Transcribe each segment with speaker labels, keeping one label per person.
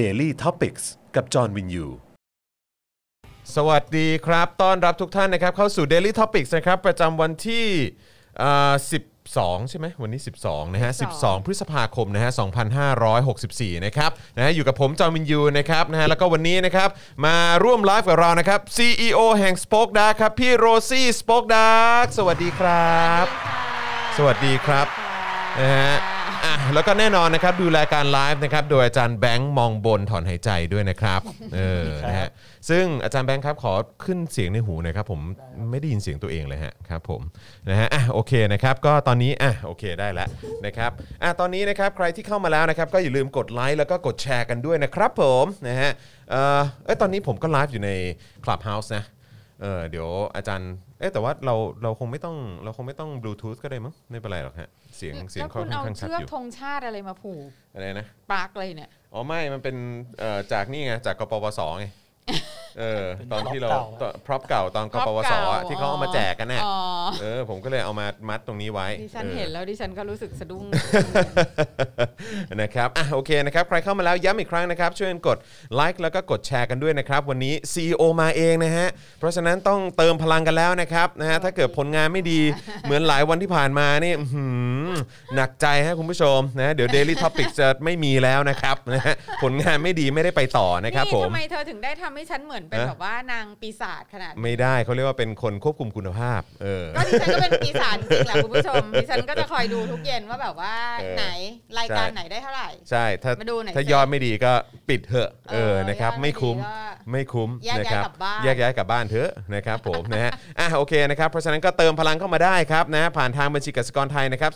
Speaker 1: Daily Topics กับจอห์นวินยู
Speaker 2: สวัสดีครับ ต้อนรับทุกท่านนะครับ เข้าสู่ Daily Topics นะครับ ประจำวันที่เอ่อ12 ใช่ไหมวันนี้ 12 นะฮะ 12 พฤษภาคมนะฮะ 2564 นะครับนะฮะอยู่กับผมจอมินยูนะครับนะฮะแล้วก็วันนี้นะครับ มาร่วมไลฟ์กับเรานะครับ CEO แห่ง Spoke Dark ครับ พี่โรซี่ Spoke Dark สวัสดีครับ สวัสดีครับนะฮะอ่ะแล้วก็แน่นอนนะครับดูรายการไลฟ์นะครับโดยอาจารย์แบงค์มองบนถอนหายใจด้วยนะครับเออนะฮะซึ่งอาจารย์แบงค์ครับขอขึ้นเสียงในหูหน่อยครับผมไม่ได้ยินเสียงตัวเองเลยฮะครับผมนะฮะอ่ะโอเคนะครับก็ตอนนี้อ่ะโอเคได้แล้วนะครับอ่ะตอนนี้นะครับใครที่เข้ามาแล้วนะครับก็อย่าลืมกดไลค์แล้วก็กดแชร์กันด้วยนะครับผมนะฮะเออเอ้ยตอนนี้ผมก็ไลฟ์อยู่ใน Clubhouse นะ เออเดี๋ยวอาจารย์ เอ๊ะแต่ว่าเราเราคงไม่ต้องเราคงไม่ต้องบลูทูธก็ได้มั้งไม่เป็นไรหรอกฮะ เสียงเสียง
Speaker 3: แล้ว
Speaker 2: ค่อ
Speaker 3: คุ
Speaker 2: น
Speaker 3: ณเอา
Speaker 2: ข้างชัด
Speaker 3: เชือก
Speaker 2: อยู่
Speaker 3: ธงชาติอะไรมาผูก
Speaker 2: อะไรนะ
Speaker 3: ปลักเลยเนี่ย
Speaker 2: อ๋อไม่มันเป็นเอ่อจากนี่ไงจากกปปสไงเออตอนที่เราตอนพร็อพเก่าตอนก
Speaker 3: prop
Speaker 2: ปปสอะ
Speaker 3: เก่า
Speaker 2: ที่เขาเอามาแจกกันน่ะ
Speaker 3: อ๋อ
Speaker 2: เออผมก็เลยเอามามัดตรงนี้ไว้
Speaker 3: ดิฉัน
Speaker 2: ออ
Speaker 3: เห็นแล้วดิฉันก็รู้สึกสะดุ้ง
Speaker 2: นะครับ อ่ะ โอเคนะครับ ใครเข้ามาแล้วย้ำอีกครั้งนะครับ ช่วยกันกดไลค์แล้วก็กดแชร์กันด้วยนะครับ วันนี้ CEO มาเองนะฮะ เพราะฉะนั้นต้องเติมพลังกันแล้วนะครับ นะฮะ ถ้าเกิดผลงานไม่ดี เหมือนหลายวันที่ผ่านมานี่อื้อหือหนักใจฮะคุณผู้ชมนะ เดี๋ยว Daily Topic จะไม่มีแล้วนะครับ นะฮะ ผลงานไม่ดีไม่ได้ไปต่อนะครับ
Speaker 3: นี่
Speaker 2: ผม
Speaker 3: ทำไมเธอถึงได้ทำให้ฉันเหมือนเป็น
Speaker 2: ฮะ
Speaker 3: แบบว่านางปีศาจขนาดนี้
Speaker 2: ไม่ได้เขาเรียกว่าเป็นคนควบคุมคุณภาพ เออ
Speaker 3: ก็ดิฉันก็เป็นปีศาจจริงแหละคุณผู้ชมดิฉันก็จะคอยดูทุกเย็นว่าแบบว่า
Speaker 2: เออ
Speaker 3: ไหนรายการ
Speaker 2: ใช่
Speaker 3: ไหนได้เท่าไหร่
Speaker 2: ใช่ ถ้า
Speaker 3: มาดูหน่อย
Speaker 2: ถ้า
Speaker 3: สิ
Speaker 2: ยอดไม่ดีก็ปิดเถอะ เออ
Speaker 3: เออ
Speaker 2: นะครับ
Speaker 3: ยอดไม่
Speaker 2: ไม่คุ้ม
Speaker 3: ดีก็
Speaker 2: ไม่คุ้ม
Speaker 3: แยกย้าย
Speaker 2: นะครับ
Speaker 3: กลับบ้าน
Speaker 2: แยกย้ายกลับบ้านเถอะนะครับผม นะฮะ อ่ะ โอเคนะครับ เพราะฉะนั้นก็เติมพลังเข้ามาได้ครับนะ ผ่านทางบัญชีกสิกรไทยนะครับ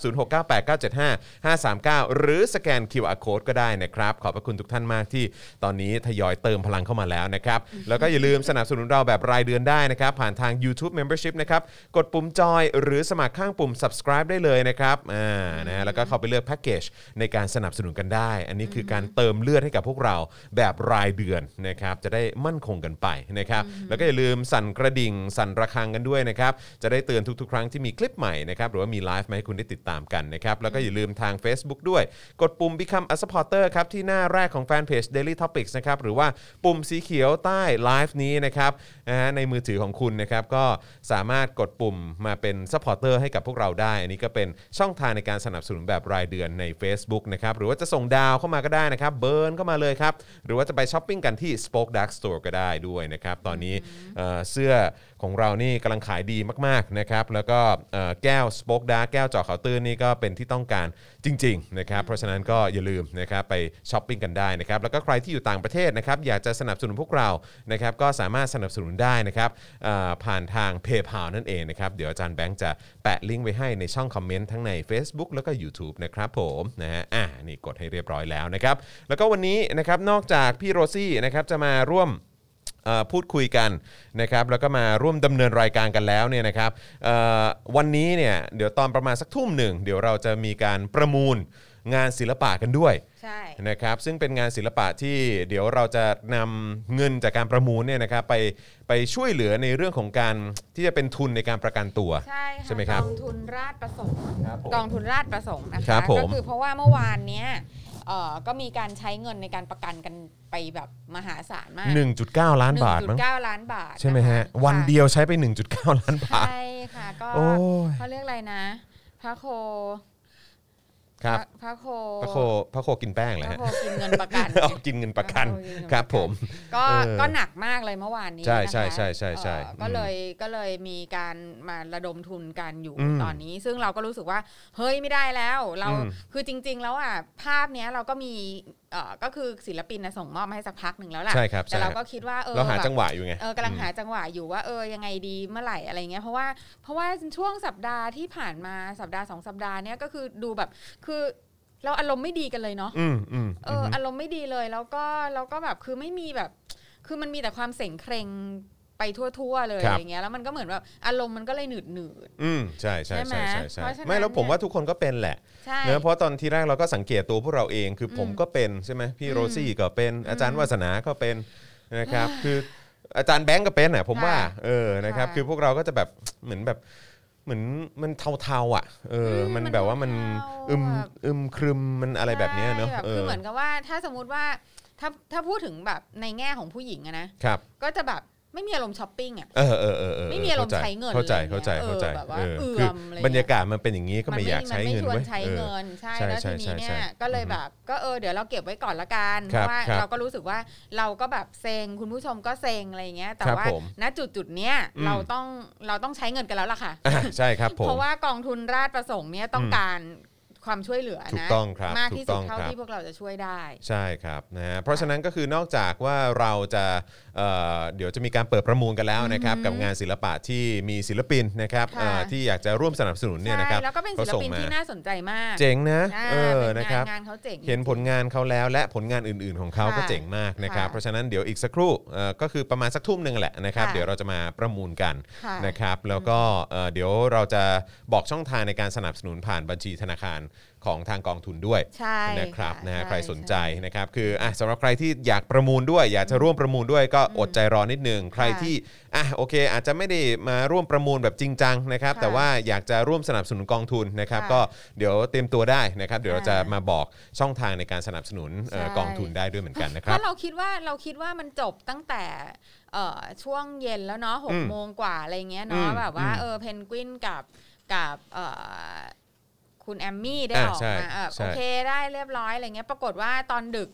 Speaker 2: 0698975539 หรือสแกน QR Code ก็ได้นะครับ ขอบพระคุณทุกท่านมากที่ตอนนี้ทยอยเติมพลังเข้ามาแล้ว นะครับ แล้วก็อย่าลืมสนับสนุนเราแบบรายเดือนได้นะครับ ผ่านทาง YouTube Membership นะครับ กดปุ่มจอยหรือสมัครข้างปุ่ม subscribe ได้เลยนะครับ อ่า นะฮะแล้วก็เข้าไปเลือกแพ็กเกจในการสนับสนุนกันได้ อันนี้คือการเติมเลือดให้กับพวกเราแบบรายเดือนนะครับ จะได้มั่นคงกันไปนะครับ แล้วก็อย่าลืมสั่นกระดิ่ง สั่นระฆังกันด้วยนะครับ จะได้เตือนทุกๆ ครั้งที่มีคลิปใหม่นะครับ หรือว่ามีไลฟ์มาให้คุณได้ติดตามกันนะครับ แล้วก็อย่าลืมทาง Facebook ด้วย กดปุ่ม Become a supporter ครับ ที่หน้าแรกของแฟนเพจ Daily Topics นะครับ หรือว่าปุ่มสีเขียวใต้ไลฟ์นี้นะครับนะฮะในมือถือของคุณนะครับ ก็สามารถกดปุ่มมาเป็น supporter ให้กับพวกเราได้ อันนี้ก็เป็นช่องทางในการสนับสนุนแบบรายเดือนใน Facebook นะครับ หรือว่าจะส่งดาวเข้ามาก็ได้นะครับ เบิร์นเข้ามาเลยครับ หรือว่าจะไปช้อปปิ้งกันที่ Spoke Dark Store ก็ได้ด้วยนะครับ ตอนนี้เอ่อเสื้อของเรานี่กำลังขายดีมากๆนะครับ แล้วก็เอ่อแก้ว Spoke Dark แก้วเจาะขาวตื้นนี่ก็เป็นที่ต้องการจริง ๆ นะครับ เพราะฉะนั้นก็อย่าลืมนะครับไปช้อปปิ้งกันได้นะครับ แล้วก็ใครที่อยู่ต่างประเทศนะครับ อยากจะสนับสนุนพวกเรานะครับก็สามารถสนับสนุนได้นะครับเอ่อผ่านทาง PayPal นั่นเองนะครับ เดี๋ยวอาจารย์แบงค์จะแปะลิงก์ไว้ให้ในช่องคอมเมนต์ทั้งใน Facebook แล้วก็ YouTube นะครับผมนะฮะอ่านี่กดให้เรียบร้อยแล้วนะครับ แล้วก็วันนี้นะครับนอกจากพี่โรซี่นะครับจะมาร่วม เอ่อพูดคุยกันนะครับแล้วก็มาร่วมดำเนินรายการกันแล้วเนี่ยนะครับเอ่อวันนี้เนี่ยเดี๋ยวตอนประมาณสักทุ่มหนึ่งเดี๋ยวเราจะมีการประมูลงานศิลปะกันด้วย
Speaker 3: ใช่
Speaker 2: นะครับซึ่งเป็นงานศิลปะที่เดี๋ยวเราจะนำเงินจากการประมูลเนี่ยนะครับไปไปช่วยเหลือในเรื่องของการที่จะเป็นทุนในการประกันตัว
Speaker 3: ใช่
Speaker 2: ใช่ไหมครับ
Speaker 3: กองทุนราชประสงค์
Speaker 2: ครับผม
Speaker 3: กองทุนราชประสงค์นะคะ
Speaker 2: ครับผม
Speaker 3: ก็คือเพราะว่าเมื่อวานเนี้ยเอ่อก็มีการใช้เงินในการประกันกันไปแบบมหาศาลมาก
Speaker 2: 1.9 ล้านบาทมั้ง
Speaker 3: 1.9 ล้านบาท
Speaker 2: ใช่ไหมฮะ
Speaker 3: ค
Speaker 2: วันเดียวใช้ไป 1.9 ล้านบาท
Speaker 3: ใช่ค่ะก็
Speaker 2: โอ้ย
Speaker 3: เขาเรียกอะไรนะ พระโค
Speaker 2: ครับ
Speaker 3: พระโค
Speaker 2: พระโคพระโคกินแป้งเหรอ
Speaker 3: พระ
Speaker 2: ฮะ
Speaker 3: โคกินเงินประกัน
Speaker 2: อ๋อกินเงินประกัน
Speaker 3: พระโคกิน
Speaker 2: ค
Speaker 3: เงินประกัน
Speaker 2: รับผม
Speaker 3: ก็
Speaker 2: เออ
Speaker 3: ก็หนักมากเลยเมื่อวานนี้
Speaker 2: ใช่
Speaker 3: นะคะ
Speaker 2: ใช่ใช่ใช่ใช่
Speaker 3: เอ่อก็
Speaker 2: อืม
Speaker 3: เลยก็เลยมีการมาระดมทุนกันอยู่
Speaker 2: อืม
Speaker 3: ตอนนี้ ซึ่งเราก็รู้สึกว่า เฮ้ยไม่ได้แล้ว เรา
Speaker 2: อืม
Speaker 3: คือจริง ๆ แล้วอ่ะภาพเนี้ยเราก็มีเอ่อก็คือศิลปินน่ะส่งมอบมาให้สักพักหนึ่งแล้วล่ะ
Speaker 2: ใช่ครับ
Speaker 3: แต่
Speaker 2: ใช่
Speaker 3: เราก็คิดว่าเออ
Speaker 2: เราหา
Speaker 3: แบบ
Speaker 2: จังหวะอยู่ไง
Speaker 3: เออกำลังหาจังหวะอยู่ว่าเออยังไงดีเมื่อไหร่อะไรเงี้ยเพราะว่าเพราะว่าช่วงสัปดาห์ที่ผ่านมาสัปดาห์สองสัปดาห์เนี้ยก็คือดูแบบคือเราอารมณ์ไม่ดีกันเลยเนาะ
Speaker 2: อืมอืม
Speaker 3: เออออารมณ์ไม่ดีเลยแล้วก็แล้วก็แบบคือไม่มีแบบ คือมันมีแต่ความเสงเครงไปทั่วๆเลยอย่างเงี้ยแล้วมันก็เหมือนแบบอารมณ์มันก็เลยหนืดหนืด
Speaker 2: อืมใช่ใช่ใช่ใช่
Speaker 3: ใช่
Speaker 2: ใช่
Speaker 3: ไหมเพราะฉะนั้น
Speaker 2: ไม่แล้วผม
Speaker 3: เนี่ย
Speaker 2: ว่าทุกคนก็เป็นแหละ
Speaker 3: ๆใช่
Speaker 2: เนอะเพราะตอนที่แรกเราก็สังเกตตัวพวกเราเองคือผมก็เป็นใช่ไหมพี่
Speaker 3: อืม
Speaker 2: โรซี่ก็เป็นอาจารย์วาสนาก็เป็น นะครับ คืออาจารย์แบงก์ก็เป็นอ่ะผมว่า
Speaker 3: ค่ะ
Speaker 2: เออนะครับ
Speaker 3: ค่ะ
Speaker 2: คือพวกเราก็จะแบบเหมือนแบบเหมือนมันเทาๆอ่ะเอออ
Speaker 3: ม
Speaker 2: มัน
Speaker 3: มัน
Speaker 2: แบบว่ามัน
Speaker 3: เทาๆ
Speaker 2: อึม
Speaker 3: แบบ
Speaker 2: อึมครึมมันอะไรแบบเนี้ยเนอะ
Speaker 3: ใช่
Speaker 2: เอ
Speaker 3: คือ
Speaker 2: อ
Speaker 3: เหมือนกับว่าถ้าสมมติว่า ถ้าถ้าพูดถึงแบบในแง่ของผู้หญิงอะนะครับ ก็จะแบบไม่มีอารมณ์ช้อปปิ้งอะ
Speaker 2: เออเออเออเออ
Speaker 3: ไม่มีอารมณ์ใช้เงิน
Speaker 2: เข้าใจ
Speaker 3: เลย
Speaker 2: เข้าใจ
Speaker 3: เออ
Speaker 2: เข้าใจ
Speaker 3: แบบว่า
Speaker 2: เออ
Speaker 3: เอือม
Speaker 2: คือ
Speaker 3: เลย
Speaker 2: บรรยากาศมันเป็นอย่างนี้ก็ไม่อยากใช้
Speaker 3: นไม่
Speaker 2: เงิน
Speaker 3: ชวน
Speaker 2: เว้ย
Speaker 3: ใช้
Speaker 2: เออ
Speaker 3: เงินใช่
Speaker 2: ใช่
Speaker 3: แล้ว
Speaker 2: ใช่
Speaker 3: ทีนี้
Speaker 2: ใช่
Speaker 3: เนี่ย
Speaker 2: ใช่
Speaker 3: ก็เลยแบบก็เออเดี๋ยวเราเก็บไว้ก่อนละกัน
Speaker 2: ครับ
Speaker 3: เพราะว่า
Speaker 2: ครับ
Speaker 3: เราก็รู้สึกว่าเราก็แบบเซ็งคุณผู้ชมก็เซ็งอะไรอย่างเงี้ย แต่
Speaker 2: ครับ
Speaker 3: ว่า
Speaker 2: ผม
Speaker 3: ณจุดจุดๆเนี้ย
Speaker 2: อืม
Speaker 3: เราต้องเราต้องใช้เงินกันแล้วล่ะค่ะ
Speaker 2: อ่ะใช่ครับผม
Speaker 3: เพราะว่ากองทุนราชประสงค์เนี่ยต้องการความช่วยเหลือ
Speaker 2: ถูก
Speaker 3: นะ
Speaker 2: ต้องครับ
Speaker 3: มากที่สุ
Speaker 2: ถูก
Speaker 3: ด
Speaker 2: ต้อง
Speaker 3: เท่า
Speaker 2: ครับ
Speaker 3: ที่พวกเราจะช่วยได้
Speaker 2: ใช่ครับนะฮะเพราะฉะนั้นก็คือนอกจากว่าเราจะเอ่อเดี๋ยวจะมีการเปิดประมูลกันแล้วนะครับ
Speaker 3: อือฮึ
Speaker 2: กับงานศิลปะที่มีศิลปินนะครับ
Speaker 3: ค่ะ
Speaker 2: เอ่อที่อยากจะร่วมสนับสนุนเนี่ย
Speaker 3: ใช่
Speaker 2: นะครับ
Speaker 3: แล้วก็เป็นศิลปินที่น่าสนใจมาก
Speaker 2: เจ๋งนะ
Speaker 3: อ่า
Speaker 2: เออ
Speaker 3: เป็น
Speaker 2: นะ
Speaker 3: งา
Speaker 2: ครับ
Speaker 3: งานเขาเจ๋ง
Speaker 2: เห็นผลงานเขาแล้วและผลงานอื่น ๆ ของเขา
Speaker 3: ค่ะ
Speaker 2: ก็เจ๋งมากนะครับ
Speaker 3: ค่ะ
Speaker 2: เพราะฉะนั้นเดี๋ยวอีกสักครู่เอ่อก็คือประมาณสักทุ่มหนึ่งแหละนะครับ
Speaker 3: ค่ะ
Speaker 2: เดี๋ยวเราจะมาประมูลกัน
Speaker 3: ค่ะ
Speaker 2: นะครับ แล้วก็เอ่อเดี๋ยวเราจะบอกช่องทางในการสนับสนุนผ่านบัญชีธนาคารของทางกองทุนด้วย
Speaker 3: ใช่
Speaker 2: นะครับ
Speaker 3: ะ
Speaker 2: นะฮะ
Speaker 3: ช่
Speaker 2: ใครสนใจ
Speaker 3: ช่
Speaker 2: นะครับคืออ่ะสำหรับใครที่อยากประมูลด้วย อยากจะร่วมประมูลด้วยก็อดใจรอนิดนึงใครที่อ่ะโอเค อาจจะไม่ได้มาร่วมประมูลแบบจริงจังนะครับ
Speaker 3: ค่ะ
Speaker 2: แต่ว่าอยากจะร่วมสนับสนุนกองทุนนะครับ
Speaker 3: ค่ะ
Speaker 2: ก็เดี๋ยวเตรียมตัวได้นะครับเดี๋ยวเรา
Speaker 3: ค่ะ
Speaker 2: จะมาบอกช่องทางในการสนับสนุนเอ่อ
Speaker 3: ใช่
Speaker 2: กองทุนได้ด้วยเหมือนกันนะค
Speaker 3: เพ
Speaker 2: รับ
Speaker 3: ราะเราคิดว่าเราคิดว่ามันจบตั้งแต่เอ่อช่วงเย็นแล้วเนาะห
Speaker 2: อื
Speaker 3: ก
Speaker 2: ม
Speaker 3: โมงกว่าอะไรเงี้ย
Speaker 2: อื
Speaker 3: เนาะ
Speaker 2: ม
Speaker 3: แบบว่า
Speaker 2: อืม
Speaker 3: เออเพนกวินกับกับเอ่อคุณแอมมี่ได้
Speaker 2: อ่า
Speaker 3: ออก
Speaker 2: ใช่
Speaker 3: มาเออ
Speaker 2: ใช่
Speaker 3: โอเคได้เรียบร้อยอะไรเงี้ยปรากฏว่าตอนดึก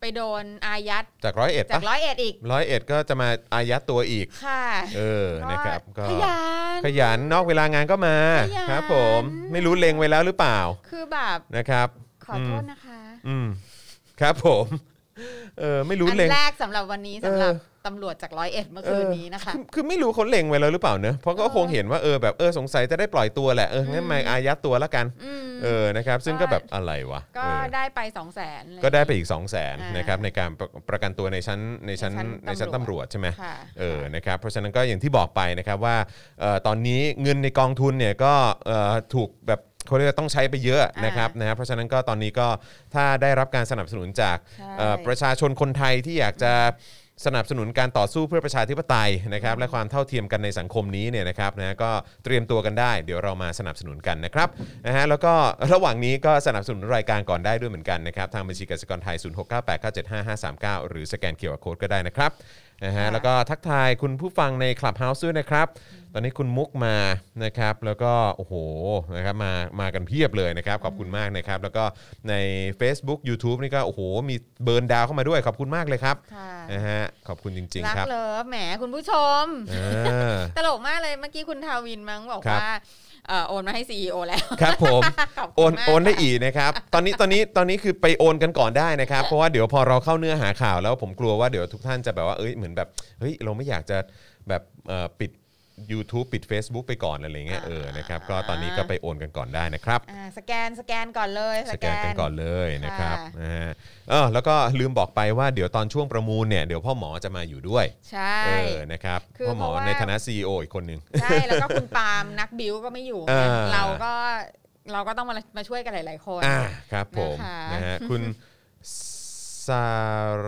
Speaker 3: ไปโดนอายัด
Speaker 2: จากร้อยเอ็ด
Speaker 3: จาก
Speaker 2: ปะ
Speaker 3: ร้อยเอ็ดอีก
Speaker 2: ร้อยเอ็ดก็จะมาอายัดตัวอีก
Speaker 3: ค่ะ
Speaker 2: เออนะครับก็
Speaker 3: ขยัน
Speaker 2: ขยันนอกเวลางานก็มา
Speaker 3: ขยัน
Speaker 2: ครับ ผมไม่รู้เลงไว้แล้วหรือเปล่า
Speaker 3: คือแบบ
Speaker 2: นะครับ
Speaker 3: ขอโทษนะคะ
Speaker 2: อืมครับผมเออไม่รู้
Speaker 3: อัน
Speaker 2: เลง
Speaker 3: แรกสำหรับวันนี้สำหรับตำรวจจากร้อยเอ็ดเมื่อคืนนี้นะคะ
Speaker 2: อคือไม่รู้เขาเล็งไว้แล้วหรือเปล่าเนอะเพราะก็
Speaker 3: เออ
Speaker 2: คงเห็นว่าเออแบบเออสงสัยจะได้ปล่อยตัวแหละเอองั้น
Speaker 3: อืม
Speaker 2: มาอายัดตัวละกัน
Speaker 3: อืม
Speaker 2: เออนะครับ ซึ่งก็
Speaker 3: ก็
Speaker 2: แบบอะไรวะ
Speaker 3: ก็
Speaker 2: เออ
Speaker 3: ได้ไปสองแสนเลย
Speaker 2: ก็ได้ไปอีก 2 0 0 0 0น
Speaker 3: อ่าน
Speaker 2: นะครับในการประประกันตัวในชั้นในชั้นใน
Speaker 3: ใน
Speaker 2: ชั้
Speaker 3: ชั้
Speaker 2: น
Speaker 3: นตำรวจ
Speaker 2: ตำรวจใช่ไหม
Speaker 3: ค่ะ
Speaker 2: เออนะครับเพราะฉะนั้นก็อย่างที่บอกไปนะครับว่าเอ่อตอนนี้เงินในกองทุนเนี่ยก็เอ่อถูกแบบเขาเรียกว่าต้องใช้ไปเยอะนะครับนะฮะเพราะฉะนั้นก็ตอนนี้ก็ถ้าได้รับการสนับสนุนจาก
Speaker 3: ใช่
Speaker 2: เอ่อประชาชนคนไทยที่อยากจะสนับสนุนการต่อสู้เพื่อประชาธิปไตยนะครับและความเท่าเทียมกันในสังคมนี้เนี่ยนะครับนะก็เตรียมตัวกันได้ เดี๋ยวเรามาสนับสนุนกันนะครับนะฮะแล้วก็ระหว่างนี้ก็สนับสนุนรายการก่อนได้ด้วยเหมือนกันนะครับทางบัญชีกสิกรไทย 0698975539 หรือสแกนเคอร์โคดก็ได้นะครับนะฮะ
Speaker 3: ค่ะ
Speaker 2: แล้วก็ทักทายคุณผู้ฟังใน Clubhouse ด้วยนะครับ ตอนนี้คุณมุกมานะครับ แล้วก็โอ้โหนะครับมามากันเพียบเลยนะครับ ขอบคุณมากนะครับ แล้วก็ใน Facebook YouTube นี่ก็โอ้โห มีเบิร์นดาวเข้ามาด้วยขอบคุณมากเลยครับ
Speaker 3: ค่ะ
Speaker 2: นะฮะขอบคุณจริง
Speaker 3: รัก
Speaker 2: ๆ ครับ
Speaker 3: เลิฟแหมคุณผู้ชม
Speaker 2: อ่า
Speaker 3: ตลกมากเลยเมื่อกี้คุณทาวินมั้งบอก
Speaker 2: ครับ
Speaker 3: ว่าเอ่อโอนมาให้ซีอแล้ว
Speaker 2: ครับผม
Speaker 3: ขอบคุณ
Speaker 2: โอน
Speaker 3: มาก
Speaker 2: โอนได้
Speaker 3: ค่ะ
Speaker 2: อีกนะครับ ตอนนี้ตอนนี้ตอนนี้คือไปโอนกันก่อนได้นะครับ เพราะว่าเดี๋ยวพอเราเข้าเนื้อหาข่าวแล้วผมกลัวว่าเดี๋ยวทุกท่านจะแบบว่าเอ้ยเหมือนแบบเฮ้ยเราไม่อยากจะแบบเอ่อปิด YouTube ปิด Facebook ไปก่อนอะไรเงี้ยเออนะครับก็ตอนนี้ก็ไปโอนกันก่อนได้นะครับ
Speaker 3: อ่าสแกนสแกนก่อนเลย
Speaker 2: สแกนกันก่อนเลยนะครับ
Speaker 3: ค่ะ
Speaker 2: นะฮะเออแล้วก็ลืมบอกไปว่าเดี๋ยวตอนช่วงประมูลเนี่ยเดี๋ยวพ่อหมอจะมาอยู่ด้วย
Speaker 3: ใช่
Speaker 2: เออนะครับ
Speaker 3: คือ
Speaker 2: พ่อหมอ
Speaker 3: เพราะว่า
Speaker 2: ในฐานะ CEO อีกคนหนึ่ง
Speaker 3: ใช่แล้วก็คุณปาล์ม นักบิวก็ไม่อยู่
Speaker 2: เออ
Speaker 3: เราก็เราก็ต้องมามาช่วยกันหลาย ๆ คน
Speaker 2: อ่าครับผม
Speaker 3: นะคะ
Speaker 2: นะ ฮะคุณซา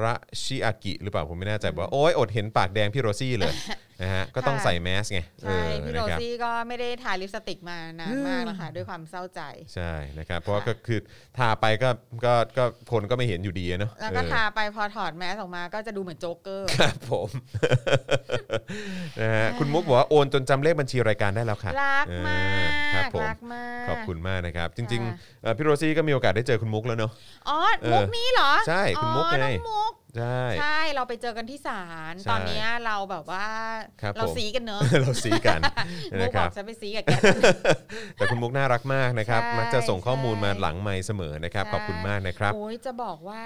Speaker 2: ระชิอากิหรือเปล่าผมไม่แน่ใจบอกว่าโอ๊ยอดเห็นปากแดงพี่โรซี่ เลยนะฮะก็ต้อง
Speaker 3: ค่ะ
Speaker 2: ใส่แมสไงเอ
Speaker 3: ใช่
Speaker 2: อ
Speaker 3: พี่
Speaker 2: นะ
Speaker 3: โร
Speaker 2: ครับ
Speaker 3: ซี่ก็ไม่ได้ทาลิปสติกมานานมากแล้วค่ะด้วยความเศร้าใจ
Speaker 2: ใช่นะครับ เพราะ
Speaker 3: ค่ะ
Speaker 2: ว่าก็คือทาไปก็ก็ก็คนก็ไม่เห็นอยู่ดีอะเนาะ
Speaker 3: แล้วก็
Speaker 2: เออ
Speaker 3: ทาไปพอถอดแมสออกมาก็จะดูเหมือนโจ๊กเกอร์
Speaker 2: ครับผม นะ ฮะคุณมุกบอกว่าโอนจนจำเลขบัญชีรายการได้แล้วค่ะ
Speaker 3: รักมา
Speaker 2: เออครับ
Speaker 3: ก
Speaker 2: ผม
Speaker 3: รักมาก
Speaker 2: ขอบคุณมากนะครับ จริง
Speaker 3: ค่ะ
Speaker 2: ๆเอ่อพี่โรซี่ก็มีโอกาสได้เจอคุณมุกแล้วเนาะ
Speaker 3: อ๋อ
Speaker 2: เออ
Speaker 3: มุกนี้เหรอ
Speaker 2: ใช่คุณมุก
Speaker 3: อ๋อ
Speaker 2: ไง
Speaker 3: น้องมุก
Speaker 2: ใช่
Speaker 3: ใช่เราไปเจอกันที่ศาล
Speaker 2: ใช่
Speaker 3: ตอนเนี้ยเราแบบว่า
Speaker 2: ครับ
Speaker 3: เรา
Speaker 2: ผม
Speaker 3: สีกันเนอะ
Speaker 2: เราสีกัน
Speaker 3: มุ
Speaker 2: นะ
Speaker 3: ก
Speaker 2: ค
Speaker 3: บอ
Speaker 2: รับ
Speaker 3: กจะไปสีกับแก
Speaker 2: แต่คุณมุกน่ารักมากนะครับ
Speaker 3: ใช่
Speaker 2: มักจะส่งข้อมูลมา
Speaker 3: ใช่
Speaker 2: หลังไมค์เสมอนะครับ
Speaker 3: ใช่
Speaker 2: ขอบคุณมากนะครับ
Speaker 3: โอ้ยจะบอกว่า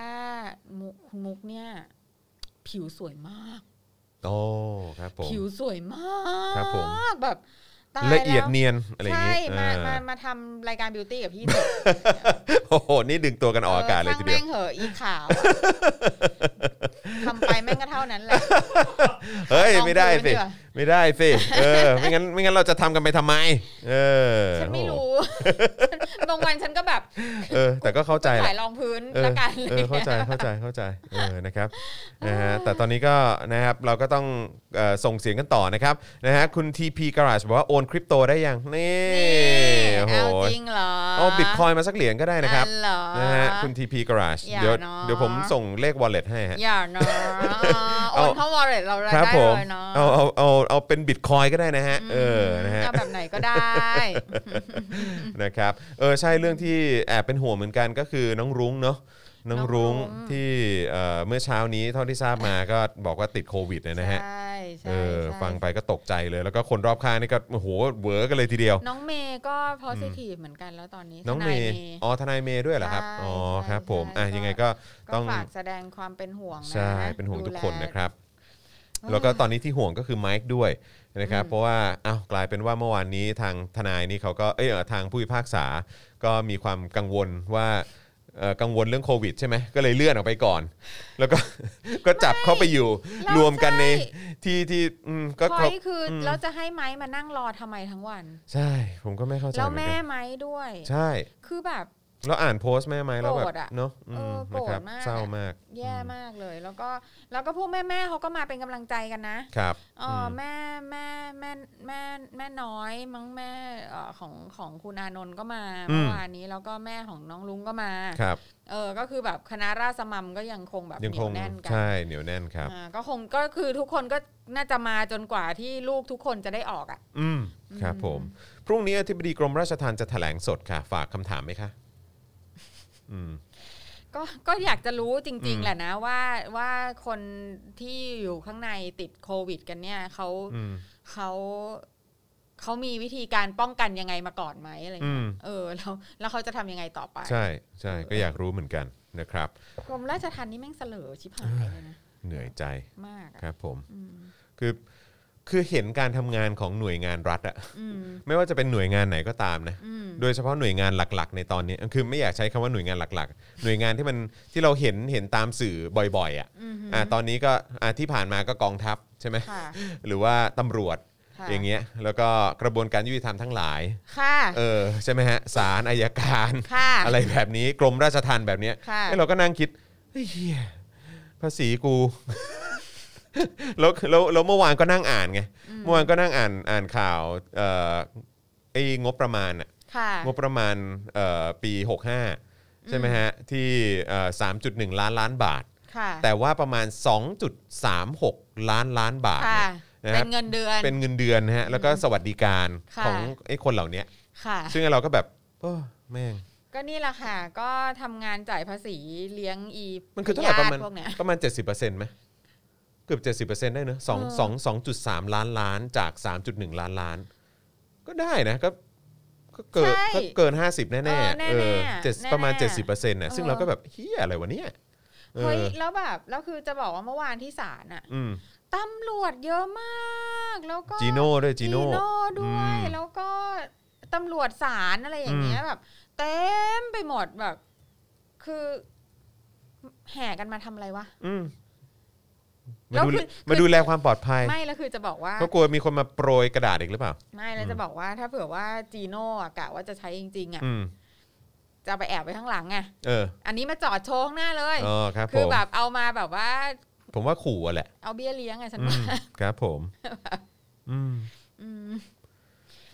Speaker 3: มุกคุณมุกเนี่ย ผิวสวยมาก
Speaker 2: โอ้ครับผม
Speaker 3: ผิวสวยมาก
Speaker 2: ครับผม
Speaker 3: แบบตาย
Speaker 2: ละเอียด
Speaker 3: แว
Speaker 2: เนียนอะไรอย่าง
Speaker 3: ใช่
Speaker 2: งี้
Speaker 3: มา
Speaker 2: เออ
Speaker 3: มามาทำรายการบิวตี้กับพี่เถอะ
Speaker 2: โอ้โห นี่ดึงตัวกันออกอากาศเลยทีเดียว
Speaker 3: ช่างแม่งเหอะอีขาวอะทำไปแม่งก็เท่านั้นแหละ
Speaker 2: เฮ้ย
Speaker 3: ลอง
Speaker 2: ไม่ได้
Speaker 3: คุยกัน
Speaker 2: สิ
Speaker 3: กว่า
Speaker 2: ไม่ได้สิเออไม่งั้นไม่งั้นเราจะทำกันไปทำไม เออ
Speaker 3: ฉันไม่รู้ บางวันฉันก็แบบ
Speaker 2: เออ แต่ก็เข้าใจแห
Speaker 3: ถ่า
Speaker 2: ละ
Speaker 3: ยรองพื้น
Speaker 2: เออ
Speaker 3: ละกัน
Speaker 2: เออเข้าใจเข้าใจเข้าใจเออนะครับนะฮะแต่ตอนนี้ก็นะครับเราก็ต้องเอ่อส่งเสียงกันต่อนะครับนะฮะคุณ TP Garage บอกว่าโอนคริปโตได้ยังนี่โอ้โห
Speaker 3: เอาจริงเหรอ
Speaker 2: เอาบิตคอยมาสักเหรียญก็ได้นะครับ
Speaker 3: อันเหรอ
Speaker 2: นะฮะคุณ TP Garage
Speaker 3: อย่า
Speaker 2: เดี๋ยว
Speaker 3: เนอะ
Speaker 2: เดี๋ยวผมส่งเลข wallet ให้ฮะ
Speaker 3: อย่า เนาะโอ
Speaker 2: เอา
Speaker 3: นเข้าวอลเล็ตเราได้
Speaker 2: ครับผม
Speaker 3: เลยเนาะ
Speaker 2: เอาเอาเอาเอาเป็นบิตคอยก็ได้นะฮะเออนะฮะ
Speaker 3: เอาแบบไหนก็ได้
Speaker 2: นะครับเออใช่เรื่องที่แอบเป็นห่วงเหมือนกันก็คือน้องรุ้งเนาะน้องรุ้ง
Speaker 3: น้องรุ้ง
Speaker 2: ที่เอ่อเมื่อเช้านี้เท่าที่ทราบมาก็บอกว่าติดโควิดเนยนะฮะ
Speaker 3: ใช่ใช่
Speaker 2: เออ
Speaker 3: ใช่
Speaker 2: ฟังไปก็ตกใจเลย แล้วก็คนรอบข้างนี่ก็โอ้โหเหวอกันเลยทีเดียว
Speaker 3: น้องเมย์ก็ positive เหมือนกันแล้วตอนนี้
Speaker 2: น้อง
Speaker 3: ท
Speaker 2: เม
Speaker 3: นา
Speaker 2: ย
Speaker 3: ย
Speaker 2: ์อ๋อทนายเมย์ด้วยเหรอครับ
Speaker 3: ใช่
Speaker 2: อ๋อ
Speaker 3: ใช่
Speaker 2: ครับผม
Speaker 3: ใช่
Speaker 2: อ่ะยังไงก็
Speaker 3: ก็
Speaker 2: ต้อง
Speaker 3: ฝากแสดงความเป็นห่วงนะ
Speaker 2: ใช่เป็นห่วงทุกคน
Speaker 3: ดูแล
Speaker 2: นะครับ
Speaker 3: เออ
Speaker 2: แล้วก็ตอนนี้ที่ห่วงก็คือไมค์ด้วยนะครับ
Speaker 3: อืม
Speaker 2: เพราะว่าอ้าวกลายเป็นว่าเมื่อวานนี้ทางทนายนี่เขาก็เอยเอ่อทางผู้พิพากษา ก็มีความกังวลว่าเอ่อกังวลเรื่องโควิดใช่ไหมก็เลยเลื่อนออกไปก่อน แล้วก็ ก็จับเข้าไปอยู่
Speaker 3: แล้ว
Speaker 2: รวมกันใน
Speaker 3: ใช่
Speaker 2: ที่ที่อืมก็
Speaker 3: พ
Speaker 2: เขา
Speaker 3: อยคืออ
Speaker 2: ม
Speaker 3: เราจะให้ไม้มานั่งรอทำไมทั้งวัน
Speaker 2: ใช่ ผมก็ไม่เข้าใจ
Speaker 3: แล้ว
Speaker 2: เหมือน
Speaker 3: แม่
Speaker 2: กัน
Speaker 3: ไม้ด้วย
Speaker 2: ใช่
Speaker 3: คือแบบ
Speaker 2: แล้วอ่านโพสต์แม่ไหมแล้วแบบ
Speaker 3: โกรธอะ
Speaker 2: เนาะอืม
Speaker 3: เออโกร
Speaker 2: นะ
Speaker 3: ธ
Speaker 2: ครับ
Speaker 3: มาก
Speaker 2: เศร้ามาก
Speaker 3: แย่มากเลย แล้วก็แล้วก็พวกแม่แม่ๆเขาก็มาเป็นกำลังใจกันนะครับ เอออ
Speaker 2: ม
Speaker 3: แม่แม่แม่แม่แม่น้อยมั้งแม่เอ่อของของคุณอานนท์ก็มาเมื่อวานนี้แล้วก็แม่ของน้องลุงก็มา
Speaker 2: ครับ
Speaker 3: เออก็คือแบบคณะราษฎรมัมก็ยังคงแบบเห
Speaker 2: ยัง
Speaker 3: นี
Speaker 2: ค
Speaker 3: ย
Speaker 2: ง
Speaker 3: วแน่นกั
Speaker 2: ใช่เหนียวแน่นครับ
Speaker 3: อ่าก็คงก็คือทุกคนก็น่าจะมาจนกว่าที่ลูกทุกคนจะได้ออกอ่ะ
Speaker 2: อืมครับผม พรุ่งนี้อธิบดีกรมราชทัณฑ์จะแถลงสดค่ะ ฝากคำถามไหมคะอืม
Speaker 3: ก็ก็อยากจะรู้จริง
Speaker 2: อื
Speaker 3: ๆ
Speaker 2: ม
Speaker 3: แหละนะว่าว่าคนที่อยู่ข้างในติดโควิด กันเนี่ยเขา
Speaker 2: อืม
Speaker 3: เขาเขามีวิธีการป้องกันยังไงมาก่อนไหมอะไร
Speaker 2: อื
Speaker 3: เงี้
Speaker 2: ม
Speaker 3: ยเออแล้วแล้วเขาจะทำยังไงต่อไป
Speaker 2: ใช่ใช่ก็อยากรู้เหมือนกันนะครับ
Speaker 3: กรมราชทัณฑ์นี่แม่งเสลอชิบหายเลยนะ
Speaker 2: เหนื่อยใจ
Speaker 3: มากอะ
Speaker 2: ครับผม
Speaker 3: อืม
Speaker 2: คือคือเห็นการทำงานของหน่วยงานรัฐอะ
Speaker 3: อืม
Speaker 2: ไม่ว่าจะเป็นหน่วยงานไหนก็ตามนะ
Speaker 3: อืม
Speaker 2: โดยเฉพาะหน่วยงานหลัก ๆ ในตอนนี้คือไม่อยากใช้คำว่าหน่วยงานหลัก ๆ หน่วยงานที่มันที่เราเห็นเห็นตามสื่อบ่อยๆอะ
Speaker 3: อือฮึ
Speaker 2: อ่ะตอนนี้ก็อ่ะที่ผ่านมาก็กองทัพใช่ไหม
Speaker 3: ค่ะ
Speaker 2: หรือว่าตำรวจ
Speaker 3: ค่ะ
Speaker 2: อย่างเงี้ยแล้วก็กระบวนการยุติธรรมทั้งหลาย
Speaker 3: ค่ะ
Speaker 2: เออใช่ไหมฮะศาลอายการ
Speaker 3: ค่ะ
Speaker 2: อะไรแบบนี้กรมราชทัณฑ์แบบเนี้ย
Speaker 3: ค่ะ
Speaker 2: ไอ้เราก็นั่งคิดเฮ้ยเหี้ยภาษีกู แล้วแล้วแล้วเมื่อวานก็นั่งอ่านไงเมื่อวานก็นั่งอ่านอ่านข่าวเอ่อไอ้งบประมาณอะ
Speaker 3: ค่ะ
Speaker 2: งบประมาณเอ่อปี 65 ใช่ไหมฮะ ที่เอ่อ3.1 ล้านล้านบาท
Speaker 3: ค่ะ
Speaker 2: แต่ว่าประมาณ 2.36 ล้านล้านบาท
Speaker 3: ค่ะ
Speaker 2: เนี่ยนะ
Speaker 3: เป็
Speaker 2: ฮะ
Speaker 3: นเงินเดือน
Speaker 2: เป็นเงินเดือนนะฮะแล้วก็สวัสดิการ
Speaker 3: ค่ะ
Speaker 2: ของไอ้คนเหล่าเนี้ย
Speaker 3: ค่ะ
Speaker 2: ซึ่งเราก็แบบโอ้แม่ง
Speaker 3: ก็นี่แหละค่ะ ก็ทำงานจ่ายภาษีเลี้ยงอี
Speaker 2: มันคือเท่าไหร่
Speaker 3: ญ
Speaker 2: ป
Speaker 3: ติ
Speaker 2: ระมาณ
Speaker 3: พวกเนี้ย
Speaker 2: ประมาณ 70%ไหมเกือบ 70%ได้เนอะสอง
Speaker 3: เออ
Speaker 2: สองสองจุดสามล้านล้านจาก 3.1 ล้านล้าน ก็ได้นะก็ก็เกิน
Speaker 3: ใช่
Speaker 2: ก็เกิน 50 แน่
Speaker 3: เออ
Speaker 2: ๆ
Speaker 3: แน่ๆ
Speaker 2: เออเจ็ด
Speaker 3: แน่ๆ
Speaker 2: ประมาณ 70%เนี่ยซึ่ง
Speaker 3: เออ
Speaker 2: เราก็แบบเฮียอะไรวะเนี่ยเอ
Speaker 3: เฮ้ย
Speaker 2: อ
Speaker 3: แล้วแบบแล้วคือจะบอกว่าเมื่อวานที่ศาลอะ
Speaker 2: อืม
Speaker 3: ตำรวจเยอะมากแล้วก็
Speaker 2: จีโน่ด้วยจีโน่
Speaker 3: ด้ว
Speaker 2: อื
Speaker 3: ย
Speaker 2: ม
Speaker 3: แล้วก็ตำรวจศาลอะไรอย่างเงี้ยแบบ เต็มไปหมดแบบ คือแห่กันมาทำอะไรวะ
Speaker 2: อืม
Speaker 3: แล้
Speaker 2: มาว ดู
Speaker 3: คือ
Speaker 2: มา
Speaker 3: คือ
Speaker 2: ดูแลความปลอดภัย
Speaker 3: ไม่แล้วคือจะบอกว่า
Speaker 2: เพราะกลัวมีคนมาโปรยกระดาษอีกหรือเปล่า
Speaker 3: ไม่แล้วจะบอกว่าถ้าเผื่อว่าจีโน่อะกะว่าจะใช้จริงๆอะ
Speaker 2: อืม
Speaker 3: จะเอาไปแอบไว้ข้างหลังไง
Speaker 2: เออ
Speaker 3: อันนี้มาจอดโชว์ข้างหน้าเลย
Speaker 2: อ๋อครับผ
Speaker 3: คือ
Speaker 2: ม
Speaker 3: แบบเอามาแบบว่า
Speaker 2: ผมว่าขู่อะแหละ
Speaker 3: เอาเบี้ยเลี้ยงไงฉัน
Speaker 2: อื
Speaker 3: ว่าม
Speaker 2: ครับผม อืม
Speaker 3: อืม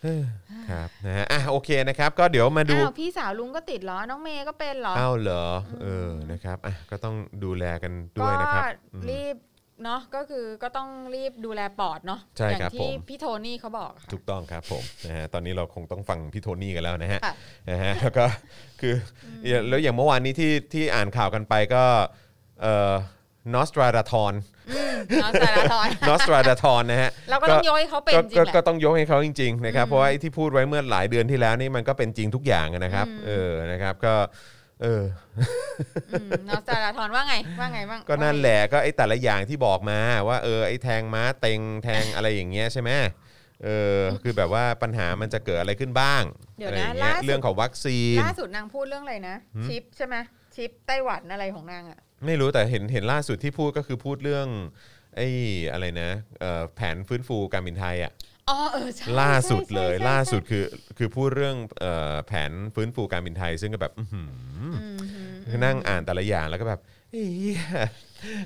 Speaker 2: เออครับนะฮะอ่ะโอเคนะครับ ก็เดี๋ยวมาดู
Speaker 3: อ้าวพี่สาวลุงก็ติดเหรอ น้องเมย์ก็เป็นเหรอ
Speaker 2: อ้าวเหรอเออนะครับอ่ะก็ต้องดูแลกันด้วยนะครับอืม
Speaker 3: รีบเนาะก็คือก็ต้องรีบดูแลปอดเนาะ
Speaker 2: ใช่
Speaker 3: อย่าง
Speaker 2: ครับ
Speaker 3: ที่
Speaker 2: ผม
Speaker 3: พี่โทนี่เขาบอกค่ะ
Speaker 2: ถูกต้องครับผมนะฮะตอนนี้เราคงต้องฟังพี่โทนี่กันแล้วนะฮะ
Speaker 3: ค่ะ
Speaker 2: นะฮะแล้วก็คือแล้วอย่างเมื่อวานนี้ที่ที่อ่านข่าวกันไปก็เอ่อนอสตราดาท อน
Speaker 3: อืมเนาะสารทอน
Speaker 2: นอสตราดาทอนนะฮะ
Speaker 3: เราก็ต้องโยนให้เขาเป็น
Speaker 2: ก็
Speaker 3: จริงแห
Speaker 2: ก็
Speaker 3: ละ
Speaker 2: ต้องยกให้เขาจริง ๆ นะครับ เพราะว่าไอ้ที่พูดไว้เมื่อหลายเดือนที่แล้วนี่มันก็เป็นจริงทุกอย่างนะครับ
Speaker 3: อืม
Speaker 2: เออนะครับก็เออ
Speaker 3: อืมเนาะสารทอนว่าไงว่าไงบ้าง
Speaker 2: ก็นั่นแหละก็ไอ้แต่ละอย่างที่บอกมาว่าเออไอ้แทงม้าเต็งแทงอะไรอย่างเงี้ยใช่ไหมเออคือแบบว่าปัญหามันจะเกิดอะไรขึ้นบ้าง
Speaker 3: เดี๋ยว
Speaker 2: อะไรอ
Speaker 3: นะ
Speaker 2: ย่างเงี้
Speaker 3: ล่าย สุ
Speaker 2: เรื่อง
Speaker 3: ด
Speaker 2: ของวัคซีน
Speaker 3: ล่าสุดนางพูดเรื่องอะไรนะ
Speaker 2: หืม
Speaker 3: ชิปใช่ไหมชิปไต้หวันอะไรของนางอะ
Speaker 2: ไม่รู้แต่เห็นเห็นล่าสุดที่พูดก็คือพูดเรื่อง ไอ้อะไรนะเอ่อแผนฟื้นฟูการบินไทยอ่ะ
Speaker 3: อ๋อเออใช่
Speaker 2: ล่าสุดเลย
Speaker 3: ใช่ใช่ใช่
Speaker 2: ล่าสุดคือคือพูดเรื่องเอ่อแผนฟื้นฟูการบินไทย ซึ่งก็แบบอื้อหือ
Speaker 3: อืมอืม
Speaker 2: คือนั่งอ่านแต่ละอย่างแล้วก็แบบเฮ้ย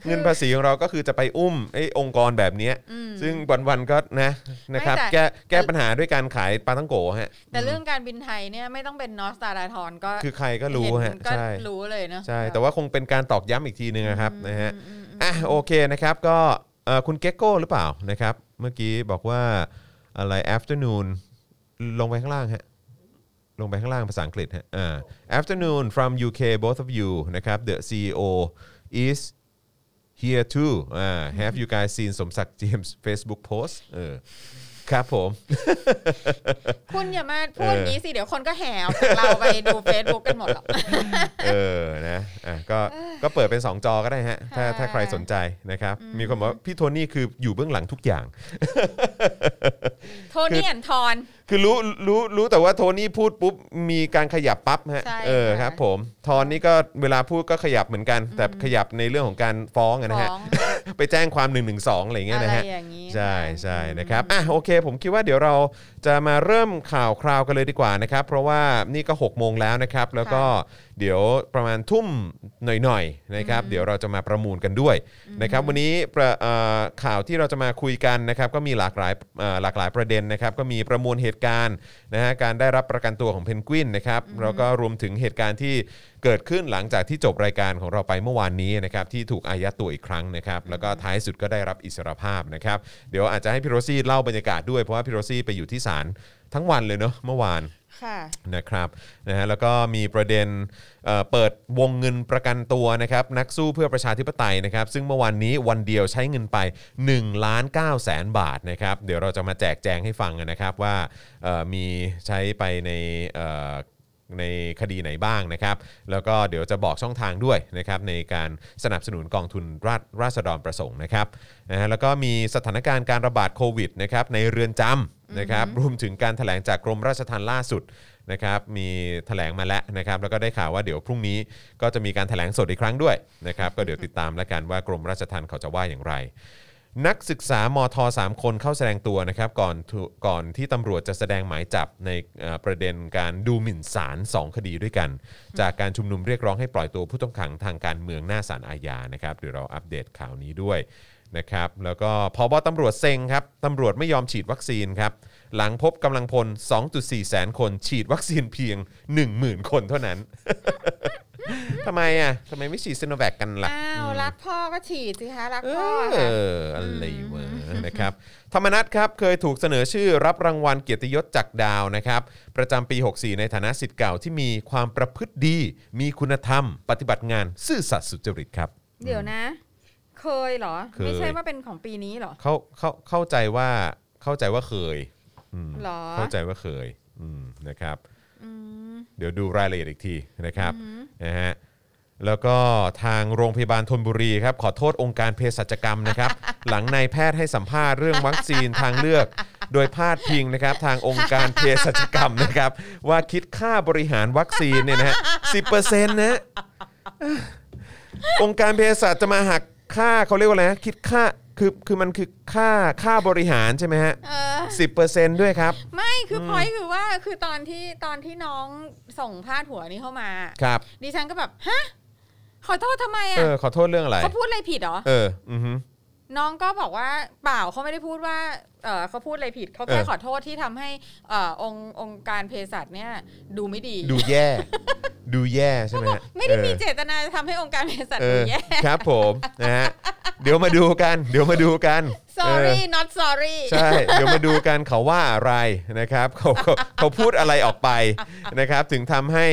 Speaker 2: เงินภาษีของเราก็คือจะไปอุ้มไอ้องค์กรแบบเนี้ย
Speaker 3: อืม
Speaker 2: ซึ่งวันๆก็นะนะครับ
Speaker 3: ไม่แต่
Speaker 2: แก้แก้ปัญหาด้วยการขายปลาทั้งโกะฮะ
Speaker 3: แต่เรื่องการบินไทยเนี่ยไม่ต้องเป็นนอสตาราทอนก็
Speaker 2: คือใครก็รู้ฮะ
Speaker 3: เนก็
Speaker 2: ใช่
Speaker 3: รู้เลยเนอะ
Speaker 2: ใช่ แต่ว่าคงเป็นการตอกย้ำอีกทีนึงนะครับนะฮะ
Speaker 3: อืมอืมอืม
Speaker 2: อ่ะโอเคนะครับก็เอ่อคุณเก็กโก้หรือเปล่านะครับ เมื่อกี้บอกว่าอะไร afternoon ลงไปข้างล่างฮะลงไปข้างล่างภาษาอังกฤษฮะอ่า afternoon from UK both of you นะครับ the CEO is here too อ่า have you guys seen สมศักดิ์เจมส์ Facebook post เออครับผม
Speaker 3: คุณอย่ามาพูดอย่างนี้สิ เดี๋ยวคนก็แห่เอาจากเราไปดูเฟซบุ๊กกันหมดหรอก
Speaker 2: เออ นะ อ่ะ ก็ ก็เปิดเป็น 2 จอก็ได้ฮะ ถ้า ถ้าใครสนใจนะครับ มีคนบอกว่าพี่โทนี่คืออยู่เบื้องหลังทุกอย่าง
Speaker 3: โทนี่อันทอน
Speaker 2: คือรู้รู้รู้แต่ว่าโทนี่พูดปุ๊บมีการขยับปั๊บฮะ
Speaker 3: ใช่
Speaker 2: เออ
Speaker 3: ค่ะ
Speaker 2: ครับผมทอนนี่ก็เวลาพูดก็ขยับเหมือนกัน แต่ขยับในเรื่องของการฟ้องอะนะฮะ
Speaker 3: ฟ้อง
Speaker 2: ไปแจ้งความ1นึอะไรอย่างเงี้ย
Speaker 3: อะไร
Speaker 2: นะฮะ
Speaker 3: อย่างนี้
Speaker 2: ใช่ใช่
Speaker 3: อืม
Speaker 2: นะครับอ่ะโอเค ผมคิดว่าเดี๋ยวเราจะมาเริ่มข่าวคราวกันเลยดีกว่านะครับ เพราะว่านี่ก็6กโมงแล้วนะครับ แล้วก็เดี๋ยวประมาณทุ่มหน่อยๆนะครับ เดี๋ยวเราจะมาประมูลกันด้วยนะครับ วันนี้ประเอ่อข่าวที่เราจะมาคุยกันนะครับ ก็มีหลากหลายเอ่อหลากหลายประเด็นนะครับ ก็มีประมวลเหตุการณ์นะฮะการได้รับประกันตัวของเพนกวินนะครับแล้วก็รวมถึงเหตุการณ์ที่เกิดขึ้นหลังจากที่จบรายการของเราไปเมื่อวานนี้นะครับที่ถูกอายัดตัวอีกครั้งนะครับ แล้วก็ท้ายสุดก็ได้รับอิสรภาพนะครับ เดี๋ยวอาจจะให้พี่โรซี่เล่าบรรยากาศด้วยเพราะว่าพี่โรซี่ไปอยู่ที่ศาลทั้งวันเลยเนาะเมื่อวาน
Speaker 3: ค่ะ
Speaker 2: นะครับนะฮะแล้วก็มีประเด็นเอ่อเปิดวงเงินประกันตัวนะครับนักสู้เพื่อประชาธิปไตยนะครับซึ่งเมื่อวานนี้วันเดียวใช้เงินไป1ล้าน9แสนบาทนะครับเดี๋ยวเราจะมาแจกแจงให้ฟังนะครับว่าเอ่อมีใช้ไปในเอ่อในคดีไหนบ้างนะครับ แล้วก็เดี๋ยวจะบอกช่องทางด้วยนะครับในการสนับสนุนกองทุนราชราษฎรประสงค์นะครับนะฮะแล้วก็มีสถานการณ์การระบาดโควิดนะครับในเรือนจำนะครับรวมถึงการแถลงจากกรมราชทัณฑ์ล่าสุด นะครับมีแถลงมาแล้วนะครับแล้วก็ได้ข่าวว่าเดี๋ยวพรุ่งนี้ก็จะมีการแถลงสดอีกครั้งด้วยนะครับก็เดี๋ยวติดตามแล้วกันว่ากรมราชทัณฑ์เขาจะว่าอย่างไร นักศึกษามท 3 คนเข้าแสดงตัวนะครับก่อนถูก่อนที่ตำรวจจะแสดงหมายจับในเอ่อประเด็นการดูหมิ่นศาล2คดีด้วยกัน จากการชุมนุมเรียกร้องให้ปล่อยตัวผู้ต้องขังทางการเมืองหน้าศาลอาญานะครับเดี๋ยวเราอัปเดตข่าวนี้ด้วยนะครับแล้วก็พบตำรวจเซ็งครับตำรวจไม่ยอมฉีดวัคซีนครับหลังพบกำลังพล 2.4 แสนคนฉีดวัคซีนเพียง 10,000 คนเท่านั้น ทำไมอ่ะทำไมไม่ฉีดซ i โนแวคกันล่ะ
Speaker 3: อ้าว รักพ่อก็ฉีดสิคะ รัก
Speaker 2: เอ
Speaker 3: พ่อ
Speaker 2: อ
Speaker 3: ค่ะ
Speaker 2: อะไรวะนะครับธรรมนัฐครับเคยถูกเสนอชื่อรับรางวัลเกียรติยศจากดาวนะครับประจำปี 64 ในฐานะสิทธิ์เก่าที่มีความประพฤติดี มีคุณธรรม ปฏิบัติงานซื่อสัตย์สุจริตครับ
Speaker 3: เดี๋ยวนะ เคยเหรอ
Speaker 2: เคย
Speaker 3: ไม่ใช่ว่าเป็นของปีนี้เหรอ
Speaker 2: เขาเขาเข้าใจว่าเข้าใจว่าเคยอืม
Speaker 3: เหรอ
Speaker 2: เข้าใจว่าเคยอืมนะครับ
Speaker 3: อืม
Speaker 2: เดี๋ยวดูรายละเอียดอีกทีนะครับนะฮะแล้วก็ทางโรงพยาบาลธนบุรีครับขอโทษองค์การเภสัชกรรมนะครับ หลังนายแพทย์ให้สัมภาษณ์เรื่องวัคซีนทางเลือก โดยพาดพิงนะครับทางองค์การเภสัชกรรมนะครับ ว่าคิดค่าบริหารวัคซีนเนี่ยนะฮะสินะฮะองค์การเภสัชจะมาหักค่าเขาเรียกว่าอะไรนะคิดค่าคือคือมันคือค่าค่าบริหารใช่ไหมฮะ
Speaker 3: เออ
Speaker 2: สิด้วยครับ
Speaker 3: ไม่คือพอยคือว่าคือตอนที่ตอนที่น้องส่งพาดหัวนี้เข้ามา
Speaker 2: ครับ
Speaker 3: ดิฉันก็แบบ ฮะ ขอโทษทำไม
Speaker 2: เออ
Speaker 3: อ่ะ
Speaker 2: ขอโทษเรื่องอะไร
Speaker 3: เขาพูดอะไรผิดเหรอ
Speaker 2: เอออือฮึ
Speaker 3: น้องก็บอกว่าเปล่าเขาไม่ได้พูดว่าเอ่อเขาพูดอะไรผิดเขา
Speaker 2: เอ
Speaker 3: แค่
Speaker 2: อ
Speaker 3: ขอโทษที่ทำให้เอ่อองค์องค์การเภสัชเนี่ยดูไม่ดี
Speaker 2: ดู แย่ ดูแย่ใช่
Speaker 3: เขา
Speaker 2: ไหม
Speaker 3: บอก
Speaker 2: ฮะ
Speaker 3: ไม่ได้มี
Speaker 2: เออ
Speaker 3: เจตนาจะทำให้องค์การเภสัช
Speaker 2: เอ
Speaker 3: ดู
Speaker 2: อ
Speaker 3: แย่
Speaker 2: ครับผมนะฮะเดี๋ยวมาดูกัน เดี๋ยวมาดูกันเอ
Speaker 3: sorry
Speaker 2: อ
Speaker 3: not sorry
Speaker 2: ใช่ เดี๋ยวมาดูกันเขาว่าอะไรนะครับ เขาเขาเขาพูดอะไรออกไป นะครับ ถึงทำให้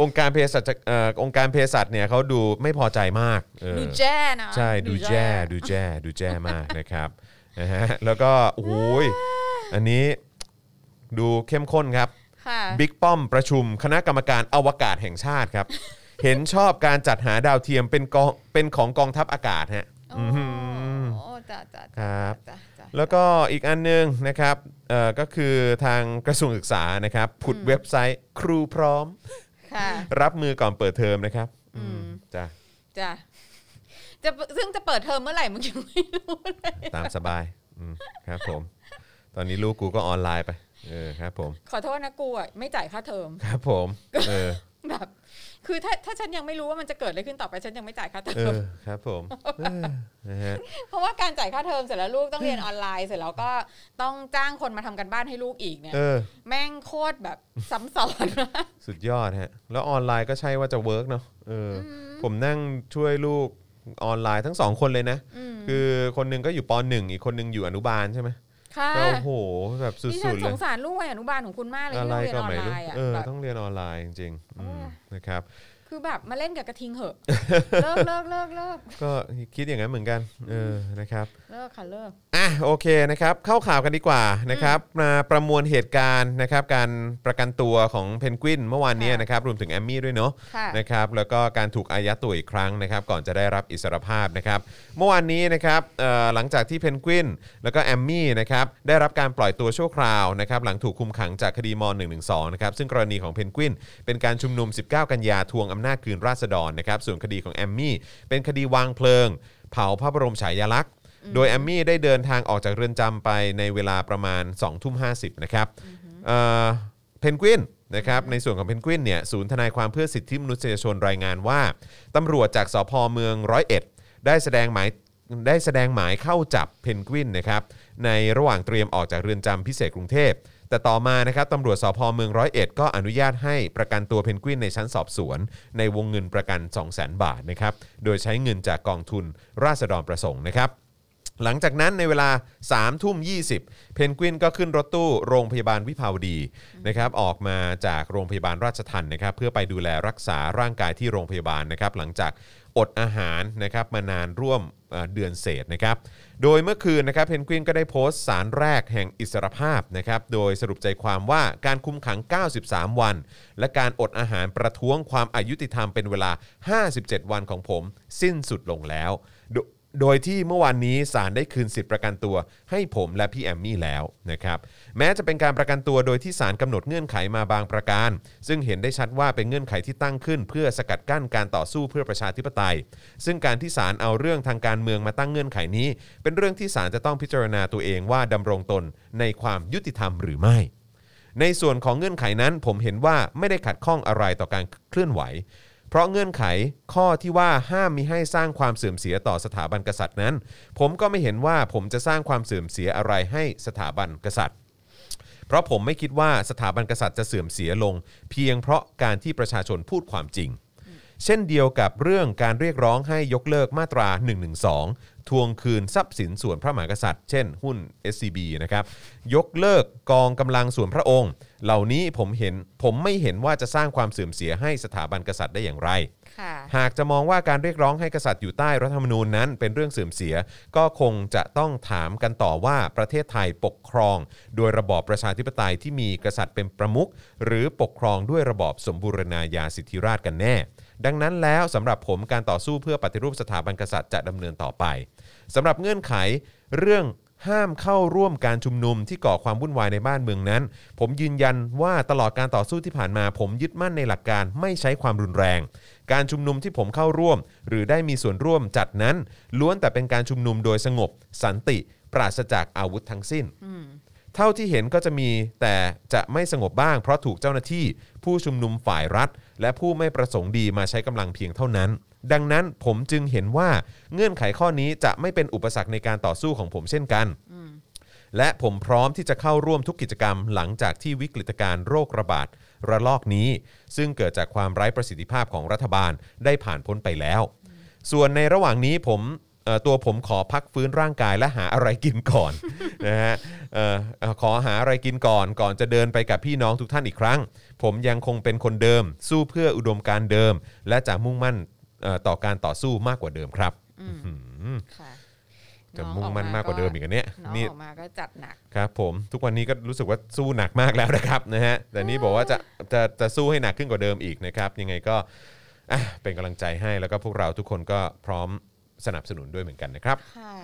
Speaker 2: องค์การเภสัชเอ่อองค์การเภสัชเนี่ยเขาดูไม่พอใจมากเออ
Speaker 3: ดูแจ้นะ
Speaker 2: ใช่ดูแจ้ดูแจ้ดูแจ้มากนะครับ นะฮะแล้วก็โอ้โหยอันนี้ดูเข้มข้นครับ
Speaker 3: ค่ะ
Speaker 2: บิ๊กป้อมประชุมคณะกรรมการอวกาศแห่งชาติ ครับ เห็นชอบการจัดหาดาวเทียมเป็นกองเป็นของกองทัพอากาศฮะ
Speaker 3: โอ้โอ้จ้ะจ้ะ
Speaker 2: ครั
Speaker 3: จ้ะ
Speaker 2: บ
Speaker 3: จ้ะจ้ะ
Speaker 2: แล้วก็อีกอันหนึงนะครับเอ่อก็คือทางกระทรวงศึกษานะครับผุดเว็บไซต์ครูพร้อม
Speaker 3: ค่ะ
Speaker 2: รับมือก่อนเปิดเทอมนะครับ
Speaker 3: อืม
Speaker 2: จ้ะ
Speaker 3: จ้ะ จะซึ่งจะเปิดเทอมเมื่อไหร่มึงยังไม่รู้เลย
Speaker 2: ตามสบายอืมครับผม ตอนนี้ลูกกูก็ออนไลน์ไป เออครับผม
Speaker 3: ขอโทษนะกูอ่ะไม่จ่ายค่าเทอม
Speaker 2: ครับผม เออ
Speaker 3: แบบ คือถ้าถ้าฉันยังไม่รู้ว่ามันจะเกิดอะไรขึ้นต่อไปฉันยังไม่จ่ายค่าเท
Speaker 2: เอ
Speaker 3: อม
Speaker 2: อ ครับผม เออนะฮะ
Speaker 3: เพราะว่าการจ่ายค่าเทอมเสร็จแล้วลูกต้องเรียนออนไลน์เสร็จแล้วก็ต้องจ้างคนมาทำกันบ้านให้ลูกอีกเนี่ย
Speaker 2: เออ
Speaker 3: แม่งโคตรแบบซ้ำซ้อนมาก
Speaker 2: สุดยอดฮะ แล้วออนไลน์ก็ใช่ว่าจะเวิร์กเนาะ เอออ ผมนั่งช่วยลูกออนไลน์ทั้งสองคนเลยนะ คือคนหนึงก็อยู่ปหนึ่งอีกคนหนึงอยู่อนุบาลใช่ไหม
Speaker 3: ค่ะ
Speaker 2: ก็โอ้โห แบบสุ
Speaker 3: นี่ฉัน
Speaker 2: ดๆ
Speaker 3: ส
Speaker 2: เลย
Speaker 3: งสารลูกวัยอนุบาลของคุณมากเลย
Speaker 2: อะ
Speaker 3: ที่
Speaker 2: ไร
Speaker 3: ต้องเรียน
Speaker 2: ก็ไม่
Speaker 3: ออนไล
Speaker 2: รู้
Speaker 3: น์อ่ะ
Speaker 2: เออ
Speaker 3: แบบ
Speaker 2: ต้องเรียนออนไลน์จริงๆอืมนะครับ
Speaker 3: คือแบบมาเล่นกับกระทิงเห อะ เลิกเลิกเลิกเลิก
Speaker 2: ก็คิดอย่างนั้นเหมือนกัน เออ นะครับ
Speaker 3: เลิกค่ะเลิก
Speaker 2: อ่ะโอเคนะครับเข้าข่าวกันดีกว่านะครับมาประมวลเหตุการณ์นะครับการประกันตัวของเพนกวินเมื่อวานเนี้
Speaker 3: ค่ะ
Speaker 2: นะครับรวมถึงแอมมี่ด้วยเนาะ
Speaker 3: ค่ะ
Speaker 2: นะครับแล้วก็การถูกอายัดตัวอีกครั้งนะครับก่อนจะได้รับอิสรภาพนะครับเมื่อวานนี้นะครับเอ่อหลังจากที่เพนกวินแล้วก็แอมมี่นะครับได้รับการปล่อยตัวชั่วคราวนะครับหลังถูกคุมขังจากคดีม .112 นะครับซึ่งกรณีของเพนกวินเป็นการชุมนุม 19 กันยาทวงอำนาจคืนราษฎรนะครับส่วนคดีของแอมมี่เป็นคดีวางเพลิง เผาพระบรมฉายาลักษณ์ โดยแอมมี่ได้เดินทางออกจากเรือนจำไปในเวลาประมาณ2ทุ่ม50นะครับเอ่อเพนกวินนะครับในส่วนของเพนกวินเนี่ยศูนย์ทนายความเพื่อสิทธิมนุษยชนรายงานว่าตำรวจจากสพเมืองร้อยเอ็ดได้แสดงหมายได้แสดงหมายเข้าจับเพนกวินนะครับในระหว่างเตรียมออกจากเรือนจำพิเศษกรุงเทพ แต่ต่อมานะครับตำรวจสพเมืองร้อยเอ็ดก็อนุญาตให้ประกันตัวเพนกวินในชั้นสอบสวน ในวงเงินประกัน 2 0 0 0 0 0 บาทนะครับโดยใช้เงินจากกองทุนราษฎรประสงค์นะครับ หลังจากนั้นในเวลา3ทุ่ม20 เพนกวินก็ขึ้นรถตู้โรงพยาบาลวิภาวดีนะครับออกมาจากโรงพยาบาลราชทันนะครับเพื่อไปดูแลรักษาร่างกายที่โรงพยาบาลนะครับหลังจากอดอาหารนะครับมานานร่วมเอ่อเดือนเศษนะครับโดยเมื่อคืนนะครับเพนกวินก็ได้โพสต์สารแรกแห่งอิสรภาพนะครับโดยสรุปใจความว่าการคุมขัง 93 วัน และการอดอาหารประท้วงความอายุติธรรมเป็นเวลา 57 วันของผม สิ้นสุดลงแล้ว โดยที่เมื่อวานนี้ศาลได้คืนสิทธิประกันตัว ให้ผมและพี่แอมมี่แล้วนะครับแม้จะเป็นการประกันตัวโดยที่ศาลกำหนดเงื่อนไขมาบางประการ ซึ่งเห็นได้ชัดว่าเป็นเงื่อนไขที่ตั้งขึ้น เพื่อสกัดกั้นการต่อสู้เพื่อประชาธิปไตย ซึ่งการที่ศาลเอาเรื่องทางการเมืองมาตั้งเงื่อนไขนี้ เป็นเรื่องที่ศาลจะต้องพิจารณาตัวเองว่าดำรงตนในความยุติธรรมหรือไม่ ในส่วนของเงื่อนไขนั้นผมเห็นว่าไม่ได้ขัดข้องอะไรต่อการเคลื่อนไหว เพราะเงื่อนไขข้อที่ว่าห้ามมิให้สร้างความเสื่อมเสียต่อสถาบันกษัตริย์นั้น ผมก็ไม่เห็นว่าผมจะสร้างความเสื่อมเสียอะไรให้สถาบันกษัตริย์ เพราะผมไม่คิดว่าสถาบันกษัตริย์จะเสื่อมเสียลง เพียงเพราะการที่ประชาชนพูดความจริง เช่นเดียวกับเรื่องการเรียกร้องให้ยกเลิกมาตรา 112 ทวงคืนทรัพย์สินส่วนพระมหากษัตริย์ เช่นหุ้น SCB นะครับ ยกเลิกกองกำลังส่วนพระองค์ เหล่านี้ผมเห็นผมไม่เห็นว่าจะสร้างความเสื่อมเสียให้สถาบันกษัตริย์ได้อย่างไร
Speaker 3: ค่ะ
Speaker 2: หากจะมองว่าการเรียกร้องให้กษัตริย์อยู่ใต้รัฐธรรมนูญนั้นเป็นเรื่องเสื่อมเสีย ก็คงจะต้องถามกันต่อว่าประเทศไทยปกครอง โดยระบอบประชาธิปไตยที่มีกษัตริย์เป็นประมุขหรือปกครองด้วยระบอบสมบูรณาญาสิทธิราชย์กันแน่ ดังนั้นแล้วสำหรับผมการต่อสู้เพื่อปฏิรูปสถาบันกษัตริย์จะดำเนินต่อไปสำหรับเงื่อนไข เรื่องห้ามเข้าร่วมการชุมนุมที่ก่อความวุ่นวายในบ้านเมืองนั้น ผมยืนยันว่าตลอดการต่อสู้ที่ผ่านมา ผมยึดมั่นในหลักการไม่ใช้ความรุนแรง การชุมนุมที่ผมเข้าร่วม หรือได้มีส่วนร่วมจัดนั้น ล้วนแต่เป็นการชุมนุมโดยสงบ สันติ ปราศจากอาวุธทั้งสิ้น เท่าที่เห็นก็จะมีแต่จะไม่สงบบ้าง เพราะถูกเจ้าหน้าที่ ผู้ชุมนุมฝ่ายรัฐ และผู้ไม่ประสงค์ดีมาใช้กำลังเพียงเท่านั้น ดังนั้นผมจึงเห็นว่าเงื่อนไขข้อนี้จะไม่เป็นอุปสรรคในการต่อสู้ของผมเช่นกัน และผมพร้อมที่จะเข้าร่วมทุกกิจกรรมหลังจากที่วิกฤตการณ์โรคระบาดระลอกนี้ ซึ่งเกิดจากความไร้ประสิทธิภาพของรัฐบาลได้ผ่านพ้นไปแล้ว ส่วนในระหว่างนี้ผมเอ่อตัวผมขอพักฟื้นร่างกายและหาอะไรกินก่อน นะฮะเอ่อเอ่อขอหาอะไรกินก่อน ก่อนจะเดินไปกับพี่น้องทุกท่านอีกครั้ง ผมยังคงเป็นคนเดิม สู้เพื่ออุดมการณ์เดิม และจะมุ่งมั่นเอ่อต่อการต่อสู้มากกว่าเดิมครับอื้อหือ
Speaker 3: ค่ะ
Speaker 2: จะมุ่งมั่นมากกว่าเดิมอีกอันเนี้ย
Speaker 3: น้อง
Speaker 2: นี่
Speaker 3: ออกมาก็จัดหนัก
Speaker 2: ครับผมทุกวันนี้ก็รู้สึกว่าสู้หนักมากแล้วนะครับ นะฮะแต่นี่บอกว่าจะจะจะสู้ให้หนักขึ้นกว่าเดิมอีกนะครับยังไงก็อ่ะเป็นกำลังใจให้แล้วก็พวกเราทุกคนก็พร้อมสนับสนุนด้วยเหมือนกันนะครับ
Speaker 3: ค่ะ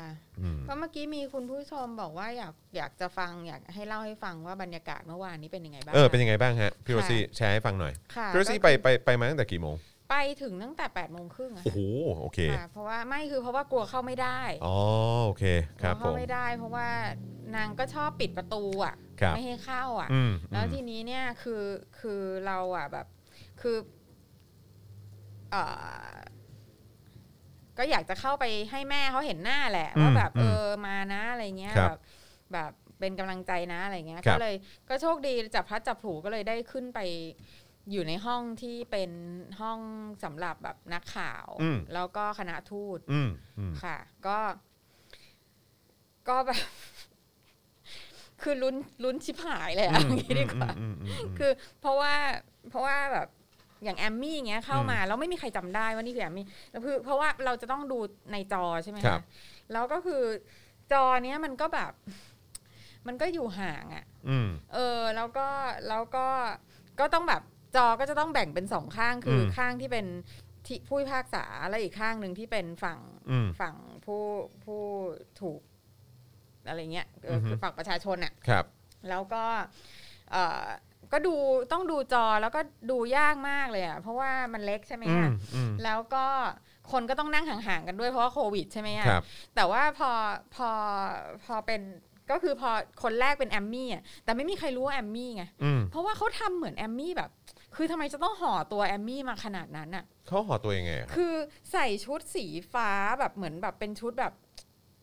Speaker 2: อืม
Speaker 3: ก็เมื่อกี้มีคุณผู้ชมบอกว่าอยากอยากจะฟังอยากให้เล่าให้ฟังว่าบรรยากาศเมื่อวานนี้เป็นยังไงบ้าง
Speaker 2: เออเป็นยังไงบ้างฮะพี่โรซี่แชร์ให้ฟังหน่อย
Speaker 3: ค่ะ
Speaker 2: พี่โรซี่
Speaker 3: ก็
Speaker 2: ไปไปไปมาตั้งแต่กี่โมง
Speaker 3: ไปถึงตั้งแต่8ปดโมงครึ่งอะ
Speaker 2: โอ้โหโอเค
Speaker 3: ค่ะเพราะว่าไม่คือเพราะว่ากลัวเข้าไม่ได้
Speaker 2: อ๋อโอเคค
Speaker 3: กลั
Speaker 2: รั
Speaker 3: ว
Speaker 2: บผ
Speaker 3: เข้าม ไม่ได้ เพราะว่านางก็ชอบปิดประตูอ่ะ
Speaker 2: ครับ
Speaker 3: ไม่ให้เข้าอ่ะ
Speaker 2: อืม
Speaker 3: แล้ว
Speaker 2: อื
Speaker 3: ที
Speaker 2: ม
Speaker 3: นี้เนี่ยคือคือเราอ่ะแบบคือเออก็อยากจะเข้าไปให้แม่เขาเห็นหน้าแหละว่าแบบเออมานะอะไรเงี้ยแบบแบบเป็นกำลังใจนะอะไรเงี้ยก็เลยก็โชคดีจับพลัดจับผลูก็เลยได้ขึ้นไปอยู่ในห้องที่เป็นห้องสำหรับแบบนักข่าว แล้วก็คณะทูต
Speaker 2: อืมอืม
Speaker 3: ค่ะ ก็ ก็แบบ คือลุ้นลุ้นชิบหายเลยอะอย่างนี้ดีกว่า
Speaker 2: อืมอืมอืม
Speaker 3: คือเพราะว่าเพราะว่าแบบอย่างแอมมี่อย่างเงี้ยเข้ามาแล้วไม่มีใครจำได้ว่านี่คือแอมมี่แล้วคือเพราะว่าเราจะต้องดูในจอใช่ไหม
Speaker 2: ครั
Speaker 3: คะ
Speaker 2: บ
Speaker 3: แล้วก็คือจอเนี้ยมันก็แบบ มันก็อยู่ห่างอะ
Speaker 2: อืม
Speaker 3: เออแล้วก็แล้วก็ก็ต้องแบบจอก็จะต้องแบ่งเป็นสองข้างคืออ
Speaker 2: ม
Speaker 3: ข้างที่เป็นที่ผู้พิพากษาและอีกข้างหนึ่งที่เป็นฝั่ง
Speaker 2: อืม
Speaker 3: ฝั่งผู้ผู้ถูกอะไรเงี้ยเออ
Speaker 2: อฮึ
Speaker 3: คือฝั่งประชาชนอะ
Speaker 2: ครับ
Speaker 3: แล้วก็เออก็ดูต้องดูจอแล้วก็ดูยากมากเลยอะเพราะว่ามันเล็กใช่ไหม
Speaker 2: อืม
Speaker 3: อะ
Speaker 2: อืม
Speaker 3: แล้วก็คนก็ต้องนั่งห่างๆกันด้วยเพราะว่าโควิดใช่ไหมอะ
Speaker 2: ครับ
Speaker 3: แต่ว่าพอพอพอเป็นก็คือพอคนแรกเป็นแอมมี่อ่ะแต่ไม่มีใครรู้ว่าแอมมี่ไง
Speaker 2: อืม
Speaker 3: เพราะว่าเขาทำเหมือนแอมมี่แบบ คือทำไมจะต้องห่อตัวแอมมี่มาขนาดนั้นอ่ะ
Speaker 2: เขาห่อตัวยังไงอะครับ
Speaker 3: คือใส่ชุดสีฟ้าแบบเหมือนแบบเป็นชุดแบบ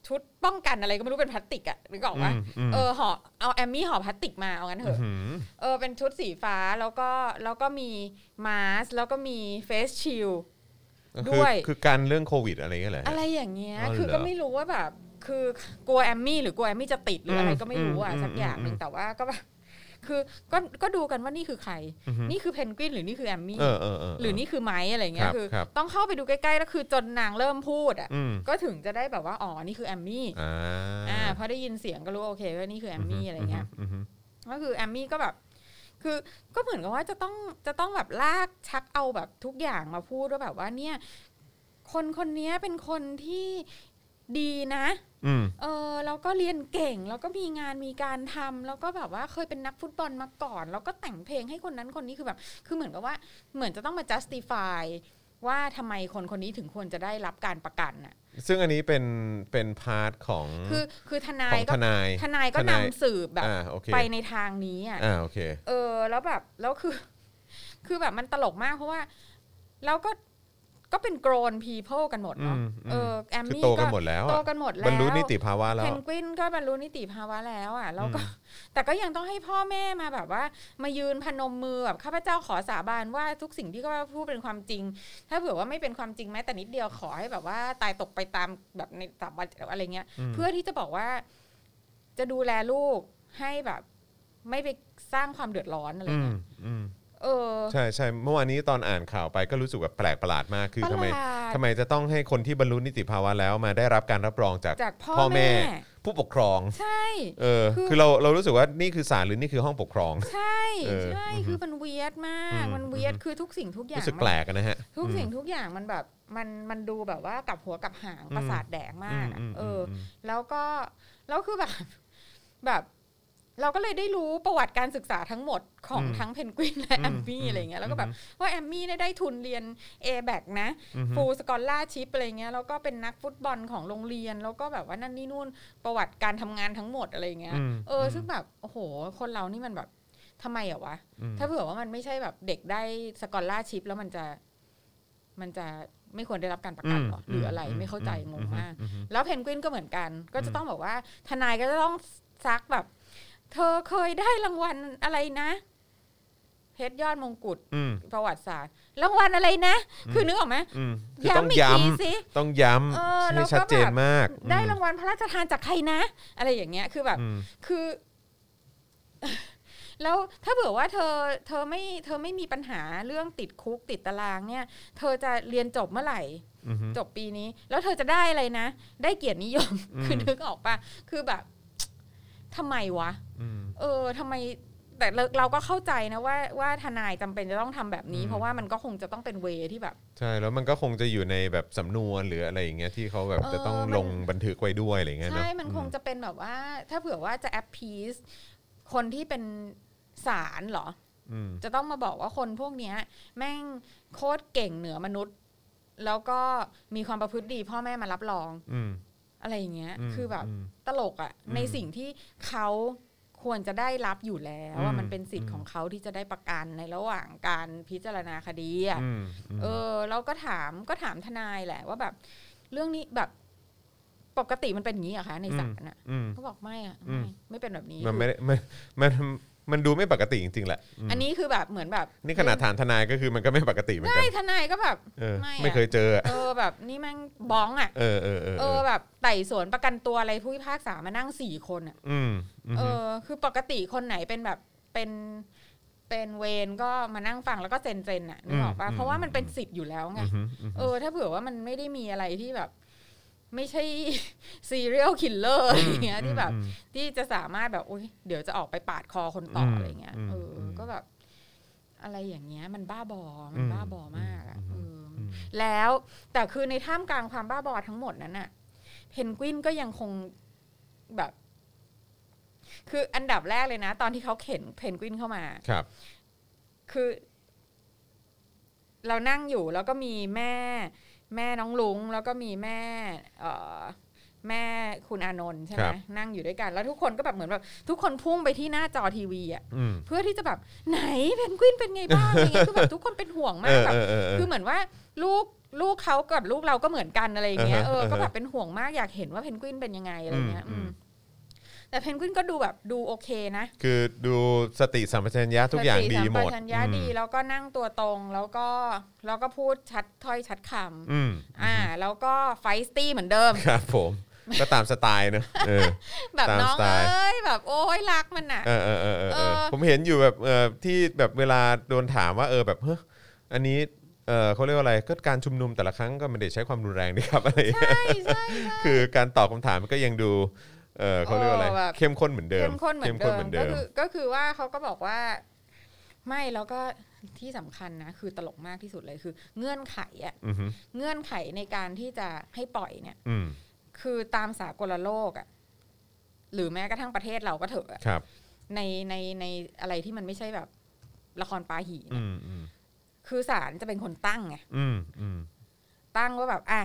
Speaker 3: ชุดป้องกันอะไรก็ไม่รู้เป็นพลาสติกอ่ะนึกออกปะ
Speaker 2: อืมอืม
Speaker 3: เออห่อเอาแอมมี่ห่อพลาสติกมาเอางั้นเถ
Speaker 2: อื้อ
Speaker 3: อะ
Speaker 2: หือ
Speaker 3: เออเป็นชุดสีฟ้าแล้วก็แล้วก็มีมาสแล้วก็มีเฟสชิล ด้
Speaker 2: คือ
Speaker 3: วย
Speaker 2: คือการเรื่องโควิดอะไรเงี้ยเหรอฮะ
Speaker 3: อะไรอย่างเงี้ย
Speaker 2: อ๋อเหรอ
Speaker 3: คือก็ไม่รู้ว่าแบบ คือกลัวแอมมี่หรือกลัวแอมมี่จะติดหรืออะไร
Speaker 2: อืม
Speaker 3: ก็ไม่รู้อ่ะ
Speaker 2: อืม
Speaker 3: สักอย่างหนึ่
Speaker 2: อื
Speaker 3: ง
Speaker 2: ม
Speaker 3: แต่ว่าก็แบบ คือก็ก็ดูกันว่านี่คือใคร
Speaker 2: อื้อหือ
Speaker 3: นี่คือเพนกวินหรือนี่คือแอมมี่
Speaker 2: เออเออเออ
Speaker 3: หรือนี่คือไม้อะไรเงี้
Speaker 2: ครั
Speaker 3: ย
Speaker 2: บ
Speaker 3: คือ
Speaker 2: ครับ
Speaker 3: ต้องเข้าไปดูใกล้ๆ แล้วคือจนนางเริ่มพูดอ่ะ
Speaker 2: อืม
Speaker 3: ก็ถึงจะได้แบบว่า อ๋อ นี่คือแอมมี่
Speaker 2: อ่า
Speaker 3: อ่า พอได้ยินเสียงก็รู้โอเคว่านี่คือแอมมี่อะไรเงี้ย
Speaker 2: อหือ
Speaker 3: ก็คือแอมมี่ก็แบบ คือก็เหมือนกับว่าจะต้องจะต้องแบบลากชักเอาแบบทุกอย่างมาพูดว่าแบบว่าเนี่ย คนคนเนี้ยเป็นคนที่ดีนะ
Speaker 2: อืม
Speaker 3: เออแล้วก็เรียนเก่ง แล้วก็มีงานมีการทำแล้วก็แบบว่าเคยเป็นนักฟุตบอลมาก่อน แล้วก็แต่งเพลงให้คนนั้นคนนี้คือแบบ คือเหมือนกับว่าเหมือนจะต้องมา justify ว่าทำไมคนคนนี้ถึงควรจะได้รับการประกันน่ะ
Speaker 2: ซึ่งอันนี้เป็นเป็นพาร์ทของ
Speaker 3: คือคือ
Speaker 2: ข
Speaker 3: ทนา
Speaker 2: อย ง
Speaker 3: ก็
Speaker 2: ทนาย
Speaker 3: ทนายก็นำสืบแบบ
Speaker 2: อ่าโอเค
Speaker 3: ไปในทางนี้อ่ะ
Speaker 2: อ่าโอเค
Speaker 3: เออแล้วแบบแล้วคือ คือแบบมันตลกมากเพราะว่าแล้วก็ก็เป็นโกรนพีเพ e กันหมดเนาะ
Speaker 2: อืมอืม
Speaker 3: เออแอม
Speaker 2: คือ
Speaker 3: มี่
Speaker 2: โต
Speaker 3: ก็
Speaker 2: กันหมดแล้ว
Speaker 3: โต
Speaker 2: อะ
Speaker 3: กันหมด
Speaker 2: บ
Speaker 3: แล้
Speaker 2: รร
Speaker 3: ว
Speaker 2: ลุนิติภาวะแล้ว
Speaker 3: เพนกวินก็บรรลุนิติภาวะแล้วอ่ะแล้วก็ แต่ก็ยังต้องให้พ่อแม่มาแบบว่า มายืนพนมมือแบบข้าพเจ้าขอสาบานว่าทุกสิ่งที่ข้าพเจ้าพูดเป็นความจริง ถ้าเผื่อว่าไม่เป็นความจริงแม้แต่นิดเดียวขอให้แบบว่า ตายตกไปตามแบบในตามอะไรเงี้ย
Speaker 2: อืม
Speaker 3: เพื่อที่จะบอกว่า จะดูแลลูกให้แบบ ไม่ไปสร้างความเดือดร้อนอะไร
Speaker 2: อืม
Speaker 3: เงี้ย
Speaker 2: อืม
Speaker 3: เออ
Speaker 2: ใช่ใช่เมื่อวานนี้ตอนอ่านข่าวไปก็รู้สึกแบบแปลกประหลาดมากคือ
Speaker 3: ประ
Speaker 2: ทำ
Speaker 3: ห
Speaker 2: ไม
Speaker 3: ลาด
Speaker 2: ทำไมจะต้องให้คนที่บรรลุนิติภาวะแล้วมาได้รับการรับรองจาก
Speaker 3: จากพ่อ
Speaker 2: พ่อแม่
Speaker 3: แม่
Speaker 2: ผู้ปกครอง
Speaker 3: ใช่
Speaker 2: เออ
Speaker 3: คือ
Speaker 2: คือเราเรารู้สึกว่านี่คือศาลหรือนี่คือห้องปกครอง
Speaker 3: ใช่
Speaker 2: เออ
Speaker 3: ใช่
Speaker 2: อือฮึ
Speaker 3: คือมันเวียดมาก
Speaker 2: อืม
Speaker 3: มันเวียด
Speaker 2: อือฮึ
Speaker 3: คือทุกสิ่งทุกอย่าง
Speaker 2: รู้สึก
Speaker 3: มัน
Speaker 2: แปลกอะนะฮะ
Speaker 3: ทุกสิ่งทุกอย่างมันแบบมันมันดูแบบว่ากลับหัวกลับหาง
Speaker 2: อืม
Speaker 3: ประสาทแดกมากอะ
Speaker 2: อืม
Speaker 3: เอออ
Speaker 2: มม
Speaker 3: แล้วก็แล้วคือแบบ แบบ เราก็เลยได้รู้ประวัติการศึกษาทั้งหมดของทั้งเพนกวินและแอมมี่อะไรเงี้ยแล้วก็แบบว่าแอมมี่เนี่ยได้ทุนเรียน a b a c นะ
Speaker 2: อืม
Speaker 3: ฟูสกอ l ล่าชิพอะไรเงี้ยแล้วก็เป็นนักฟุตบอลของโรงเรียน แล้วก็แบบว่านั่นนี่นู่นประวัติการทำงานทั้งหมดอะไรเงี้ย
Speaker 2: ม
Speaker 3: เอออซึ่งแบบโอ้โห คนเรานี่มันแบบทำไมอะวะ
Speaker 2: อืม
Speaker 3: ถ้าเผื่อว่ามันไม่ใช่แบบเด็กได้สกอลล่าชิพแล้วมันจะมันจะไม่ควรได้รับการประกันเหรอหรืออะไรไม่เข้าใจงงมาก
Speaker 2: อืม
Speaker 3: แล้วเพนกวินก็เหมือนกัน ก็
Speaker 2: อื
Speaker 3: จะ
Speaker 2: ม
Speaker 3: ต้องบอกว่า ทนายก็จะต้องซักแบบ เธอเคยได้รางวัลอะไรนะเพชรยอดมงกุฎ
Speaker 2: อืม
Speaker 3: ประวัติศาสตร์รางวัลอะไรนะ คือนึกออกไหม
Speaker 2: อืมคือต้อง
Speaker 3: ย้ำอีก
Speaker 2: ย้
Speaker 3: ทีสิ
Speaker 2: ำต้องย้
Speaker 3: เออ
Speaker 2: ำ
Speaker 3: แล้
Speaker 2: ให้
Speaker 3: วก็
Speaker 2: ชัดเจนมาก
Speaker 3: ได้รางวัลพระราชทานจากใครนะ อะไรอย่างเงี้ยคือแบบ
Speaker 2: อืม
Speaker 3: คือ แล้วถ้าเผื่อว่าเธอ เธอไม่ เธอไม่มีปัญหาเรื่องติดคุกติดตารางเนี่ย เธอจะเรียนจบเมื่อไหร่
Speaker 2: อืมอืม
Speaker 3: จบปีนี้ แล้วเธอจะได้อะไรนะ ได้เกียรตินิยม
Speaker 2: อืม
Speaker 3: คือนึกออกปะคือแบบทำไมวะ
Speaker 2: อืม
Speaker 3: เออทำไม แต่เราเราก็เข้าใจนะว่าว่าทนายจำเป็นจะต้องทำแบบนี้
Speaker 2: อืม
Speaker 3: เพราะว่ามันก็คงจะต้องเป็นเวที่แบบ
Speaker 2: ใช่แล้วมันก็คงจะอยู่ในแบบสำนวนหรืออะไรอย่างเงี้ยที่เขาแบบ
Speaker 3: เออ
Speaker 2: จะต้อง
Speaker 3: มัน
Speaker 2: ลงบันทึกไว้ด้วยอะไรอย่างเงี้ยเนอะ
Speaker 3: ใช่ มันคงจะเป็นแบบว่า ถ้าเผื่อว่าจะแอปพีสคนที่เป็นศาลเหรอ
Speaker 2: อืม
Speaker 3: จะต้องมาบอกว่าคนพวกเนี้ย แม่งโคตรเก่งเหนือมนุษย์ แล้วก็มีความประพฤติดี พ่อแม่มารับรอง
Speaker 2: อืม
Speaker 3: อะไรอย่างเงี้ย
Speaker 2: อืม
Speaker 3: คือแบบ
Speaker 2: อืม
Speaker 3: ตลกอะ่ะ
Speaker 2: อืม
Speaker 3: ในสิ่งที่เขาควรจะได้รับอยู่แล้วว่า
Speaker 2: อืม
Speaker 3: มันเป็นสิทธิ์
Speaker 2: อืม
Speaker 3: ของเขาที่จะได้ประกันในระหว่างการพิจารณาคดีอ่ะ
Speaker 2: อืม
Speaker 3: เออเราก็ถามก็ถามทนายแหละว่าแบบ เรื่องนี้แบบปกติมันเป็นอย่างนี้เหรอะคะในศาลน่ะ
Speaker 2: อืม
Speaker 3: เขาบอกไม่อะ
Speaker 2: อืม
Speaker 3: ไม่ไม่เป็นแบบนี้
Speaker 2: มันไม่ได้มันมันมันดูไม่ปกติจริงๆแหละม
Speaker 3: อันนี้คือแบบเหมือนแบบ
Speaker 2: นี่ขนาดฐานทนายก็คือมันก็ไม่ปกติเหมือนกัน
Speaker 3: ใช่ทนายก็แบบ
Speaker 2: เออ
Speaker 3: ไม่อะ
Speaker 2: ไม่เคยเจออะ
Speaker 3: เออแบบนี่แม่งบ้องอะ
Speaker 2: เออเออเออ
Speaker 3: เอ
Speaker 2: เอ
Speaker 3: อ
Speaker 2: อ
Speaker 3: แบบไต่สวนประกันตัวอะไรผู้พิพากษามานั่งสี่คนอะ
Speaker 2: อืมอืม
Speaker 3: เออ คือปกติคนไหนเป็นแบบเป็นเป็นเวรก็มานั่งฟังแล้วก็เซ็นเซ็นอะนึกออกปะเพราะว่ามันเป็นสิทธิ์อยู่แล้วไง
Speaker 2: อืมอืม
Speaker 3: เออถ้าเผื่อว่ามันไม่ได้มีอะไรที่แบบ ไม่ใช่ serial killer อะไรเงี้ยที่แบบ
Speaker 2: อืม
Speaker 3: ที่จะสามารถแบบโอ๊ยเดี๋ยวจะออกไปปาดคอคนต่อ
Speaker 2: ม
Speaker 3: อะไรเงี้ย
Speaker 2: อืม
Speaker 3: เอออ
Speaker 2: ม
Speaker 3: ก็แบบ อะไรอย่างเงี้ย มันบ้าบอมั
Speaker 2: อื
Speaker 3: น
Speaker 2: ม
Speaker 3: บ้าบอมากอะ
Speaker 2: อืม
Speaker 3: เอออ
Speaker 2: อืม
Speaker 3: แล้วแต่คือในท่ามกลางความบ้าบอทั้งหมดนั้นอะเพนกวินก็ยังคงแบบ คืออันดับแรกเลยนะ ตอนที่เขาเข็นเพนกวินเข้ามา
Speaker 2: ครับ
Speaker 3: คือ เรานั่งอยู่แล้วก็มีแม่ แม่น้องลุง แล้วก็มีแม่ เอ่อ แม่คุณอานนท์ใช่
Speaker 2: ค
Speaker 3: ไหม
Speaker 2: รับ
Speaker 3: นั่งอยู่ด้วยกัน แล้วทุกคนก็แบบเหมือนแบบทุกคนพุ่งไปที่หน้าจอทีวีอ่ะ
Speaker 2: อืม
Speaker 3: เพื่อที่จะแบบ ไหนเพนกวินเป็นไงบ้างอะไรเงี้ยคือแบบทุกคนเป็นห่วง
Speaker 2: เอ
Speaker 3: มาก
Speaker 2: อ
Speaker 3: แบ
Speaker 2: เอบ อเออเออ
Speaker 3: คือเหมือนว่าลูกลูกเขากับลูกเราก็เหมือนกันอะไรอย่างเงี้ย
Speaker 2: อ่า
Speaker 3: เอ
Speaker 2: ฮะ
Speaker 3: อก็
Speaker 2: อ่า
Speaker 3: แบ
Speaker 2: ฮะ
Speaker 3: บเป็นห่วงมากอยากเห็นว่าเพนกวินเป็นยังไงอะไรเงี้ย
Speaker 2: อืม
Speaker 3: อืมแต่เพนกวินก็ดูแบบดูโอเคนะ
Speaker 2: คือดูสติสัมปชัญญะทุกอย่าง
Speaker 3: สติ
Speaker 2: ดีหม
Speaker 3: สั
Speaker 2: ด
Speaker 3: มปชัญญะดีแล้วก็นั่งตัวตรงแล้วก็แล้วก็พูดชัดถ้อยชัดคำ
Speaker 2: อืม
Speaker 3: อ่า แล้วก็ไฟสตี้เหมือนเดิม
Speaker 2: ครับผม ก็ตามสไตล์เนอะเออ
Speaker 3: แบบ
Speaker 2: ตาม
Speaker 3: น้อง
Speaker 2: สไตล์
Speaker 3: เอ้ยแบบโอ้ยรักมันอ่ะ
Speaker 2: เออเออเออเออเอ
Speaker 3: เอ
Speaker 2: อ
Speaker 3: อ
Speaker 2: ผมเห็นอยู่แบบเออที่แบบเวลาโดนถามว่าเออแบบเฮ้ออันนี้เออเขาเรียกว่าอะไรก็การชุมนุมแต่ละครั้งก็ไม่ได้ใช้ความรุนแรงดีครับอะไรอย่างเงี้ย
Speaker 3: ใช่ใช่
Speaker 2: คือการตอบคำถามก็ยังดูเออเขาเรียกว่าอะไร
Speaker 3: เออแบบ
Speaker 2: เข้มข้น เหมือนเดิม
Speaker 3: เข้มข้นเหมือนเดิม
Speaker 2: ม
Speaker 3: ก็คือก็คือว่าเขาก็บอกว่า ไม่แล้วก็ที่สำคัญนะ คือตลกมากที่สุดเลยคือ เงื่อนไขอะ
Speaker 2: อือฮึ
Speaker 3: เงื่อนไขในการที่จะให้ปล่อยเนี่ย
Speaker 2: อืม
Speaker 3: คือตามสากลโลกอะหรือแม้กระทั่งประเทศเราก็เถอะอะ
Speaker 2: ครับ
Speaker 3: ในในในอะไรที่มันไม่ใช่แบบละครปาหีเนี่ย
Speaker 2: อืมอืม
Speaker 3: คือศาลจะเป็นคนตั้งไง
Speaker 2: อืมอืม
Speaker 3: ตั้งว่าแบบอ่ะ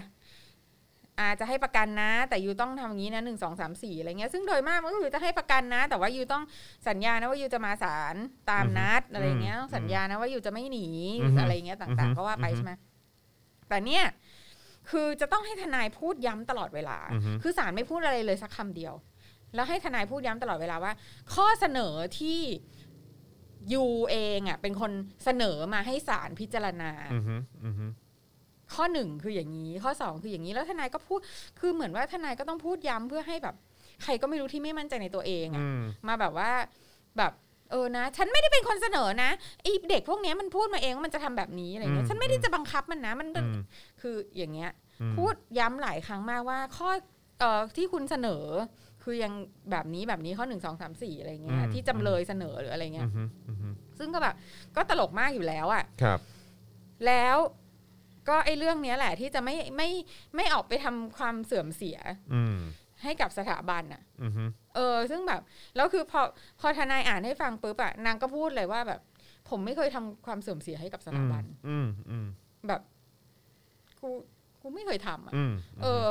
Speaker 3: อาจะให้ประกันนะ แต่ยูต้องทำอย่างนี้นะหนึ่งสองสามสี่อะไรเงี้ยซึ่งโดยมากมันก็คือจะให้ประกันนะ แต่ว่ายูต้องสัญญานะว่ายูจะมาศาลตามนัดอะไรเงี้ยต้องสัญญานะว่ายูจะไม่หนีอะไรเงี้ยต่าง ๆ ก็ว่าไปใช่ไหมแต่เนี่ย คือจะต้องให้ทนายพูดย้ำตลอดเวลา คือศาลไม่พูดอะไรเลยสักคำเดียว แล้วให้ทนายพูดย้ำตลอดเวลาว่า ข้อเสนอที่ยูเองอ่ะ เป็นคนเสนอมาให้ศาลพิจารณา
Speaker 2: อือฮึอือฮึ
Speaker 3: ข้อหนึ่งคืออย่างนี้ ข้อสองคืออย่างนี้แล้วทนายก็พูดคือเหมือนว่าทนายก็ต้องพูดย้ำเพื่อให้แบบ ใครก็ไม่รู้ที่ไม่มั่นใจในตัวเองอะ
Speaker 2: อืม
Speaker 3: มาแบบว่าแบบเออนะ ฉันไม่ได้เป็นคนเสนอนะไอเด็กพวกเนี้ยมันพูดมาเองว่ามันจะทำแบบนี้อะไรเงี้ยฉันไม่ได้จะบังคับมันนะ มันเป็
Speaker 2: อื
Speaker 3: น
Speaker 2: ม
Speaker 3: คืออย่างเงี้ย
Speaker 2: อืม
Speaker 3: พูดย้ำหลายครั้งมากว่าข้อเอ่อที่คุณเสนอ คือยังแบบนี้แบบนี้ข้อหนึ่งสองสามสี่อะไรเงี้ย
Speaker 2: อืม
Speaker 3: ที่จำเลยเสนอหรืออะไรเงี้
Speaker 2: อื
Speaker 3: ย
Speaker 2: อฮึอือฮึ
Speaker 3: ซึ่งก็แบบก็ตลกมากอยู่แล้วอะ
Speaker 2: ครับ
Speaker 3: แล้วก็ไอ้เรื่องเนี้ยแหละที่จะไม่ไม่ไม่ออกไปทำความเสื่อมเสีย
Speaker 2: อืม
Speaker 3: ให้กับสถาบันอ่ะ
Speaker 2: อือฮึ
Speaker 3: เออ ซึ่งแบบแล้วคือพอพอทนายอ่านให้ฟังปุ๊บอะนางก็พูดเลยว่าแบบ ผมไม่เคยทำความเสื่อมเสียให้กับส
Speaker 2: อื
Speaker 3: ถาม บัน
Speaker 2: อืมอืม
Speaker 3: แบบกูกูไม่เคยทำอ่ะ
Speaker 2: อืม
Speaker 3: เออ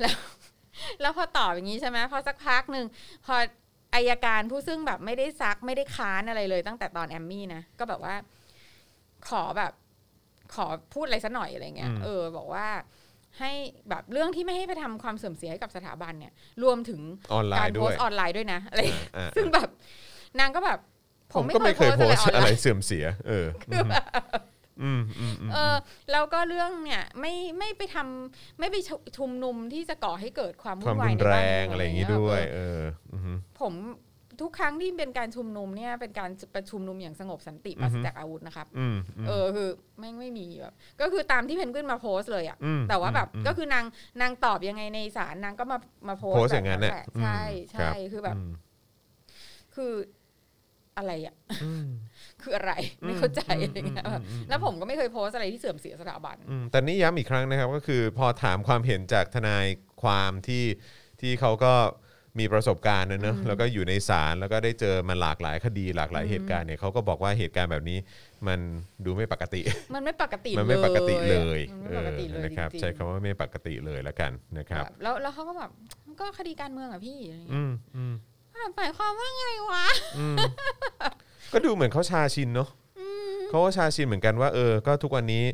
Speaker 3: แล้ว แล้วพอตอบอย่างนี้ใช่ไหมพอสักพักหนึ่งพออายการผู้ซึ่งแบบไม่ได้ซักไม่ได้ค้านอะไรเลย ตั้งแต่ตอนแอมมี่นะก็แบบว่า ขอแบบ ขอพูดอะไรสักหน่อยอะไรเงี้ยเออ บอกว่า ให้แบบเรื่องที่ไม่ให้ไปทำความเสื่อมเสียให้กับสถาบันเนี่ย รวมถึง
Speaker 2: ออนไล
Speaker 3: การ
Speaker 2: น์
Speaker 3: โพ
Speaker 2: ด้ว
Speaker 3: ส
Speaker 2: ย
Speaker 3: ต์ออนไลน์ด้วยนะอะไร
Speaker 2: อ่าๆ
Speaker 3: ซึ่งแบบ นางก็แบบ ผ
Speaker 2: ผม ม
Speaker 3: ไม่
Speaker 2: ก็ไม่
Speaker 3: เค
Speaker 2: เค
Speaker 3: ย
Speaker 2: ย
Speaker 3: โพ
Speaker 2: โพ
Speaker 3: ส
Speaker 2: ส
Speaker 3: ต์
Speaker 2: ต์
Speaker 3: อะ
Speaker 2: อะไร
Speaker 3: ออนไล
Speaker 2: ไร
Speaker 3: น์
Speaker 2: เสื่อมเสีย เอออืมอืมอืม
Speaker 3: เออแล้วก็เรื่องเนี่ยไม่ไม่ไปทำไม่ไปชุมนุมที่จะก่อให้เกิดความ
Speaker 2: ค
Speaker 3: วุ่
Speaker 2: วาม
Speaker 3: นวา
Speaker 2: รุ
Speaker 3: ย
Speaker 2: น
Speaker 3: ใน
Speaker 2: แร
Speaker 3: บ้านเมื
Speaker 2: ง
Speaker 3: อง
Speaker 2: อะไรอย่าง
Speaker 3: เงี้
Speaker 2: นี้
Speaker 3: แบบ
Speaker 2: ด้วย
Speaker 3: เออ
Speaker 2: เอออืม
Speaker 3: ผมทุกครั้งที่เป็นการชุมนุมเนี่ยเป็นการประชุมนุมอย่างสงบสันติปราศ
Speaker 2: อือฮึ
Speaker 3: จากอาวุธนะครับ
Speaker 2: อืมม
Speaker 3: เออคือแม่งไม่มีแบบก็คือตามที่เพนกวินมาโพสต์เลยอะ
Speaker 2: ม
Speaker 3: แต่ว่าแบบ
Speaker 2: อืม
Speaker 3: ก็คือนางนางตอบยังไงในศาลนางก็มามาโพส
Speaker 2: โพสต์
Speaker 3: ต์
Speaker 2: อย่างนั้น
Speaker 3: แห
Speaker 2: น่ะ
Speaker 3: ละใช่
Speaker 2: อืมครั
Speaker 3: ใช่
Speaker 2: บ
Speaker 3: คือแบบ
Speaker 2: อืม
Speaker 3: คืออะไรอะ
Speaker 2: อืม
Speaker 3: คืออะไรไม่เข้าใจอะไรเงี้ยแบบ
Speaker 2: อืม
Speaker 3: แล้วผมก็ไม่เคยโพสต์อะไรที่เสื่อมเสียสถาบัน
Speaker 2: อืมแต่นี่ย้ำอีกครั้งนะครับ ก็คือพอถามความเห็นจากทนายความที่ที่เขาก็ มีประสบการณ์นะเนอะแล้วก็อยู่ในศาลแล้วก็ได้เจอมันหลากหลายคดีหลากหลายเหตุการณ์เนี่ยเขาก็บอกว่าเหตุการณ์แบบนี้มันดูไม่ปกติ
Speaker 3: มันไม่ปกติ
Speaker 2: มันไม่ปกติเลย
Speaker 3: มัน
Speaker 2: เอ
Speaker 3: ไม่ปกติ
Speaker 2: อ
Speaker 3: เลย
Speaker 2: นะครับ
Speaker 3: จงๆ
Speaker 2: ใช้คำว่าไม่ปกติเลยละกันนะครับ
Speaker 3: แแล้วแล้วเขาก็แบบก็คดีการเมืองอะพี่อะไรอย่างเงี้ย
Speaker 2: อืมอืม
Speaker 3: อ่ะหมายความว่าไงวะ
Speaker 2: อืมก็ดูเหมือนเขาชาชินเนาะเขาก็ชาชินเหมือนกันว่าเออ ก็ทุกวันนี้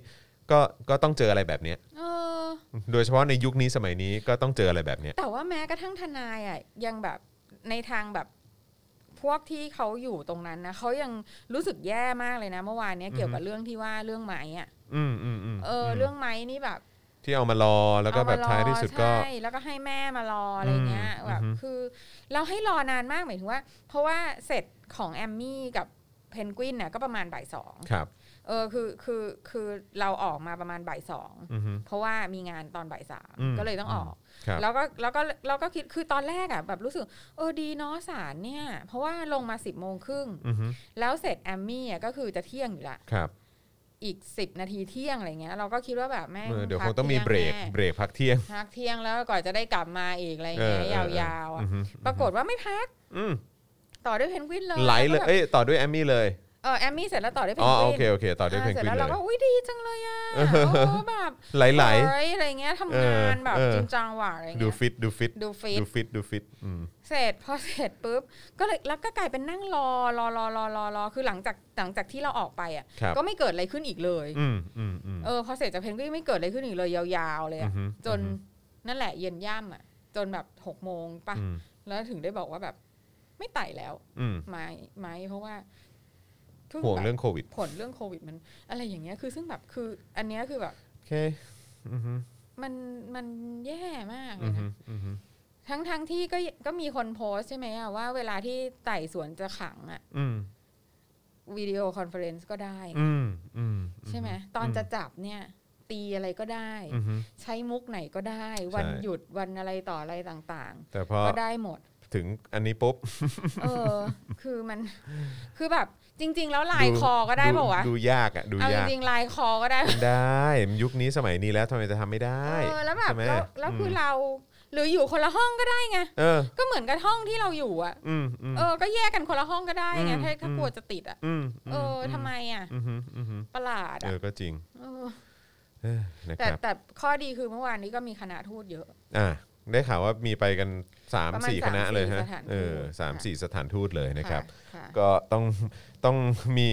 Speaker 2: ก็ก็ต้องเจออะไรแบบเนี้ย
Speaker 3: เออ
Speaker 2: โดยเฉพาะในยุคนี้สมัยนี้ก็ต้องเจออะไรแบบเนี้ย
Speaker 3: แต่ว่าแม้กระทั่งทนายอ่ะยังแบบในทางแบบพวกที่เขาอยู่ตรงนั้นนะเขายังรู้สึกแย่มากเลยนะ เมื่อวานเนี้ย
Speaker 2: อือฮึ
Speaker 3: เกี่ยวกับเรื่องที่ว่าเรื่องไม้อ่ะ
Speaker 2: อืมอืมอืม
Speaker 3: เอออเรื่องไม้นี่แบบ
Speaker 2: ที่เอามารอแล้วก็แบบ
Speaker 3: เอมรอ
Speaker 2: ท้ายที่สุดก็
Speaker 3: ใช่แล้วก็ให้แม่มารออะไรเงี้ย
Speaker 2: อืม
Speaker 3: แบบ
Speaker 2: อือฮึ
Speaker 3: คือ เราให้รอนานมากหมายถึงว่า เพราะว่าเสร็จของแอมมี่กับเพนกวินน่ะก็ประมาณบ่ายสอง
Speaker 2: ครับ
Speaker 3: เออคือคือคือเราออกมาประมาณบ่ายสอง
Speaker 2: อืม
Speaker 3: เพราะว่ามีงานตอนบ่ายสาม
Speaker 2: อืม
Speaker 3: ก็เลยต้องออก
Speaker 2: อืม ครับ
Speaker 3: แล้วก็แล้วก็เราก็คิดคือตอนแรกอ่ะแบบรู้สึกเออดีเนาะสารเนี่ย เพราะว่าลงมาสิบโมงครึ่ง
Speaker 2: อืม
Speaker 3: แล้วเสร็จแอมมี่อ่ะก็คือจะเที่ยงอยู่ละ
Speaker 2: ครับ
Speaker 3: อีกสิบนาทีเที่ยงอะไรเงี้ยเราก็คิดว่าแบบแม่ง
Speaker 2: เออเดี๋ยวค
Speaker 3: พั
Speaker 2: งต้องมี
Speaker 3: ที่ย
Speaker 2: เบรก
Speaker 3: แน่
Speaker 2: เบรกพักเที่ยง
Speaker 3: พักเที่ยงแล้วก่อนจะได้กลับมาอีกอะไร
Speaker 2: เออย เออ
Speaker 3: เงี้
Speaker 2: ย เออ
Speaker 3: าวๆ
Speaker 2: อื
Speaker 3: อ่ะ
Speaker 2: อฮึ
Speaker 3: ปรากฏว่าไม่พัก
Speaker 2: อืม
Speaker 3: ต่อด้วยเพนกวินเลย
Speaker 2: ไหลเลย
Speaker 3: แล้วก็แบบ
Speaker 2: เอ้ยต่อด้วยแอมมี่เลย
Speaker 3: เออแอมมี่เสร็จแล้วต่อด้วยเพน
Speaker 2: อ๋อก
Speaker 3: วิน
Speaker 2: โอเคโอเค ต่อด้วยเพน
Speaker 3: เสร็
Speaker 2: ก
Speaker 3: จ
Speaker 2: วิน
Speaker 3: แล้ว
Speaker 2: เล
Speaker 3: เรา
Speaker 2: ย
Speaker 3: ก็อุ้ยดีจังเลยอ่ะ
Speaker 2: เออ
Speaker 3: โอ้แบบ
Speaker 2: ไหลไหล
Speaker 3: เฮ้ยอะไรเงี้ย
Speaker 2: เอง
Speaker 3: ทำา
Speaker 2: อน
Speaker 3: แบบ
Speaker 2: เออ
Speaker 3: จริงจังหว่ะอะ
Speaker 2: ๆ
Speaker 3: ไร
Speaker 2: ดู
Speaker 3: เงี้ย
Speaker 2: ฟิตดูฟิต
Speaker 3: ดูฟิต
Speaker 2: ดูฟิตดูฟิตอืม
Speaker 3: เสร็จพอเสร็จปุ๊บก็เลยแล้วก็กลายเป็นนั่งรอรอรอรอรอรอคือหลังจากหลังจากที่เราออกไปอ่ะ
Speaker 2: ครับ
Speaker 3: ก็ไม่เกิดอะไรขึ้นอีกเลย
Speaker 2: อืมอืมอืม
Speaker 3: เออพอเสร็จจากเพนกวินไม่เกิดอะไรขึ้นอีกเลยยาวๆเลย
Speaker 2: อื
Speaker 3: อะ
Speaker 2: อฮึ
Speaker 3: จน
Speaker 2: อือฮึ
Speaker 3: นั่นแหละเย็นย่ำอ่ะ จนแบบหกโมงป่ะ
Speaker 2: อืม
Speaker 3: แล้วถึงได้บอกว่าแบบ ไม่ไต่แล้ว
Speaker 2: อืม
Speaker 3: ไหม้ไหมเพราะว่าเพิ่
Speaker 2: ห่วง
Speaker 3: แบบ
Speaker 2: เรื่องโควิด
Speaker 3: ผลเรื่องโควิดมัน อะไรอย่างเงี้ยคือซึ่งแบบคือ อันเนี้ยคือแบบ
Speaker 2: โอเคอืมอืม
Speaker 3: มันมันแย่มากเล
Speaker 2: อื
Speaker 3: ย
Speaker 2: ม
Speaker 3: นะ
Speaker 2: อืม
Speaker 3: ทั้งทั้งที่ก็ก็มีคนโพสต์ใช่ไหมอะว่าเวลาที่ไต่สวนจะขังอะ
Speaker 2: อืม
Speaker 3: วิดีโอคอนเฟอเรนซ์ก็ได้
Speaker 2: อืมอืม
Speaker 3: ใช่ไหมตอนจะจับเนี่ย ตีอะไรก็ได้
Speaker 2: อืม
Speaker 3: ใช้มุกไหนก็ได้ วัน
Speaker 2: ใช่
Speaker 3: หยุดวันอะไรต่ออะไรต่าง
Speaker 2: แต่พอ
Speaker 3: ๆ ก็ได้หมด
Speaker 2: ถึงอันนี้ปุ๊บ
Speaker 3: เอ อ คือมัน คือแบบจริง ๆ แล้วลายคอก็ได้
Speaker 2: ดู
Speaker 3: ป่าวะ
Speaker 2: ดูยากอ่ะดู
Speaker 3: เอาจ
Speaker 2: ยาก
Speaker 3: ริงๆลายคอก็ได้
Speaker 2: ได้มันยุคนี้สมัยนี้แล้วทำไมจะทำไม่ได้
Speaker 3: เออแล้วแบบ
Speaker 2: ใช่ไหม
Speaker 3: แล้วแล้วคือ
Speaker 2: ม
Speaker 3: เรา หรืออยู่คนละห้องก็ได้ไง
Speaker 2: เออ
Speaker 3: ก็เหมือนกับห้องที่เราอยู่อะ
Speaker 2: อืมอืม
Speaker 3: เออก็แยกกันคนละห้องก็ได้ไง
Speaker 2: อืม
Speaker 3: ถ้าถ้า
Speaker 2: อืม
Speaker 3: กลัวจะติดอะ
Speaker 2: อืม
Speaker 3: เอออทำไมอ่ะ
Speaker 2: อืมอืมอืม
Speaker 3: ประหลาด
Speaker 2: เอ
Speaker 3: อ่ะ
Speaker 2: อก็จริง
Speaker 3: เออ
Speaker 2: เออนะ
Speaker 3: แต่
Speaker 2: ครับ
Speaker 3: แต่ข้อดีคือเมื่อวานนี้ก็มีคณะทูตเยอะ
Speaker 2: อ่ะได้ข่าวว่ามีไปกันสาม
Speaker 3: ประมาณ
Speaker 2: สี่
Speaker 3: สาม
Speaker 2: คณะเลย
Speaker 3: สี่
Speaker 2: ฮะ
Speaker 3: สถานทูต
Speaker 2: เออสาม
Speaker 3: ค่ะ
Speaker 2: สี่สถานทูตเลยนะครับ
Speaker 3: ค่ะ
Speaker 2: ก็ต้องต้องมี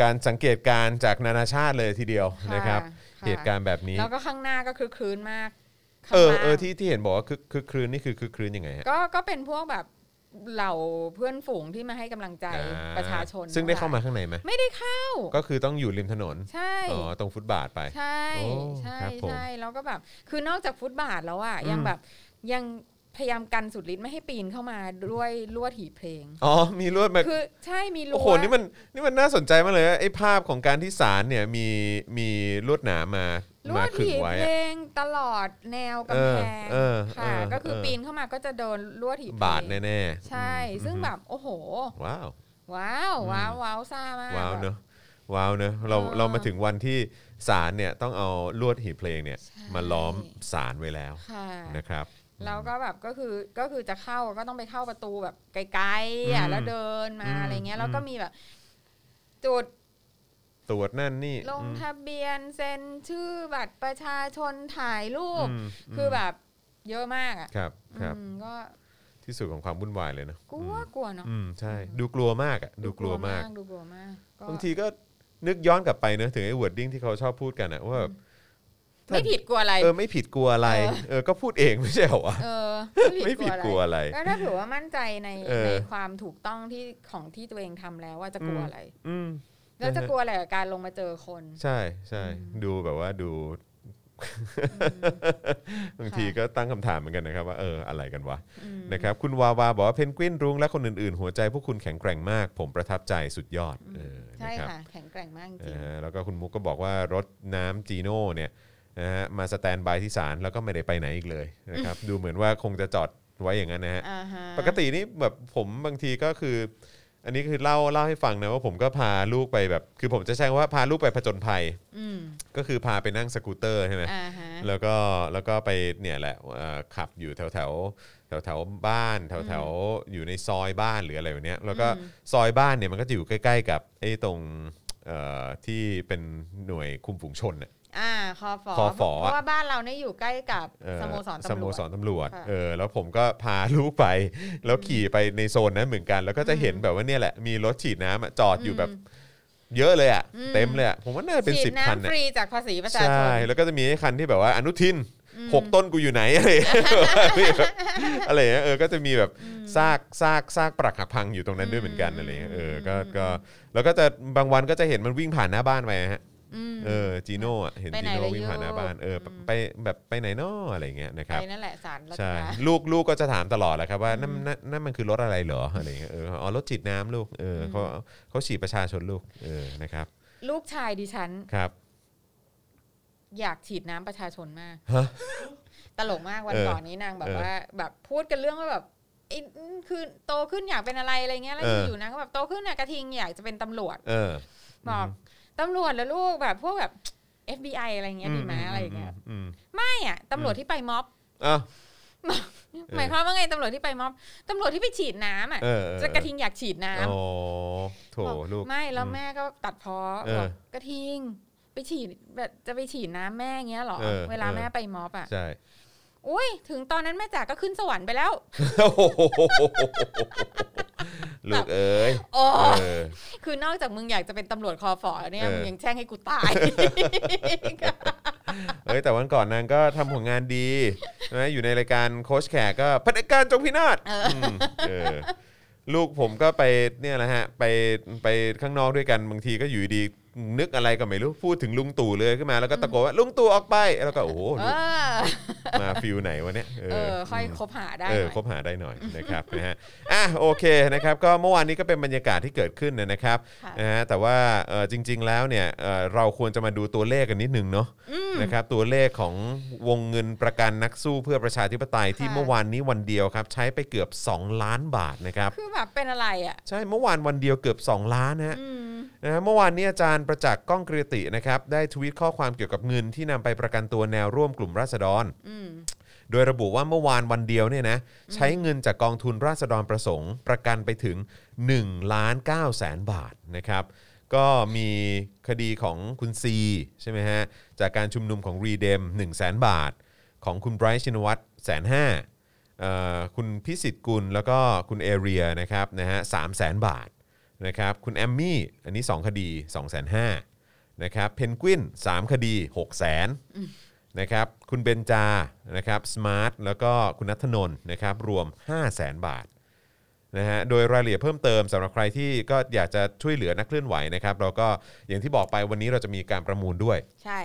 Speaker 2: การสังเกตการณ์จากนานาชาติเลยทีเดียว
Speaker 3: ค่ะ
Speaker 2: นะครับ
Speaker 3: ค่ะ
Speaker 2: เหตุการณ์แบบนี้
Speaker 3: แล้วก็ข้างหน้าก็คือคลืนมากข้าง
Speaker 2: เออ
Speaker 3: ล่าง
Speaker 2: เออที่ที่เห็นบอกว่าคึกคึกครื้นนี่คือคึกครื้นยังไงฮะ
Speaker 3: ก็ก็เป็นพวกแบบเหล่าเพื่อนฝูงที่มาให้กำลังใจ
Speaker 2: อ่
Speaker 3: ประชาชน
Speaker 2: ซึ่งได้เข้ามาข้างในไหม
Speaker 3: ไม่ได้เข้า
Speaker 2: ก็คือต้องอยู่ริมถนน
Speaker 3: ใช่
Speaker 2: อ๋อตรงฟุตบาทไป
Speaker 3: ใช่
Speaker 2: โอ้
Speaker 3: ใช่
Speaker 2: ครับผม
Speaker 3: ใช่แล้วก็แบบ คือนอกจากฟุตบาทแล้วอ่ะ
Speaker 2: อืม
Speaker 3: ยังแบบยังพยายามกันสุดฤทธิ์ไม่ให้ปีนเข้ามาด้วยลวดหีบเพลง
Speaker 2: อ๋อมีลวดแบบ
Speaker 3: คือใช่มีลวด
Speaker 2: โอ้โหนี่มันนี่มันน่าสนใจมากเลยไอ้ภาพของการที่ศาลเนี่ยมีมีลวดหนามมา
Speaker 3: ลว
Speaker 2: มา
Speaker 3: ด
Speaker 2: ขึง
Speaker 3: ถีบ
Speaker 2: ไว้
Speaker 3: เพ
Speaker 2: อะ
Speaker 3: ลงตลอดแนวกำแพง
Speaker 2: เออเออ
Speaker 3: ค่ะ
Speaker 2: เออ
Speaker 3: ก็คือ
Speaker 2: เออ
Speaker 3: ปีนเข้ามาก็จะโดนลวดถีบเพลง
Speaker 2: บาทแน่ๆ
Speaker 3: ใช่
Speaker 2: อืม
Speaker 3: ซึ่งแบบโอ้โห
Speaker 2: ว้าว
Speaker 3: ว้าว
Speaker 2: อืม
Speaker 3: ว้าวว้าวซ่ามาก
Speaker 2: ว้าว
Speaker 3: แบบ
Speaker 2: เนอะว้าวเนอะเรา
Speaker 3: เออ
Speaker 2: เรามาถึงวันที่ศาลเนี่ยต้องเอาลวดหีบเพลงเนี่ย
Speaker 3: ใช่
Speaker 2: มาล้อมศาลไว้แล้ว
Speaker 3: ค่ะ
Speaker 2: นะครับ
Speaker 3: แล้วก็แบบก็คือก็คือจะเข้าก็ต้องไปเข้าประตูแบบไกลๆอ่ะ
Speaker 2: อืม
Speaker 3: แล้วเดินมา
Speaker 2: อืม
Speaker 3: อะไรเงี้
Speaker 2: อื
Speaker 3: ย
Speaker 2: ม
Speaker 3: แล้วก็มีแบบ จุด
Speaker 2: ตรวจนั่นนี่
Speaker 3: ลง
Speaker 2: อืม
Speaker 3: ทะเบียนเซ็นชื่อบัตรประชาชนถ่ายรูป
Speaker 2: อืม
Speaker 3: คือ
Speaker 2: ม
Speaker 3: แบบเยอะมากอ่ะ
Speaker 2: ครับครับ
Speaker 3: อืมก็
Speaker 2: ที่สุดของความวุ่นวายเลยนะ
Speaker 3: กลัวกลัวเนาะ
Speaker 2: อืมใช่ ดูกลัวมากอะดูกลัวมาก
Speaker 3: ดูกลัวมากก็
Speaker 2: บางทีก็นึกย้อนกลับไปเนอะถึงไอ้วอร์ดดิ้งที่เขาชอบพูดกันอะว่าแบบถ้า
Speaker 3: ไม่ผิดกลัวอะไร
Speaker 2: เออไม่ผิดกลัวอะไร
Speaker 3: เออ
Speaker 2: เออก็พูดเองไม่ใช่เหรอวะ
Speaker 3: เออ
Speaker 2: ไม่ผิดกลัวอะไร
Speaker 3: ก็ถ้าถือว่ามั่นใจใน
Speaker 2: เออ
Speaker 3: ในความถูกต้องที่ของที่ตัวเองทำแล้วว่าจะกลัวอะไร
Speaker 2: อืม
Speaker 3: แล้วจะ
Speaker 2: นะฮะ
Speaker 3: กลัวอะไรกับการลงมาเจอคน
Speaker 2: ใช่ใช่ดูแบบว่าดู บางทีก็ตั้งคำถามเหมือนกันนะครับ ว่าเอออะไรกันวะ
Speaker 3: อืม
Speaker 2: นะครับ คุณวาวาบอกว่าเพนกวินรุ้งและคนอื่น ๆ หัวใจพวกคุณแข็งแกร่งมาก ผมประทับใจสุดยอดเออ
Speaker 3: ใช่
Speaker 2: นะครับ
Speaker 3: ค่ะ แข็งแกร่งมากจริง
Speaker 2: นะฮะแล้วก็คุณมุกก็บอกว่ารถน้ำจีโน่เนี่ยนะฮะมาสแตนบายที่ศาลแล้วก็ไม่ได้ไปไหนอีกเลยนะครับ ดูเหมือนว่าคงจะจอดไว้อย่างนั้นนะฮะ
Speaker 3: อ่าฮะ
Speaker 2: ปกตินี่แบบผมบางทีก็คือ อันนี้คือเล่าเล่าให้ฟังนะว่าผมก็พาลูกไปแบบ คือผมจะใช้คำว่าพาลูกไปผจญภัย
Speaker 3: อืม
Speaker 2: ก็คือพาไปนั่งสกูตเตอร์ใช่ไหม
Speaker 3: อ่าฮะ
Speaker 2: แล้วก็แล้วก็ไปเนี่ยแหละเอ่อขับอยู่แถวแถว แถวแถวๆบ้านแถวแถวๆอยู่ในซอยบ้านหรืออะไรแบบเนี้ยแล้วก็
Speaker 3: อืม
Speaker 2: ซอยบ้านเนี่ยมันก็จะอยู่ใกล้ ๆ กับไอ้ตรงเอ่อที่เป็นหน่วยคุมฝูงชนน่ะ
Speaker 3: อ่าคอฟอ
Speaker 2: คอฝอ
Speaker 3: เพราะว่าบ้านเราเนี่ยอยู่ใกล้กับ
Speaker 2: เอ่อ
Speaker 3: สโมสร
Speaker 2: ส
Speaker 3: ตำร
Speaker 2: โม
Speaker 3: วจ
Speaker 2: สรตำรวจ
Speaker 3: ค่ะ
Speaker 2: เออแล้วผมก็พาลูกไป แล้วขี่ไปในโซนนั้นเหมือนกัน แล้วก็จะเห็นแบบว่าเนี่ยแหละมีรถฉีดน้ำอะจอดอยู่แบบเยอะเลยอ่ะ
Speaker 3: อืม
Speaker 2: เต็มเลยอ่ะผมว่าน่าจะเป็น
Speaker 3: ฉี
Speaker 2: สิ
Speaker 3: ด
Speaker 2: บคัน
Speaker 3: น้ำฟ
Speaker 2: อ่ะ
Speaker 3: รีจากภาษีประชาช
Speaker 2: ใช่
Speaker 3: น
Speaker 2: แล้วก็จะมีไอ้คันที่แบบว่าอนุทินหกต้นกูอยู่ไหน อะไรอย่างเงี้ยอะไรอย่างเงี้ยเออก็จะมีแบบซากซากซากปรักหักพังอยู่ตรงนั้นด้วยเหมือนกัน
Speaker 3: อืม
Speaker 2: อะไรอย่างเงี้ยเออก็ก็แล้วก็จะบางวันก็จะเห็นมันวิ่งผ่านหน้าบ้านไปฮะ
Speaker 3: อืม
Speaker 2: เออจีโน่อะเห็น
Speaker 3: ไป
Speaker 2: จี
Speaker 3: ไหน
Speaker 2: โน่
Speaker 3: เลย
Speaker 2: วิ่งผ่านหน้าบ้านเออ
Speaker 3: โยม
Speaker 2: ไปแบบไปไหนนออะไรอย่างเงี้ยนะค
Speaker 3: ไป
Speaker 2: รับ
Speaker 3: นั่นแหละสารรัฐ
Speaker 2: ใช่
Speaker 3: บาล
Speaker 2: ลูกลูกก็จะถามตลอดแหละครับว่านั่นนั่นนั่นมันคือรถอะไรเหรออะไรอย่างเงี้ยเอออ๋อรถฉีดน้ำลูกเอออเขาเขาฉีดประชาชนลูกเออนะครับ
Speaker 3: ลูกชายดิฉัน
Speaker 2: ครับ
Speaker 3: อยากฉีดน้ำประชาชนมาก
Speaker 2: ฮะ
Speaker 3: ตลกมากวัน
Speaker 2: เออ
Speaker 3: ก่อนนี้นางแบ
Speaker 2: เอบ อ
Speaker 3: ว่าแบบพูดกันเรื่องว่าแบบไอ้คือโตขึ้นอยากเป็นอะไรอะไรเงี้ยแล้ว
Speaker 2: เอออ
Speaker 3: อยู่ๆนางก็แบบโตขึ้นน่ะกระทิงอยากจะเป็นตำรวจ
Speaker 2: เออ
Speaker 3: บอกตำรวจแล้วลูกแบบพวกแบบ FBI อะไรเงี้ยดีไหมอะไรเงี้ย
Speaker 2: อืม
Speaker 3: ไม่อ่ะตำรวจที่ไปม็อบ
Speaker 2: อ่ะ อ
Speaker 3: หมายความว่าไงตำรวจที่ไปม็อบตำรวจที่ไปฉีดน้ำอ่ะ
Speaker 2: เออเออ
Speaker 3: จะกระทิงอยากฉีดน้ำ
Speaker 2: โอ้โถ
Speaker 3: บอก
Speaker 2: ลูก
Speaker 3: ไม่แล้ว
Speaker 2: อืม
Speaker 3: แม่ก็ตัดพ้อ
Speaker 2: เออ
Speaker 3: บอกกระทิง ไปฉีดแบบจะไปฉีดน้ำแม่เงี้ยเหรอ
Speaker 2: เออ
Speaker 3: เวลา
Speaker 2: เออ
Speaker 3: แม่ไปม็อบอ่ะ
Speaker 2: ใช่
Speaker 3: อุ้ยถึงตอนนั้นแม่จ๋าก็ขึ้นสวรรค์ไปแล้ว
Speaker 2: โอ้โหลูกเอ้ย
Speaker 3: โอ้
Speaker 2: เออ
Speaker 3: คือนอกจากมึงอยากจะเป็นตำรวจคอฝอเนี่ย
Speaker 2: เออ
Speaker 3: มึงยังแช่งให้กูตาย
Speaker 2: เอ้ยแต่วันก่อนนางก็ทำผลงานดีนะอยู่ในรายการโค้ชแขกก็พนักการจงพินาศมเออลูกผมก็ไปเนี่ยแหละฮะไปไปข้างนอกด้วยกันบางทีก็อยู่ดีนึกอะไรก็ไม่รู้พูดถึงลุงตู่เลยขึ้นมาแล้วก็ตะโกนว่าลุงตู่ออกไปแล้วก็โอ้โห
Speaker 3: เอ
Speaker 2: ลูก
Speaker 3: อ
Speaker 2: มาฟิลไหนวะเนี่ยเอ
Speaker 3: เอ
Speaker 2: อ
Speaker 3: อ ค่อยคบหาได้
Speaker 2: เออ
Speaker 3: หน่อย
Speaker 2: คบหาได้หน่อยนะครับนะฮะอ่ะโอเคนะครับ ก็เมื่อวานนี้ก็เป็นบรรยากาศที่เกิดขึ้นนะครับ
Speaker 3: ค่ะ
Speaker 2: นะฮะแต่ว่าเอ่อจริง ๆ แล้วเนี่ยเอ่อเราควรจะมาดูตัวเลขกันนิดนึงเนาะ
Speaker 3: อืม
Speaker 2: นะครับตัวเลขของวงเงินประกันนักสู้เพื่อประชาธิปไตยที่
Speaker 3: ค่ะ
Speaker 2: เมื่อวานนี้วันเดียวครับ ใช้ไปเกือบ 2 ล้านบาทนะครับ
Speaker 3: คือแบบเป็นอะไรอ่ะ
Speaker 2: ใช่เมื่อวานวันเดียวเกือบ 2 ล้านนะฮะ
Speaker 3: อืม
Speaker 2: นะฮะเมื่อวานนี้อาจารย์ประจักษ์ก้องเกรียตินะครับ ได้ทวีตข้อความเกี่ยวกับเงินที่นำไปประกันตัวแนวร่วมกลุ่มราษฎร
Speaker 3: อืม
Speaker 2: โดยระบุว่าเมื่อวานวันเดียวเนี่ยนะใช้เงินจากกองทุนราษฎรประสงค์ ประกันไปถึง1ล้าน9แสนบาทนะครับ ก็มีคดีของคุณซีใช่ไหมฮะ จากการชุมนุมของรีเดม1 0 0 0 0แสนบาท ของคุณไบรท์ชินวัตรแสนห้าคุณพิสิทธิ์กุลแล้วก็คุณเอเรียนะครับนะฮะสามแสนบาทนะครับคุณแอมมี่อันนี้ 2 คดี 2 5 0 0 0 0นะครับเพนกวิน3 คดี 6 0 0 0 0 นะครับคุณเบนจา นะครับสมาร์ท แล้วก็คุณนัทนนท์นะครับรวม 5 0 0แสนบาทนะฮะโดยรายละเอียดเพิ่มเติมสำหรับใครที่ก็อยากจะช่วยเหลือนักเคลื่อนไหวนะครับ เราก็อย่างที่บอกไปวันนี้เราจะมีการประมูลด้วย
Speaker 3: ใช่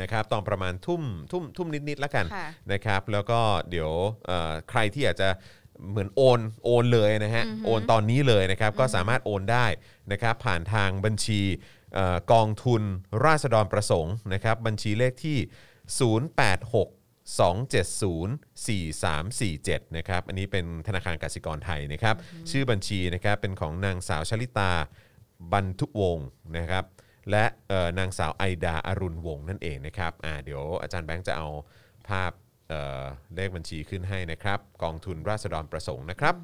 Speaker 2: นะครับตอนประมาณทุ่มทุ่มทุ่มนิดๆแล้วกัน
Speaker 3: ค่ะ
Speaker 2: นะครับแล้วก็เดี๋ยวเอ่อใครที่อยากจะเหมือนโอนโอนเลยนะฮะโอนตอนนี้เลยนะครับก็สามารถโอนได้นะครับผ่านทางบัญชีเออกองทุนราษฎรประสงค์นะครับบัญชีเลขที่ 086 2704347นะครับอันนี้เป็นธนาคารกสิกรไทยนะครับชื่อบัญชีนะครับเป็นของนางสาวชลิตา บรรทุวงศ์นะครับ และเอ่อนางสาวไอดาอรุณวงศ์นั่นเองนะครับอ่าเดี๋ยวอาจารย์แบงค์จะเอาภาพเอ่อเลขบัญชีขึ้นให้นะครับ กองทุนราษฎรประสงค์นะครับ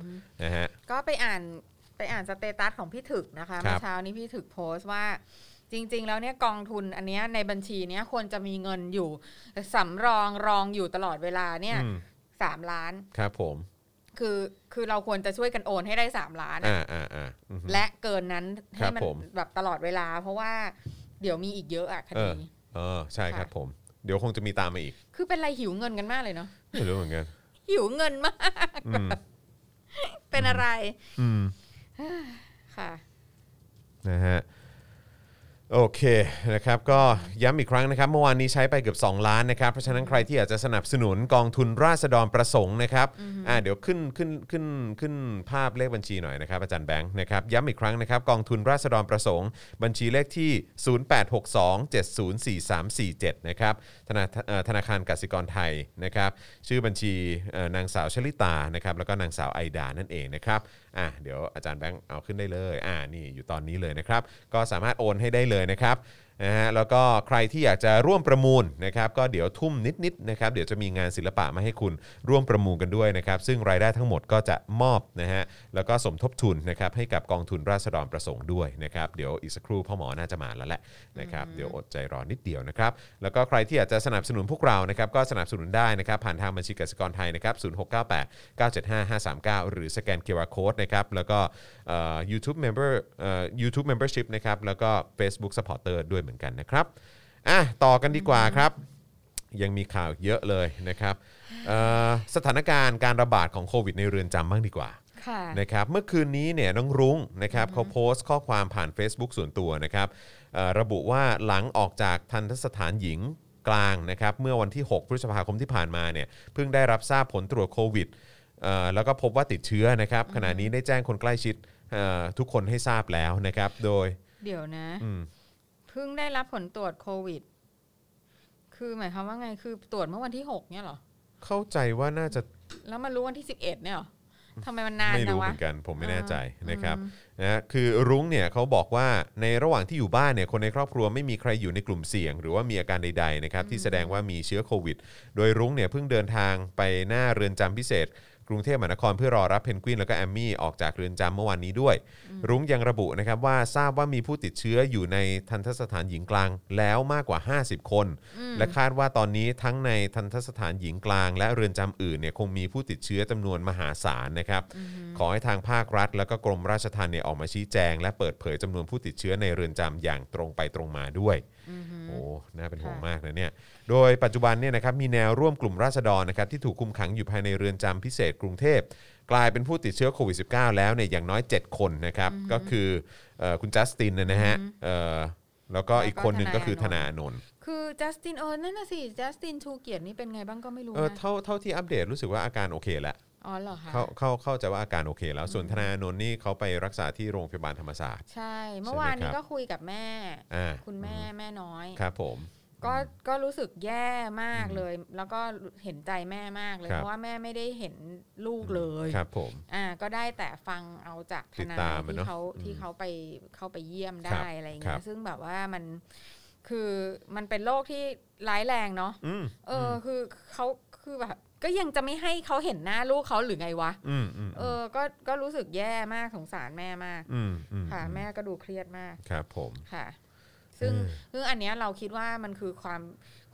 Speaker 2: นะฮะ
Speaker 3: ก็ไปอ่านไปอ่านสเตตัสของพี่ถึกนะคะ
Speaker 2: ครั
Speaker 3: เมื่
Speaker 2: บ
Speaker 3: อเช้านี้พี่ถึกโพสต์ว่าจริง ๆ แล้วเนี่ยกองทุนอันเนี้ยในบัญชีเนี้ยควรจะมีเงินอยู่สำรองรองอยู่ตลอดเวลาเนี่ย
Speaker 2: อืม
Speaker 3: สามล้าน
Speaker 2: ครับผม
Speaker 3: คือคือเราควรจะช่วยกันโอนให้ได้สามล้านอะ
Speaker 2: อ่าอ่าอ่าอือฮึ
Speaker 3: และเกินนั้นให้มัน
Speaker 2: ครับผม
Speaker 3: แบบตลอดเวลา เพราะว่าเดี๋ยวมีอีกเยอะอะค
Speaker 2: เอ
Speaker 3: ดี
Speaker 2: อเออใช่ครับผม เดี๋ยวคงจะมีตามมาอีก
Speaker 3: คือเป็นอะไรหิวเงินกันมากเลยเนาะ
Speaker 2: ไม่รู้เหมื อนกัน
Speaker 3: หิวเงินมาก
Speaker 2: อืม
Speaker 3: เป็นอะไร
Speaker 2: อืม
Speaker 3: ค่ะ
Speaker 2: นะฮะโอเคนะครับก็ย้ำอีกครั้งนะครับเมื่อวานนี้ใช้ไปเกือบ 2 ล้านนะครับเพราะฉะนั้นใครที่อยากจะสนับสนุนกองทุนราษฎรประสงค์นะครับอ่าเดี๋ยวขึ้นขึ้นขึ้นขึ้นภาพเลขบัญชีหน่อยนะครับอาจารย์แบงค์นะครับย้ำอีกครั้งนะครับกองทุนราษฎรประสงค์ บัญชีเลขที่ 0862704347นะครับธนาเอ่อธนาคารกสิกรไทยนะครับชื่อบัญชีเอ่อนางสาวชลิตานะครับแล้วก็นางสาวไอดานั่นเองนะครับ อ่ะเดี๋ยวอาจารย์แบงค์เอาขึ้นได้เลย อ่านี่อยู่ตอนนี้เลยนะครับ ก็สามารถโอนให้ได้เลยนะครับ นะฮะแล้วก็ใครที่อยากจะร่วมประมูลนะครับก็เดี๋ยวทุ่มนิดๆนะครับเดี๋ยวจะมีงานศิลปะมาให้คุณร่วมประมูลกันด้วยนะครับซึ่งรายได้ทั้งหมดก็จะมอบนะฮะแล้วก็สมทบทุนนะครับให้กับกองทุนราษฎรประสงค์ด้วยนะครับเดี๋ยวอีกสักครู่พ่อหมอน่าจะมาแล้วแหละนะครับเดี๋ยวอดใจรอนิดเดียวนะครับแล้วก็ใครที่อยากจะสนับสนุนพวกเรานะครับก็สนับสนุนได้นะครับผ่านทางบัญชีกสิกรไทยนะครับ0698 975 539 หรือสแกน QR Code นะครับแล้วก็เอ่อ YouTube Member เอ่อ YouTube Membership นะครับแล้วก็ Facebook Supporter ด้วยเหมือนกันนะครับอ่ะต่อกันดีกว่าครับ ยังมีข่าวเยอะเลยนะครับเอ่อสถานการณ์การระบาดของโควิดในเรือนจำบ้างดีกว่า
Speaker 3: ค่ะ
Speaker 2: นะครับเมื่อคืนนี้เนี่ยน้องรุ้งนะครับเขาโพสต์ข้อความผ่าน Facebook ส่วนตัวนะครับเอ่อระบุว่าหลังออกจากทันทสถานหญิงกลางนะครับเมื่อวันที่ 6 พฤษภาคมที่ผ่านมาเนี่ยเพิ่งได้รับทราบผลตรวจโควิดเอ่อแล้วก็พบว่าติดเชื้อนะครับขณะนี้ได้แจ้งคนใกล้ชิดเอ่อทุกคนให้ทราบแล้วนะครับโดย
Speaker 3: เดี๋ยวนะ
Speaker 2: อืม
Speaker 3: เพิ่งได้รับผลตรวจโควิด คือหมายความว่าไง คือตรวจเมื่อวันที่หกเนี่ยเหรอ
Speaker 2: เข้าใจว่าน่าจะ
Speaker 3: แล้วมารู้วันที่สิบเอ็ดเนี่ยเหรอทำไมมันนาน
Speaker 2: ไม่
Speaker 3: นะ
Speaker 2: รู้เห
Speaker 3: วะ
Speaker 2: มือนกันผมไม่แน่ใจ
Speaker 3: อ่าน
Speaker 2: นะครับ
Speaker 3: อืม
Speaker 2: นะฮะคือรุ้งเนี่ยเขาบอกว่าในระหว่างที่อยู่บ้านเนี่ยคนในครอบครัวไม่มีใครอยู่ในกลุ่มเสี่ยง หรือว่ามีอาการใดๆนะครับที่แสดงว่ามีเชื้อโควิด โดยรุ้งเนี่ยเพิ่งเดินทางไปหน้าเรือนจำพิเศษ กรุงเทพมหานครเพื่อรอรับเพนกวินแล้วก็แอมมี่ออกจากเรือนจำเมื่อวานนี้ด้วย รุ้งยังระบุนะครับว่าทราบว่ามีผู้ติดเชื้ออยู่ในทันทสถานหญิงกลางแล้วมากกว่า 50 คน และคาดว่าตอนนี้ทั้งในทันทสถานหญิงกลาง และเรือนจำอื่นเนี่ยคงมีผู้ติดเชื้อจำนวนมหาศาลนะครับ ขอให้ทางภาครัฐ และก็กรมราชทัณฑ์เนี่ยออกมาชี้แจง และเปิดเผยจำนวนผู้ติดเชื้อในเรือนจำอย่างตรงไปตรงมาด้วย โอ้น่าเป็นห่วงมากนะเนี่ย โดยปัจจุบันเนี่ยนะครับมีแนวร่วมกลุ่มราษฎรนะครับที่ถูกคุมขังอยู่ภายในเรือนจำพิเศษกรุงเทพ กลายเป็นผู้ติดเชื้อโควิด -19 แล้วเนี่ยอย่างน้อย 7 คนนะครับ ก็คือเอ่อคุณจัสตินนะนะฮะเอ่อแล้วก็อีกคนหนึ่งก็คือธนาอานนท์
Speaker 3: คือจัสตินเออนั่นน่ะสิจัสตินชูเกียรตินี่เป็นไงบ้างก็ไม่รู้
Speaker 2: เออ
Speaker 3: นะ
Speaker 2: เท่าเท่าที่อัปเดตรู้สึกว่าอาการโอเคแหละ
Speaker 3: อ๋อเหรอคะ
Speaker 2: เขาเขาเข้าใจว่าอาการโอเคแล้ว ส่วนธนาอานนท์นี่เขาไปรักษาที่โรงพยาบาลธรรมศาสตร์
Speaker 3: ใช่ เมื่อวาน
Speaker 2: ใช่ไห
Speaker 3: นี้
Speaker 2: มครับ
Speaker 3: ก็คุยกับแม่
Speaker 2: อ่า
Speaker 3: คุณแม่แม่น้อย
Speaker 2: ครับผม
Speaker 3: ก็ก็รู้สึกแย่มากเลย แล้วก็เห็นใจแม่มากเลย
Speaker 2: ครับ
Speaker 3: เพราะว่าแม่ไม่ได้เห็นลูกเลย
Speaker 2: ครับผม
Speaker 3: อ่าก็ได้แต่ฟังเอาจากท
Speaker 2: ติด
Speaker 3: นา
Speaker 2: ตาย มอะ
Speaker 3: ที่
Speaker 2: เนอะ
Speaker 3: เขา
Speaker 2: อืม
Speaker 3: ที่เขาไปเขาไปเยี่ยม
Speaker 2: ครั
Speaker 3: ได้
Speaker 2: บ
Speaker 3: อะไรอย่าง
Speaker 2: ครั
Speaker 3: เงี้
Speaker 2: บ
Speaker 3: ยซึ่งแบบว่ามันคือมันเป็นโรคที่ร้ายแรงเนาะ
Speaker 2: อืม
Speaker 3: เอออคือเขาคือแบบก็ยังจะไม่ให้เขาเห็นหน้าลูกเขาหรือไงวะ
Speaker 2: อืมอืม
Speaker 3: เออก็ก็รู้สึกแย่มากสงสารแม่มาก
Speaker 2: อืมอืม
Speaker 3: ค่ะ แม่ก็ดูเครียดมาก
Speaker 2: ครับผม
Speaker 3: ค่ะ ซึ่ง
Speaker 2: เออ
Speaker 3: ซึ่งอันเนี้ยเราคิดว่ามันคือความ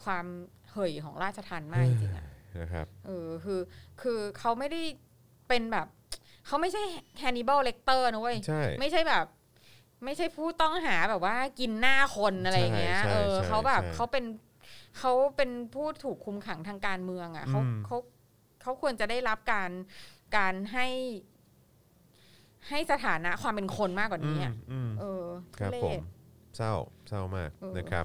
Speaker 3: ความเห่ยของราชทันมากจริงๆอ่ะ
Speaker 2: นะครับ
Speaker 3: เออคือคือเขาไม่ได้เป็นแบบ เขาไม่ใช่แฮนนิบาลเลกเตอร์นะเว้ย
Speaker 2: ใช่
Speaker 3: ไม่ใช่แบบ ไม่ใช่ผู้ต้องหาแบบว่ากินหน้าคนอะไรอย่างเงี้ย
Speaker 2: ใช่ใช่
Speaker 3: เออ
Speaker 2: ใช่
Speaker 3: เขาแบบ
Speaker 2: ใช่
Speaker 3: เขาเป็นเขาเป็นผู้ถูกคุมขังทางการเมืองอ่ะเขา
Speaker 2: อืม
Speaker 3: เขาเขาควรจะได้รับการการให้ให้สถานะความเป็นคนมากกว่านี้อ่ะ
Speaker 2: อืม
Speaker 3: เออ
Speaker 2: ครับผ
Speaker 3: ทุเศ
Speaker 2: มเศร้าเศร้ามาก
Speaker 3: เออ
Speaker 2: นะครับ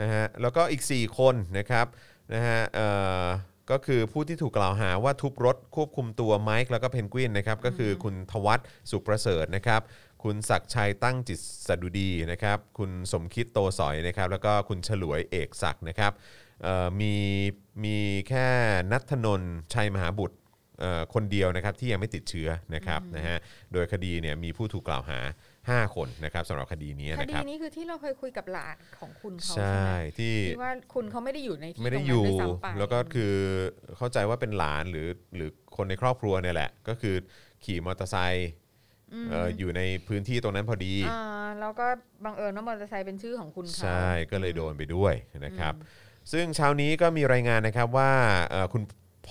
Speaker 2: นะฮะแล้วก็อีก 4 คนนะครับนะฮะเอ่อก็คือผู้ที่ถูกกล่าวหาว่าทุบรถควบคุมตัวไมค์แล้วก็เพนกวินนะครับก็คือคุณทวัตสุขประเสริฐนะครับคุณศักดิ์ชัยตั้งจิตสดุดีนะครับคุณสมคิดโตสอยนะครับแล้วก็คุณฉลวยเอกศักดิ์นะครับเอ่อมีมีแค่นัทธนนท์ชัยมหาบุตร เอ่อคนเดียวนะครับที่ยังไม่ติดเชื้อนะครับนะฮะโดยคดีเนี่ยมีผู้ถูกกล่าวหา 5 คนนะครับสำหรับคดีนี้
Speaker 3: ค
Speaker 2: นะ
Speaker 3: ดี
Speaker 2: ครับ
Speaker 3: นี้คือที่เราเคยคุยกับหลานของคุณเขา
Speaker 2: ใช่
Speaker 3: ใช่ไหม
Speaker 2: ที่
Speaker 3: ที่ว่าคุณเขาไม่ได้อยู่ในที่
Speaker 2: ไม่ได้อ
Speaker 3: ตรงนั้น
Speaker 2: ยู่
Speaker 3: ด้วซ้ำไป
Speaker 2: แล้วก็คือเข้าใจว่าเป็นหลานหรือหรือคนในครอบครัวเนี่ยแหละ ก็คือขี่มอเตอร์ไซค์เอ่ออยู่ในพื้นที่ตรงนั้นพอดี
Speaker 3: อ่าแล้วก็บังเอิญว่ามอเตอร์ไซค์เป็นชื่อของคุณเขา
Speaker 2: ใช่ก็เลยโดนไปด้วยนะครับ ซึ่งเช้านี้ก็มีรายงานนะครับว่าเอ่อคุณ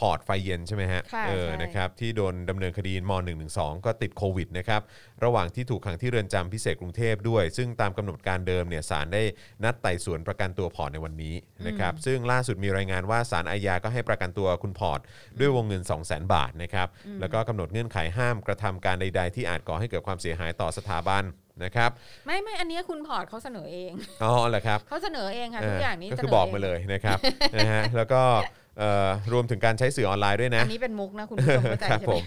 Speaker 2: พอร์ตไฟเย็นใช่ไหมฮะ
Speaker 3: ค่ะ
Speaker 2: เออ
Speaker 3: ใช่
Speaker 2: นะครับที่โดนดำเนินคดีม .112 ก็ติดโควิดนะครับระหว่างที่ถูกขังที่เรือนจำพิเศษกรุงเทพด้วย ซึ่งตามกำหนดการเดิมเนี่ยศาลได้นัดไต่สวนประกันตัวพอร์ตในวันนี้นะครับซึ่งล่าสุดมีรายงานว่าศาลอาญาก็ให้ประกันตัวคุณพอร์ตด้วยวงเงิน 2 0 0 0 0 0 บาทนะครับแล้วก็กำหนดเงื่อนไขห้ามกระทำการใด ๆ ที่อาจก่อให้เกิดความเสียหายต่อสถาบันนะครับ
Speaker 3: ไม่ไม่อันเนี้ยคุณพอร์ตเขาเสนอเอง
Speaker 2: อ๋อเหรอครับ
Speaker 3: เขาเสนอเองค่ะทุกอย่างนี้
Speaker 2: ก็
Speaker 3: สน
Speaker 2: คือบอกมาเลยนะครับ นะฮะแล้วก็เอ่อรวมถึงการใช้สื่อออนไลน์ด้วยนะ
Speaker 3: อันนี้เป็นมุกนะคุณผู้ชมเข้าใจ
Speaker 2: ครับ
Speaker 3: ใช่
Speaker 2: ผ
Speaker 3: ไหม
Speaker 2: ม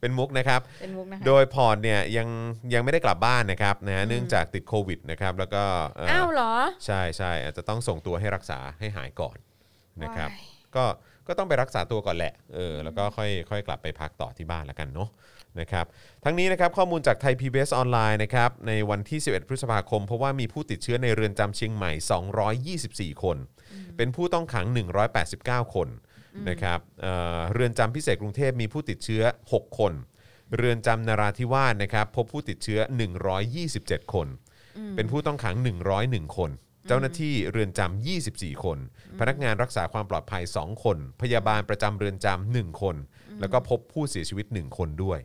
Speaker 2: เป็นมุกนะครับ
Speaker 3: เป็นมุกนะคะ
Speaker 2: โดยพอร์ตเนี่ยยังยังไม่ได้กลับบ้านนะครับนะฮะเนื่องจากติดโควิดนะครับแล้วก็เอ่ออ
Speaker 3: อ้าวเหรอ
Speaker 2: ใช่ใช่อาจจะต้องส่งตัวให้รักษาให้หายก่อนนะครับ
Speaker 3: ว้าย
Speaker 2: ก็ ก็ต้องไปรักษาตัวก่อนแหละเออแล้วก็ค่อยค่อยกลับไปพักต่อที่บ้านแล้วกันเนาะนะครับทั้งนี้นะครับข้อมูลจากไทย PBS ออนไลน์นะครับในวันที่ 11 พฤษภาคม เพราะว่ามีผู้ติดเชื้อในเรือนจำเชียงใหม่ 224 คน เป็นผู้ต้องขัง 189 คนนะครับเอ่อเรือนจำพิเศษกรุงเทพมีผู้ติดเชื้อ 6 คน เรือนจำนราธิวาสนะครับพบผู้ติดเชื้อ 127 คน เป็นผู้ต้องขัง 101 คน เจ้าหน้าที่เรือนจำ24 คน พนักงานรักษาความปลอดภัย 2 คน พยาบาลประจำเรือนจำ1คน แล้วก็พบผู้เสียชีวิต 1 คนด้วย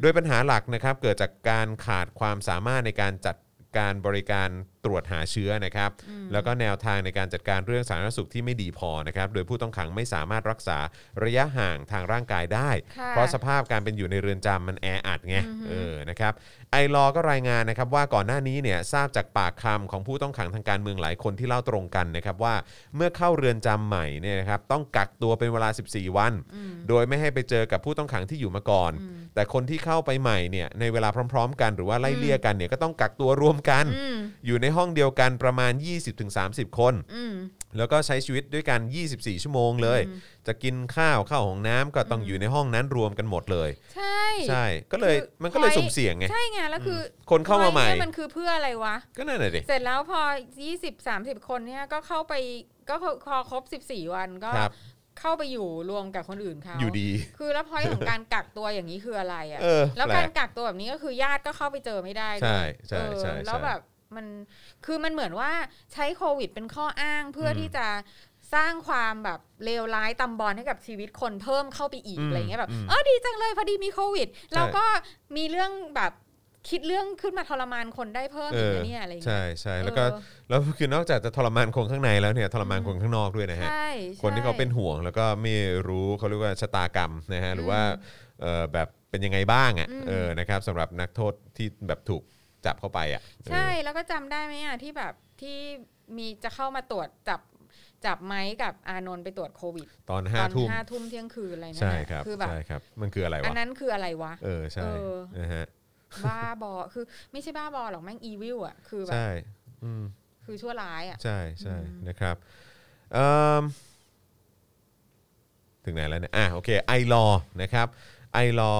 Speaker 2: โดยปัญหาหลักนะครับเกิดจากการขาดความสามารถในการจัดการบริการตรวจหาเชื้อนะครับ แล้วก็แนวทางในการจัดการเรื่องสาธารณสุขที่ไม่ดีพอนะครับ โดยผู้ต้องขังไม่สามารถรักษาระยะห่างทางร่างกายได้
Speaker 3: ค่ะ
Speaker 2: เพราะสภาพการเป็นอยู่ในเรือนจำมันแออัดไงเออนะครับไอรอก็รายงานนะครับว่าก่อนหน้านี้เนี่ยทราบจากปากคำของผู้ต้องขังทางการเมืองหลายคนที่เล่าตรงกันนะครับว่าเมื่อเข้าเรือนจำใหม่เนี่ยนะครับต้องกักตัวเป็นเวลา 14 วัน โดยไม่ให้ไปเจอกับผู้ต้องขังที่อยู่มาก่อน แต่คนที่เข้าไปใหม่เนี่ยในเวลาพร้อม ๆ กันหรือว่าไล่เลี่ยกันเนี่ยก็ต้องกักตัวรวมกัน
Speaker 3: อืม
Speaker 2: อยู่ในห้องเดียวกันประมาณ 20-30 คน
Speaker 3: อืม
Speaker 2: แล้วก็ใช้ชีวิตด้วยกัน 24 ชั่วโมงเลย จะกินข้าวเข้าของน้ำก็ต้องอยู่ในห้องนั้นรวมกันหมดเลย
Speaker 3: ใช่
Speaker 2: ใช่ ก็เลย
Speaker 3: คือ
Speaker 2: มันก็เลย
Speaker 3: พอยต์
Speaker 2: สุ่มเสี่ยงไง
Speaker 3: ใช่ไงแล้วคืออ
Speaker 2: คนเข้ามาใหม่
Speaker 3: ไอ้นี่ยมันคือเพื่ออะไรวะ
Speaker 2: ก็นั่นแหละดิ
Speaker 3: เสร็จแล้วพอ 20 30 คนเนี่ยก็เข้าไปก็พอครบ 14 วันก็
Speaker 2: ครับ
Speaker 3: เข้าไปอยู่รวมกับคนอื่นเขา
Speaker 2: อยู่ดี
Speaker 3: คือแล้วพอยของการกักตัวอย่างนี้คืออะไรอ่ะ
Speaker 2: เออ
Speaker 3: แล้ว
Speaker 2: แปล
Speaker 3: การ
Speaker 2: ก
Speaker 3: กักตัวแบบนี้ก็คือญาติก็เข้าไปเจอไม่ได้ด้วย
Speaker 2: ใช่ใช่
Speaker 3: เออ
Speaker 2: ใช่
Speaker 3: แล้ว
Speaker 2: ใช่
Speaker 3: แบบมันคือมันเหมือนว่าใช้โควิดเป็นข้ออ้างเพื่ออ
Speaker 2: ม
Speaker 3: ที่จะสร้างความแบบเลวร้ายตำบอลให้กับชีวิตคนเพิ่มเข้าไปอีก
Speaker 2: อืม
Speaker 3: อะไรเงี้ยแบบ
Speaker 2: อืม
Speaker 3: เออดีจังเลยพอดีมีโควิด
Speaker 2: ใช่
Speaker 3: เราก็มีเรื่องแบบคิดเรื่องขึ้นมาทรมานคนได้เพิ่มอีกนะเนี่ยอะไรเงี้ย
Speaker 2: ใช่ใช่แล้วก็
Speaker 3: เออ
Speaker 2: แล้วคือนอกจากจะทรมานคนข้างในแล้วเนี่ยทรมานคนข้างนอกด้วยนะฮะ
Speaker 3: ใช่
Speaker 2: คนที่เขาเป็น
Speaker 3: ใช่
Speaker 2: ห่วงแล้วก็ไม่รู้เขาเรียกว่าชะตากรรมนะฮะหรือว่า
Speaker 3: อื
Speaker 2: เอ่อแบบเป็นยังไงบ้างอ่ะ
Speaker 3: อืม
Speaker 2: เออนะครับสำหรับนักโทษที่แบบถูกจับเข้าไปอ่ะ
Speaker 3: ใช่แล้วก็จำได้ไหมอ่ะที่แบบที่มีจะเข้ามาตรวจจับจับไม้กับอานนท์ไปตรวจโควิด
Speaker 2: ตอน
Speaker 3: ต
Speaker 2: ห้า
Speaker 3: อน
Speaker 2: ทุ่ม
Speaker 3: ห้าทุ่มเที่ยงคืนอะไรนั่น
Speaker 2: ใช่
Speaker 3: น่ะ
Speaker 2: ครับ
Speaker 3: คือแบบ
Speaker 2: ใช่ครับ มันคืออะไร
Speaker 3: อัน
Speaker 2: วะ
Speaker 3: นั้นคืออะไรวะ
Speaker 2: เออใช่
Speaker 3: เออ
Speaker 2: นะฮะ
Speaker 3: บ้าบอคือไม่ใช่บ้าบอหรอกแม่งอีวิลอ่ะคือแบบ
Speaker 2: ใช่อืม
Speaker 3: คือชั่วร้ายอ่ะ
Speaker 2: ใช่ใช่
Speaker 3: อืม
Speaker 2: นะครับเอิ่มถึงไหนแล้วเนี่ยอ่ะโอเคไอรอนะครับไอรอ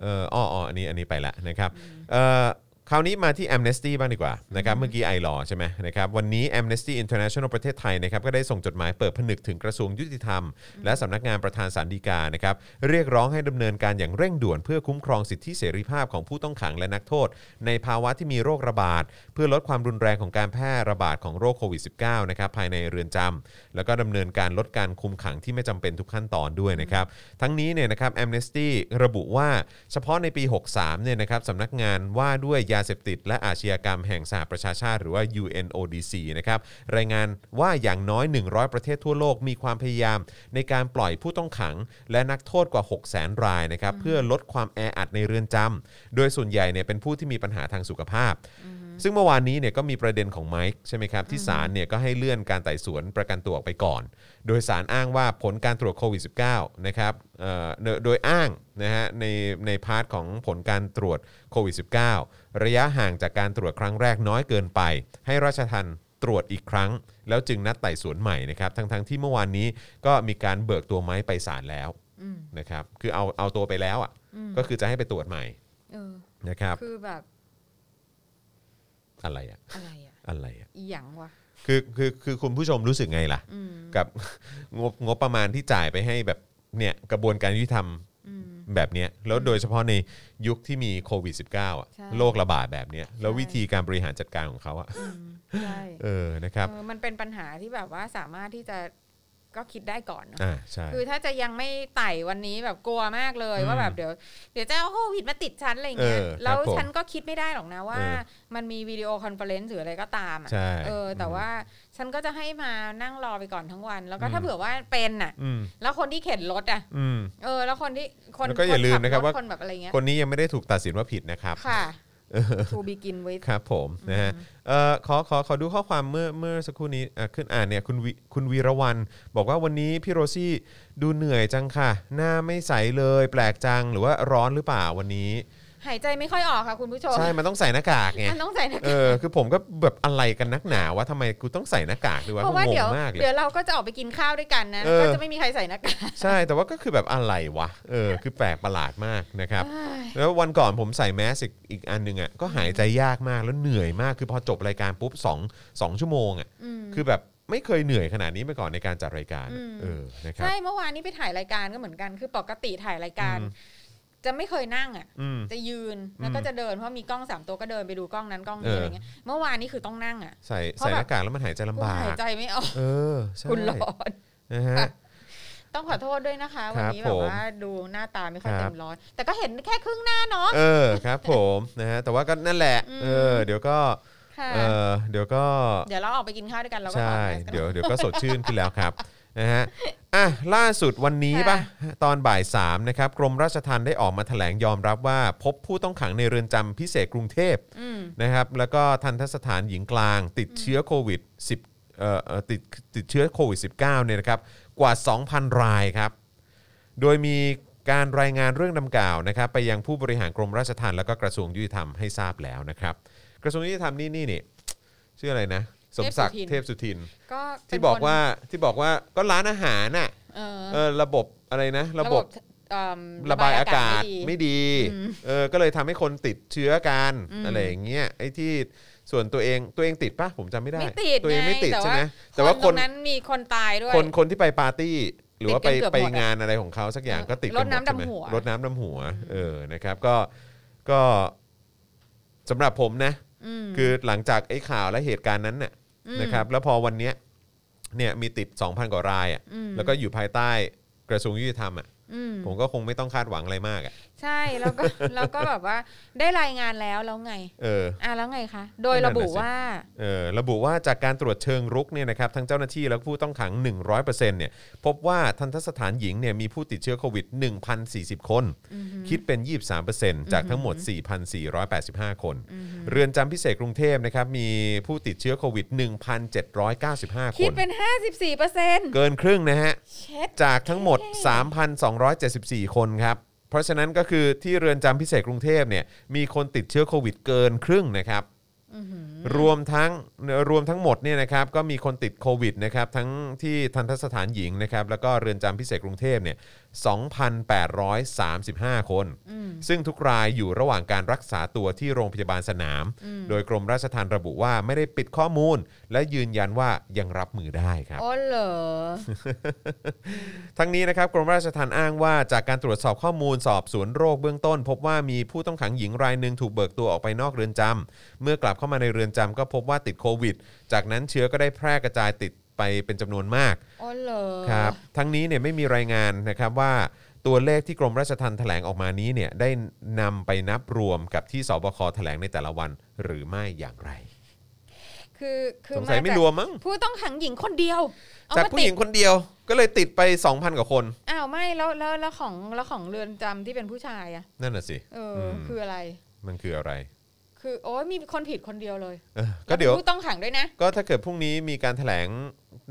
Speaker 2: เอ่ออ้ออ้ออันนี้อันนี้ไปละนะครับเอ่อคราวนี้มาที่ Amnesty บ้างดีกว่านะครับเมื่อกี้ไอรอใช่ไหมนะครับวันนี้ Amnesty International ประเทศไทยนะครับก็ได้ส่งจดหมายเปิดผนึกถึงกระทรวงยุติธรรม และสำนักงานประธานศาลฎีกานะครับเรียกร้องให้ดำเนินการอย่างเร่งด่วนเพื่อคุ้มครองสิทธิเสรีภาพของผู้ต้องขังและนักโทษ ในภาวะที่มีโรคระบาด เพื่อลดความรุนแรงของการแพร่ระบาดของโรคโควิด -19 นะครับภายในเรือนจำแล้วก็ดำเนินการลดการคุมขังที่ไม่จำเป็นทุกขั้นตอนด้วยนะครับ ทั้งนี้เนี่ยนะครับแอมเนสตี้ระบุว่าเฉพาะในปี 63เนี่ยนะครับสำนักงานว่าด้วยยาเสพติด และอาชญากรรมแห่งสหประชาชาติ หรือว่า UNODC นะครับรายงานว่าอย่างน้อย 100 ประเทศทั่วโลกมีความพยายาม ในการปล่อยผู้ต้องขัง และนักโทษกว่า 6 0 0 0 0 0 รายนะครับเพื่อลดความแออัดในเรือนจำโดยส่วนใหญ่เนี่ยเป็นผู้ที่มีปัญหาทางสุขภาพ ซึ่งเมื่อวานนี้เนี่ยก็มีประเด็นของไมค์ใช่ไหมครับ ที่ศาลเนี่ยก็ให้เลื่อนการไต่สวนประกันตัวออกไปก่อน โดยศาลอ้างว่าผลการตรวจโควิด -19 นะครับเอ่อโดยโดยอ้างนะฮะในในพาร์ทของผลการตรวจโควิด -19 ระยะห่างจากการตรวจครั้งแรกน้อยเกินไป ให้ราชทันตรวจอีกครั้ง แล้วจึงนัดไต่สวนใหม่นะครับทั้งๆที่เมื่อวานนี้ก็มีการเบิกตัวไม้ไปศาลแล้ว
Speaker 3: อืม
Speaker 2: นะครับคือเอาเอาตัวไปแล้วอ่ะ
Speaker 3: อืม
Speaker 2: ก็คือจะให้ไปตรวจใหม่
Speaker 3: เออ
Speaker 2: นะครับ
Speaker 3: คือแบบ
Speaker 2: อะไรอ่ะ
Speaker 3: อะไรอ่ะ
Speaker 2: อะไรอ่ะ
Speaker 3: อีหยังวะ
Speaker 2: คือคือคือคุณผู้ชมรู้สึกไงล่ะ
Speaker 3: อืม
Speaker 2: กับ งบงบประมาณที่จ่ายไปให้แบบเนี่ยกระบวนการยุติธรรม
Speaker 3: อืม
Speaker 2: แบบเนี้ยแล้วโดยเฉพาะในยุคที่มีโควิด -19 อ่ะ
Speaker 3: ใช่
Speaker 2: โรคระบาดแบบเนี้ยแล้ววิธีการบริหารจัดการของเขาอ่ะ
Speaker 3: อืมใช่
Speaker 2: เออนะครับ
Speaker 3: เออมันเป็นปัญหาที่แบบว่าสามารถที่จะก็คิดได้ก่อนเนอะ
Speaker 2: อ่าใช่
Speaker 3: คือถ้าจะยังไม่ไต่วันนี้แบบกลัวมากเลย
Speaker 2: อืม
Speaker 3: ว่าแบบเดี๋ยว เดี๋ยวจะเอาโควิดมาติดฉันอะไรเงี้ย
Speaker 2: เออครับ
Speaker 3: แล้ว
Speaker 2: ผม
Speaker 3: ฉันก็คิดไม่ได้หรอกนะว่า
Speaker 2: เออ
Speaker 3: มันมีวิดีโอคอนเฟอเรนซ์หรืออะไรก็ตามอะ
Speaker 2: ใช่
Speaker 3: เออ แต่
Speaker 2: อืม
Speaker 3: ว่าฉันก็จะให้มานั่งรอไปก่อนทั้งวัน แล้วก็
Speaker 2: อืม
Speaker 3: ถ้าเผื่อว่าเป็นน่ะ
Speaker 2: อืม
Speaker 3: แล้วคนที่เข็นรถอ่ะ
Speaker 2: อืม
Speaker 3: เออ แล้วคนที่คน
Speaker 2: แล้วก็อย่าลืมนะครับ
Speaker 3: ขัถ
Speaker 2: ว่า
Speaker 3: คนแบบอะไรเงี้ย
Speaker 2: คนนี้ยังไม่ได้ถูกตัดสินว่าผิดนะครับ
Speaker 3: ค่ะทูบิกินไว้
Speaker 2: ครับผมนะฮะเอ่อขอขอขอดูข้อความเมื่อเมื่อสักครู่นี้อ่ะขึ้นอ่านเนี่ยคุณวิคุณวีระวันบอกว่าวันนี้พี่โรซี่ดูเหนื่อยจังค่ะ หน้าไม่ใสเลย แปลกจังหรือว่าร้อนหรือเปล่าวันนี้
Speaker 3: หายใจไม่ค่อยออกค่ะคุณ ผู้ชม
Speaker 2: ใช่ มันต้องใส่หน้ากากไง
Speaker 3: มันต้องใส่หนะ
Speaker 2: เออ คือผมก็แบบอะไรกันนักหนาวะทำไมกูต้องใส่หน้ากากด้วยวะ
Speaker 3: เพราะว่า
Speaker 2: กูง
Speaker 3: เดี๋ยว
Speaker 2: งมากเลย
Speaker 3: เดี๋ยวเราก็จะออกไปกินข้าวด้วยกันนะ
Speaker 2: เออ
Speaker 3: ก็จะไม่มีใครใส่หน้ากาก
Speaker 2: ใช่ แต่ว่าก็คือแบบอะไรวะ เออ คือแปลกประหลาดมากนะครับ แล้ววันก่อนผมใส่แมสอีกอีกอันหนึ่งอ่ะ ก็หายใจยากมากแล้วเหนื่อยมาก คือพอจบรายการปุ๊บสองสองชั่วโมงอ่ะ
Speaker 3: อืม
Speaker 2: คือแบบไม่เคยเหนื่อยขนาดนี้มาก่อนในการจัดรายการ
Speaker 3: อืม
Speaker 2: เออ นะครับ
Speaker 3: ใช่เมื่อวานนี้ไปถ่ายรายการก็เหมือนกันคือปกติถ่ายรายการ
Speaker 2: อืม
Speaker 3: จะไม่เคยนั่งอ่ะ
Speaker 2: อืม
Speaker 3: จะยืนแล้วก็จะเดินเพราะมีกล้องสามตัวก็เดินไปดูกล้องนั้นกล้อง
Speaker 2: เออ
Speaker 3: นี้
Speaker 2: อ
Speaker 3: อะไรเงี้ยเมื่อวานนี้คือต้องนั่งอ่ะ
Speaker 2: ใส่
Speaker 3: เพราะ
Speaker 2: ใส่ห
Speaker 3: แบบ
Speaker 2: น้ากากแล้วมันหายใจลำ
Speaker 3: กู
Speaker 2: บา
Speaker 3: หาย
Speaker 2: ก
Speaker 3: ใจไม่ออก
Speaker 2: เออ ใช่
Speaker 3: คุณร้อน
Speaker 2: นะฮะ
Speaker 3: ต้องขอโทษด้วยนะคะ
Speaker 2: ค
Speaker 3: วัน
Speaker 2: รับ
Speaker 3: นี้แบ
Speaker 2: ผ
Speaker 3: บ
Speaker 2: ม
Speaker 3: ว่าดูหน้าตาไม่ค่อย
Speaker 2: ครับ
Speaker 3: เต็มร้อยแต่ก็เห็นแค่ครึ่งหน้าเนาะ
Speaker 2: เออ ครับผมนะฮะ แต่ว่าก็นั่นแหละ
Speaker 3: อืม
Speaker 2: เออ เดี๋ยวก็
Speaker 3: ค่ะ
Speaker 2: เออ เดี๋ยวก็
Speaker 3: เดี๋ยวเราออกไปกินข้าวด้วยกันเราก็
Speaker 2: ใช่
Speaker 3: ถอดแมสกัน
Speaker 2: เดี๋ยวเดี๋ยวก็สดชื่นขึ้นแล้วครับ นะฮะอ่ะล่าสุดวันนี้
Speaker 3: ค่ะ
Speaker 2: ปะตอนบ่าย3นะครับกรมราชทัณฑ์ได้ออกมาแถลงยอมรับว่า พบผู้ต้องขังในเรือนจำพิเศษกรุงเทพ
Speaker 3: อืม
Speaker 2: นะครับแล้วก็ทันทสถานหญิงกลาง ติดเชื้อโควิด10เอ่อเอ่อติดติดเชื้อโควิด -19 เนี่ยนะครับกว่า 2,000 รายครับ โดยมีการรายงานเรื่องดังกล่าวนะครับไปยังผู้บริหารกรมราชทัณฑ์แล้วก็กระทรวงยุติธรรมให้ทราบแล้วนะครับ กระทรวงยุติธรรมนี่นี่นี่ชื่ออะไรนะ สมศักดิ์เทพสุทิน
Speaker 3: ก็เป็น
Speaker 2: ที่บอก
Speaker 3: คน
Speaker 2: ว่าที่บอกว่าก็ร้านอาหารน่ะ
Speaker 3: เออ
Speaker 2: เออระบบอะไรนะ ระบบ
Speaker 3: เอิ่ม
Speaker 2: ระบายอากาศ
Speaker 3: ไม่
Speaker 2: ไม่
Speaker 3: ดี
Speaker 2: ดีเออก็เลยทำให้คนติดเชื้อกัน
Speaker 3: อืม
Speaker 2: อะไรอย่างเงี้ยไอ้ที่ส่วนตัวเองตัวเองติดปะผมจำไม่ได้
Speaker 3: ไม่ติด
Speaker 2: ตัวเองไม่ติด
Speaker 3: ไง
Speaker 2: ใช่ไหมแต่ว่า
Speaker 3: ค
Speaker 2: คน น
Speaker 3: ตรงนั้นมีคนตายด้วย
Speaker 2: คนคนที่ไปปาร์ตี้ หรือว่าไป
Speaker 3: ติดกันเกือบหมด
Speaker 2: ไป
Speaker 3: อะ
Speaker 2: งานอะไรของเขาสักอย่าง
Speaker 3: เออ
Speaker 2: ก็ติดกั
Speaker 3: รดน้ำ
Speaker 2: มใช่ไม
Speaker 3: ดำหัว
Speaker 2: รดน้ำดำหัวเออนะครับก็ก็สำหรับผมนะ
Speaker 3: อืม
Speaker 2: คือหลังจากไอ้ข่าวและเหตุการณ์นั้นเนี่ย
Speaker 3: ม
Speaker 2: นะครับ แล้วพอวันเนี้ยเนี่ยมีติด 2,000 กว่ารายอ่ะ
Speaker 3: อืม
Speaker 2: แล้วก็อยู่ภายใต้กระทรวงยุติธรรมอ่ะ
Speaker 3: อืม
Speaker 2: ผมก็คงไม่ต้องคาดหวังอะไรมากอ่ะ
Speaker 3: ใช่แล้วก็ แล้วก็แบบว่าได้รายงานแล้วแล้วไง
Speaker 2: เออ
Speaker 3: อ่ะแล้วไงคะโดย
Speaker 2: นั่
Speaker 3: ระ
Speaker 2: นน่ะ
Speaker 3: บุ
Speaker 2: สิ
Speaker 3: ว่า
Speaker 2: เออระบุว่าจากการตรวจเชิงรุกเนี่ยนะครับทั้งเจ้าหน้าที่และผู้ต้องขัง 100%เนี่ยพบว่าทันทสถานหญิงเนี่ยมีผู้ติดเชื้อโควิด 1,040 คน
Speaker 3: อือหือ
Speaker 2: คิดเป็น 23%จากทั้งหมด 4,485 คน
Speaker 3: อือหือ
Speaker 2: เรือนจำพิเศษกรุงเทพนะครับมีผู้ติดเชื้อโควิด 1,795 ค
Speaker 3: คิด
Speaker 2: น
Speaker 3: เป็นห้าสิบสี่เปอร์เซ็นต์
Speaker 2: เกินครึ่งนะฮะ
Speaker 3: เช็ด
Speaker 2: จากทั้งหมด 3,274 คนครับ เพราะฉะนั้นก็คือที่เรือนจำพิเศษกรุงเทพเนี่ยมีคนติดเชื้อโควิดเกินครึ่งนะครับ
Speaker 3: อื้อหือ
Speaker 2: รวมทั้งรวมทั้งหมดเนี่ยนะครับก็มีคนติดโควิดนะครับทั้งที่ทันทสถานหญิงนะครับแล้วก็เรือนจำพิเศษกรุงเทพเนี่ย 2,835 คน
Speaker 3: อืม
Speaker 2: ซึ่งทุกรายอยู่ระหว่างการรักษาตัวที่โรงพยาบาลสนาม
Speaker 3: อืม
Speaker 2: โดยกรมราชทัณฑ์ระบุว่าไม่ได้ปิดข้อมูล และยืนยันว่ายังรับมือได้ครับ
Speaker 3: โอ้เหรอ
Speaker 2: ทั้งนี้นะครับกรมราชทัณฑ์อ้างว่าจากการตรวจสอบข้อมูลสอบสวนโรคเบื้องต้น พบว่ามีผู้ต้องขังหญิงรายหนึ่งถูกเบิกตัวออกไปนอกเรือนจำเมื่อกลับเข้ามาในเรือนจำก็พบว่าติดโควิด จากนั้นเชื้อก็ได้แพร่กระจายติดไปเป็นจำนวนมาก
Speaker 3: โอ้เหรอ
Speaker 2: ครับทั้งนี้เนี่ยไม่มีรายงานนะครับว่าตัวเลขที่กรมราชทัณฑ์แถลงออกมานี้เนี่ยได้นำไปนับรวมกับที่สบคแถลงในแต่ละวันหรือไม่อย่างไร
Speaker 3: คือคือ
Speaker 2: สงสัย
Speaker 3: า
Speaker 2: ไม่
Speaker 3: จาก
Speaker 2: รวมมั้ง
Speaker 3: ผู้ต้องขังหญิงคนเดียวเอ
Speaker 2: จาก
Speaker 3: ม
Speaker 2: ผู้หญิง
Speaker 3: ติด
Speaker 2: คนเดียวก็เลยติดไป 2,000 กว่าคน
Speaker 3: อ้าวไม่แล้วแล้วแล้วของแล้วของเรือนจำที่เป็นผู้ชายอ่ะ
Speaker 2: นั่นน่ะสิ
Speaker 3: เอออ
Speaker 2: ม
Speaker 3: คืออะไร
Speaker 2: มันคืออะไร
Speaker 3: คือโอ้ยมีคนผิดคนเดียวเลย
Speaker 2: เออก็เดี๋ยว
Speaker 3: แล้ป็นผู้ต้องขังด้วยนะ
Speaker 2: ก็ถ้าเกิดพรุ่งนี้มีการถแถลง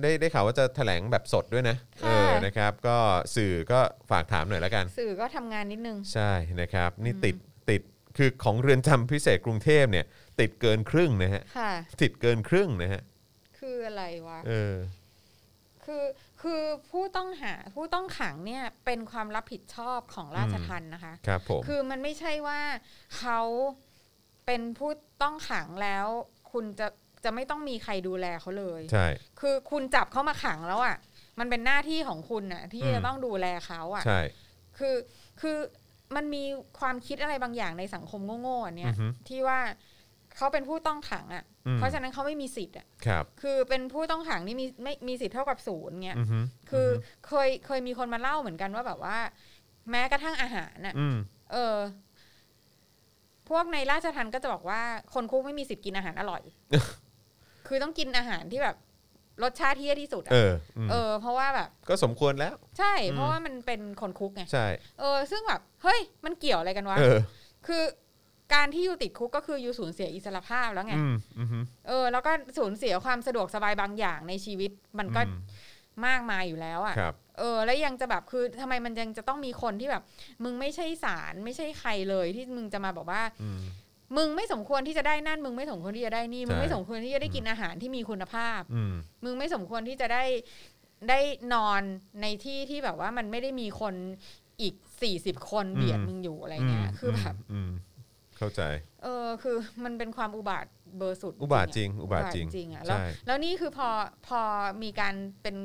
Speaker 2: ได้ได้ข่าวว่าจะถแถลงแบบสดด้วยนะ
Speaker 3: ค่ะ
Speaker 2: เออนะครับ ก็สื่อก็ฝากถามหน่อยละกัน
Speaker 3: สื่อก็ทำงานนิดนึง
Speaker 2: ใช่นะครับนี่
Speaker 3: อืม
Speaker 2: ติดติดคือของเรือนจำพิเศษกรุงเทพเนี่ย ติดเกินครึ่งนะฮะ
Speaker 3: ค่ะ
Speaker 2: ติดเกินครึ่งนะฮะ
Speaker 3: คืออะไรวะ
Speaker 2: เออ
Speaker 3: คือคือผู้ต้องหาผู้ต้องขังเนี่ยเป็นความรับผิดชอบของราชทัณฑ์นะคะ
Speaker 2: ครับผม
Speaker 3: คือมันไม่ใช่ว่าเขาเป็นผู้ต้องขังแล้ว คุณจะจะไม่ต้องมีใครดูแลเขาเลย
Speaker 2: ใช่
Speaker 3: คือคุณจับเขามาขังแล้วอะ่ะ มันเป็นหน้าที่ของคุณน่ะ ที่
Speaker 2: อืม
Speaker 3: จะต้องดูแลเขาอะ่ะ
Speaker 2: ใช่
Speaker 3: คือคือมันมีความคิดอะไรบางอย่างในสังคมโง่ๆอันเนี้ย
Speaker 2: อือฮึ
Speaker 3: ที่ว่าเขาเป็นผู้ต้องขังอะ่ะ
Speaker 2: อืม
Speaker 3: เพราะฉะนั้นเขาไม่มีสิทธิ์อ่ะ
Speaker 2: ครับ
Speaker 3: คือเป็นผู้ต้องขังนี่มีไม่มีสิทธิ์เท่ากับศูนย์เงี้ย
Speaker 2: อือฮึ
Speaker 3: คืออเคยเคยมีคนมาเล่าเหมือนกันว่าแบบว่า แม้กระทั่งอาหารน่ะ
Speaker 2: อืม
Speaker 3: เออ พวกในราชทันก็จะบอกว่า คนคุกไม่มีสิทธิ์กินอาหารอ ร่อย คือต้องกินอาหารที่แบบ รสชาติที่เยี่ยที่สุดอะ
Speaker 2: เอออืม
Speaker 3: เออ เพราะว่าแบบ
Speaker 2: ก็สมควรแล้ว
Speaker 3: ใช่ เพ
Speaker 2: อื
Speaker 3: ราะ
Speaker 2: ม
Speaker 3: ว่ามันเป็นคนคุกไง
Speaker 2: ใช่
Speaker 3: เออ ซึ่งแบบ เฮ้ย มันเกี่ยวอะไรกันวะ
Speaker 2: เออ
Speaker 3: คือการที่อยู่ติดคุกก็คืออยู่สูญเสียอิสรภาพแล้วไง
Speaker 2: อืมอือฮึ
Speaker 3: เออ แล้วก็สูญเสียความสะดวกสบายบางอย่างในชีวิต มันก็
Speaker 2: อืม
Speaker 3: มากมายอยู่แล้วอะ
Speaker 2: ครับ
Speaker 3: เ เออแล้วยังจะแบบคือทำไมมันยังจะต้องมีคนที่แบบ มึงไม่ใช่สารไม่ใช่ใครเลยที่มึงจะมาบอกว่า
Speaker 2: อืม
Speaker 3: มึงไม่สมควรที่จะได้นั่น มึงไม่สมควรที่จะได้นี่ มึง
Speaker 2: ใช่
Speaker 3: ไม่สมควรที่จะได้กินอาหารที่มีคุณภาพ
Speaker 2: อืม
Speaker 3: มึงไม่สมควรที่จะได้ได้นอนในที่ที่แบบว่ามันไม่ได้มีคนอีกสี่สิบคนเบียด
Speaker 2: อืม
Speaker 3: มึงอยู่อะไรเงี้ย คือแบบ
Speaker 2: อืมเข้าใจ
Speaker 3: เออคือมันเป็นความอุบาทเบอร์สุด
Speaker 2: อุบาทจริง
Speaker 3: ๆะ
Speaker 2: อุบาทจริง
Speaker 3: ๆอ่ะแล้ว
Speaker 2: ใช่
Speaker 3: แล้วนี่คือพอพอมีการเป็น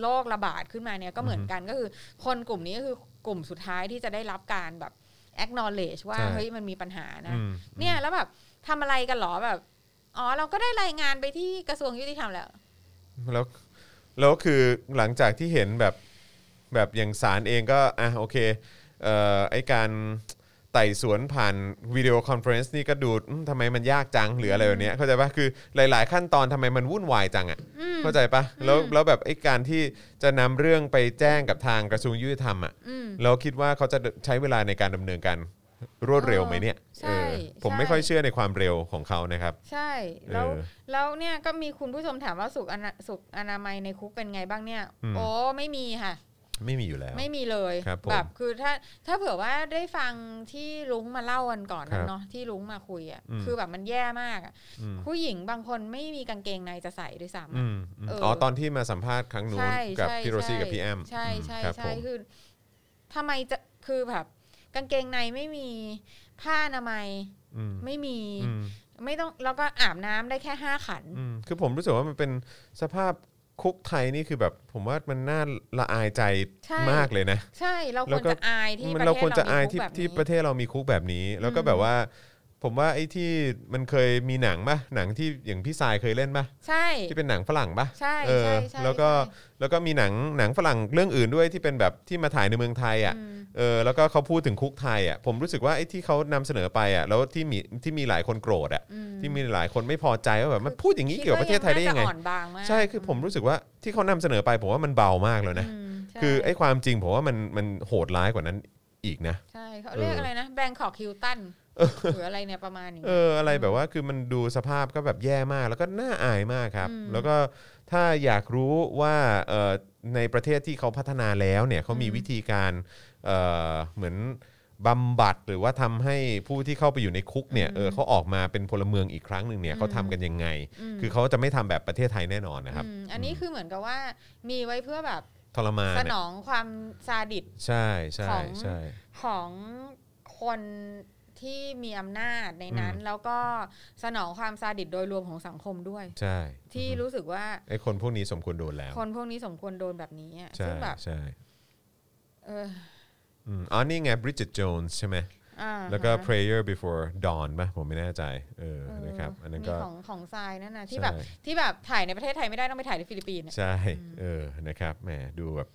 Speaker 3: โรคระบาดขึ้นมาเนี่ยก็เหมือนกันก็คือคนกลุ่มนี้ก็คือกลุ่มสุดท้ายที่จะได้รับการแบบ acknowledge ว่า
Speaker 2: ใช่
Speaker 3: เฮ้ยมันมีปัญหานะ
Speaker 2: อืม
Speaker 3: เนี่ยแล้วแบบทำอะไรกันเหรอแบบ อ๋อเราก็ได้รายงานไปที่กระทรวงยุติธรรมแล้ว
Speaker 2: แล้วแล้วคือหลังจากที่เห็นแบบแบบอย่างสารเองก็อ่ะโอเคเอ่อไอการไต่สวนผ่านวิดีโอคอนเฟอเรนซ์นี่ก็ดูอืมทำไมมันยากจังหรืออะไรแบบเนี้ยเข้าใจปะคือหลาย ๆ ขั้นตอนทำไมมันวุ่นวายจังอ่ะ
Speaker 3: อืม
Speaker 2: เข้าใจปะแล้ว
Speaker 3: อืม
Speaker 2: แล้วแบบไอ้การที่จะนำเรื่องไปแจ้งกับทางกระทรวงยุติธรรมอ่ะ
Speaker 3: อืม
Speaker 2: เราคิดว่าเขาจะใช้เวลาในการดำเนินการรวดเร็วไหมเนี่ย
Speaker 3: เออใช่
Speaker 2: เออผม
Speaker 3: ใช่
Speaker 2: ไม่ค่อยเชื่อในความเร็วของเขานะครับ
Speaker 3: ใช่แล้ว
Speaker 2: เออ
Speaker 3: แล้วเนี่ยก็มีคุณผู้ชมถามว่าสุขอนาสุขอนามัยในคุกเป็นไงบ้างเนี่ย
Speaker 2: อืม
Speaker 3: โอ้ไม่มีค่ะ
Speaker 2: ไม่มีอยู่แล้ว
Speaker 3: ไม่มีเลย
Speaker 2: ครับผม
Speaker 3: แบบคือถ้าถ้าเผื่อว่าได้ฟังที่ลุงมาเล่ากันก่อน
Speaker 2: ครับ
Speaker 3: เนาะที่ลุงมาคุยอะ่ะ
Speaker 2: อืม
Speaker 3: คือแบบมันแย่มากอะ
Speaker 2: อืม
Speaker 3: ผู้หญิงบางคนไม่มีกางเกงในจะใส่ด้วยซ้ำ
Speaker 2: อื
Speaker 3: อะ
Speaker 2: มอืม
Speaker 3: เออ
Speaker 2: อ๋
Speaker 3: อ๋
Speaker 2: อตอนที่มาสัมภาษณ์ครั้งนู้น
Speaker 3: ใช่
Speaker 2: กับ
Speaker 3: ใช่
Speaker 2: พี่โรซี่กับพี่แอม
Speaker 3: ใช่ใช่
Speaker 2: ครับผ
Speaker 3: ใช่
Speaker 2: ม
Speaker 3: คือทำไมจะคือแบบกางเกงในไม่มีผ้าอนามัย
Speaker 2: อืม
Speaker 3: ไม่มี
Speaker 2: อืม
Speaker 3: ไม่ต้องแล้วก็อาบน้ำได้แค่ห้าขัน
Speaker 2: อืมคือผมรู้สึกว่ามันเป็นสภาพคุกไทยนี่คือแบบ ผมว่ามันน่าละอายใจ
Speaker 3: ใช่
Speaker 2: มากเลยนะ
Speaker 3: ใช่เราค
Speaker 2: แล้ว ว
Speaker 3: ร
Speaker 2: ก็
Speaker 3: จะอายที่
Speaker 2: มั
Speaker 3: ประ
Speaker 2: น
Speaker 3: เทศ
Speaker 2: เรา
Speaker 3: เรา
Speaker 2: ควรจะอายที่
Speaker 3: แบบ
Speaker 2: ที่
Speaker 3: นี้
Speaker 2: ประเทศเรามีคุกแบบนี้ แล้วก็
Speaker 3: อืม
Speaker 2: แบบว่า ผมว่าไอ้ที่มันเคยมีหนังป่ะหนังที่อย่างพี่สายเคยเล่นป่ะ
Speaker 3: ใช่
Speaker 2: ที่เป็นหนังฝรั่งป่ะ
Speaker 3: ใช่
Speaker 2: เออ
Speaker 3: ใช่ใช่
Speaker 2: แล้วก็
Speaker 3: ใช่
Speaker 2: แล้วก็มีหนังหนังฝรั่งเรื่องอื่นด้วยที่เป็นแบบที่มาถ่ายในเมืองไทยอ่ะ
Speaker 3: อืม
Speaker 2: เออแล้วก็เขาพูดถึงคุกไทยอ่ะผมรู้สึกว่าไอ้ที่เขานำเสนอไปอ่ะแล้วที่มีที่มีหลายคนโกรธอ่ะ
Speaker 3: อืม
Speaker 2: ที่มีหลายคนไม่พอใจว่าแบบมันพูดอย่างนี้เกี่ยวกับประเทศไทยได้ยังไง
Speaker 3: คิว่าน่าจะอ่อนบางมาก
Speaker 2: ใช่คือผมรู้สึกว่าที่เขานำเสนอไปผมว่ามันเบามากแล้วนะ
Speaker 3: อืมใช่
Speaker 2: คือไอ้ความจริงผมว่ามันมันโหดร้ายกว่านั้นอีกนะ
Speaker 3: ใช่เขาเรียกอะไรนะแบงคอกฮิลตันหรืออะไรเนี่ยประมาณนี้
Speaker 2: เอออะไรแบบว่าคือมันดูสภาพก็แบบแย่มาก แล้วก็น่าอายมากครับ
Speaker 3: อืม
Speaker 2: แล้วก็ถ้าอยากรู้ว่าเอ่อในประเทศที่เขาพัฒนาแล้วเนี่ยเขามี
Speaker 3: อืม
Speaker 2: วิธีการเอ่อเหมือนบำบัดหรือว่าทำให้ผู้ที่เข้าไปอยู่ในคุกเนี่ยเออเขาออกมาเป็นพลเมืองอีกครั้งหนึ่งเนี่ยเขาทำกันยังไง
Speaker 3: ม
Speaker 2: คือเขาจะไม่ทำแบบประเทศไทยแน่นอนนะครับ
Speaker 3: อืมอันนี้คือเหมือนกับว่า มีไว้เพื่อแบบ
Speaker 2: ทรมาน
Speaker 3: สน
Speaker 2: อะ
Speaker 3: องความซาดิส
Speaker 2: ใช่ใช่
Speaker 3: ของ
Speaker 2: ใช่
Speaker 3: ของคนที่มีอำนาจในนั้น แล้วก็สนองความซาดิสโดยรวมของสังคมด้วย
Speaker 2: ใช่
Speaker 3: ที่รู้สึกว่า
Speaker 2: ไอ้คนพวกนี้สมควรโดนแล้ว
Speaker 3: คนพวกนี้สมควรโดนแบบนี้อะ
Speaker 2: ใช่
Speaker 3: ซึ่งแบบ
Speaker 2: ใช่
Speaker 3: เออ
Speaker 2: อืมอ๋อนี่ไงบริจิตโจนส์ใช่ไหม
Speaker 3: อ่า
Speaker 2: แล้วก็
Speaker 3: ฮะ
Speaker 2: prayer before dawn ป่ะผมไม่แน่ใจเออ
Speaker 3: เออ
Speaker 2: นะครับอันนั้น
Speaker 3: มี
Speaker 2: ก็
Speaker 3: ของของทรายนั่นนะที่
Speaker 2: ใช่
Speaker 3: แบบที่แบบถ่ายในประเทศไทยไม่ได้ต้องไปถ่ายในฟิลิปปินส์อะ
Speaker 2: ใช่เออนะครับแหมดูแบบ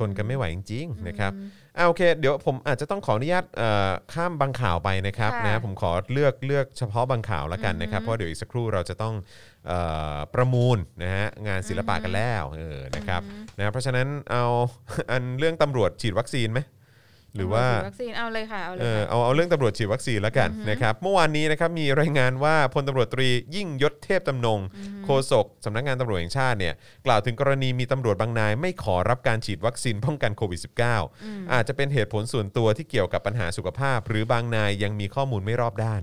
Speaker 2: ทนกันไม่ไหวจริงๆนะครับ
Speaker 3: อืม
Speaker 2: อ่าโอเค เดี๋ยวผมอาจจะต้องขออนุญาตเอ่อข้ามบางข่าวไปนะครับ
Speaker 3: ค่ะ
Speaker 2: นะผมขอเลือกเลือกเฉพาะบางข่าวละกันนะครับ เพราะเดี๋ยวอีกสักครู่เราจะต้องเอ่อประมูลนะฮะงานศิลปะกันแล้วเออนะครับนะเพราะฉะนั้นเอา อันเรื่องตำรวจฉีดวัคซีนไหมหรือว่า
Speaker 3: ฉีดวัคซีนเอาเลยค่ะเอาเล
Speaker 2: เอย อ
Speaker 3: ค่ะ
Speaker 2: เอาเอาเรื่องตำรวจฉีดวัคซีนแล้วกันนะครับเมื่อวานนี้นะครับมีรายงานว่าพลตำรวจตรียิ่งยศเทพจำนง โฆษกสำนักงานตำรวจแห่งชาติเนี่ยกล่าวถึงกรณีมีตำรวจบางนาย ไม่ขอรับการฉีดวัคซีนป้องกันโควิด -19 อาจจะเป็นเหตุผลส่วนตัวที่เกี่ยวกับปัญหาสุขภาพ หรือบางนายยังมีข้อมูลไม่รอบด้าน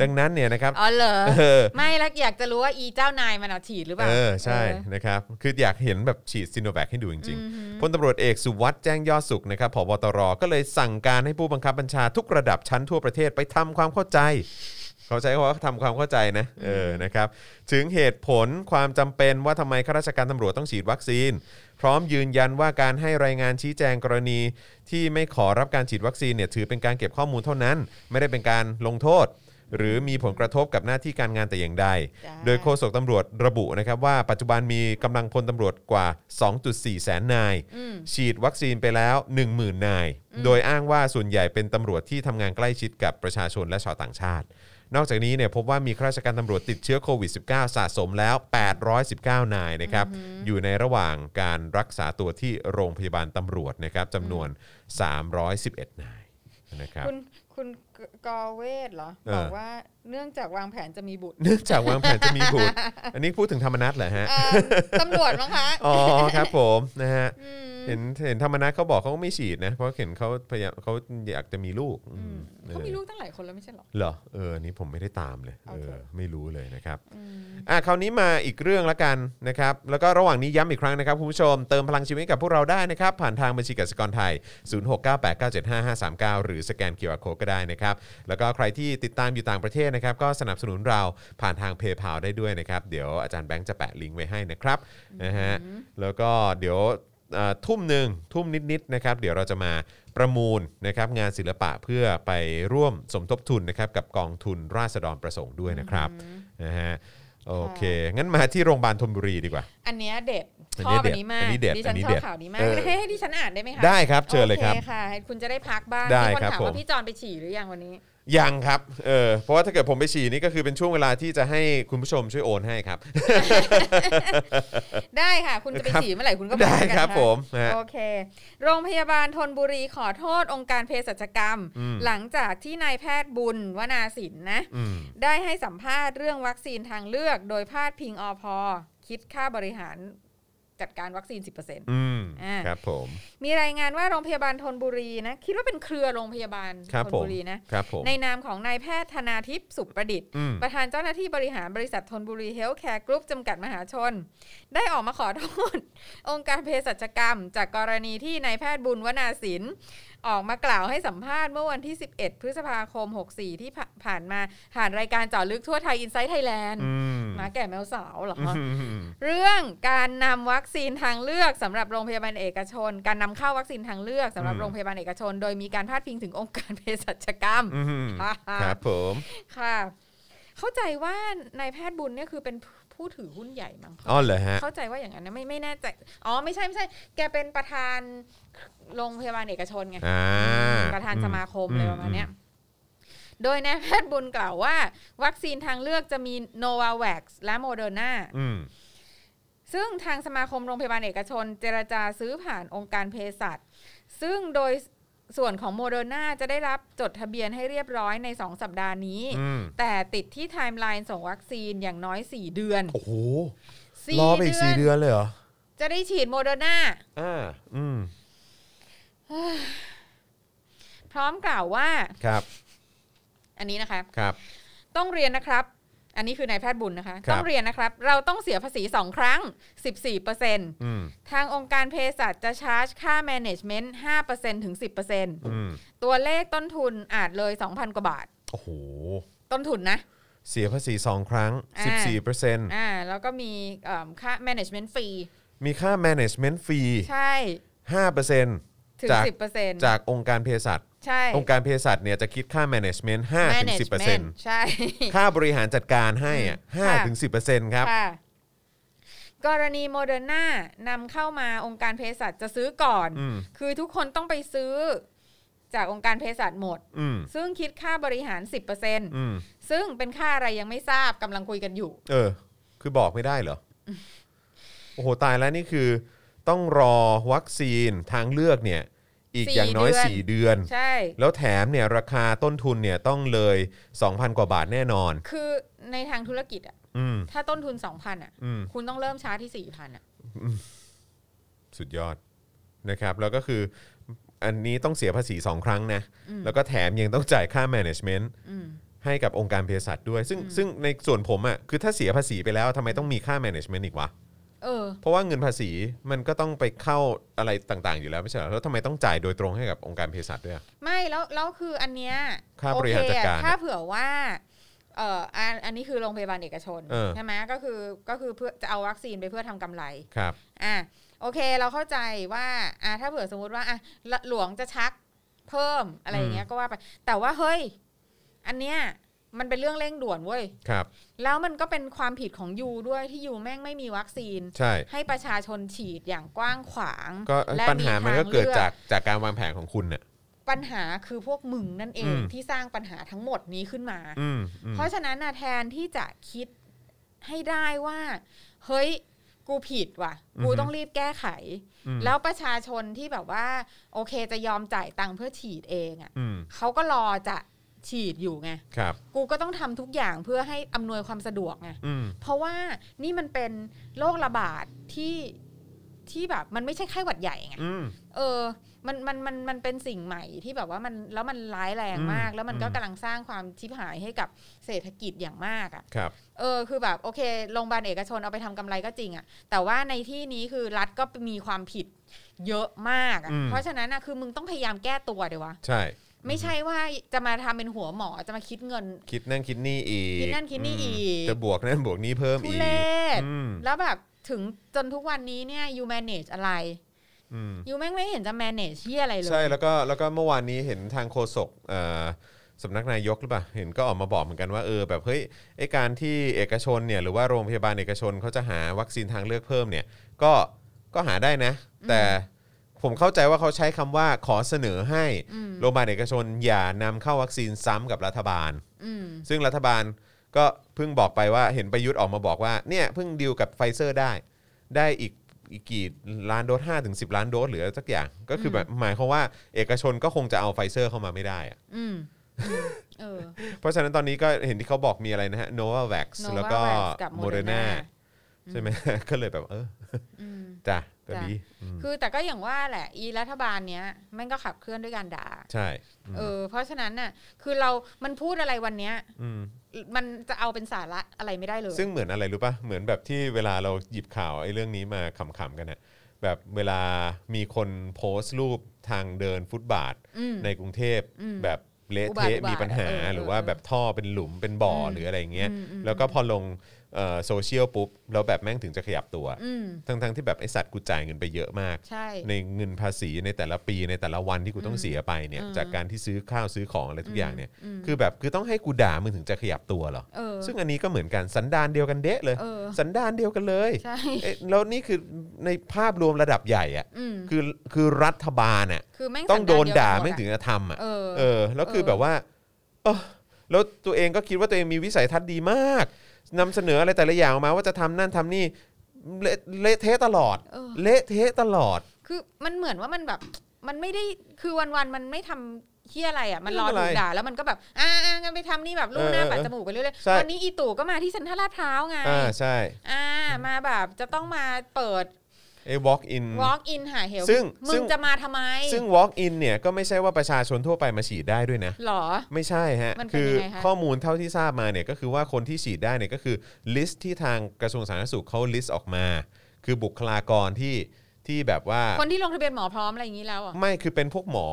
Speaker 2: ดังนั้นเนี่ยนะครับ
Speaker 3: อ๋อเหรอ
Speaker 2: เออ
Speaker 3: ไม่แล้วอยากจะรู้ว่าอีเจ้านายมันเอาฉีดหรือเปล่า
Speaker 2: เออใช่
Speaker 3: เออ
Speaker 2: นะครับ คืออยากเห็นแบบฉีดซิโนแวคให้ดูจริงๆพลตำรวจเอกสุวัสด์แจ้งยอดสุขนะครับผบตรก็เลยสั่งการให้ผู้บังคับบัญชาทุกระดับชั้นทั่วประเทศไปทำความเข้าใจ เข้าใจว่าทำความเข้าใจนะเออนะครับถึงเหตุผลความจำเป็นว่าทำไมข้าราชการตำรวจต้องฉีดวัคซีน พร้อมยืนยันว่าการให้รายงานชี้แจงกรณี ที่ไม่ขอรับการฉีดวัคซีนเนี่ยถือเป็นการเก็บข้อมูลเท่านั้น ไม่ได้เป็นการลงโทษ หรือมีผลกระทบกับหน้าที่การงานแต่อย่างใด
Speaker 3: จ้า
Speaker 2: โดยโฆษกตำรวจระบุนะครับว่าปัจจุบันมีกำลังพลตำรวจกว่า 2.4 แสนนาย
Speaker 3: อืม
Speaker 2: ฉีดวัคซีนไปแล้ว 10,000 นาย โดยอ้างว่าส่วนใหญ่เป็นตำรวจที่ทำงานใกล้ชิดกับประชาชนและชาวต่างชาติ นอกจากนี้เนี่ยพบว่ามีข้าราชการตำรวจติดเชื้อโควิด -19 สะสมแล้ว 819 นายนะครับ อยู่ในระหว่างการรักษาตัวที่โรงพยาบาลตำรวจนะครับจำนวน 311 นายนะครับ
Speaker 3: คุณ คุณกกอเวทเหรอ
Speaker 2: เออ
Speaker 3: บอกว่าเนื่องจากวางแผนจะมีบุ ตร
Speaker 2: เนื่องจากวางแผนจะมีบุตร อันนี้พูดถึงธรรมนัตเหรอฮะ
Speaker 3: เอ่อตำรวจมั้งคะ
Speaker 2: อ๋อครับผมนะฮะ
Speaker 3: ม
Speaker 2: เห็นเห็นธรรมนัตเขาบอกเขาก็ไม่ฉีดนะ เพราะเห็นเขาพยายามเขาอยากจะมีลูกอื
Speaker 3: อื
Speaker 2: ม
Speaker 3: ม
Speaker 2: ออ
Speaker 3: เขามีลูกตั้งหลายคนแล้วไม่ใช่เหรอ
Speaker 2: เหรอเอออันนี้ผมไม่ได้ตามเลย
Speaker 3: โอ
Speaker 2: เอ
Speaker 3: เค
Speaker 2: อไม่รู้เลยนะครับ
Speaker 3: อืม
Speaker 2: อ่ะคราวนี้มาอีกเรื่องละกันนะครับ แล้วก็ระหว่างนี้ย้ำอีกครั้งนะครับคุณผู้ชมเติมพลังชีวิตให้กับพวกเราได้นะครับ ผ่านทางบัญชีกสิกรไทย 0698975539 หรือสแกน QR Code ก็ได้นะครับ แล้วก็ใครที่ติดตามอยู่ต่างประเทศนะครับ ก็สนับสนุนเราผ่านทางเพย์พาได้ด้วยนะครับ เดี๋ยวอาจารย์แบงค์จะแปะลิงก์ไว้ให้นะครับนะฮะแล้วก็เดี๋ยวเอ่อทุ่มหนึ่งทุ่มนิดๆนะครับ เดี๋ยวเราจะมา ประมูลนะครับงานศิลปะเพื่อไปร่วมสมทบทุนนะครับกับกองทุนราษฎรประสงค์ด้วยนะครับนะฮะโอเค งั้นมาที่โรงพยาบาลธนบุรีดีกว่า
Speaker 3: อันเนี้ยเด็ด
Speaker 2: อัน
Speaker 3: ช
Speaker 2: เนี้
Speaker 3: อย บอันนี้มาก
Speaker 2: เด็ดอันนี้เด็ดอันนี้เด็
Speaker 3: ฉันชอบ
Speaker 2: ด
Speaker 3: ข่าวนี้มาก
Speaker 2: เออ
Speaker 3: ให้ดิฉันอ่านได้ไหมคะ
Speaker 2: ได้ครับเชิญเลยครับ
Speaker 3: โอค่ะให้คุณจะได้พักบ้าง
Speaker 2: ได้
Speaker 3: มีคน
Speaker 2: ครับ
Speaker 3: ถาม
Speaker 2: ผม
Speaker 3: ว่าพี่จอนไปฉี่หรือยังวันนี้
Speaker 2: ยังครับเออเพราะว่าถ้าเกิดผมไปฉี่นี่ก็คือเป็นช่วงเวลาที่จะให้คุณผู้ชมช่วยโอนให้ครับ
Speaker 3: ได้ค่ะ คุณจะไป
Speaker 2: ครับ
Speaker 3: ฉี่เมื่อไหร่คุณก็อก
Speaker 2: ได้
Speaker 3: แล้วกั
Speaker 2: ครับ
Speaker 3: นะะ
Speaker 2: ผมนะฮะ
Speaker 3: โอเค โรงพยาบาลธนบุรีขอโทษองค์การเภสัชกรรม
Speaker 2: อืม
Speaker 3: หลังจากที่นายแพทย์บุญวนาสินนะ
Speaker 2: อืม
Speaker 3: ได้ให้สัมภาษณ์เรื่องวัคซีนทางเลือก โดยพาดพิงอพคิดค่าบริหารจัดการวัคซีน 10%
Speaker 2: อืม
Speaker 3: อ่า
Speaker 2: ครับผม
Speaker 3: มีรายงานว่าโรงพยาบาลธนบุรีนะคิดว่าเป็นเครือโรงพยาบาล
Speaker 2: ครับ
Speaker 3: ธน
Speaker 2: ผม
Speaker 3: บุรีนะครับ
Speaker 2: ผม
Speaker 3: ในนามของนายแพทย์ธนาทิพย์สุขประดิษฐ์
Speaker 2: อืม
Speaker 3: ประธานเจ้าหน้าที่บริหารบริษัทธนบุรีเฮลท์แคร์กรุ๊ปจำกัดมหาชน ได้ออกมาขอโทษ องค์การเภสัชกรรม จากกรณีที่นายแพทย์บุญวนาสิน ออกมากล่าวให้สัมภาษณ์เมื่อวันที่ 11 พฤษภาคม 64 ที่ผ่าผ่านมาผ่านรายการเจาะลึกทั่วไทยอินไซต์ไทยแลนด์
Speaker 2: อืม
Speaker 3: หมาแก่แมวสาวเหรอ
Speaker 2: อืม
Speaker 3: เรื่องการนำวัคซีนทางเลือกสำหรับโรงพยาบาลเอกชน การนำเข้าวัคซีนทางเลือกสำหรับโรงพยาบาลเอกชน โดยมีการพาดพิงถึงองค์การเภสัชกรรม
Speaker 2: อืมครับผม
Speaker 3: ค่ะ เข้าใจว่านายแพทย์บุญเนี่ยคือเป็นผู้ถือหุ้นใหญ่มั้ง
Speaker 2: อ๋อเหรอฮะ
Speaker 3: เข้าใจว่าอย่างนั้นนะไม่ไม่แน่ใจอ๋อไม่ใช่ไม่ใช่ แกเป็นประธานโรงพยาบาลเอกชนไง
Speaker 2: อ่า
Speaker 3: ประธานสมาคม
Speaker 2: อื
Speaker 3: อะไรประมาณเนี้ย โดยนายแพทย์บุญกล่าวว่า วัคซีนทางเลือกจะมีโนวาแวคและโมเดอร์นา
Speaker 2: อืม
Speaker 3: ซึ่งทางสมาคมโรงพยาบาลเอกชน เจรจาซื้อผ่านองค์การเภสัชซึ่งโดยส่วนของโมเดอร์นาจะได้รับจดทะเบียนให้เรียบร้อยใน 2 สัปดาห์นี้
Speaker 2: อืม
Speaker 3: แต่ติดที่ไทม์ไลน์ส่งวัคซีนอย่างน้อย 4 เดือน
Speaker 2: โอ้โห
Speaker 3: สี่
Speaker 2: รอไปอีกสี่เดือนเลยเหรอ
Speaker 3: จะได้ฉีดโมเดอร์นา
Speaker 2: อ่า อืม
Speaker 3: พร้อมกล่าวว่า
Speaker 2: ครับ
Speaker 3: อันนี้นะคะ
Speaker 2: ครับ
Speaker 3: ต้องเรียนนะครับ อันนี้คือนายแพทย์บุญนะคะ
Speaker 2: ครับ
Speaker 3: ต้องเรียนนะครับ เราต้องเสียภาษี 2 ครั้ง 14%
Speaker 2: อืม
Speaker 3: ทางองค์การเภสัชจะชาร์จค่า management 5%ถึง 10%
Speaker 2: อืม
Speaker 3: ตัวเลขต้นทุนอาจเลย 2,000 กว่าบาท
Speaker 2: โอ้โห
Speaker 3: ต้นทุนนะ
Speaker 2: เสียภาษีสองครั้ง
Speaker 3: อ่า
Speaker 2: 14เปอร์เซ็นต์
Speaker 3: อ่าแล้วก็มีเอิ่มค่า management fee
Speaker 2: มีค่า management fee
Speaker 3: ใช่
Speaker 2: 5เปอร์เซ็นต์
Speaker 3: ถึง
Speaker 2: จาก
Speaker 3: 10%
Speaker 2: จากองค์การเภสัช
Speaker 3: ใช่
Speaker 2: องค์การเภสัชเนี่ยจะคิดค่า management 5ถึง10เปอร์เซ็นต์
Speaker 3: ใช่
Speaker 2: ค่าบริหารจัดการให้อ่ะ
Speaker 3: อืมค่ะ
Speaker 2: 5ถึง10เปอร์เซ็นต์ครับ
Speaker 3: ค่ะ กรณีโมเดอร์นานำเข้ามาองค์การเภสัชจะซื้อก่อน
Speaker 2: อืม
Speaker 3: คือทุกคนต้องไปซื้อจากองค์การเภสัชหมด
Speaker 2: อืม
Speaker 3: ซึ่งคิดค่าบริหาร 10%
Speaker 2: อืม
Speaker 3: ซึ่งเป็นค่าอะไรยังไม่ทราบกำลังคุยกันอยู่
Speaker 2: เออ คือบอกไม่ได้เหรอ โอ้โห ตายแล้วนี่คือ ต้องรอวัคซีนทางเลือกเนี่ย อีก
Speaker 3: สี่
Speaker 2: อย่างน้อย
Speaker 3: เดือน
Speaker 2: 4 เดือน
Speaker 3: ใช่
Speaker 2: แล้วแถมเนี่ยราคาต้นทุนเนี่ยต้องเลย 2,000 กว่าบาทแน่นอน
Speaker 3: คือในทางธุรกิจอะ
Speaker 2: อืม
Speaker 3: ถ้าต้นทุน 2,000อะ
Speaker 2: อืม
Speaker 3: คุณต้องเริ่มช้าที่สี่พันอ่ะ
Speaker 2: สุดยอดนะครับ แล้วก็คืออันนี้ต้องเสียภาษี 2 ครั้งนะ แล้วก็แถมยังต้องจ่ายค่า management
Speaker 3: อืม
Speaker 2: ให้กับองค์การเภสัชด้วย ซึ่งซึ่งในส่วนผมอะ่ะคือถ้าเสียภาษีไปแล้วทำไมต้องมีค่า management อีกวะ
Speaker 3: เออ
Speaker 2: เพราะว่าเงินภาษีมันก็ต้องไปเข้าอะไรต่างๆ อยู่แล้วไม่ใช่เหรอแล้วทำไมต้องจ่ายโดยตรงให้กับองค์การเภสัชด้วยอะ
Speaker 3: ไม่ แล้ว แล้ว คือ อัน เนี้ย
Speaker 2: ค่า
Speaker 3: โอบ
Speaker 2: ริ
Speaker 3: เค
Speaker 2: หารจัดการ
Speaker 3: อะถ้า เผื่อ ว่า เอ่ออันอันนี้ คือ โรงพยาบาล เอกชน
Speaker 2: เออ
Speaker 3: ใช่ไหมก็คือ ก็คือ เพื่อ จะ เอา วัคซีน ไป เพื่อทำกำไร
Speaker 2: ครับ
Speaker 3: อ่ะ โอเค เรา เข้าใจ ว่า อ่ะถ้า เผื่อ สมมติ ว่า อ่ะละหลวง จะ ชัก เพิ่ม อะไรอย่างเงี้ย ก็ ว่า ไป แต่ว่า เฮ้ย อัน เนี้ย มัน เป็น เรื่อง เร่ง ด่วน เว้ย
Speaker 2: ครับ
Speaker 3: แล้ว มัน ก็ เป็น ความ ผิด ของ ยู ด้วย ที่ ยู แม่ง ไม่มี วัคซีน
Speaker 2: ใช่
Speaker 3: ให้ ประชาชน ฉีด อย่าง กว้าง ขวาง
Speaker 2: ก็
Speaker 3: และ
Speaker 2: ปัญหามัน
Speaker 3: ท
Speaker 2: ก็
Speaker 3: ง
Speaker 2: เกิด
Speaker 3: ลือ
Speaker 2: จากจากการวางแผนของคุณเนี่ย
Speaker 3: ปัญหาคือพวกมึงนั่นเอ
Speaker 2: อื
Speaker 3: ง
Speaker 2: ม
Speaker 3: ที่สร้างปัญหาทั้งหมดนี้ขึ้นมา
Speaker 2: อืมอืม
Speaker 3: เพราะฉะนั้นนะแทนที่จะคิดให้ได้ว่า เฮ้ย กูผิดว่ะ กูต้องรีบแก้ไข
Speaker 2: อืม
Speaker 3: แล้วประชาชนที่แบบว่า โอเคจะยอมจ่ายตังค์เพื่อฉีดเองอะ่ะ
Speaker 2: อืม
Speaker 3: เขาก็รอจะ ฉีดอยู่ไง
Speaker 2: ครับ
Speaker 3: กูก็ต้องทำทุกอย่างเพื่อให้อำนวยความสะดวกไง
Speaker 2: อืม
Speaker 3: เพราะว่านี่มันเป็นโรคระบาดที่ที่แบบมันไม่ใช่ไข้หวัดใหญ่ไง
Speaker 2: อืม
Speaker 3: เออ มันมันมันมันเป็นสิ่งใหม่ที่แบบว่ามันแล้วมันร้ายแรงมาก
Speaker 2: อืม
Speaker 3: แล้วมันก็
Speaker 2: อืม
Speaker 3: กำลังสร้างความชิบหายให้กับเศรษฐกิจอย่างมากอ่ะ
Speaker 2: ครับ
Speaker 3: เออคือแบบโอเคโรงพยาบาลเอกชนเอาไปทำกำไรก็จริงอะแต่ว่าในที่นี้คือรัฐก็มีความผิดเยอะมากอะ
Speaker 2: อืม
Speaker 3: เพราะฉะนั้นนะคือมึงต้องพยายามแก้ตัวเดี๋ยววะ
Speaker 2: ใช่
Speaker 3: ไม่ใช่ว่าจะมาทำเป็นหัวหมอจะมาคิดเงิน
Speaker 2: คิดนั่นคิดนี่อีก
Speaker 3: คิดนั่นคิดนี่อีก
Speaker 2: มจะบวกนั่นบวกนี่เพิ่ม
Speaker 3: ทุ
Speaker 2: อีก
Speaker 3: เลศ
Speaker 2: อืม
Speaker 3: แล้วแบบถึงจนทุกวันนี้เนี่ย you manage อะไร
Speaker 2: อืม
Speaker 3: you แม่งไม่เห็นจะ manage เหียอะไรเล
Speaker 2: ใช่
Speaker 3: ย
Speaker 2: แล้วก็แล้วก็เมื่อวานนี้เห็นทางโฆษกเอ่อสำนักนายกหรือเปล่าเห็นก็ออกมาบอกเหมือนกันว่าเออแบบเฮ้ยไอการที่เอกชนเนี่ยหรือว่าโรงพยาบาลเอกชนเขาจะหาวัคซีนทางเลือกเพิ่มเนี่ยก็ก็หาได้นะ แต่ผมเข้าใจว่าเขาใช้คำว่าขอเสนอให้
Speaker 3: อืม
Speaker 2: โรงพยาบาลเอกชน อย่านำเข้าวัคซีนซ้ำกับรัฐบาล
Speaker 3: อืม
Speaker 2: ซึ่งรัฐบาลก็เพิ่งบอกไปว่าเห็นประยุทธ์ออกมาบอกว่าเนี่ยเพิ่งดีลกับไฟเซอร์ได้ ได้อีกอีกกี่ล้านโดสห้าถึงสิล้านโดสหรือสักอย่าง ก็คือแบบหมายความว่าเอกชนก็คงจะเอาไฟเซอร์เข้ามาไม่ได้อะ
Speaker 3: อืมอืมเออ
Speaker 2: เพราะฉะนั้นตอนนี้ก็เห็นที่เขาบอกมีอะไรนะฮะ Novavax แล้วก็
Speaker 3: Novavax กับ
Speaker 2: โมเดอร์นา
Speaker 3: อืม
Speaker 2: ใช่ไหม ก็เลยแบบเออ
Speaker 3: อืม
Speaker 2: จ้ะก็
Speaker 3: จ้ะ
Speaker 2: ดีอืม
Speaker 3: คือแต่ก็อย่างว่าแหละ อีรัฐบาลเนี้ยแม่งก็ขับเคลื่อนด้วยการด่า
Speaker 2: ใช่อืม
Speaker 3: เออเพราะฉะนั้นน่ะคือเรา มันพูดอะไรวันเนี้ย
Speaker 2: ม
Speaker 3: มันจะเอาเป็นสาระอะไรไม่ได้เลย
Speaker 2: ซึ่งเหมือนอะไรรู้ป่ะเหมือนแบบที่เวลาเราหยิบข่าวไอ้เรื่องนี้มาขำๆกันนะแบบเวลามีคนโพสต์รูปทางเดินฟุตบาท
Speaker 3: อืม
Speaker 2: ในกรุงเทพ
Speaker 3: อืม
Speaker 2: แบบเละ
Speaker 3: อุบาท
Speaker 2: เทะ
Speaker 3: อุบาท
Speaker 2: มีปัญหา
Speaker 3: เออเออ
Speaker 2: หรือว่าแบบท่อเป็นหลุมเป็นบ่ออ
Speaker 3: ม
Speaker 2: หรืออะไรอย่างเงี้ย
Speaker 3: อืมอืม
Speaker 2: แล้วก็พอลงเอ่อโซเชียลปุ๊บแล้วแบบแม่งถึงจะขยับตัว
Speaker 3: อืม
Speaker 2: ทั้งๆที่แบบไอสัตว์กูจ่ายเงินไปเยอะมาก
Speaker 3: ใช่
Speaker 2: ในเงินภาษีในแต่ละปีในแต่ละวันที่กูต้องเสียไปเนี่ย
Speaker 3: อืม
Speaker 2: จากการที่ซื้อข้าวซื้อของอะไรทุกอย่างเนี่ย
Speaker 3: ม
Speaker 2: คือแบบคือต้องให้กูด่ามึงถึงจะขยับตัวเหรอ
Speaker 3: เออ
Speaker 2: ซึ่งอันนี้ก็เหมือนกันสันดานเดียวกันเดะเลย
Speaker 3: เออ
Speaker 2: สันดานเดียวกันเลย
Speaker 3: ใช่
Speaker 2: เอ๊ะแล้วนี่คือในภาพรวมระดับใหญ่อะ
Speaker 3: อืม
Speaker 2: คือคือรัฐบาลอ่ะ
Speaker 3: คือแม่ง
Speaker 2: ต้องโดนด่า
Speaker 3: สั
Speaker 2: แม่ง
Speaker 3: น
Speaker 2: ถึ
Speaker 3: เย
Speaker 2: ง
Speaker 3: วกันหมดอะ
Speaker 2: จะทำอ่ะ
Speaker 3: เออ
Speaker 2: เออแล้วคือ
Speaker 3: เออ
Speaker 2: แบบว่าเอ้อแล้วตัวเองก็คิดว่าตัวเองมีวิสัยทัศน์ดีมากนำเสนออะไรแต่ละอย่างออกมาว่าจะทำนั่นทำนี่เละเละเทะตลอด
Speaker 3: เออ
Speaker 2: เละเทะตลอด
Speaker 3: คือมันเหมือนว่ามันแบบ มันไม่ได้คือวันวันๆมันไม่ทำเที่ยอะไรอ่ะมันรอถูกด่าแล้วมันก็แบบอ่าอ่างั้นไปทำนี่แบบลูกหน้าปัดจมูกไปเรื่อย
Speaker 2: ใช่
Speaker 3: ๆวันนี้อีตู่ก็มาที่เซ็นทรัลลาดพร้าวไง
Speaker 2: อ่าใช่
Speaker 3: อ่ามาแบบจะต้องมาเปิด
Speaker 2: ไอ้ walk in
Speaker 3: walk in หาเหว
Speaker 2: ซึ่ง
Speaker 3: มึ
Speaker 2: ซึ่
Speaker 3: ง
Speaker 2: ง
Speaker 3: จะมาทำไม
Speaker 2: ซึ่ง walk in เนี่ยก็ไม่ใช่ว่าประชาชนทั่วไปมาฉีดได้ด้วยนะ
Speaker 3: หรอ
Speaker 2: ไม่ใช่ฮะ
Speaker 3: มันเป็น
Speaker 2: คือ
Speaker 3: ยังไงคะ
Speaker 2: ข้อมูลเท่าที่ทราบมาเนี่ยก็คือว่าคนที่ฉีดได้เนี่ยก็คือลิสต์ที่ทางกระทรวงสาธารณสุขเขาลิสต์ออกมา คือบุคลากรที่ที่แบบว่า
Speaker 3: คนที่ลงทะเบียนหมอพร้อมอะไรอย่างนี้แล้วอ่ะ
Speaker 2: ไม่คือเป็นพวกหมอ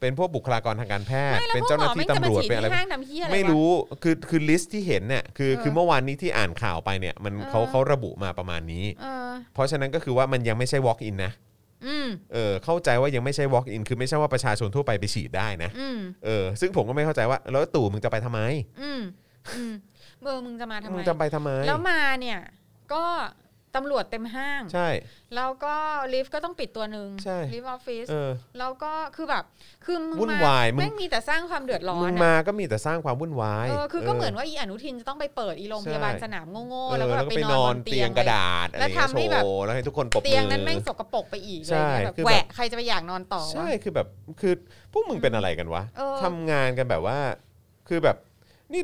Speaker 2: เป็นพวกบุคลากรทางการแพทย์
Speaker 3: ไม่แล้ว
Speaker 2: เป็น
Speaker 3: พวก
Speaker 2: เจ้า
Speaker 3: ห
Speaker 2: ห
Speaker 3: ม
Speaker 2: น้า
Speaker 3: อ
Speaker 2: ที่
Speaker 3: ไม่จะมา
Speaker 2: ตำรวจ
Speaker 3: ฉีด
Speaker 2: เป็นอะไร
Speaker 3: ที่ห้างทำเฮียอะไรวะ
Speaker 2: ไม่รู้คือคือลิสต์ที่เห็นเนี่ยคือ
Speaker 3: เออ
Speaker 2: คือเมื่อวานนี้ที่อ่านข่าวไปเนี่ยมัน
Speaker 3: เออ
Speaker 2: เขาเขาระบุมาประมาณนี้
Speaker 3: เออ
Speaker 2: เพราะฉะนั้นก็คือว่ามันยังไม่ใช่ walk in นะ
Speaker 3: อืม
Speaker 2: เออเข้าใจว่ายังไม่ใช่ walk in คือไม่ใช่ว่าประชาชนทั่วไปไปฉีดได้นะ
Speaker 3: อืม
Speaker 2: เออซึ่งผมก็ไม่เข้าใจว่าแล้วตู่มึงจะไปทำไม
Speaker 3: อืม อืมเบอร์มึงจะมาทำ
Speaker 2: มึ
Speaker 3: ไม
Speaker 2: งจะไปทำไม
Speaker 3: แล้วมาเนี่ย ก็ตำรวจเต็มห้าง
Speaker 2: ใช่
Speaker 3: แล้วก็ลิฟต์ก็ต้องปิดตัวหนึ่ง
Speaker 2: ใช่
Speaker 3: ลิฟต์ออฟฟิศ
Speaker 2: เออ
Speaker 3: แล้วก็คือแบบ คือมึง
Speaker 2: วุ่น
Speaker 3: มาว
Speaker 2: ายมึง
Speaker 3: แม่งมีแต่สร้างความเดือดร้อ
Speaker 2: มึ
Speaker 3: น
Speaker 2: ง
Speaker 3: อะ
Speaker 2: มาก็มีแต่สร้างความวุ่นวาย
Speaker 3: เออคือก็เหมือนว่าอีอนุทินจะต้องไปเปิดอีโรง
Speaker 2: ใช่
Speaker 3: พยาบาลสนามโง่
Speaker 2: เอ
Speaker 3: ๆ
Speaker 2: อ
Speaker 3: แล้วก็แบบไปนอนบนเตียง
Speaker 2: กระดาษอะไร
Speaker 3: แล้ว
Speaker 2: อย่างเงี้ย
Speaker 3: ทำให้แบบ
Speaker 2: โชว์แล้วให้ทุกคนปรบมือ
Speaker 3: เตียงนั้นแม่งสกปรกไปอีกอะไรเลยแบ
Speaker 2: ใช่
Speaker 3: บ
Speaker 2: คือแบบ
Speaker 3: แหวะใครจะไปอยากนอนต่อวะ
Speaker 2: ใช่คือแบบคือพวกมึงเป็นอะไรกันวะ
Speaker 3: เออ
Speaker 2: ทำงานกันแบบว่า คือแบบนี่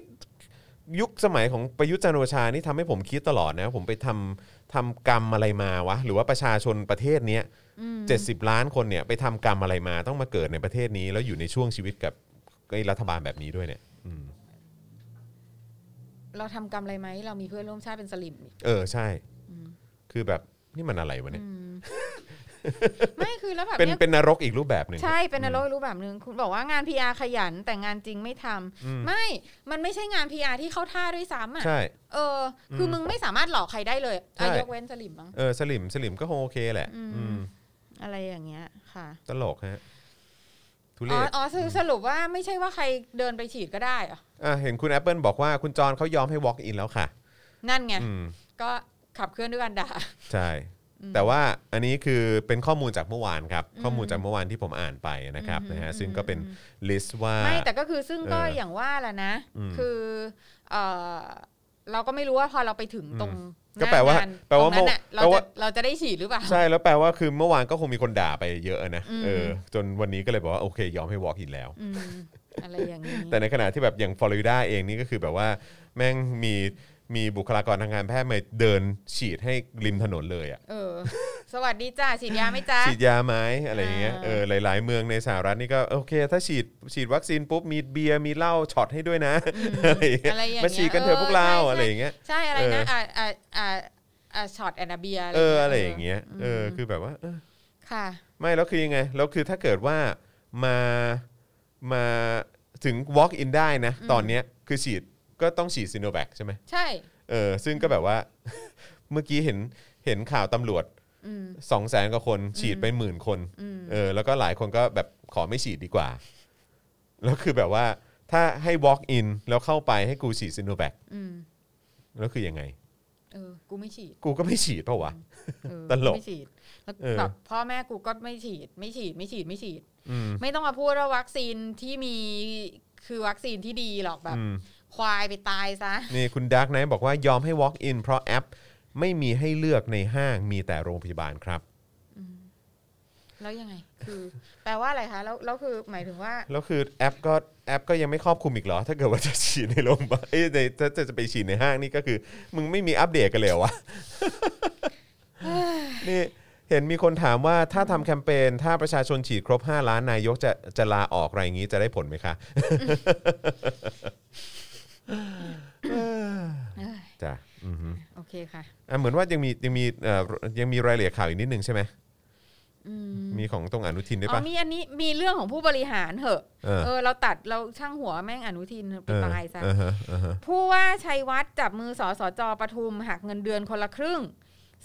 Speaker 2: ยุคสมัยของประยุทธ์จันทร์โอชานี่ทำให้ผมคิดตลอดนะ ผมไปทำทำกรรมอะไรมาวะ หรือว่าประชาชนประเทศเนี้ย
Speaker 3: อืม
Speaker 2: เจ็ดสิบล้านคนเนี่ยไปทำกรรมอะไรมาต้องมาเกิดในประเทศนี้ แล้วอยู่ในช่วงชีวิตกับไอ้รัฐบาลแบบนี้ด้วยเนี่ยอืม
Speaker 3: เราทำกรรมอะไรไหมเรามีเพื่อนร่วมชาติเป็นสลิมนี่
Speaker 2: เออใช่
Speaker 3: อืม
Speaker 2: คือแบบนี่มันอะไรวะเนี่ย
Speaker 3: อืมไม่คือแล้วแบบ
Speaker 2: เป็น
Speaker 3: เนี่ย
Speaker 2: เป็นนรกอีกรูปแบบหนึ่ง
Speaker 3: ใช่เป็นนรกรู้แบบนึงคุณบอกว่างาน PR ขยันแต่งานจริงไม่ทำ
Speaker 2: อืม
Speaker 3: ไม่ มันไม่ใช่งาน PR ที่เข้าท่าด้วยซ้ำอ่ะ
Speaker 2: ใช่
Speaker 3: เออ คืออ
Speaker 2: ม
Speaker 3: มึงไม่สามารถหลอกใครได้เลย
Speaker 2: ใช่
Speaker 3: อะยกเว้นสลิมมั้ง
Speaker 2: เออสลิมสลิมก็คงโอเคแหละ
Speaker 3: อืม
Speaker 2: อืม
Speaker 3: อะไรอย่างเงี้ยค่ะ
Speaker 2: ตลกฮะทุเร
Speaker 3: อ๋อ
Speaker 2: ศ
Speaker 3: อ๋อสรุปสรุปว่าไม่ใช่ว่าใครเดินไปฉีดก็ได้เหรอะ
Speaker 2: อ่ะเห็นคุณ Apple บอกว่าคุณจอนเขายอมให้ walk in แล้วค่ะ
Speaker 3: นั่นไง
Speaker 2: อืม
Speaker 3: ก็ขับเคลื่อนด้วยกันด่า
Speaker 2: ใช่ แต่ว่าอันนี้คือเป็นข้อมูลจากเมื่อวานครับ ข้อมูลจากเมื่อวานที่ผมอ่านไปนะครับนะฮะซึ่งก็เป็นลิสต์ว่า
Speaker 3: ไม่แต่ก็คือซึ่งก็
Speaker 2: เอออ
Speaker 3: อย่างว่าแหละนะ
Speaker 2: อืม
Speaker 3: คือเออเราก็ไม่รู้ว่าพอเราไปถึงตรงห
Speaker 2: ก็
Speaker 3: น้
Speaker 2: แปลว่า
Speaker 3: งน
Speaker 2: แปลว่า
Speaker 3: ตร
Speaker 2: เมื่
Speaker 3: ง
Speaker 2: อ
Speaker 3: นั้นอะเรา
Speaker 2: แปล
Speaker 3: จะ
Speaker 2: ว่า
Speaker 3: เราจะได้ฉีดหรือเปล่า
Speaker 2: ใช่แล้วแปลว่าคือเมื่อวานก็คงมีคนด่าไปเยอะนะ
Speaker 3: อืม
Speaker 2: เออจนวันนี้ก็เลยบอกว่าโอเคยอมให้ walk in แล้ว
Speaker 3: อืม อะไรอย่างนี้
Speaker 2: แต่ในขณะที่แบบอย่างฟลอริดาเองนี่ก็คือแบบว่าแม่งมีมีบุคลากรทางการแพทย์มาเดินฉีดให้ริมถนนเลยอ่ะ
Speaker 3: เออ สวัสดีจ้าฉีดยาไหมจ้า
Speaker 2: ฉีดยาไหมอะไรอย่างเงี้ย
Speaker 3: อ่า
Speaker 2: เออหลาย ๆ เมืองในสหรัฐนี่ก็โอเค ถ้าฉีดฉีดวัคซีนปุ๊บมีเบียร์มีเหล้าช็อตให้ด้วยนะอะไรอย่างเงี้ย
Speaker 3: อะไรอย่างเงี้ย
Speaker 2: มาฉีดกันเถอะพวกเราอะไร
Speaker 3: ใช่ใช่
Speaker 2: อย่างเงี้ย
Speaker 3: ใช่อะไรนะ
Speaker 2: เอออ่
Speaker 3: อ่าอ่าอ่าอ่าช็อตแอนนาเบีย
Speaker 2: เอออะไรอย่างเงี้ยเออคือแบบว่าเออ
Speaker 3: ค่ะ
Speaker 2: ไม่แล้วคือยังไงแล้วคือถ้าเกิดว่ามามาถึง walk in ได้นะ ตอนเนี้ยคือฉีดก็ต้องฉีดซีโนแวคใช่ไหม
Speaker 3: ใช่
Speaker 2: เออซึ่งก็แบบว่า เมื่อกี้เห็นเห็นข่าวตำรวจ
Speaker 3: อืม
Speaker 2: สองแสนกว่าคนฉีดไปหมื่นคน
Speaker 3: อืม
Speaker 2: เออแล้วก็หลายคนก็แบบขอไม่ฉีดดีกว่า แล้วคือแบบว่าถ้าให้ walk in แล้วเข้าไปให้กูฉีดซีโนแวค
Speaker 3: อืม
Speaker 2: แล้วคือยังไง
Speaker 3: เออ กูไม่ฉีด
Speaker 2: กูก็ไม่ฉีดเปล่าวะ
Speaker 3: เออ
Speaker 2: ตลก
Speaker 3: ไม่ฉีดแล้ว
Speaker 2: เออ
Speaker 3: แบบพ่อแม่กูก็ไม่ฉีด ไม่ฉีดไม่ฉีดไม่ฉีด
Speaker 2: อืม
Speaker 3: ไม่ต้องมาพูดว่าวัคซีนที่มีคือวัคซีนที่ดีหรอกแบบ
Speaker 2: อืม
Speaker 3: ควายไปตายซะ
Speaker 2: นี่คุณด a r k กไน h t บอกว่ายอมให้ walk in เพราะแอป ไม่มีให้เลือกในห้างมีแต่โรงพยาบาลครับ
Speaker 3: แล้วยังไง คือ แปลว่าอะไรคะ แล้วแล้วคือหมายถึงว่า
Speaker 2: แล้วคือแอปก็แอปก็ยังไม่ครอบคลุมอีกเหรอ ถ้าเกิดว่าจะฉีดในโรงพยาบาลเอ้ยในถ้าจะจะไปฉีดในห้างนี่ก็คือ มึงไม่มีอัปเดตกันเลยเหรอวะ นี่เห็นมีคนถามว่าถ้าทำแคมเปญถ้าประชาชนฉีดครบ 5 ล้านนายกจะจะลาออกอะไรอย่างนี้จะได้ผลไหมคะ
Speaker 3: เอ้ย
Speaker 2: จ้ะอือฮึ
Speaker 3: โอเคค่ะ
Speaker 2: อ่ะเหมือนว่ายังมียังมีเอ่อยังมีรายละเอียดข่าวอีกนิดนึงใช่ไหม
Speaker 3: อืม
Speaker 2: มีของตรงอนุทินด้วย
Speaker 3: อ๋
Speaker 2: ปะ
Speaker 3: อมีอันนี้มีเรื่องของผู้บริหารเหอะ
Speaker 2: เออ
Speaker 3: เออ เราตัดเราช่างหัวแม่งอนุทินไปตายซะ
Speaker 2: เออเออฮะเออฮะ
Speaker 3: ผู้ว่าชัยวัฒน์จับมือสสจปทุมหักเงินเดือนคนละครึ่ง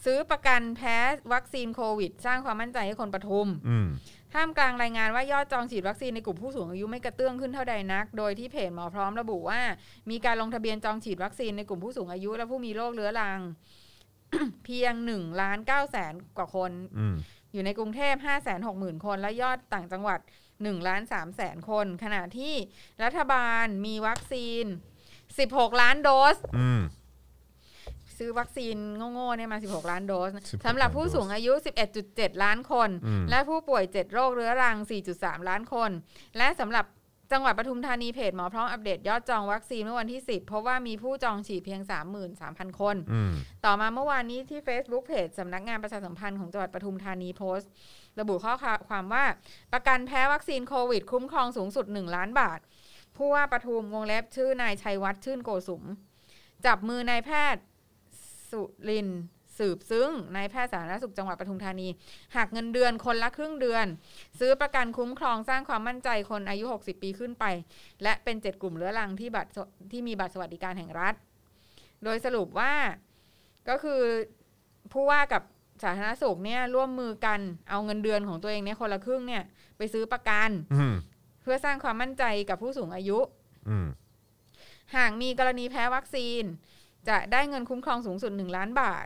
Speaker 3: ซื้อประกันแพ้วัคซีนโควิด สร้างความมั่นใจให้คนปทุม
Speaker 2: อืม
Speaker 3: ท่ามกลางรายงานว่ายอดจองฉีดวัคซีนในกลุ่มผู้สูงอายุไม่กระเตื้องขึ้นเท่าใดนัก โดยที่เพจหมอพร้อมระบุว่า มีการลงทะเบียนจองฉีดวัคซีนในกลุ่มผู้สูงอายุ และผู้มีโรคเรื้อรัง เพียง1ล้าน9แสนกว่าคน
Speaker 2: อืม
Speaker 3: อยู่ในกรุงเทพ 5 6 0 0 0 0 คน และยอดต่างจังหวัด1ล้าน3แสนคน ขณะที่รัฐบาลมีวัคซีน 16 ล้านโดส
Speaker 2: อืม
Speaker 3: ซื้อวัคซีนโง่ๆเนี่ยมา 16 ล้านโดส
Speaker 2: 16
Speaker 3: สำหรับผู้สูงอายุ 11.7 ล้านคน
Speaker 2: อืม
Speaker 3: และผู้ป่วย 7 โรคเรื้อรัง 4.3 ล้านคน และสำหรับจังหวัดปทุมธานีเพจหมอพร้อมอัปเดตยอดจองวัคซีนเมื่อวันที่ 10 เพราะว่ามีผู้จองฉีดเพียง 33,000 คน
Speaker 2: อืม
Speaker 3: ต่อมาเมื่อวานนี้ที่ Facebook เพจสำนักงานประชาสัมพันธ์ของจังหวัดปทุมธานีโพสต์ ระบุข้อความว่าประกันแพ้วัคซีนโควิด คุ้มครองสูงสุด 1 ล้านบาท ผู้ว่าปทุมวงเล็บชื่อนายชัยวัฒน์ชื่นโกสุม จับมือนายแพทย์สุรินทร์สืบซึ้งนายแพทย์สาธารณสุขจังหวัดปทุมธานีหักเงินเดือนคนละครึ่งเดือน ซื้อประกันคุ้มครองสร้างความมั่นใจคนอายุ 60 ปีขึ้นไป และเป็น 7 กลุ่มเรื้อรังที่บัตรสวที่มีบัตรสวัสดิการแห่งรัฐ โดยสรุปว่า ก็คือผู้ว่ากับสาธารณสุขเนี่ยร่วมมือกันเอาเงินเดือนของตัวเองเนี่ยคนละครึ่งเนี่ยไปซื้อประกัน
Speaker 2: อืม
Speaker 3: เพื่อสร้างความมั่นใจกับผู้สูงอายุ
Speaker 2: อืม
Speaker 3: หากมีกรณีแพ้วัคซีน จะได้เงินคุ้มครองสูงสุด 1 ล้านบาท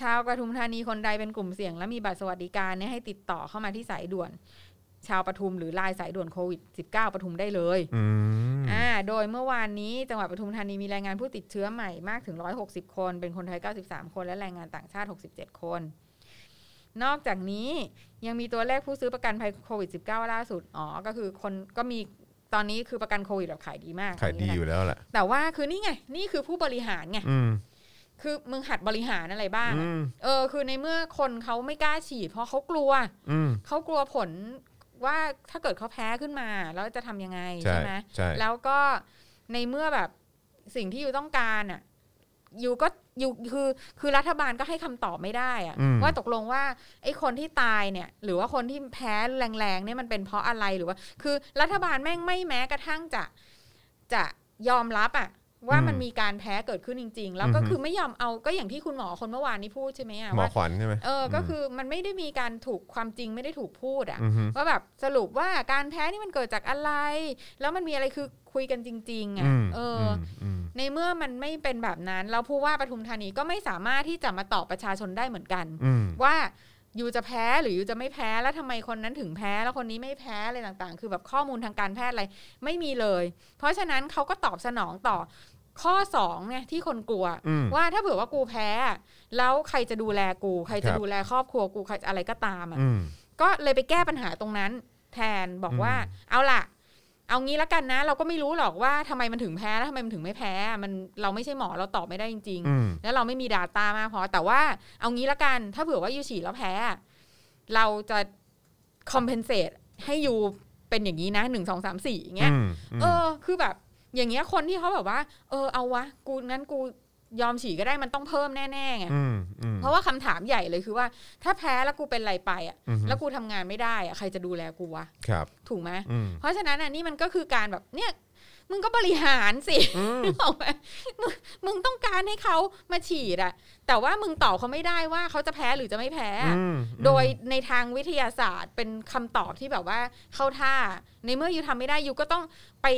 Speaker 3: ชาวปทุมธานีคนใดเป็นกลุ่มเสี่ยง และมีบัตรสวัสดิการเนี่ยให้ติดต่อเข้ามาที่สายด่วน ชาวปทุมหรือลายสายด่วนโควิด -19 ปทุมได้เลย
Speaker 2: อืม
Speaker 3: อ่า โดยเมื่อวานนี้จังหวัดปทุมธานีมีรายงานผู้ติดเชื้อใหม่มากถึง 160 คน เป็นคนไทย 93 คน และแรงงานต่างชาติ 67 คน นอกจากนี้ยังมีตัวเลขผู้ซื้อประกันภัยโควิด -19 ล่าสุด อ๋อ ก็คือคนก็มีตอนนี้คือประกันโควิดแบบขายดีมาก
Speaker 2: ขายดีอยู่แล้วแหละ
Speaker 3: แต่ว่าคือนี่ไง นี่คือผู้บริหารไง
Speaker 2: อืม
Speaker 3: คือมึงหัดบริหารอะไรบ้าง
Speaker 2: อื
Speaker 3: อะ
Speaker 2: ม
Speaker 3: เออ คือในเมื่อคนเขาไม่กล้าฉีด เพราะเขากลัว
Speaker 2: อืม
Speaker 3: เขากลัวผลว่าถ้าเกิดเขาแพ้ขึ้นมา แล้วจะทำยังไง
Speaker 2: ใช่
Speaker 3: ใช่ไหม
Speaker 2: ใช่
Speaker 3: แล้วก็ในเมื่อแบบสิ่งที่อยู่ต้องการอ่ะอยู่ก็อยู่คือคือรัฐบาลก็ให้คำตอบไม่ได้อ่ะ
Speaker 2: อืม
Speaker 3: ว่าตกลงว่าไอ้คนที่ตายเนี่ย หรือว่าคนที่แพ้แรงๆเนี่ยมันเป็นเพราะอะไรหรือว่า คือรัฐบาลแม่งไม่แม้กระทั่งจะจะยอมรับอ่ะ ว่ามันมีการแพ้เกิดขึ้นจริง ๆ แล้วก็คือไม่ยอมเอาก็อย่างที่คุณหมอคนเมื่อวานนี้พูดใช่ไหมอ่ะ
Speaker 2: หมอ
Speaker 3: ว่า
Speaker 2: ขวัญใช่ไหม
Speaker 3: เออก็คือมันไม่ได้มีการถูกความจริงไม่ได้ถูกพูดอ่ะ
Speaker 2: มฮึ
Speaker 3: ว่าแบบสรุปว่าการแพ้นี่มันเกิดจากอะไร แล้วมันมีอะไรคือคุยกันจริงๆอ่ะ
Speaker 2: อืม
Speaker 3: เออ
Speaker 2: อื
Speaker 3: อ
Speaker 2: มอืม
Speaker 3: ในเมื่อมันไม่เป็นแบบนั้น เราผู้ว่าปทุมธานีก็ไม่สามารถที่จะมาตอบประชาชนได้เหมือนกัน
Speaker 2: อืม
Speaker 3: ว่าอยู่จะแพ้หรืออยู่จะไม่แพ้แล้วทำไมคนนั้นถึงแพ้ แล้วคนนี้ไม่แพ้อะไรต่างๆ คือแบบข้อมูลทางการแพทย์อะไรไม่มีเลย เพราะฉะนั้นเขาก็ตอบสนองต่อข้อสองเนี่ยที่คนกลัว
Speaker 2: อืม
Speaker 3: ว่าถ้าเผื่อว่ากูแพ้อะแล้วใครจะดูแลกู ใครจะ
Speaker 2: ครับ
Speaker 3: ดูแลครอบครัวกูใครจะอะไรก็ตามอ่ะ
Speaker 2: อืม
Speaker 3: ก็เลยไปแก้ปัญหาตรงนั้น แทนบอกว่า
Speaker 2: อืม
Speaker 3: เอาล่ะ เอางี้ละกันนะ เราก็ไม่รู้หรอกว่าทำไมมันถึงแพ้แล้วทำไมมันถึงไม่แพ้ มันเราไม่ใช่หมอเราตอบไม่ได้จริง
Speaker 2: อืม
Speaker 3: ๆ แล้วเราไม่มี Data มากพอแต่ว่าเอางี้ละกัน ถ้าเผื่อว่ายูฉีดแล้วแพ้อะเราจะ compensate ให้ยูเป็นอย่างนี้นะหนึ่งสองสามสี่อย่างเงี้ย
Speaker 2: อืมม
Speaker 3: เออ คือแบบ อย่างเงี้ย คนที่เขาแบบว่า เออ เอาวะ กู งั้นกูยอมฉีกก็ได้ มันต้องเพิ่มแน่ๆไง
Speaker 2: มอืม
Speaker 3: เพราะว่าคำถามใหญ่เลยคือว่า ถ้าแพ้แล้วกูเป็นอะไรไปอ่ะ
Speaker 2: อืม
Speaker 3: แล้วกูทำงานไม่ได้อ่ะ ใครจะดูแลกูวะ
Speaker 2: ครับ
Speaker 3: ถูกไหม
Speaker 2: อืม
Speaker 3: เพราะฉะนั้นอ่ะ นี่มันก็คือการแบบ เนี่ย มึงก็บริหารสิ
Speaker 2: อืม
Speaker 3: นึกออกไหมมึงมึงต้องการให้เขามาฉีดอ่ะ แต่ว่ามึงตอบเขาไม่ได้ว่าเขาจะแพ้หรือจะไม่แพ้อะ
Speaker 2: อืม
Speaker 3: โดยในทางวิทยาศาสตร์เป็นคำตอบที่แบบว่าเข้าท่า ในเมื่อยูทำไม่ได้ยูก็ต้องไป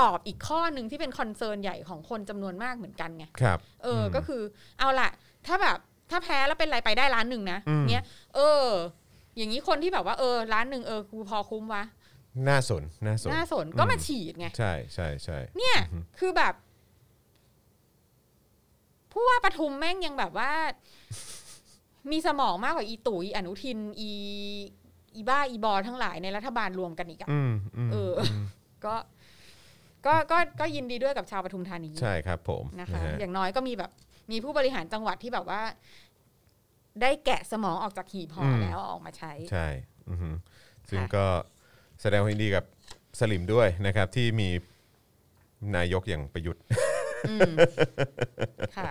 Speaker 3: ตอบอีกข้อหนึ่งที่เป็นคอนเซิร์นใหญ่ของคนจำนวนมากเหมือนกันไง
Speaker 2: ครับ
Speaker 3: เอออ
Speaker 2: ม
Speaker 3: ก็คือเอาล่ะ ถ้าแบบถ้าแพ้แล้วเป็นไรไปได้ล้านหนึ่งนะ
Speaker 2: อืม
Speaker 3: เนี้ยเออ อย่างนี้คนที่แบบว่าเออล้านหนึ่งเออกูพอคุ้มวะ
Speaker 2: น่าสนน่าสน
Speaker 3: น่าสน
Speaker 2: อืม
Speaker 3: ก็มาฉีดไง
Speaker 2: ใช่ใช่ใช่
Speaker 3: เนี่ย
Speaker 2: อือฮึ
Speaker 3: คือแบบผู้ว่าปทุมแม่งยังแบบว่า มีสมองมากกว่าอีตู่อีอนุทิน อีอีบ้าอีบอทั้งหลายในรัฐบาลรวมกันอีกอะ
Speaker 2: อืมม
Speaker 3: เอออื
Speaker 2: ม
Speaker 3: ก็ก็ก็ก็ยินดีด้วยกับชาวปทุมธานี
Speaker 2: ใช่ครับผม
Speaker 3: นะคะ
Speaker 2: ฮ
Speaker 3: อย่างน้อยก็มีแบบ มีผู้บริหารจังหวัดที่แบบว่า ได้แกะสมองออกจากหีบห่อแล้วเอาออกมาใช้
Speaker 2: ใช่อือฮึซึ่ง
Speaker 3: ค่ะ
Speaker 2: ก็แสดงความยินดีกับสลิมด้วยนะครับ ที่มีนายกอย่างประยุทธ์
Speaker 3: อื มค่ะ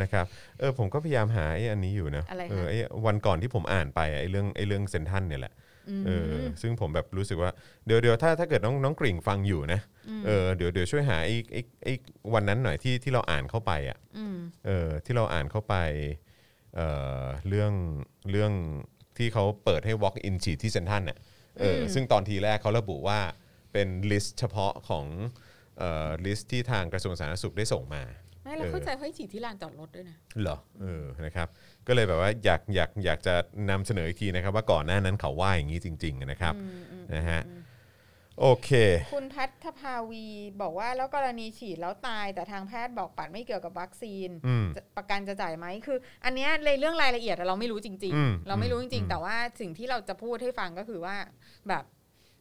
Speaker 2: นะครับเออผมก็พยายามหาไอ้อันนี้อยู่นะ
Speaker 3: อะไรคะ
Speaker 2: เออไอ้วันก่อนที่ผมอ่านไปอะไอ้เรื่องไอ้เรื่องเซนทรันเนี่ยแหละ
Speaker 3: อืม
Speaker 2: เออซึ่งผมแบบรู้สึกว่าเดี๋ยวเดี๋ยวถ้าถ้าเกิดน้องน้องกริ่งฟังอยู่นะเออเดี๋ยวเดี๋ยวช่วยหาไอ้ไอ้ไอ้วันนั้นหน่อยที่ที่เราอ่านเข้าไปอ่ะ
Speaker 3: อืม
Speaker 2: เออที่เราอ่านเข้าไปเออเรื่องเรื่องที่เขาเปิดให้ walk in ฉีดที่เซนทรันน่ะเอออซึ่งตอนทีแรกเขาระบุว่าเป็นลิสต์เฉพาะของเอ่อลิสต์ที่ทางกระทรวงสาธารณสุขได้ส่งมา
Speaker 3: ไม่เรา
Speaker 2: เออ
Speaker 3: เข้าใจเขาให้ฉีดที่ลานจอดรถด้วยนะ
Speaker 2: เหรอเออนะครับก็เลยแบบว่าอยากอยากอยากจะนำเสนออีกทีนะครับ ว่าก่อนหน้านั้นเขาว่าอย่างนี้จริง ๆ นะครับนะฮะโอเค
Speaker 3: คุณพัฒภาวีบอกว่าแล้วกรณีฉีดแล้วตาย แต่ทางแพทย์บอกปัดไม่เกี่ยวกับวัคซีน
Speaker 2: อืม
Speaker 3: จะประกันจะจ่ายไหมคือ อันเนี้ยในเรื่องรายละเอียดอะเราไม่รู้จริง
Speaker 2: อืม
Speaker 3: ๆ เราไม่รู้จริง
Speaker 2: อืม
Speaker 3: ๆ แต่ว่าสิ่งที่เราจะพูดให้ฟังก็คือว่าแบบ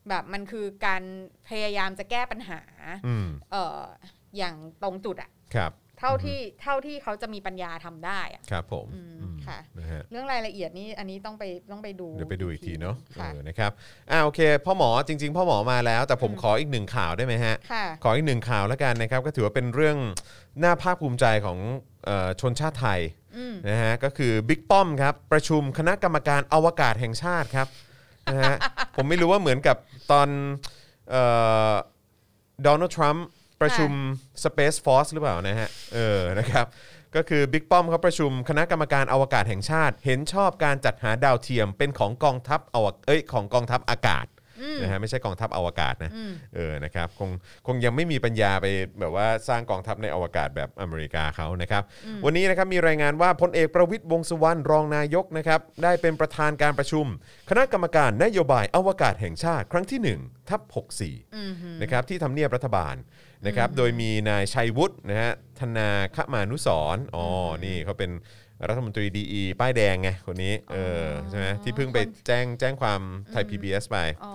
Speaker 3: แบบมันคือการพยายามจะแก้ปัญหา
Speaker 2: อืม
Speaker 3: เอ่ออย่างตรงจุดอะ
Speaker 2: ครับ
Speaker 3: เท่า
Speaker 2: อือฮึ
Speaker 3: ที่เท่าที่เขาจะมีปัญญาทำได้อะ
Speaker 2: ครับผม
Speaker 3: อืม
Speaker 2: อืม
Speaker 3: ค่ะ
Speaker 2: นะฮะ
Speaker 3: เรื่องรายละเอียดนี้อันนี้ต้องไปต้องไปดู
Speaker 2: เดี๋ยวไปดูอีกทีเนาะ
Speaker 3: ค่ะ
Speaker 2: เออนะครับอ่าโอเคพ่อหมอจริง ๆ พ่อหมอมาแล้วแต่ผมขออีกหนึ่งข่าวได้ไหมฮะ
Speaker 3: ค่ะ
Speaker 2: ขออีกหนึ่งข่าวแล้วกันนะครับ ก็ถือว่าเป็นเรื่องน่าภาคภูมิใจของเอ่อชนชาติไทย
Speaker 3: อืม
Speaker 2: นะฮะก็คือบิ๊กป้อมครับ ประชุมคณะกรรมการอวกาศแห่งชาติครับนะฮะ ผมไม่รู้ว่าเหมือนกับตอนโดนัลด์ทรัมป์ประชุม Space Force หรือเปล่านะฮะเออนะครับก็คือบิ๊กป้อมเขาประชุมคณะกรรมการอวกาศแห่งชาติ เห็นชอบการจัดหาดาวเทียมเป็นของกองทัพอวกเอ้ยของกองทัพอากาศนะฮะไม่ใช่กองทัพอวกาศนะ
Speaker 3: อืม
Speaker 2: เออนะครับคงคงยังไม่มีปัญญาไปแบบว่าสร้างกองทัพในอวกาศแบบอเมริกาเขานะครับวันนี้นะครับมีรายงานว่าพลเอกประวิตยวงษ์สุวรรณรองนายกนะครับได้เป็นประธานการประชุม คณะกรรมการนโยบายอวกาศแห่งชาติ ครั้งที่หนึ่งทับ64
Speaker 3: อืมหืม
Speaker 2: นะครับที่ทำเนียบรัฐบาลนะครับโดยมีนายชัยวุฒินะฮะธนาคมานุสรณ์อ๋ออนี่เขาเป็นรัฐมนตรีดีป้ายแดงไงคนนี้เออใช่ไหมที่เพิ่งไปแจ้งแจ้งความไทย PBS ไป
Speaker 3: อ๋อ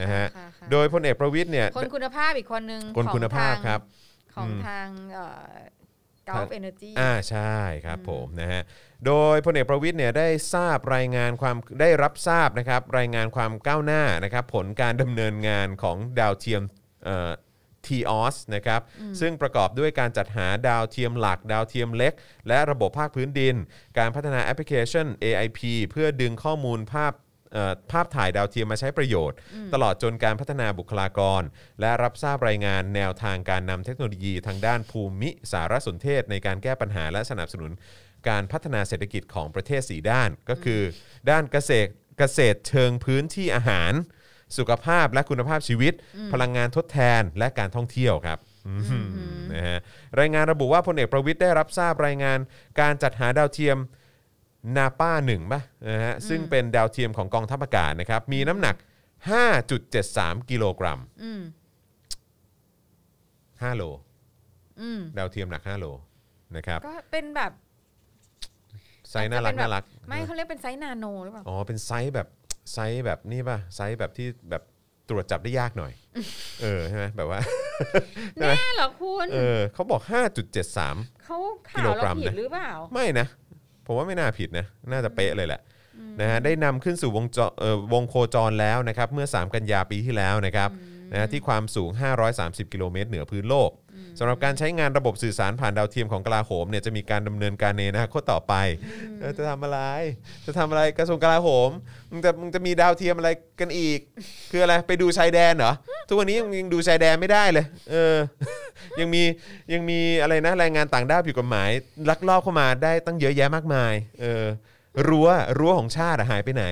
Speaker 2: นะฮะ
Speaker 3: ค่ค่
Speaker 2: โดยพลเอกประวิทย์เนี่ย
Speaker 3: คนคุณภาพอีกคนนึง
Speaker 2: คนคุณภาพ
Speaker 3: ของทง
Speaker 2: ครับ
Speaker 3: ของ
Speaker 2: อืม
Speaker 3: ทางเอ่อ
Speaker 2: ทา
Speaker 3: Gulf
Speaker 2: ง
Speaker 3: Energy
Speaker 2: อ่าใช่ครับผมนะฮะโดยพลเอกประวิทย์เนี่ยได้ทราบรายงานความได้รับทราบนะครับรายงานความก้าวหน้านะครับผลการดำเนินงานของดาวเทียมทีออสนะครับซึ่งประกอบด้วยการจัดหาดาวเทียมหลักดาวเทียมเล็ก และระบบภาคพื้นดิน การพัฒนาแอปพลิเคชัน AIP เพื่อดึงข้อมูลภาพ เอ่อภาพถ่ายดาวเทียมมาใช้ประโยชน์ ตลอดจนการพัฒนาบุคลากร และรับทราบรายงานแนวทางการนำเทคโนโลยีทางด้านภูมิสารสนเทศ ในการแก้ปัญหาและสนับสนุนการพัฒนาเศรษฐกิจของประเทศสีด้าน ก็คือ ด้านเกษตรเกษตรเชิงพื้นที่อาหาร สุขภาพและคุณภาพชีวิต พลังงานทดแทนและการท่องเที่ยวครับอืมนะฮะรายงานระบุว่าพลเอกประวิทย์ได้รับทราบรายงานการจัดหาดาวเทียม นาป้าหนึ่งป่ะนะฮะซึ่งเป็นดาวเทียมของกองทัพอากาศนะครับ มีน้ำหนัก 5.73 กิโลกรัม
Speaker 3: อืม
Speaker 2: 5โล
Speaker 3: อืม
Speaker 2: ดาวเทียมหนัก 5 โลนะครับ
Speaker 3: ก็เป็นแบบ
Speaker 2: ไซส์น่ารัก
Speaker 3: เป็แบบ
Speaker 2: น่ารัก
Speaker 3: ไม่เขาเรียกเป็นไซส์นาโนหรือเปล่า
Speaker 2: อ๋อเป็นไซส์แบบไซส์แบบนี่ป่ะไซส์แบบที่แบบ ตรวจจับได้ยากหน่อย เออใช่ไหมแบบว่า ใช่ไหม
Speaker 3: แน่เหรอคุณ
Speaker 2: เออเขาบอก 5.73
Speaker 3: เขา
Speaker 2: กิ
Speaker 3: ข่า
Speaker 2: โล
Speaker 3: วเรา
Speaker 2: กรัม
Speaker 3: ผิด
Speaker 2: นะ
Speaker 3: หรือเปล่า
Speaker 2: ไม่นะ ผมว่าไม่น่าผิดนะ น่าจะเป๊ะเลยแหละนะฮะได้นำขึ้นสู่วงจรเอ่อวงโคจรแล้วนะครับ เมื่อ 3 กันยาปีที่แล้วนะครับนะฮะที่ความสูง 530 กิโลเมตรเหนือพื้นโลกสำหรับการใช้งานระบบสื่อสารผ่านดาวเทียมของกลาโหมเนี่ยจะมีการดำเนินการในอนาคตต่อไปเออจะทำอะไร จะทำอะไรกระทรวงกลาโหมมึงจะมึงจะมีดาวเทียมอะไรกันอีก คืออะไรไปดูชายแดนเหรอทุกวันนี้ยังยังดูชายแดนไม่ได้เลย เอ อ ยังมียังมีอะไรนะแรงงานต่างด้าวผิดกฎหมาย ลักลอบเข้ามาได้ตั้งเยอะแยะมากมาย เออรั้วรั้วของชาติอะหายไปไหน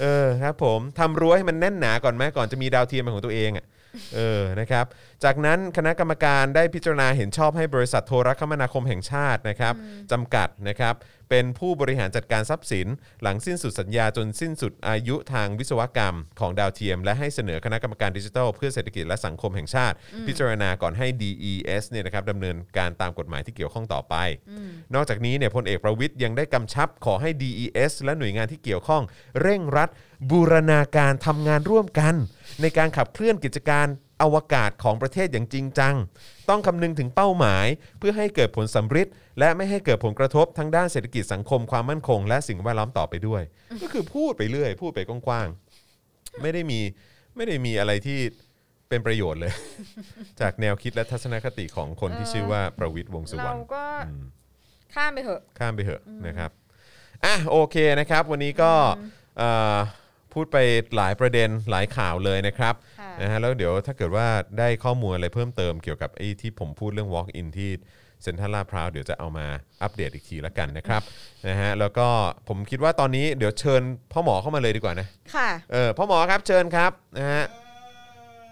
Speaker 2: เออครับผมทำรั้วให้มันแน่นหนาก่อนไหมก่อนจะมีดาวเทียมเป็นของตัวเองอ่ะเออนะครับ จากนั้นคณะกรรมการได้พิจารณาเห็นชอบให้บริษัทโทรคมนาคมแห่งชาตินะครับจำกัดนะครับ เป็นผู้บริหารจัดการทรัพย์สิน หลังสิ้นสุดสัญญาจนสิ้นสุดอายุทางวิศวกรรมของดาวเทียม และให้เสนอคณะกรรมการดิจิทัลเพื่อเศรษฐกิจและสังคมแห่งชาติ พิจารณาก่อนให้ DES เนี่ยนะครับดำเนินการตามกฎหมายที่เกี่ยวข้องต่อไป นอกจากนี้เนี่ยพลเอกประวิทย์ยังได้กำชับขอให้ DES และหน่วยงานที่เกี่ยวข้อง เร่งรัดบูรณาการทำงานร่วมกัน ในการขับเคลื่อนกิจการอวกาศของประเทศอย่างจริงจัง ต้องคำนึงถึงเป้าหมาย เพื่อให้เกิดผลสำฤทธิ์และไม่ให้เกิดผลกระทบทั้งด้านเศรษฐกิจสังคมความมั่นคง และสิ่งแวดล้อมต่อไปด้วย ก็คือพูดไปเรื่อย พูดไปกว้างๆไม่ได้มีไม่ได้มีอะไรที่เป็นประโยชน์เลย จากแนวคิดและทัศนคติของคนที่ชื่อว่าประวิทย์วงษ์สุวร
Speaker 3: เรา
Speaker 2: รณ
Speaker 3: ก็ข้ามไปเถอะ
Speaker 2: ข้ามไปเถอะนะครับ อ่ะโอเคนะครับ วันนี้ก็เอ่อพูดไปหลายประเด็นหลายข่าวเลยนะครับ
Speaker 3: ค่ะ
Speaker 2: นะฮะแล้วเดี๋ยวถ้าเกิดว่าได้ข้อมูลอะไรเพิ่มเติมเกี่ยวกับไอ้ที่ผมพูดเรื่อง Walk in ที่เซ็นทรัลลาดพร้าวเดี๋ยวจะเอามาอัปเดตอีกทีละกันนะครับ นะฮะแล้วก็ผมคิดว่าตอนนี้เดี๋ยวเชิญพ่อหมอเข้ามาเลยดีกว่านะ
Speaker 3: ค่ะ
Speaker 2: เออพ่อหมอครับเชิญครับนะฮะ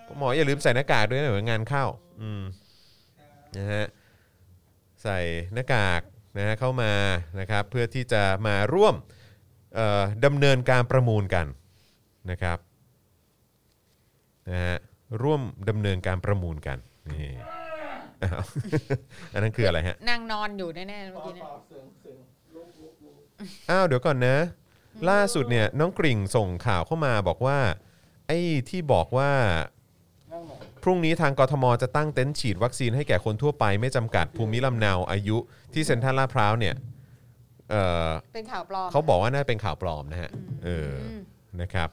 Speaker 2: พ่อหมออย่าลืมใส่หน้ากากด้วยนะเดี๋ยวงานเข้าอืมนะฮะใส่หน้ากากนะฮะเข้ามานะครับเพื่อที่จะมาร่วมเอ่อดำเนินการประมูลกันนะครับนะฮะร่วมดำเนินการประมูลกันนี่อ้าว อันนั้นคืออะไรฮะ
Speaker 3: นางนอนอยู่แน่ๆเมื่อกี้เนี่ย
Speaker 2: อ้าวเดี๋ยวก่อนนะ ล่าสุดเนี่ยน้องกริ่งส่งข่าวเข้ามาบอกว่าไอ้ที่บอกว่า พรุ่งนี้ทางกทมจะตั้งเต็นท์ฉีดวัคซีนให้แก่คนทั่วไปไม่จำกัดภูมิลำเนาอายุที่เซ็นทรัลลาดพร้าวเนี่ยเอ่อ
Speaker 3: เป็นข่าวปลอม
Speaker 2: เขาบอกว่าน่าเป็นข่าวปลอมนะฮะเออ
Speaker 3: ม
Speaker 2: นะครับ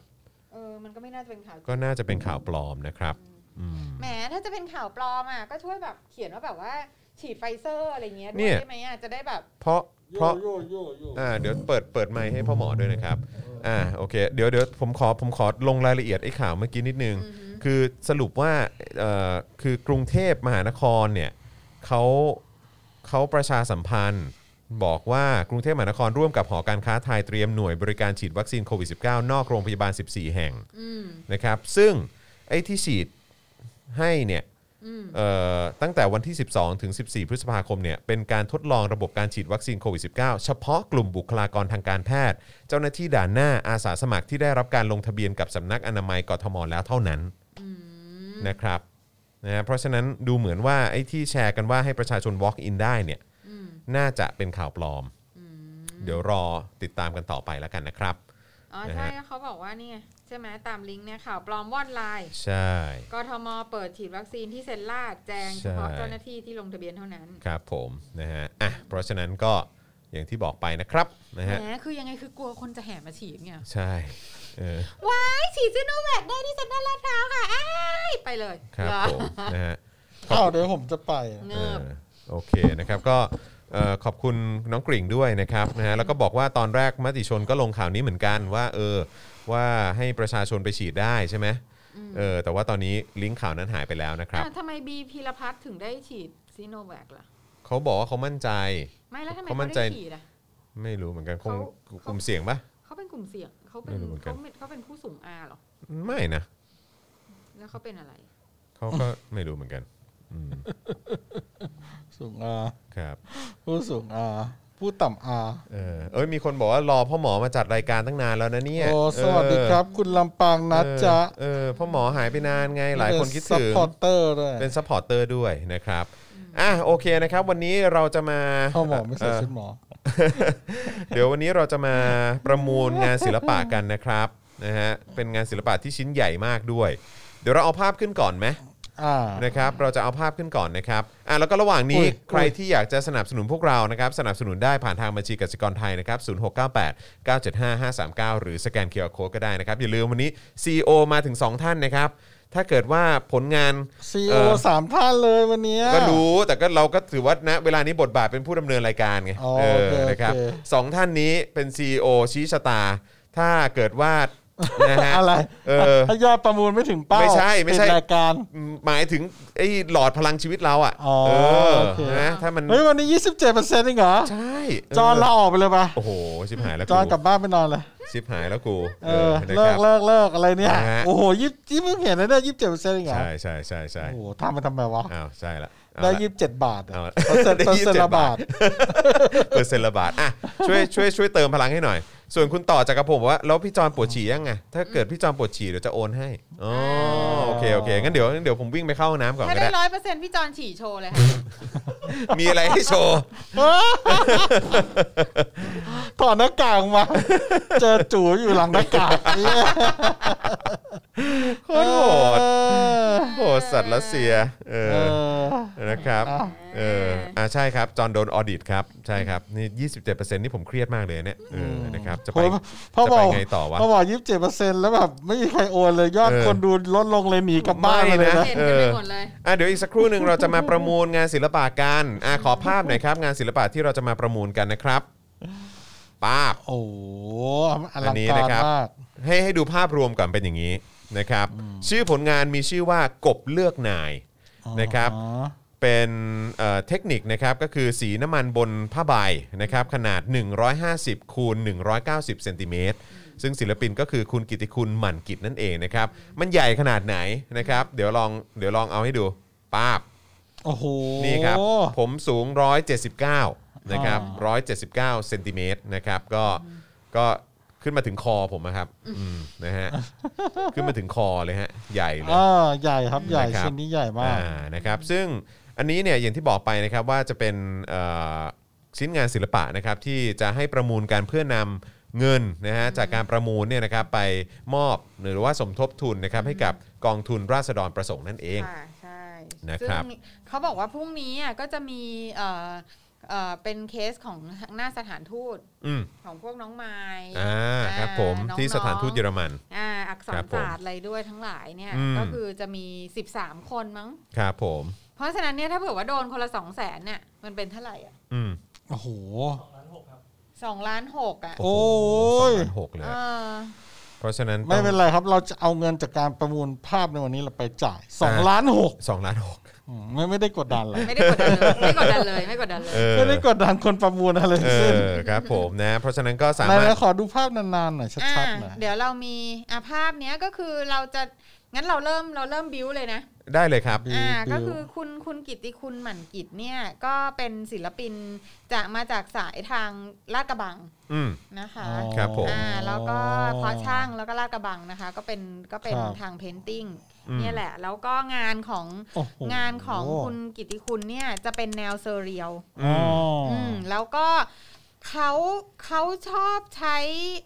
Speaker 3: เออ มันก็ไม่น่าจะเป็นข่าวจริง
Speaker 2: ก็น่าจะเป็นข่าวปลอมนะครับอืม
Speaker 3: แหมถ้าจะเป็นข่าวปลอมอ่ะก็ช่วยแบบเขียนว่าแบบว่า ฉีดไฟเซอร์อะไรเงี้ยด้
Speaker 2: เนี่
Speaker 3: วย
Speaker 2: ย
Speaker 3: ได้ไหมอ่ะจะได้แบบ
Speaker 2: เพราะเพราะ
Speaker 4: โยโยโย
Speaker 2: อ่าเดี๋ยวเปิดเปิดไมค์ให้พ่อหมอด้วยนะครับอ่าโอเคเดี๋ยวเดี๋ยวผมขอผมขอลงรายละเอียดไอ้ข่าวเมื่อกี้นิดนึง คือสรุปว่าเอ่อคือกรุงเทพมหานครเนี่ยเขาเขาประชาสัมพันธ์ บอกว่ากรุงเทพมหานครร่วมกับหอการค้าไทยเตรียมหน่วยบริการฉีดวัคซีนโควิด -19 นอกโรงพยาบาล 14 แห่งนะครับ ซึ่งไอ้ที่ฉีดให้เนี่ยเอ่อตั้งแต่วันที่ 12 ถึง 14 พฤษภาคมเนี่ยเป็นการทดลองระบบการฉีดวัคซีนโควิด -19 เฉพาะกลุ่มบุคลากรทางการแพทย์ เจ้าหน้าที่ด่านหน้าอาสาสมัครที่ได้รับการลงทะเบียนกับสำนักอนามัยกทมแล้วเท่านั้น นะครับนะฮะเพราะฉะนั้นดูเหมือนว่าไอ้ที่แชร์กันว่าให้ประชาชน walk in ได้เนี่ยน่าจะเป็นข่าวปลอม เดี๋ยวรอติดตามกันต่อไปแล้วกันนะครับ
Speaker 3: อ๋อ
Speaker 2: นะฮะ
Speaker 3: ใช่เขาบอกว่านี่ไงใช่ไหมตามลิงก์เนี่ยข่าวปลอมวอดไลน์
Speaker 2: ใช่
Speaker 3: กทมเปิดฉีดวัคซีนที่เซ็นลาดแจงเฉพาะเจ้าหน้าที่ที่ลงทะเบียนเท่านั้น
Speaker 2: ครับผมนะฮะอ่ะเพราะฉะนั้นก็อย่างที่บอกไปนะครับนะ
Speaker 3: แห
Speaker 2: ฮะ
Speaker 3: มคือยังไงคือกลัวคนจะแห่มาฉีดเนี่ย
Speaker 2: ใช่เออ
Speaker 3: ว้ายฉีดซิโนแวคได้ที่เซ็นทรัลลาดพร้าวค่ะอ้ายไปเลย
Speaker 2: ครับ
Speaker 3: เหอ
Speaker 2: ผมนะฮะ
Speaker 4: อ้าวเดี๋ยวผมจะไปอะ
Speaker 3: เงิบ
Speaker 2: เออโอเคนะครับก็เอ่อขอบคุณน้องกริ่งด้วยนะครับนะฮะแล้วก็บอกว่าตอนแรกมติชนก็ลงข่าวนี้เหมือนกันว่าเออว่าให้ประชาชนไปฉีดได้ใช่ไหมเออแต่ว่าตอนนี้ลิงก์ข่าวนั้นหายไปแล้วนะครับ
Speaker 3: อ่ะทำไมบีพีรพัฒน์ถึงได้ฉีดซีโนแวคล่ะ
Speaker 2: เขาบอกว่าเขามั่นใจ
Speaker 3: ไม่แล้วทำไม
Speaker 2: เขามั่น
Speaker 3: เขา
Speaker 2: ใจ
Speaker 3: ได้ฉีดอ่ะ
Speaker 2: ไม่รู้เหมือนกันคง
Speaker 3: เขาเขา
Speaker 2: กลุ่มเสี่ยงปะ
Speaker 3: เขาเป็นกลุ่มเสี่ยงเขาเป็น
Speaker 2: ไม่รู้เหมือนกัน
Speaker 3: เขาเป็นเขาเป็นผู้สูงอาหรอ
Speaker 2: ไม่นะ
Speaker 3: แล้วเขาเป็นอะไร
Speaker 2: เขา ก็ ไม่รู้เหมือนกันอืม
Speaker 4: สูงอา
Speaker 2: ครับ
Speaker 4: ผู้สูงอาผู้ต่ำอา
Speaker 2: เออเอ้ยมีคนบอกว่ารอพ่อหมอมาจัดรายการตั้งนานแล้วนะเนี่ย
Speaker 4: โอ้สวัสดีครับ คุณลำปาง
Speaker 2: เอ
Speaker 4: นั
Speaker 2: อ
Speaker 4: ดจ๊ะ
Speaker 2: เออพ่อหมอหายไปนานไงหลายคนคิด
Speaker 4: ซัพ
Speaker 2: ถึง
Speaker 4: พอร์เตอร์ด้วย
Speaker 2: เป็นซัพพอร์ตเตอร์ด้วยนะครับ อ่ะโอเคนะครับ วันนี้เราจะมา
Speaker 4: พ่อหมอไม่ใส่
Speaker 2: เ
Speaker 4: ชุดหมอ
Speaker 2: เดี๋ยววันนี้เราจะมาประมูลงานศิลปะกันนะครับ นะฮะเป็นงานศิลปะที่ชิ้นใหญ่มากด้วย เดี๋ยวเราเอาภาพขึ้นก่อนไหม
Speaker 4: อ่า
Speaker 2: นะครับเราจะเอาภาพขึ้นก่อนนะครับอ่ะแล้วก็ระหว่างนี้
Speaker 4: อุ้ย
Speaker 2: ใครที่อยากจะสนับสนุนพวกเรานะครับสนับสนุนได้ผ่านทางบัญชีกสิกรไทยนะครับ0698 975 539 หรือสแกนเคอร์โคก็ได้นะครับ อย่าลืมวันนี้ CEO มาถึง 2 ท่านนะครับ ถ้าเกิดว่าผลงาน
Speaker 4: ซี
Speaker 2: เอ่
Speaker 4: โอ
Speaker 2: อ
Speaker 4: สามท่านเลยวันเนี้ย
Speaker 2: ก็รู้แต่ก็เราก็ถือว่าณเวลานี้บทบาทเป็นผู้ดำเนินรายการไง
Speaker 4: อ๋อ
Speaker 2: เอ
Speaker 4: โอ
Speaker 2: อ
Speaker 4: เคโอเค
Speaker 2: นะครับสองท่านนี้เป็น CEO ชี้ชะตา ถ้าเกิด ว่านะฮะ
Speaker 4: อะไร
Speaker 2: เออ
Speaker 4: ถ้ายอดประมูลไม่ถึงเป้า
Speaker 2: ไม่ใช่ไม่ใช่
Speaker 4: ปิดรายการ
Speaker 2: หมายถึงไอ้หลอดพลังชีวิตเราอ่ะ
Speaker 4: อ๋อ
Speaker 2: เออ
Speaker 4: โอเค
Speaker 2: นะถ้ามัน
Speaker 4: เฮ้ยวันนี้ยี่สิบเจ็ดเปอร์เซ็นต์เองเหรอ
Speaker 2: ใช่เ
Speaker 4: จอนลาออกไปเลยปะ
Speaker 2: โอ้โห ชิบหายแล้ว
Speaker 4: จ
Speaker 2: กู
Speaker 4: อนกลับบ้านไปนอนเลย
Speaker 2: ชิบหายแล้วกู
Speaker 4: เออ
Speaker 2: นะ
Speaker 4: เลิ
Speaker 2: ครั
Speaker 4: ก
Speaker 2: บ
Speaker 4: เลิกเลิกอะไรเนี่ย
Speaker 2: นะฮะ
Speaker 4: โอ้โหยี่ยี่เพิ่งเห็นนะเนี่ยยี่สิบเจ็ดเปอร์เซ็นต์เองเหรอ
Speaker 2: ใช่ใช่ใช่ใช่
Speaker 4: โอ้โหทำมันทำไมวะ
Speaker 2: อ้าวใช่ละเอาละ
Speaker 4: ได้ยี่สิบเจ็ดบาทอะ
Speaker 2: เอาละ
Speaker 4: เปอร์เซ็นต์เปอร์เซ็นต์ละบาท
Speaker 2: เปอร์เซ็นต์ละบาทอ่ะช่วยช่วยช่วยเติมพลังให้หน่อย ส่วนคุณต่อจากกระผมว่าแล้วพี่จอนปวดฉี่ยังไงถ้าเกิดพี่จอนปวดฉี่เดี๋ยวจะโอนให้อ๋อโอเคโอเคงั้นเดี๋ยวงั้นเดี๋ยวผมวิ่งไปเข้าห้องน้ำก่อน
Speaker 3: ถ้า
Speaker 2: ก็
Speaker 3: ได้
Speaker 2: ได้
Speaker 3: ร้อยเปอร์เซ็นต์พี่จอนฉี่โชว์เลยค่ะ
Speaker 2: มีอะไรให้โชว์
Speaker 4: ถอดหน้ากากมา เจอจู่อยู่หลังหน้ากากเนี่ย
Speaker 2: โคตรโหด
Speaker 4: เออ
Speaker 2: โหดสัตว์รัสเซียเอ
Speaker 4: เอ
Speaker 2: อ
Speaker 4: อ
Speaker 2: นะครับ
Speaker 4: อ้าว
Speaker 2: เออ อ่า ใช่ครับ จอห์นโดนออดิตครับ ใช่ครับ นี่ 27%นี่ผมเครียดมากเลยเนี่ย เออ นะครับ จะไป
Speaker 4: โหพ่อ
Speaker 2: จะ
Speaker 4: บ
Speaker 2: ไป
Speaker 4: อก
Speaker 2: ไงต่อวะ
Speaker 4: พ่อบอกยี่สิบเจ็ดเปอร์เซ็นต์แล้วแบบไม่มีใครโอนเลยยอด
Speaker 2: เออ
Speaker 4: คนดูลดลงเลยหนีกลับบ้าน
Speaker 2: ไม่
Speaker 4: มาเลย
Speaker 2: นะ
Speaker 4: นะ
Speaker 3: เห็นกันไปหมดเลย
Speaker 2: อ่ะเดี๋ยวอีกสักครู่หนึ่งเราจะมาประมูลงานศิลปะกัน อ่ะขอภาพหน่อยครับ งานศิลปะที่เราจะมาประมูลกันนะครับปาบ
Speaker 4: โอ้โหอ
Speaker 2: อั
Speaker 4: ลั
Speaker 2: น
Speaker 4: ง
Speaker 2: นี้
Speaker 4: กา
Speaker 2: นะ
Speaker 4: ร
Speaker 2: ครับ
Speaker 4: มาก
Speaker 2: ให้ให้ดูภาพรวมก่อนเป็นอย่างนี้นะครับ ชื่อผลงานมีชื่อว่ากบเลือกนายนะครับ
Speaker 4: อ๋อ
Speaker 2: เป็นเอ่อเทคนิคนะครับก็คือสีน้ำมันบนผ้าใบนะครับขนาด 150คูณ190เซนติเมตรซึ่งศิลปินก็คือคุณกิติคุณหมั่นกิจนั่นเองนะครับ มันใหญ่ขนาดไหนนะครับเดี๋ยวลองเดี๋ยวลองเอาให้ดูป้าบ
Speaker 4: โอ้โห
Speaker 2: นี่ครับ ผมสูง 179 นะครับ 179เซนติเมตรนะครับ ก็ก็ขึ้นมาถึงคอผมนะครับอืมนะฮะ ขึ้นมาถึงคอเลยฮะ ใหญ่เลย
Speaker 4: อ่าใหญ่ครับใหญ่
Speaker 2: นะครับ
Speaker 4: ชิ้นนี้ใหญ่มาก
Speaker 2: อ่านะครับซึ่งอันนี้เนี่ยอย่างที่บอกไปนะครับว่าจะเป็นเอ่อชิ้นงานศิลปะนะครับที่จะให้ประมูลการเพื่อนำเงินนะฮะจากการประมูลเนี่ยนะครับไปมอบหรือว่าสมทบทุนนะครับให้กับกองทุนราษฎรประสงค์นั่นเอง
Speaker 3: ค่ะใช่
Speaker 2: นะครับ
Speaker 3: ซึ่งเขาบอกว่าพรุ่งนี้อ่ะก็จะมีเอ่อเอ่อเป็นเคสของหน้าสถานทูต
Speaker 2: อืม
Speaker 3: ของพวกน้องไม้
Speaker 2: อ่าครับผม
Speaker 3: อ่า
Speaker 2: ที่
Speaker 3: องๆ
Speaker 2: สถานทูตเยอรมัน
Speaker 3: อ่าอักษ
Speaker 2: ค
Speaker 3: ร
Speaker 2: รับผม
Speaker 3: ศาสตร์อะไรด้วยทั้งหลายเนี่ย
Speaker 2: อืม
Speaker 3: ก็คือจะมี 13 คนมั้ง
Speaker 2: ครับผม
Speaker 3: เพราะฉะนั้นเนี่ยถ้าเผื่อว่าโดนคนละสองแสนเนี่ยมันเป็นเท่าไหร่อ่ะ
Speaker 2: อืม
Speaker 4: โอ้โห
Speaker 3: สองล้านหกอ่ะ
Speaker 4: โอ้ย
Speaker 2: สองพันหกเลย
Speaker 3: เออ
Speaker 2: เพราะฉะนั้น
Speaker 4: ไม่เป็นไรครับ เราจะเอาเงินจากการประมูลภาพในวันนี้เราไปจ่ายสองล้านหก
Speaker 2: สองล้านหก
Speaker 4: อืมไม่ไม่ได้กดดันเลย
Speaker 3: ไม่ได้กดดันเลยไม่กดดันเลยไม่กดดันเลย
Speaker 2: เออ
Speaker 4: ไม่ได้กดดันคนประมูลอะไร
Speaker 2: เอ
Speaker 4: ทั้งสิ้น
Speaker 2: อครับผมนะเพราะฉะนั้นก็สา
Speaker 4: ไหนาย
Speaker 2: มารถ
Speaker 4: นะขอดูภาพนานๆหน่อยชัดๆหน่อย
Speaker 3: อ่ะเดี๋ยวเรามีอ่ะภาพเนี้ยก็คือเราจะงั้นเราเริ่มเราเริ่มบิวเลยนะ
Speaker 2: ได้เลยครับ
Speaker 3: อ่าก็
Speaker 4: บิว
Speaker 3: คือคุณคุณกิตติคุณหมั่นกิจเนี่ยก็เป็นศิลปินจากมาจากสายทางลาดกระบัง
Speaker 2: อืม
Speaker 3: นะคะ
Speaker 4: อ๋อ
Speaker 2: ครับผม
Speaker 3: อ่าแล้วก็เพอช่างแล้วก็ลาดกระบังนะคะ ก็เป็นก็เป็น
Speaker 4: ครับ
Speaker 3: ทางเพนติ้ง
Speaker 2: อืม
Speaker 3: เนี่ยแหละ แล้วก็งานของ
Speaker 4: โอ้โห
Speaker 3: งานของคุณกิตติคุณเนี่ยจะเป็นแนวเซเรียล
Speaker 4: อ๋ออ
Speaker 3: อืมแล้วก็เขาเขาชอบใช้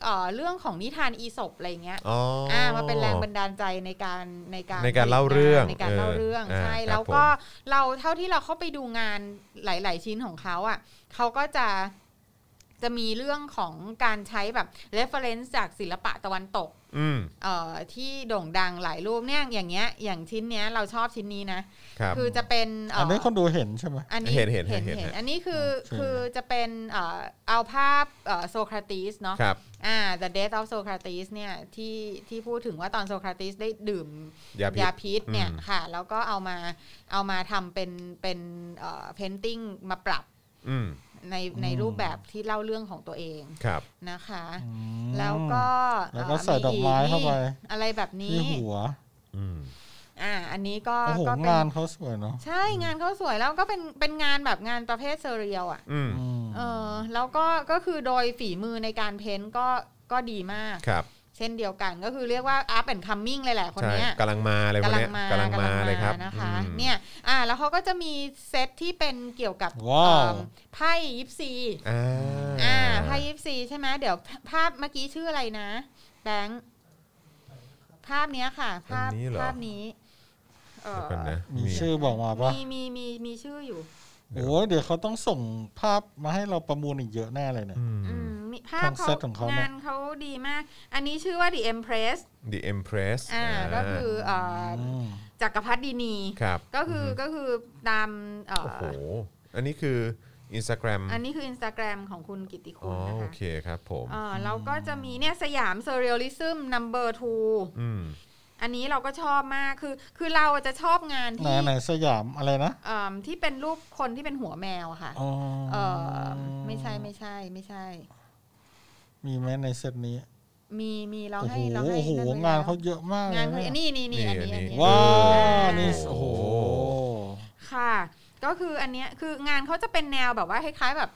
Speaker 3: เอ่อเรื่องของนิทานอีสปอะไรเงี้ย
Speaker 2: อ๋ออ
Speaker 3: อ่ามาเป็นแรงบันดาลใจในการในการ
Speaker 2: ในการเล่าเรื่อง
Speaker 3: ในการเล่าเรื่อง
Speaker 2: เออ
Speaker 3: ใช่
Speaker 2: อ่าครับ
Speaker 3: แล้วก็เราเท่าที่เราเข้าไปดูงานหลาย ๆ ชิ้นของเขาอ่ะเขาก็จะจะมีเรื่องของการใช้แบบ reference จากศิลปะตะวันตก
Speaker 2: ืม
Speaker 3: เอ่อที่โด่งดังหลายรูปเนี่ยอย่างเงี้ยอย่างชิ้นเนี้ยเราชอบชิ้นนี้นะครับ คือจะเป็นเอ่อ
Speaker 4: อั
Speaker 3: อ
Speaker 4: นนี้คนดูเห็นใช่ไหม
Speaker 3: อันนี้
Speaker 2: เห็นเห็นเห็น
Speaker 3: เห็น
Speaker 2: เห็น
Speaker 3: เห็น
Speaker 2: ฮะ
Speaker 3: อันนี้คือ
Speaker 4: ใช่
Speaker 3: คือจะเป็นเอ่อเอาภาพเอ่อโซคราติสเนาะ
Speaker 2: ครับ
Speaker 3: อ่า The Death of Socrates เนี่ยที่ที่พูดถึงว่าตอนโซคราติสได้ดื่ม
Speaker 2: ยาพิษ
Speaker 3: ยาพิษเนี่ย
Speaker 2: อืม
Speaker 3: ค่ะ แล้วก็เอามาเอามาทำเป็นเป็นเอ่อเพนติ้งมาปรับ
Speaker 2: อืม
Speaker 3: ในในรูปแบบที่เล่าเรื่องของตัวเอง
Speaker 2: ครับ
Speaker 3: นะคะ
Speaker 4: อืม
Speaker 3: แล้วก็เอ่อ
Speaker 4: แล้วก็ใส่ดอกไม้เข้าไป
Speaker 3: นี่อะไรแบบ
Speaker 4: ที่
Speaker 3: นี้
Speaker 4: หัว
Speaker 2: อืม
Speaker 3: อ่าอันนี้ก็
Speaker 4: โอ้โห
Speaker 3: ก็เป็
Speaker 4: งาน
Speaker 3: น
Speaker 4: เขาสวยเนาะ
Speaker 3: ใช่งานเขาสวยแล้วก็เป็นเป็นงานแบบงานประเภทเซเรียลอ่ะ
Speaker 2: อืม
Speaker 4: อืม
Speaker 3: เออแล้วก็ก็คือโดยฝีมือในการเพ้นท์ก็ก็ดีมาก
Speaker 2: ครับ
Speaker 3: เช่นเดียวกันก็คือเรียกว่า up and coming เลยแหละคน
Speaker 2: ใช่
Speaker 3: เนี้ย
Speaker 2: กำลังมาเลยคน
Speaker 3: กำลั
Speaker 2: เนี้ย
Speaker 3: มาก
Speaker 2: ำลังมาเลยครับ
Speaker 3: นะคะ
Speaker 2: อืม
Speaker 3: เนี่ยอ่าแล้วเขาก็จะมีเซตที่เป็นเกี่ยวกับ
Speaker 4: ว้าว
Speaker 3: เอิ่มไพ่ยิปซี
Speaker 2: อ่า
Speaker 3: อ่าไพ่ยิปซีใช่ไหมเดี๋ยวภาพเมื่อกี้ชื่ออะไรนะแบงค์ ภาพเนี้ยค่ะ ภาพ
Speaker 2: อันนี้เหรอ
Speaker 3: ภาพนี้ เอ่
Speaker 2: เดี๋ยว
Speaker 3: อ
Speaker 2: กันนะ
Speaker 4: มีชื่อบอกมาปะ
Speaker 3: มีมีมีมีชื่ออยู่
Speaker 4: โอ้ยเดี๋ยวเขาต้องส่งภาพมาให้เราประมูลอีกเยอะแน่เลยเนี่ย
Speaker 2: อืม
Speaker 3: อืมมีภาพ
Speaker 4: ทาง
Speaker 3: เขา
Speaker 4: เซตของเขาเนี่ย
Speaker 3: งานเขาดีมาก อันนี้ชื่อว่า The Empress
Speaker 2: The Empress
Speaker 3: อ่าก็คือเอ่ออ
Speaker 4: ม
Speaker 3: จักรพรรดินี
Speaker 2: ครับ
Speaker 3: ก็คืออ
Speaker 2: ม
Speaker 3: ก็คือตามเอ่อ
Speaker 2: โอ้โห อันนี้คือ Instagram
Speaker 3: อันนี้คือ Instagram ของคุณกิติ
Speaker 2: อ๋
Speaker 3: คุ
Speaker 2: อ
Speaker 3: ณนะ
Speaker 2: โอ
Speaker 3: คะ
Speaker 2: เคครับผม
Speaker 3: เอ่อแล้วก็จะมีเนี่ยสยามเซเรียลิซึมนัมเบอร์ทู
Speaker 2: อืม
Speaker 3: อันนี้เราก็ชอบมากคือ คือเราจะชอบงาน
Speaker 4: ไหน
Speaker 3: ที่
Speaker 4: ไหนสยามอะไรนะ
Speaker 3: เอิ่มที่เป็นรูปคนที่เป็นหัวแมวอะค่ะ
Speaker 4: อ๋อ
Speaker 3: เออไม่ใช่ไม่ใช่ไม่ใช่
Speaker 4: มีไหมในเซตนี้
Speaker 3: มีมีเรา
Speaker 4: โอ้โห
Speaker 3: ให้เราให้
Speaker 4: โอ้โห
Speaker 3: ไว้
Speaker 4: งาน
Speaker 3: แล้ว
Speaker 4: เขาเยอะมากเลย
Speaker 3: งานคน
Speaker 4: เย
Speaker 3: นี่นี่นี่อัน
Speaker 2: นี่
Speaker 3: นี้อัน
Speaker 2: นี่
Speaker 3: นี้
Speaker 4: ว้า
Speaker 3: อ่
Speaker 4: วนี่
Speaker 2: โอ้
Speaker 4: โอ้
Speaker 2: โห
Speaker 4: โห
Speaker 3: ค่ะ ก็คืออันเนี้ยคืองานเขาจะเป็นแนวแบบว่าคล้ายๆแบบ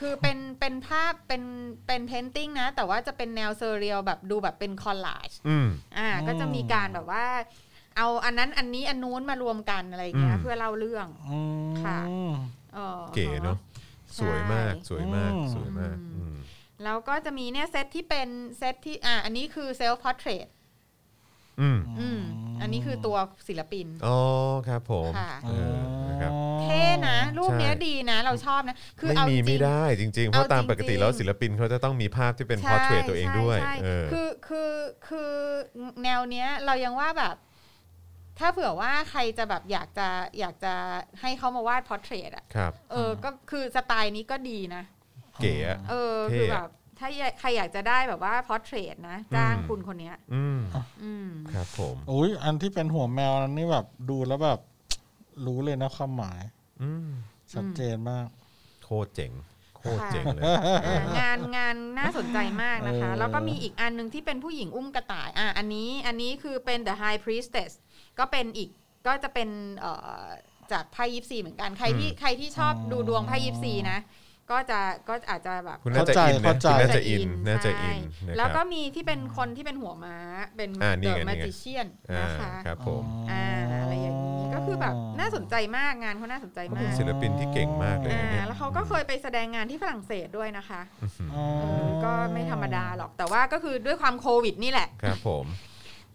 Speaker 3: คือเป็นเป็นภาพเป็นเป็นเพนติ้งนะ แต่ว่าจะเป็นแนวเซเรียลแบบดูแบบเป็นคอลลาจ
Speaker 2: อืม
Speaker 3: อ่า
Speaker 4: อืม
Speaker 3: ก็จะมีการแบบว่า เอาอันนั้นอันนี้อันนู้นมารวมกันอะไรอย่างเงี้
Speaker 2: อื
Speaker 3: ย
Speaker 2: ม
Speaker 3: เพื่อเล่าเรื่อง
Speaker 4: อืม
Speaker 3: ค่ะ ออ
Speaker 2: เก๋เนาะสวยมากสวยมาก
Speaker 4: อืม
Speaker 2: สวยมาก
Speaker 3: อื
Speaker 2: อื
Speaker 3: ม
Speaker 2: ม
Speaker 3: แล้วก็จะมีเนี่ยเซตที่เป็นเซตที่อ่าอันนี้คือเซลฟ์พอร์เทรต
Speaker 2: อืม
Speaker 3: อืมอันนี้คือตัวศิลปิน
Speaker 2: อ๋อครับผม
Speaker 3: ค่ะ
Speaker 2: เออนะครับ
Speaker 3: เท่นะ รูปเนี้ย
Speaker 2: ใช่
Speaker 3: ดีนะเราชอบนะ คือ
Speaker 2: ไม่
Speaker 3: เอาจ
Speaker 2: มี
Speaker 3: ริ
Speaker 2: ไม่
Speaker 3: งๆ
Speaker 2: ได้จริง ๆ เพราะ
Speaker 3: เอา
Speaker 2: ตามปกติ
Speaker 3: จริงๆ
Speaker 2: แล้วศิลปินเขาจะต้องมีภาพที่เป็นพอร์เทรตตัวเองด้วย
Speaker 3: ใช่ใช่
Speaker 2: เออ
Speaker 3: คือคือคือแนวเนี้ยเรายังว่าแบบ ถ้าเผื่อว่าใครจะแบบอยากจะอยากจะให้เขามาวาดพอร์เทรตอ่ะ
Speaker 2: ครับ
Speaker 3: เออก็คือสไตล์นี้ก็ดีนะ
Speaker 2: เก๋อะ
Speaker 3: เออ
Speaker 2: เท่อะ
Speaker 3: คือแบบ ถ้าใครอยากจะได้แบบว่าพอร์เทรตนะ จ้าง
Speaker 2: อืม
Speaker 3: คุณคนเนี้ย
Speaker 2: อืม
Speaker 3: อืม
Speaker 2: ครับผม
Speaker 4: อุ้ยอันที่เป็นหัวแมวนั้นนี่แบบดูแล้วแบบ รู้เลยนะความหมาย
Speaker 2: อืม
Speaker 4: ชัดเจนมาก
Speaker 2: โคตรเจ๋ง โคตรเจ๋งเลย
Speaker 3: อ่างานงานน่าสนใจมากนะคะ
Speaker 4: เออ
Speaker 3: แล้วก็มีอีกอันหนึ่งที่เป็นผู้หญิงอุ้มกระต่ายอ่ะอันนี้อันนี้คือเป็น The High Priestess ก็เป็นอีกก็จะเป็นเอ่อจากไพ่ยิปซีเหมือนกันใครที่ใครที่ชอบดูดวงไพ่ยิปซีนะ ก็จะก็อาจจะแบบ
Speaker 2: คุณน่าจะอินนะ
Speaker 4: เข้าใจ
Speaker 2: คุณน่าจะอินน่าจะอิน
Speaker 3: ใช่
Speaker 2: นะ
Speaker 3: แล้ว
Speaker 2: ค
Speaker 3: ก็
Speaker 2: รับ
Speaker 3: มีที่เป็นคนที่เป็นหัวม้าเป็น
Speaker 2: อ่านี่ไง
Speaker 3: เด
Speaker 2: นี่
Speaker 3: อะ
Speaker 2: ไง
Speaker 3: มาจิเชียน
Speaker 2: อ่า
Speaker 3: นะคะ
Speaker 2: ครับผม
Speaker 3: อ่าอะไรอย่างนี้ก็คือแบบน่าสนใจมากงานเขาน่าสนใจ
Speaker 2: ก็
Speaker 3: มา
Speaker 2: เป็น
Speaker 3: ก
Speaker 2: ศิลปินที่เก่งมากเลย
Speaker 3: อ่า
Speaker 2: นะเนี่ย
Speaker 3: แล้วเขาก็เคยไปแสดงงานที่ฝรั่งเศสด้วยนะคะ
Speaker 2: อื้อหือ
Speaker 4: อ๋อ
Speaker 3: เออก็ไม่ธรรมดาหรอกแต่ว่าก็คือด้วยความโควิดนี่แหละ
Speaker 2: ครับผม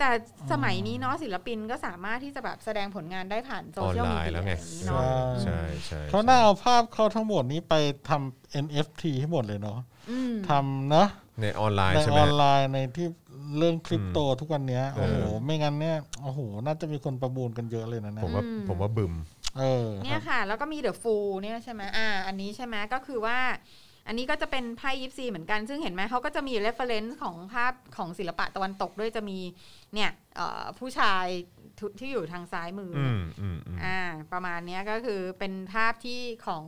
Speaker 3: แต่สมัยนี้เนาะศิลปินก็สามารถที่จะแบบแสดงผลงานได้ผ่านโซ
Speaker 2: ออน
Speaker 3: เชียล
Speaker 2: ไล
Speaker 3: มี
Speaker 2: น์
Speaker 3: เดีย
Speaker 2: แล้วไง
Speaker 3: อย่างนี้
Speaker 2: ใช่
Speaker 3: เนาะ
Speaker 2: ใช่ใช่
Speaker 4: เขาน่าเอาภาพเขาทั้งหมดนี้ไปทำ NFT ให้หมดเลยเนาะ
Speaker 3: อืม
Speaker 4: ทำนะ
Speaker 2: ในออนไลน์
Speaker 4: ใน
Speaker 2: ใช่ไห
Speaker 4: อ
Speaker 2: ม
Speaker 4: อนไลน์ในที่เรื่องคริปโตทุกวันเนี้ย
Speaker 2: เออ
Speaker 4: โอ้โห ไม่งั้นเนี่ยโอ้โห น่าจะมีคนประมูลกันเยอะเลยนะเนี่
Speaker 2: ผม
Speaker 4: ย
Speaker 2: ว่าผมว่าบึม
Speaker 4: เออ
Speaker 3: เนี่ยค่ะ แล้วก็มีเดอะฟูลเนี่ยใช่ไหมอ่า อันนี้ใช่ไหมก็คือว่า อันนี้ก็จะเป็นไพ่ยิปซีเหมือนกัน ซึ่งเห็นไหมเขาก็จะมีเรฟเฟรนซ์ของภาพของศิลปะตะวันตกด้วยจะมีเนี่ยเอ่อผู้ชายทุที่อยู่ทางซ้ายมืออ
Speaker 2: อืมอืมอืม
Speaker 3: อ่า ประมาณเนี้ยก็คือเป็นภาพที่ของ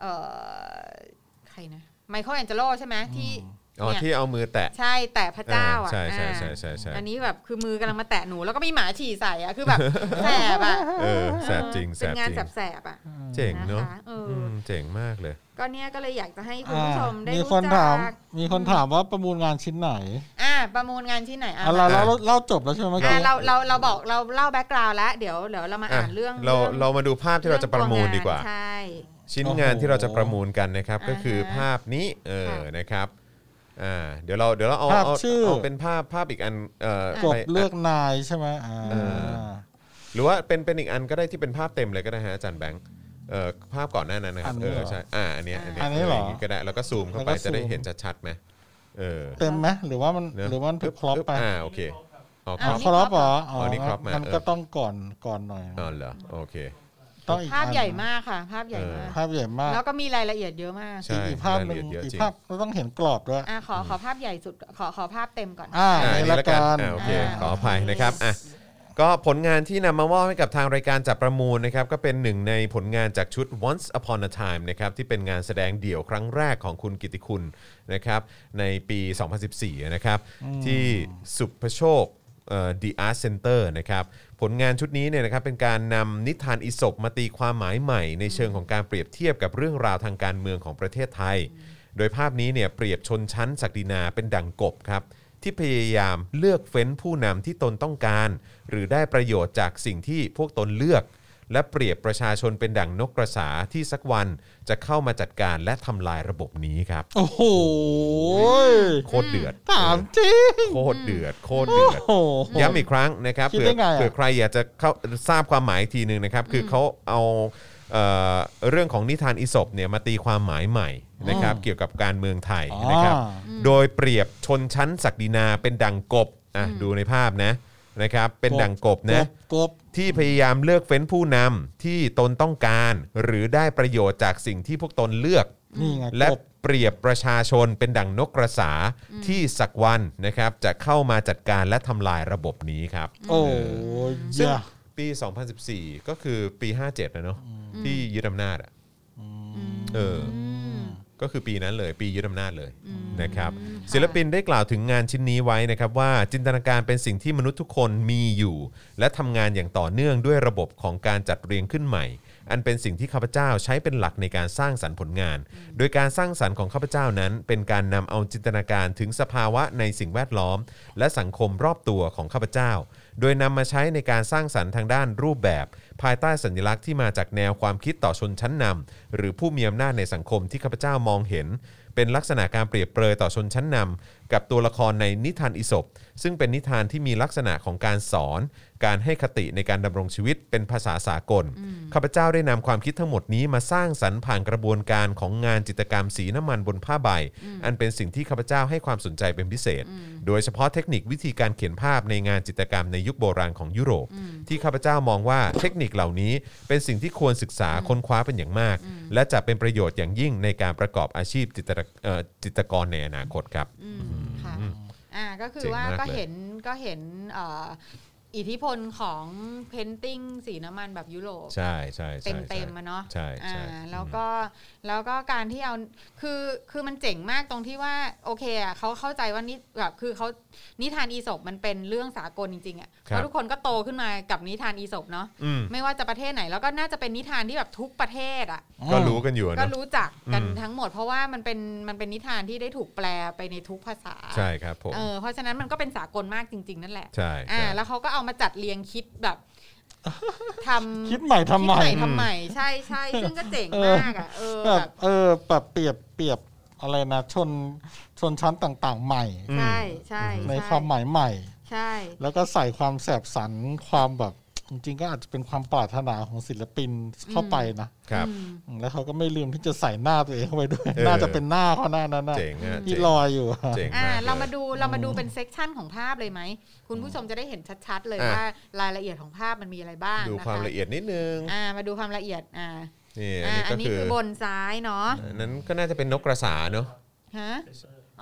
Speaker 3: เอ่อใครนะไมเคิลแอนเจโลใช่ไหมที่
Speaker 2: อ๋อ
Speaker 3: เนี่ย
Speaker 2: ที่เอามือแตะ
Speaker 3: ใช่แต่พระเจ้าอ่ะ
Speaker 2: ใช่ใช่ใช่
Speaker 3: อ่า
Speaker 2: ใช่ใช่
Speaker 3: อันนี้แบบคือมือกำลังมาแตะหนูแล้วก็มีหมาฉี่ใส่อ่ะคือแบบ แสบอ่ะ
Speaker 2: เออแสบจริงแส
Speaker 3: เป็น
Speaker 2: บ
Speaker 3: งาน
Speaker 2: จริง
Speaker 3: แสบๆอ่ะ
Speaker 2: เจ๋งเนาะ
Speaker 3: นะคะเออ
Speaker 2: ม
Speaker 3: อ
Speaker 2: เจ๋งมากเลย
Speaker 3: ก็เนี่ยก็เลยอยากจะให้คุณ
Speaker 4: อ่า
Speaker 3: ผู้ชมได้
Speaker 4: มี
Speaker 3: รู้
Speaker 4: คนถาม
Speaker 3: จัก
Speaker 4: มีคนถามว่าประมูลงานชิ้นไหน
Speaker 3: อ่าประมูลงานที่ไหนอ่ะ
Speaker 4: อ่ะเราเราเราเล่าจบแล้วใช่ไหมเมื่อ
Speaker 3: อ่า
Speaker 4: กี้
Speaker 3: เราเราเราบอกเราเล่าแบ็กกราวด์แล้วเดี๋ยวเดี๋ยวเรามา
Speaker 2: อ่ะ
Speaker 3: อ่านเรื่อง
Speaker 2: เราเรามาดูภาพที่เราจะประมูลดีกว่า
Speaker 3: ใช่
Speaker 2: ชิ้นงานที่เราจะประมูลกันนะครับ ก็คือภาพนี้เออ
Speaker 3: ค่ะ
Speaker 2: นะครับอ่าเดี๋ยวเราเดี๋ยวเราเอาเอาเอาเป็นภาพภาพอีกอันเอ่อก ไป
Speaker 4: ดเลือกนายใช่ไหมอ่า
Speaker 2: เออ หรือว่าเป็นเป็นอีกอันก็ได้ที่เป็นภาพเต็มเลยก็ได้ฮะอาจารย์แบงค์เอ่อภาพก่อนหน้านั้นนะครับเออใช่อ่าอันเนี้ยอันเนี้ยย่างงี้ก็ได้แล้วก็ซูมเข้าไปจะได้เห็นชัดๆไหมเออ
Speaker 4: เต็มไหมหรือว่ามัน
Speaker 2: เนอะ
Speaker 4: หรือว่ามันถูกครอปไป
Speaker 2: อ่าโอเคอ๋อค
Speaker 4: อ๋
Speaker 2: รั
Speaker 4: อบ ครอปเหรออ๋อ
Speaker 2: นี่ครอปมา
Speaker 4: มัน
Speaker 2: เออ
Speaker 4: ก็ต้องก่อนก่อนหน่อย
Speaker 2: อ๋อเหรอโอเค
Speaker 4: ต้องอีก
Speaker 3: ภาพ
Speaker 4: อัน
Speaker 3: ใหญ่มากค่ะ ภาพใหญ่มาก
Speaker 4: ภาพใหญ่มาก
Speaker 3: แล้วก็มีรายละเอียดเยอะมาก
Speaker 2: ใช่
Speaker 4: อีกภาพห
Speaker 2: ราย
Speaker 4: นึ่ง
Speaker 2: ละเอียดเยอะ
Speaker 4: อีก
Speaker 2: จริง
Speaker 4: ภาพเราต้องเห็นกรอบด้วย
Speaker 3: อ่าขอขอภาพใหญ่สุดขอขอภาพเต็มก่อน
Speaker 4: อ่า
Speaker 2: อ่า
Speaker 4: ใน
Speaker 2: อันนี้
Speaker 4: ละ
Speaker 2: ละกั
Speaker 4: กัน น
Speaker 2: อ่าโอเค
Speaker 3: อ่า
Speaker 2: ขออภัยนะครับอ่ะก็ผลงานที่นำมามอบให้กับทางรายการจับประมูลนะครับก็เป็นหนึ่งในผลงานจากชุด Once Upon a Time นะครับที่เป็นงานแสดงเดี่ยวครั้งแรกของคุณกิติคุณนะครับในปี 2014 นะครับที่สุภโชค The Art Center นะครับผลงานชุดนี้เนี่ยนะครับเป็นการนำนิทานอิศบมาตีความหมายใหม่ ในเชิงของการเปรียบเทียบกับเรื่องราวทางการเมืองของประเทศไทย โดยภาพนี้เนี่ยเปรียบชนชั้นศักดินาเป็นดั่งกบครับ ที่พยายามเลือกเฟ้นผู้นำที่ตนต้องการ หรือได้ประโยชน์จากสิ่งที่พวกตนเลือก และเปรียบประชาชนเป็นดั่งนกกระสาที่สักวันจะเข้ามาจัดการและทำลายระบบนี้ครับ
Speaker 4: โอ้โห
Speaker 2: โคตรเดือด
Speaker 4: ถามจริง
Speaker 2: โคตรเดือดโคตรเดือด
Speaker 4: โอ้โห
Speaker 2: ย้ำอีกครั้งนะครับ
Speaker 4: คิด
Speaker 2: เผื่อ
Speaker 4: ได้ไงอะ
Speaker 2: เผื่อใครอยากจะเข้าทราบความหมายอีกทีหนึ่งนะครับ คือเขาเอาเอ่อเรื่องของนิทานอีสปเนี่ยมาตีความหมายใหม่นะครับ เกี่ยวกับการเมืองไทยนะครับ
Speaker 4: อ่
Speaker 2: โดยเปรียบชนชั้นศักดินาเป็นดังกบอ่ะดูในภาพนะนะครับ เป็น
Speaker 4: กบ
Speaker 2: ดังกบ
Speaker 4: ก
Speaker 2: นะ
Speaker 4: บกบ
Speaker 2: ที่พยายามเลือกเฟ้นผู้นำที่ตนต้องการ หรือได้ประโยชน์จากสิ่งที่พวกตนเลือก
Speaker 4: นี่ไง
Speaker 2: และ
Speaker 4: กบ
Speaker 2: เปรียบประชาชนเป็นดั่งนกกระสาที่สักวันนะครับจะเข้ามาจัดการและทำลายระบบนี้ครับ
Speaker 4: โอ้ย
Speaker 2: ซึ่ง
Speaker 4: เหี้ย
Speaker 2: ปี 2014 ก็คือปี 57นะเนาะที่ยึดอำนาจอะเอออก็คือปีนั้นเลยปียึดอำนาจเลยนะครับศิลปินได้กล่าวถึงงานชิ้นนี้ไว้นะครับว่าจินตนาการเป็นสิ่งที่มนุษย์ทุกคนมีอยู่ และทำงานอย่างต่อเนื่องด้วยระบบของการจัดเรียงขึ้นใหม่ อันเป็นสิ่งที่ข้าพเจ้าใช้เป็นหลักในการสร้างสรรค์ผลงาน โดยการสร้างสรรค์ของข้าพเจ้านั้น เป็นการนำเอาจินตนาการถึงสภาวะในสิ่งแวดล้อม และสังคมรอบตัวของข้าพเจ้า โดยนำมาใช้ในการสร้างสรรค์ทางด้านรูปแบบ ภายใต้สัญลักษณ์ที่มาจากแนวความคิดต่อชนชั้นนำหรือผู้มีอำนาจในสังคมที่ข้าพเจ้ามองเห็น เป็นลักษณะการเปรียบเปรยต่อชนชั้นนำกับตัวละครในนิทานอิศบซึ่งเป็นนิทานที่มีลักษณะของการสอน การให้คติในการดำรงชีวิตเป็นภาษาสากลข้าพเจ้าได้นำความคิดทั้งหมดนี้มาสร้างสรรค์ผ่านกระบวนการของงานจิตรกรรมสีน้ำมันบนผ้าใบ อันเป็นสิ่งที่ข้าพเจ้าให้ความสนใจเป็นพิเศษ โดยเฉพาะเทคนิควิธีการเขียนภาพในงานจิตรกรรมในยุคโบราณของยุโรป ที่ข้าพเจ้ามองว่าเทคนิคเหล่านี้เป็นสิ่งที่ควรศึกษาค้นคว้าเป็นอย่างมาก และจะเป็นประโยชน์อย่างยิ่งในการประกอบอาชีพจิตรเอ่อจิตรกรในอนาคตครับ
Speaker 3: อืมค่ะอ่าก็คื
Speaker 2: เจ๋
Speaker 3: องว่าม
Speaker 2: าก
Speaker 3: ก็
Speaker 2: เลย
Speaker 3: เห็นก็เห็นเอ่ออิทธิพลของเพนติ้งสีน้ำมันแบบยุโรป
Speaker 2: ใช่ใช่ใช่
Speaker 3: เต็ม
Speaker 2: ใช่
Speaker 3: เต็มๆอะเนาะ
Speaker 2: ใช่ใช่
Speaker 3: อ่า
Speaker 2: อืม
Speaker 3: แล้วก็แล้วก็การที่เอาคือคือมันเจ๋งมากตรงที่ว่าโอเคอ่ะเขาเข้าใจว่านี่แบบคือเขานิทานอีสปมันเป็นเรื่องสากลจริงๆอ่ะ
Speaker 2: ครับ
Speaker 3: เพราะทุกคนก็โตขึ้นมากับนิทานอีสปเนาะ
Speaker 2: อืม
Speaker 3: ไม่ว่าจะประเทศไหน แล้วก็น่าจะเป็นนิทานที่แบบทุกประเทศอ่ะ
Speaker 4: อืม
Speaker 2: ก็รู้กันอยู่อะ
Speaker 3: ก็
Speaker 2: เนอะ
Speaker 3: รู้จักกัน
Speaker 2: อืม
Speaker 3: ทั้งหมด เพราะว่ามันเป็นมันเป็นนิทานที่ได้ถูกแปลไปในทุกภาษา
Speaker 2: ใช่ครับผม
Speaker 3: เออเพราะฉะนั้นมันก็เป็นสากลมากจริง ๆ นั่นแหละ
Speaker 2: ใช่
Speaker 3: อ่า
Speaker 2: ใช่
Speaker 3: แล้วเขาก็เอามาจัดเรียงคิด แบบทำ
Speaker 4: คิดใหม่ทำ
Speaker 3: คิด
Speaker 4: ใหม่
Speaker 3: ใหม่ทำใหม่ใช่ใช่ซึ่งก็เจ๋งมากอ่ะเออ
Speaker 4: แบ
Speaker 3: แบบ บ
Speaker 4: เออแบบเปรียบเปรียบอะไรนะชนชนชั้นต่างๆ ใหม่
Speaker 2: อืม
Speaker 3: ใช่ใช่
Speaker 4: ใน
Speaker 3: ช่
Speaker 4: ความหมายใหม่
Speaker 3: ใช่
Speaker 4: แล้วก็ใส่ความแสบสันความแบบ จริงๆ ก็อาจจะเป็นความปรารถนาของศิลปินเข้าไปนะครับ
Speaker 3: อืม
Speaker 4: อืมแล้วเขาก็ไม่ลืมที่จะใส่หน้าตัวเองเข้าไปด้วย
Speaker 2: เออ
Speaker 4: น่าจะเป็นหน้าเขาหน้านั้นนะ
Speaker 2: เจ๋งอะ
Speaker 4: ที่
Speaker 2: เจ๋ง
Speaker 4: ลอยอยู่
Speaker 2: เจ๋ง
Speaker 3: อ่าม
Speaker 2: าก
Speaker 3: เรามา
Speaker 2: ลย
Speaker 3: ดูเรามาดูเป็นเซกชันของภาพเลยไหม คุณผู้ชมจะได้เห็นชัด ๆ เลย
Speaker 2: อ่ะ
Speaker 3: ว่ารายละเอียดของภาพมันมีอะไรบ้าง
Speaker 2: ดู
Speaker 3: นะ
Speaker 2: ความ
Speaker 3: คะ
Speaker 2: ละเอียดนิดนึง
Speaker 3: อ่ามาดูความละเอียดอ่า
Speaker 2: นี่
Speaker 3: อ่า
Speaker 2: อั
Speaker 3: อั
Speaker 2: น
Speaker 3: น
Speaker 2: นี้
Speaker 3: นี้
Speaker 2: ก็
Speaker 3: คื
Speaker 2: คืออบ
Speaker 3: นซ้ายเนาะ
Speaker 2: อันนั้นก็น่าจะเป็นนกกระสาเนาะ
Speaker 3: ฮะ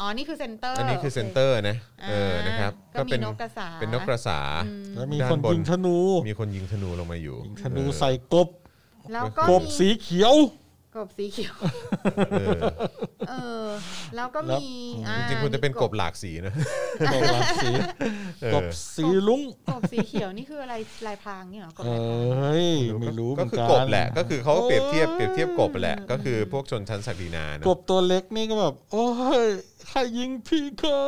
Speaker 3: อ๋อนี่คือเซนเตอร์
Speaker 2: อันนี้คือเซนเต
Speaker 3: โ
Speaker 2: อร์นะ
Speaker 3: อเค
Speaker 2: เออนะครับ
Speaker 3: าก็มีนกกระสา
Speaker 2: เป็นนกกระสา
Speaker 3: อืม
Speaker 4: แล้วมีคนยิงธนู
Speaker 2: มีคนยิงธนูลงมาอยู่
Speaker 4: ยิงธนู
Speaker 2: เออ
Speaker 4: ใส่กบ
Speaker 3: แล้วก็
Speaker 4: กบ
Speaker 3: มี
Speaker 4: สีเขียว
Speaker 3: กบสีเขียว
Speaker 2: เออ
Speaker 3: เออแล้วก็
Speaker 4: แล้ว
Speaker 3: มีอ่า
Speaker 2: จริงๆคุณจะเป็นกบหลากสีนะ
Speaker 4: กบหลากสี
Speaker 2: เออ
Speaker 4: กบสีลุ้ง
Speaker 3: กบสีเขียวนี่คืออะไรลายพรางเนี่ยเหรอกบ
Speaker 4: เอ
Speaker 3: ลายพราง
Speaker 4: ้ยไม่รู้เห
Speaker 2: ก็
Speaker 4: มือน
Speaker 2: คือ
Speaker 4: กั
Speaker 2: ก
Speaker 4: น
Speaker 2: บแหละก็คือเขาก็เปรียบเทียบเปรียบเทียบกบแหละก็คือพวกชนชั้นศักดินาเนอะ
Speaker 4: กบตัวเล็กนี่ก็แบบ โอ้ยใครยิงพี่ก็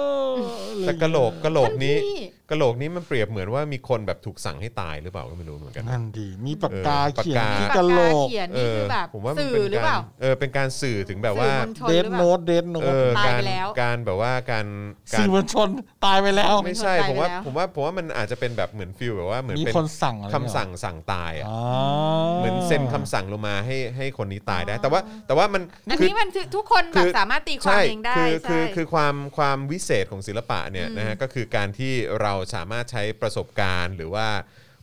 Speaker 2: แต่กะโหลกกะโหลกนี้
Speaker 3: ท่านพี่
Speaker 2: กะโหลกนี้มันเปรียบเหมือนว่ามีคนแบบถูกสั่งให้ตายหรือเปล่าก็ไม่รู้เหมือนกัน
Speaker 4: นั่นดี มีปากกา
Speaker 2: เออปากกา
Speaker 4: เขียนที่
Speaker 3: ปาก
Speaker 4: กะ
Speaker 3: กา
Speaker 4: โหลก
Speaker 3: เขียนนี่คือแบบ
Speaker 2: เผมว่ามัน
Speaker 3: สื่อ
Speaker 2: เป็น
Speaker 3: หรือเป
Speaker 2: กา
Speaker 3: ล่าร
Speaker 2: เออเป็นการสื่อถึงแบบ
Speaker 3: สื่
Speaker 2: ว่า
Speaker 3: อมวลชน
Speaker 4: เด
Speaker 3: ห
Speaker 4: น
Speaker 3: รือเปล่า
Speaker 4: โนดเดนโน
Speaker 2: เอ
Speaker 4: ด
Speaker 2: อ
Speaker 3: ตาย
Speaker 2: กา
Speaker 3: ไป
Speaker 2: ร
Speaker 3: แล้ว
Speaker 2: การแบบว่าการการ
Speaker 4: สื่อมวลชนตายไปแล้ว
Speaker 2: ไม่ใช่
Speaker 3: ตายไป
Speaker 2: ผมว่า
Speaker 3: แล้ว
Speaker 2: ผมว่าผมว่ามันอาจจะเป็นแบบเหมือนฟิลแบบว่าเหมือน
Speaker 4: มี
Speaker 2: เป็น
Speaker 4: คนสั่งอะไร
Speaker 2: คำสั่งสั่งตายอ่ะ
Speaker 4: อ๋อ
Speaker 2: เหมือนเซ็นคำสั่งลงมาให้ให้คนนี้ตายได้ แต่ว่าแต่ว่ามัน
Speaker 3: อัน
Speaker 2: คือ
Speaker 3: นี้มันคือทุกคนแบบ
Speaker 2: คือ
Speaker 3: สามารถตีความเองได้
Speaker 2: คือ
Speaker 3: ใช่
Speaker 2: คือคือความความวิเศษของศิลปะเนี่ยนะฮะก็คือการที่เราสามารถใช้ประสบการณ์ หรือว่า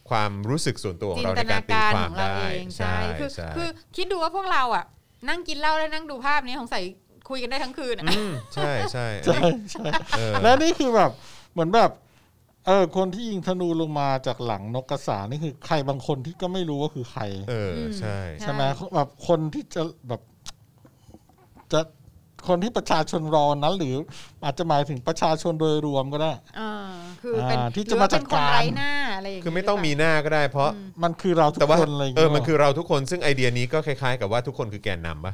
Speaker 2: ความรู้สึกส่วนตัวของ
Speaker 3: จิน
Speaker 2: เรา
Speaker 3: ต
Speaker 2: ในการ
Speaker 3: นา
Speaker 2: งตี
Speaker 3: การ
Speaker 2: ควา
Speaker 3: ข
Speaker 2: ม
Speaker 3: องเรา
Speaker 2: ได้
Speaker 3: เองใช่คือ
Speaker 2: ใช่
Speaker 3: คือคิดดูว่าพวกเราอ่ะ นั่งกินเหล้าแล้วนั่งดูภาพนี้ของใส่คุยกันได้ทั้งคืนอะ
Speaker 2: มใช่ใช่อัน
Speaker 4: ใช่
Speaker 2: นี้
Speaker 4: ใช่
Speaker 2: เออ
Speaker 4: และนี่คือแบบเหมือนแบบเออคนที่ยิงธนูลงมาจากหลังนกกระสานี่คือใครบางคนที่ก็ไม่รู้ว่าคือใคร
Speaker 2: เออใช่
Speaker 3: ใช่
Speaker 4: ใช่ไหมแบบคนที่จะแบบจะคนที่ประชาชนรอนั้น หรืออาจจะหมายถึงประชาชนโดยรวมก็ได้
Speaker 3: เออคือเป็น
Speaker 4: อ่าที่
Speaker 3: ห
Speaker 4: จะ
Speaker 3: รือ
Speaker 4: มา
Speaker 3: ว่า
Speaker 4: จั
Speaker 3: เป็
Speaker 4: ด
Speaker 3: นคน
Speaker 4: การ
Speaker 3: ไร้หน้าอะไรอย่าง
Speaker 2: คือ
Speaker 3: เงี้ย
Speaker 2: ไม่ต้องมีหน้าก็ได้เพราะ
Speaker 4: มันคือเราทุก
Speaker 2: แต่ว่า
Speaker 4: คนอะไรย่าง
Speaker 2: เอ
Speaker 4: งี้
Speaker 2: อย มันคือเราทุกคนซึ่งไอเดียนี้ก็คล้ายๆ กับว่าทุกคนคือแกนนำปะ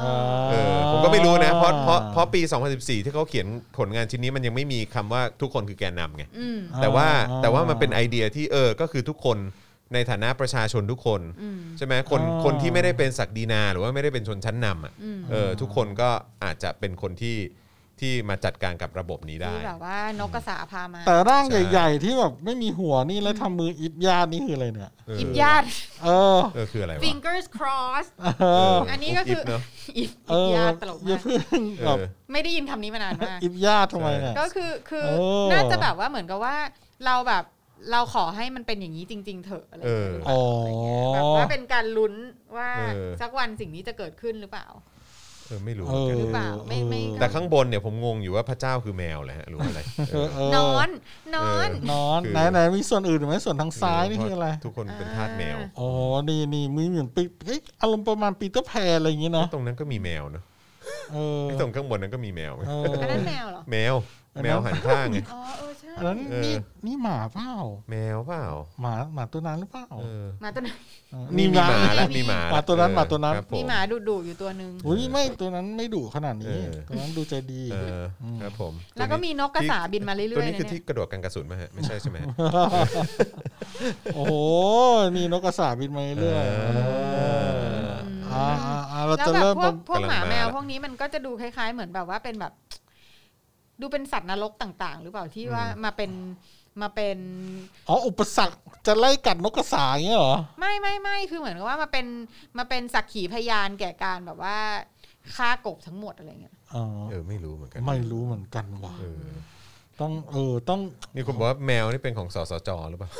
Speaker 3: เออ
Speaker 4: อ่า
Speaker 2: เออผมก็ไม่รู้นะเพราะเพราะเพราะปี 2014 ที่เขาเขียนผลงานชิ้นนี้มันยังไม่มีคำว่าทุกคนคือแกนนำไง
Speaker 3: อืม
Speaker 2: แต่ว่าแต่ว่ามันเป็นไอเดียที่เออก็คือทุกคน ในฐานะประชาชนทุกคนใช่ไหมคน
Speaker 4: อ๋อ
Speaker 2: คนที่ไม่ได้เป็นศักดินาหรือว่าไม่ได้เป็นชนชั้นนำอ่ะเออทุกคนก็อาจจะเป็นคนที่ที่มาจัดการกับระบบนี้ได้
Speaker 5: ที่แบบว่านกกระสาพามา
Speaker 4: แต่ร่าง
Speaker 2: ใช่
Speaker 4: ใหญ่ ๆ ที่แบบไม่มีหัวนี่แล้วทำมืออิบยาดนี่คืออะไรเนี่ย
Speaker 2: เออ
Speaker 5: อิบญาติ
Speaker 4: เออ
Speaker 2: เออคืออะไรวะ
Speaker 5: fingers cross
Speaker 4: เออ
Speaker 5: อันนี้ก็คือ
Speaker 2: เนอะ
Speaker 5: อิบ
Speaker 4: เอ
Speaker 5: อิบ
Speaker 4: อ
Speaker 5: ญาติตลก
Speaker 4: อ
Speaker 5: า
Speaker 4: ย่าม
Speaker 5: ก
Speaker 4: เพิ่ง
Speaker 2: เอ
Speaker 4: แบบ
Speaker 2: อ
Speaker 5: ไม่ได้ยินคำนี้มานานมาก
Speaker 4: อิบยาดทำไมเนี่ย
Speaker 5: ก็คือคือ
Speaker 4: เออ
Speaker 5: น่าจะแบบว่าเหมือนกับว่าเราแบบเราขอให้มันเป็นอย่างนี้จริง ๆ เถอะอะไรอย่างเงี้ยหรือเปล่า
Speaker 4: อ๋อ
Speaker 5: แบบว่าเป็นการลุ้นว่า
Speaker 2: เออ
Speaker 5: สักวันสิ่งนี้จะเกิดขึ้นหรือเปล่า
Speaker 2: เออไม่รู้
Speaker 4: เอ
Speaker 2: เหมือนกัน
Speaker 4: อ
Speaker 5: หรือเปล่าไม่ไม่ก็
Speaker 2: แต่ข้างบนเนี่ยผมงงอยู่ว่าพระเจ้าคือแมวเลยฮะหรือว่าอะไรเออ
Speaker 4: เเ
Speaker 5: นอนนอน
Speaker 4: นอน
Speaker 2: คือ
Speaker 4: ไหนไหนมีส่วนอื่นไหมส่วนทางซ้ายนี่คืออะไร
Speaker 2: ทุกคนเป็นทาสแมว
Speaker 5: อ่า
Speaker 4: อ๋อ นี่นี่มีเหมือนปีเอ้ยอารมณ์ประมาณปีเตอร์แพรอะไรอย่างงี้เนาะ
Speaker 2: ตรงนั้นก็มีแมวเนอะ
Speaker 4: เออ
Speaker 2: ไอ้ตรงข้างบนนั้นก็มีแมว
Speaker 4: เออ
Speaker 5: อันนั้นแมวเหรอ
Speaker 2: แมว
Speaker 4: อันนั้น
Speaker 2: แมวหันข้างไง
Speaker 5: อ๋อเออใช่
Speaker 4: อันนั้น
Speaker 2: เออ
Speaker 4: นี่นี่หมาเปล่า
Speaker 2: แมวเปล่า
Speaker 4: หมาหมาตัวนั้นหรือเปล่า
Speaker 2: เออ
Speaker 5: หมาตัวนั้น
Speaker 4: เออ
Speaker 2: นี่มีหมา
Speaker 4: นะ
Speaker 2: แล้วมีหมา
Speaker 4: หมาตัวนั้น
Speaker 2: เออ
Speaker 4: หมาตัวนั้น
Speaker 2: ครับผ
Speaker 5: มีหมาดุดุๆอยู่ตัวหนึ่ง
Speaker 4: อุ้ยไม่ตัวนั้นไม่ดุขนาดนี้
Speaker 2: เออ
Speaker 4: ตัวนั้นดูใจดี
Speaker 2: เออครับผม
Speaker 5: แล้วก็มีนกกระสาบินมาเรื่
Speaker 2: ตัว
Speaker 5: อยๆ
Speaker 2: นี้
Speaker 5: นะ
Speaker 2: คือ
Speaker 5: เนี่
Speaker 2: ที่
Speaker 5: ย
Speaker 2: กระโดดกันกระสุนไหมฮะไม่ใช่ใช่ไหมฮะ
Speaker 4: โอ้โห นี่นกกระสาบินมาเรื่อย
Speaker 2: เออ
Speaker 4: เอออ่าอ่าอ่า
Speaker 5: แล้วแบ
Speaker 4: เราจะ
Speaker 5: บ
Speaker 4: เริ่ม
Speaker 5: พว
Speaker 4: ตร
Speaker 5: ก
Speaker 4: ง
Speaker 5: พวก
Speaker 2: กำลัง
Speaker 5: หมาแมว
Speaker 2: มาละ
Speaker 5: พวกนี้มันก็จะดูคล้าย ๆ เหมือนแบบว่าเป็นแบบ ดูเป็นสัตว์นรกต่าง ๆ หรือเปล่าที่ว่ามาเป็นมาเป็น
Speaker 4: อ๋ออุปสรรคจะไล่กัดนกกระสาอย่างเงี้ยเหรอ
Speaker 5: ไม่ไม่ไม่คือเหมือนกับว่ามาเป็นมาเป็นสักขีพยานแก่การแบบว่าฆ่ากบทั้งหมดอะไรเงี้ย
Speaker 4: อ๋อ
Speaker 2: เออไม่รู้เหมือนกัน
Speaker 4: ไม่รู้เหมือนกันว่ะ
Speaker 2: เออ
Speaker 4: ต้องเออต้อง
Speaker 2: นี่คุณบอกว่าแมวนี่เป็นของสสจหรือเปล่า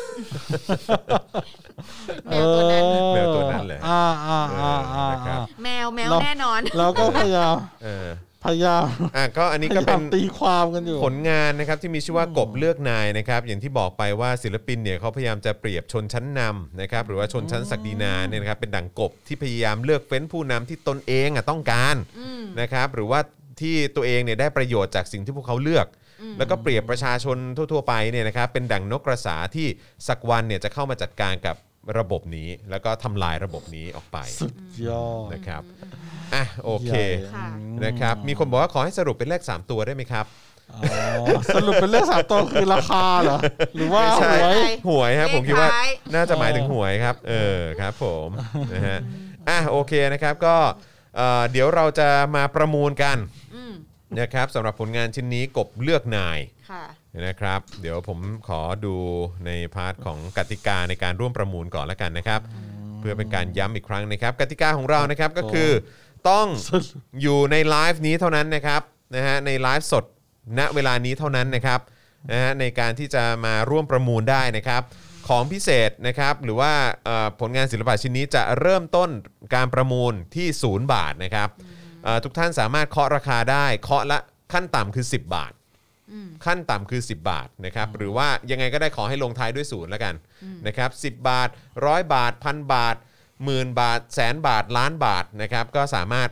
Speaker 5: แมวตัวนั้น
Speaker 2: แมวตัวนั้นแหละ
Speaker 4: อ่าอ่าอ่าอ่า
Speaker 2: เออนะครับ
Speaker 5: แมวแมว
Speaker 4: เรา
Speaker 5: แน่นอน
Speaker 4: เราก็พยายาม
Speaker 2: เออ
Speaker 4: พยายาม
Speaker 2: อ่ะก็อันนี้
Speaker 4: พ
Speaker 2: ก็
Speaker 4: ยา
Speaker 2: เป็
Speaker 4: ยาม
Speaker 2: น
Speaker 4: ตีความกันอยู่
Speaker 2: ผลงานนะครับที่มีชื่อว่ากบเลือกนายนะครับอย่างที่บอกไปว่าศิลปินเนี่ยเขาพยายามจะเปรียบชนชั้นนำนะครับหรือว่าชนชั้นศักดินาเนี่ยนะครับเป็นดั่งกบที่พยายามเลือกเฟ้นผู้นำที่ตนเองอ่ะต้องการนะครับหรือว่าที่ตัวเองเนี่ยได้ประโยชน์จากสิ่งที่พวกเขาเลือก แล้วก็เปรียบประชาชนทั่ว ๆ ไปเนี่ยนะครับเป็นดั่งนกกระสาที่สักวันเนี่ยจะเข้ามาจัดการกับระบบนี้ แล้วก็ทำลายระบบนี้ออกไป
Speaker 4: สุดยอด
Speaker 2: นะครับอ่ะโอเค
Speaker 4: ใหญ่
Speaker 5: ค่ะ
Speaker 2: นะครับมีคนบอกว่าขอให้สรุปเป็นเลขสามตัวได้ไหมครับ
Speaker 4: อ๋อสรุปเป็นเลขสามตัวคือราคาเหรอ หรือว่า
Speaker 2: ไม่
Speaker 4: ห
Speaker 2: ใช่
Speaker 4: วย
Speaker 5: ใช่
Speaker 2: หวยครับ
Speaker 5: เลข
Speaker 2: ผมคิดว่า
Speaker 5: ท้าย
Speaker 2: น่าจะหมายถึงหวยครับ เออครับผม นะฮะอ่ะโอเคนะครับก็เอ่อเดี๋ยวเราจะมาประมูลกัน
Speaker 5: อืม
Speaker 2: นะครับสำหรับผลงานชิ้นนี้กบเลือกนาย
Speaker 5: ค่ะ
Speaker 2: นะครับ เดี๋ยวผมขอดูในพาร์ทของกติกาในการร่วมประมูลก่อนละกันนะครับ เพื่อเป็นการย้ำอีกครั้งนะครับ กติกาของเรานะครับก็คือต้อง
Speaker 4: สุด
Speaker 2: อยู่ในไลฟ์นี้เท่านั้นนะครับนะฮะในไลฟ์สดณเวลานี้เท่านั้นนะครับนะฮะในการที่จะมาร่วมประมูลได้นะครับ ของพิเศษนะครับหรือว่าเอ่อผลงานศิลปะชิ้นนี้จะเริ่มต้นการประมูลที่ 0 บาทนะครับเอ่อทุกท่านสามารถเคาะราคาได้เคาะละขั้นต่ำคือ 10 บาท ขั้นต่ำคือ 10 บาทนะครับหรือว่ายังไงก็ได้ขอให้ลงท้ายด้วยศูนย์แล้วกันนะครับ10 บาท 100 บาทพันบาทหมื่นบาทแสนบาทล้านบาทนะครับก็สามารถ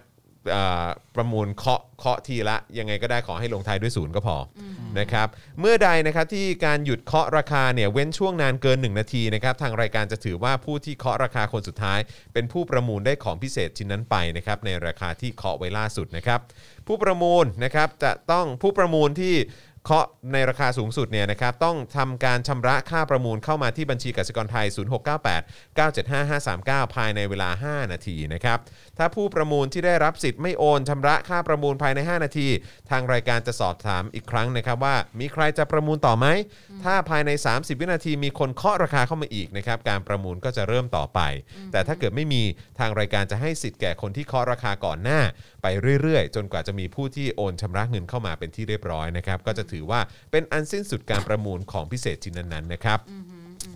Speaker 2: เอ่อประมูลเคาะเคาะทีละ ยังไงก็ได้ขอให้ลงท้ายด้วยศูนย์ก็พออนะครับเมื่อใดนะครับที่การหยุดเคาะราคาเนี่ยเว้นช่วงนานเกิน 1 นาทีนะครับทางรายการจะถือว่าผู้ที่เคาะราคาคนสุดท้าย เป็นผู้ประมูลได้ของพิเศษชิ้นนั้นไปนะครับในราคาที่เคาะไว้ล่าสุดนะครับผู้ประมูลนะครับจะต้องผู้ประมูลที่ เคาะในราคาสูงสุดเนี่ยนะครับต้องทำการชำระค่าประมูลเข้ามาที่บัญชีกสิกรไทย 0698 975539 ภายในเวลา 5 นาทีนะครับ ถ้าผู้ประมูลที่ได้รับสิทธิ์ไม่โอนชำระค่าประมูลภายใน 5 นาที ทางรายการจะสอบถามอีกครั้งนะครับว่ามีใครจะประมูลต่อไหม ถ้าภายใน 30 วินาทีมีคนเคาะราคาเข้ามาอีกนะครับการประมูลก็จะเริ่มต่อไป แต่ถ้าเกิดไม่มีทางรายการจะให้สิทธิ์แก่คนที่เคาะราคาก่อนหน้า ไปเรื่อยๆ จนกว่าจะมีผู้ที่โอนชำระเงินเข้ามาเป็นที่เรียบร้อยนะครับก็จะถือว่าเป็นอันสิ้นสุดการประมูลของพิเศษชิ้นนั้นๆนะครับ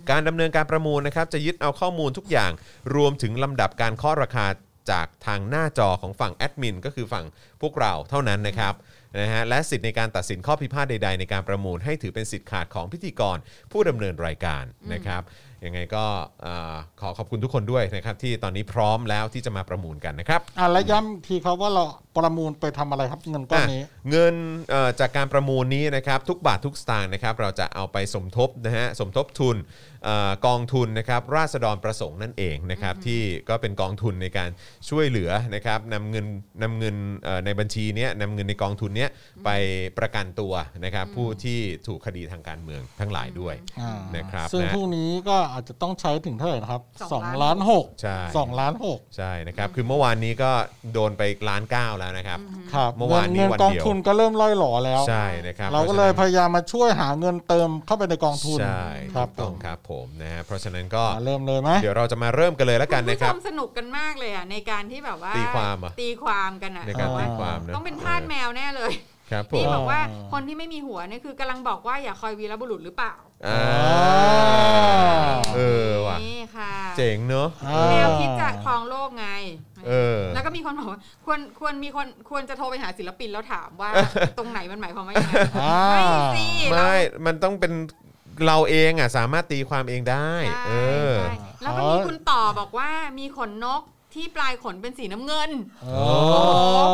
Speaker 2: การดำเนินการประมูลนะครับจะยึดเอาข้อมูลทุกอย่าง รวมถึงลำดับการเคาะราคาจากทางหน้าจอของฝั่งแอดมินก็คือฝั่งพวกเราเท่านั้นนะครับนะฮะและสิทธิ์ในการตัดสินข้อพิพาทใด ๆ ในการประมูลให้ถือเป็นสิทธิ์ขาดของพิธีกรผู้ดำเนินรายการนะครับยังไงก็เอ่อขอขอบคุณทุกคนด้วยนะครับที่ตอนนี้พร้อมแล้วที่จะมาประมูลกันนะครับ
Speaker 4: อ่ะแล้วย้ำอีกทีครับว่าเรา ประมูลไปทำอะไรครับเงินก้อนนี้
Speaker 2: อ่ะเงินเอ่อจากการประมูลนี้นะครับทุกบาททุกสตางค์นะครับเราจะเอาไปสมทบนะฮะสมทบทุนเอ่อกองทุนนะครับราษฎรประสงค์นั่นเองนะครับที่ก็เป็นกองทุนในการช่วยเหลือนะครับนำเงินนำเงินเอ่อในบัญชีเนี้ยนำเงินในกองทุนเนี้ยไปประกันตัวนะครับผู้ที่ถูกคดีทางการเมืองทั้งหลายด้วย
Speaker 4: อ่า
Speaker 2: นะครับ
Speaker 4: ซึ่ง
Speaker 2: นะ
Speaker 4: พรุ่งนี้ก็อาจจะต้องใช้ถึงเท่าไหร่นะครับ
Speaker 5: ส
Speaker 4: ส
Speaker 5: อ
Speaker 4: อง ง
Speaker 5: ล้า
Speaker 4: ล้าน นหก
Speaker 2: ใช่
Speaker 4: สองล้านหก
Speaker 2: ใช่นะครับคือเมื่อวานนี้ก็โดนไปล้านเก้าแล้วนะครับ
Speaker 4: ครับ
Speaker 2: เมื่อวานนี้
Speaker 4: เงิน
Speaker 2: วัน
Speaker 4: กอง
Speaker 2: เดียว
Speaker 4: ทุนก็เริ่มล่อยหล่อแล้ว
Speaker 2: ใช่นะครับ
Speaker 4: เราก็เลยพยายามมาช่วยหาเงินเติมเข้าไปในกองทุน
Speaker 2: ใช่
Speaker 4: ครั
Speaker 2: ถู
Speaker 4: บ
Speaker 2: กต้องครับผมนะฮะเพราะฉะนั้นก็
Speaker 4: อ่าเริ่มเลยไหม
Speaker 2: เดี๋ยวเราจะมาเริ่มกันเลยแล้วกัน
Speaker 5: ผู้
Speaker 2: นะ
Speaker 5: ช
Speaker 2: ครับ
Speaker 5: มสนุกกันมากเลยอ่ะในการที่แบบว่า
Speaker 2: ตีความเหรอ
Speaker 5: ตีความกันอ่ะ
Speaker 2: ในการ
Speaker 5: บอก
Speaker 2: ตี
Speaker 5: ว่า
Speaker 2: ความนะ
Speaker 5: ต้องเป็นทาสแมวแน่เลย
Speaker 2: ครับผ
Speaker 5: นี่
Speaker 2: ม
Speaker 5: บอกว่า
Speaker 4: อ๋อ
Speaker 5: คนที่ไม่มีหัวเนี่ยคือกำลังบอกว่าอย่าคอยวีรบุรุษหรือเปล่า
Speaker 2: อ่าเออว่ะ
Speaker 5: นี่ค่ะ
Speaker 2: เจ๋งเนอะ
Speaker 4: อ่า
Speaker 5: แนวคิดจะครองโลกไง
Speaker 2: เออ
Speaker 5: แล้วก็มีคนบอกว่าควรควรมีคนควรจะโทรไปหาศิลปินแล้วถาม ว่า ตรงไหนมันหมายความว่ายังไง
Speaker 4: อ่า
Speaker 5: ไม่สิเรา
Speaker 2: ไม่ มันต้องเป็นเราเองอ่ะสามารถตีความเองได้ เออ
Speaker 5: ใช่ใช่แล้วก็มีคุณต่อบอกว่ามีขนนกที่ปลายขนเป็นสีน้ำเงิน
Speaker 4: โอ้
Speaker 5: โอ้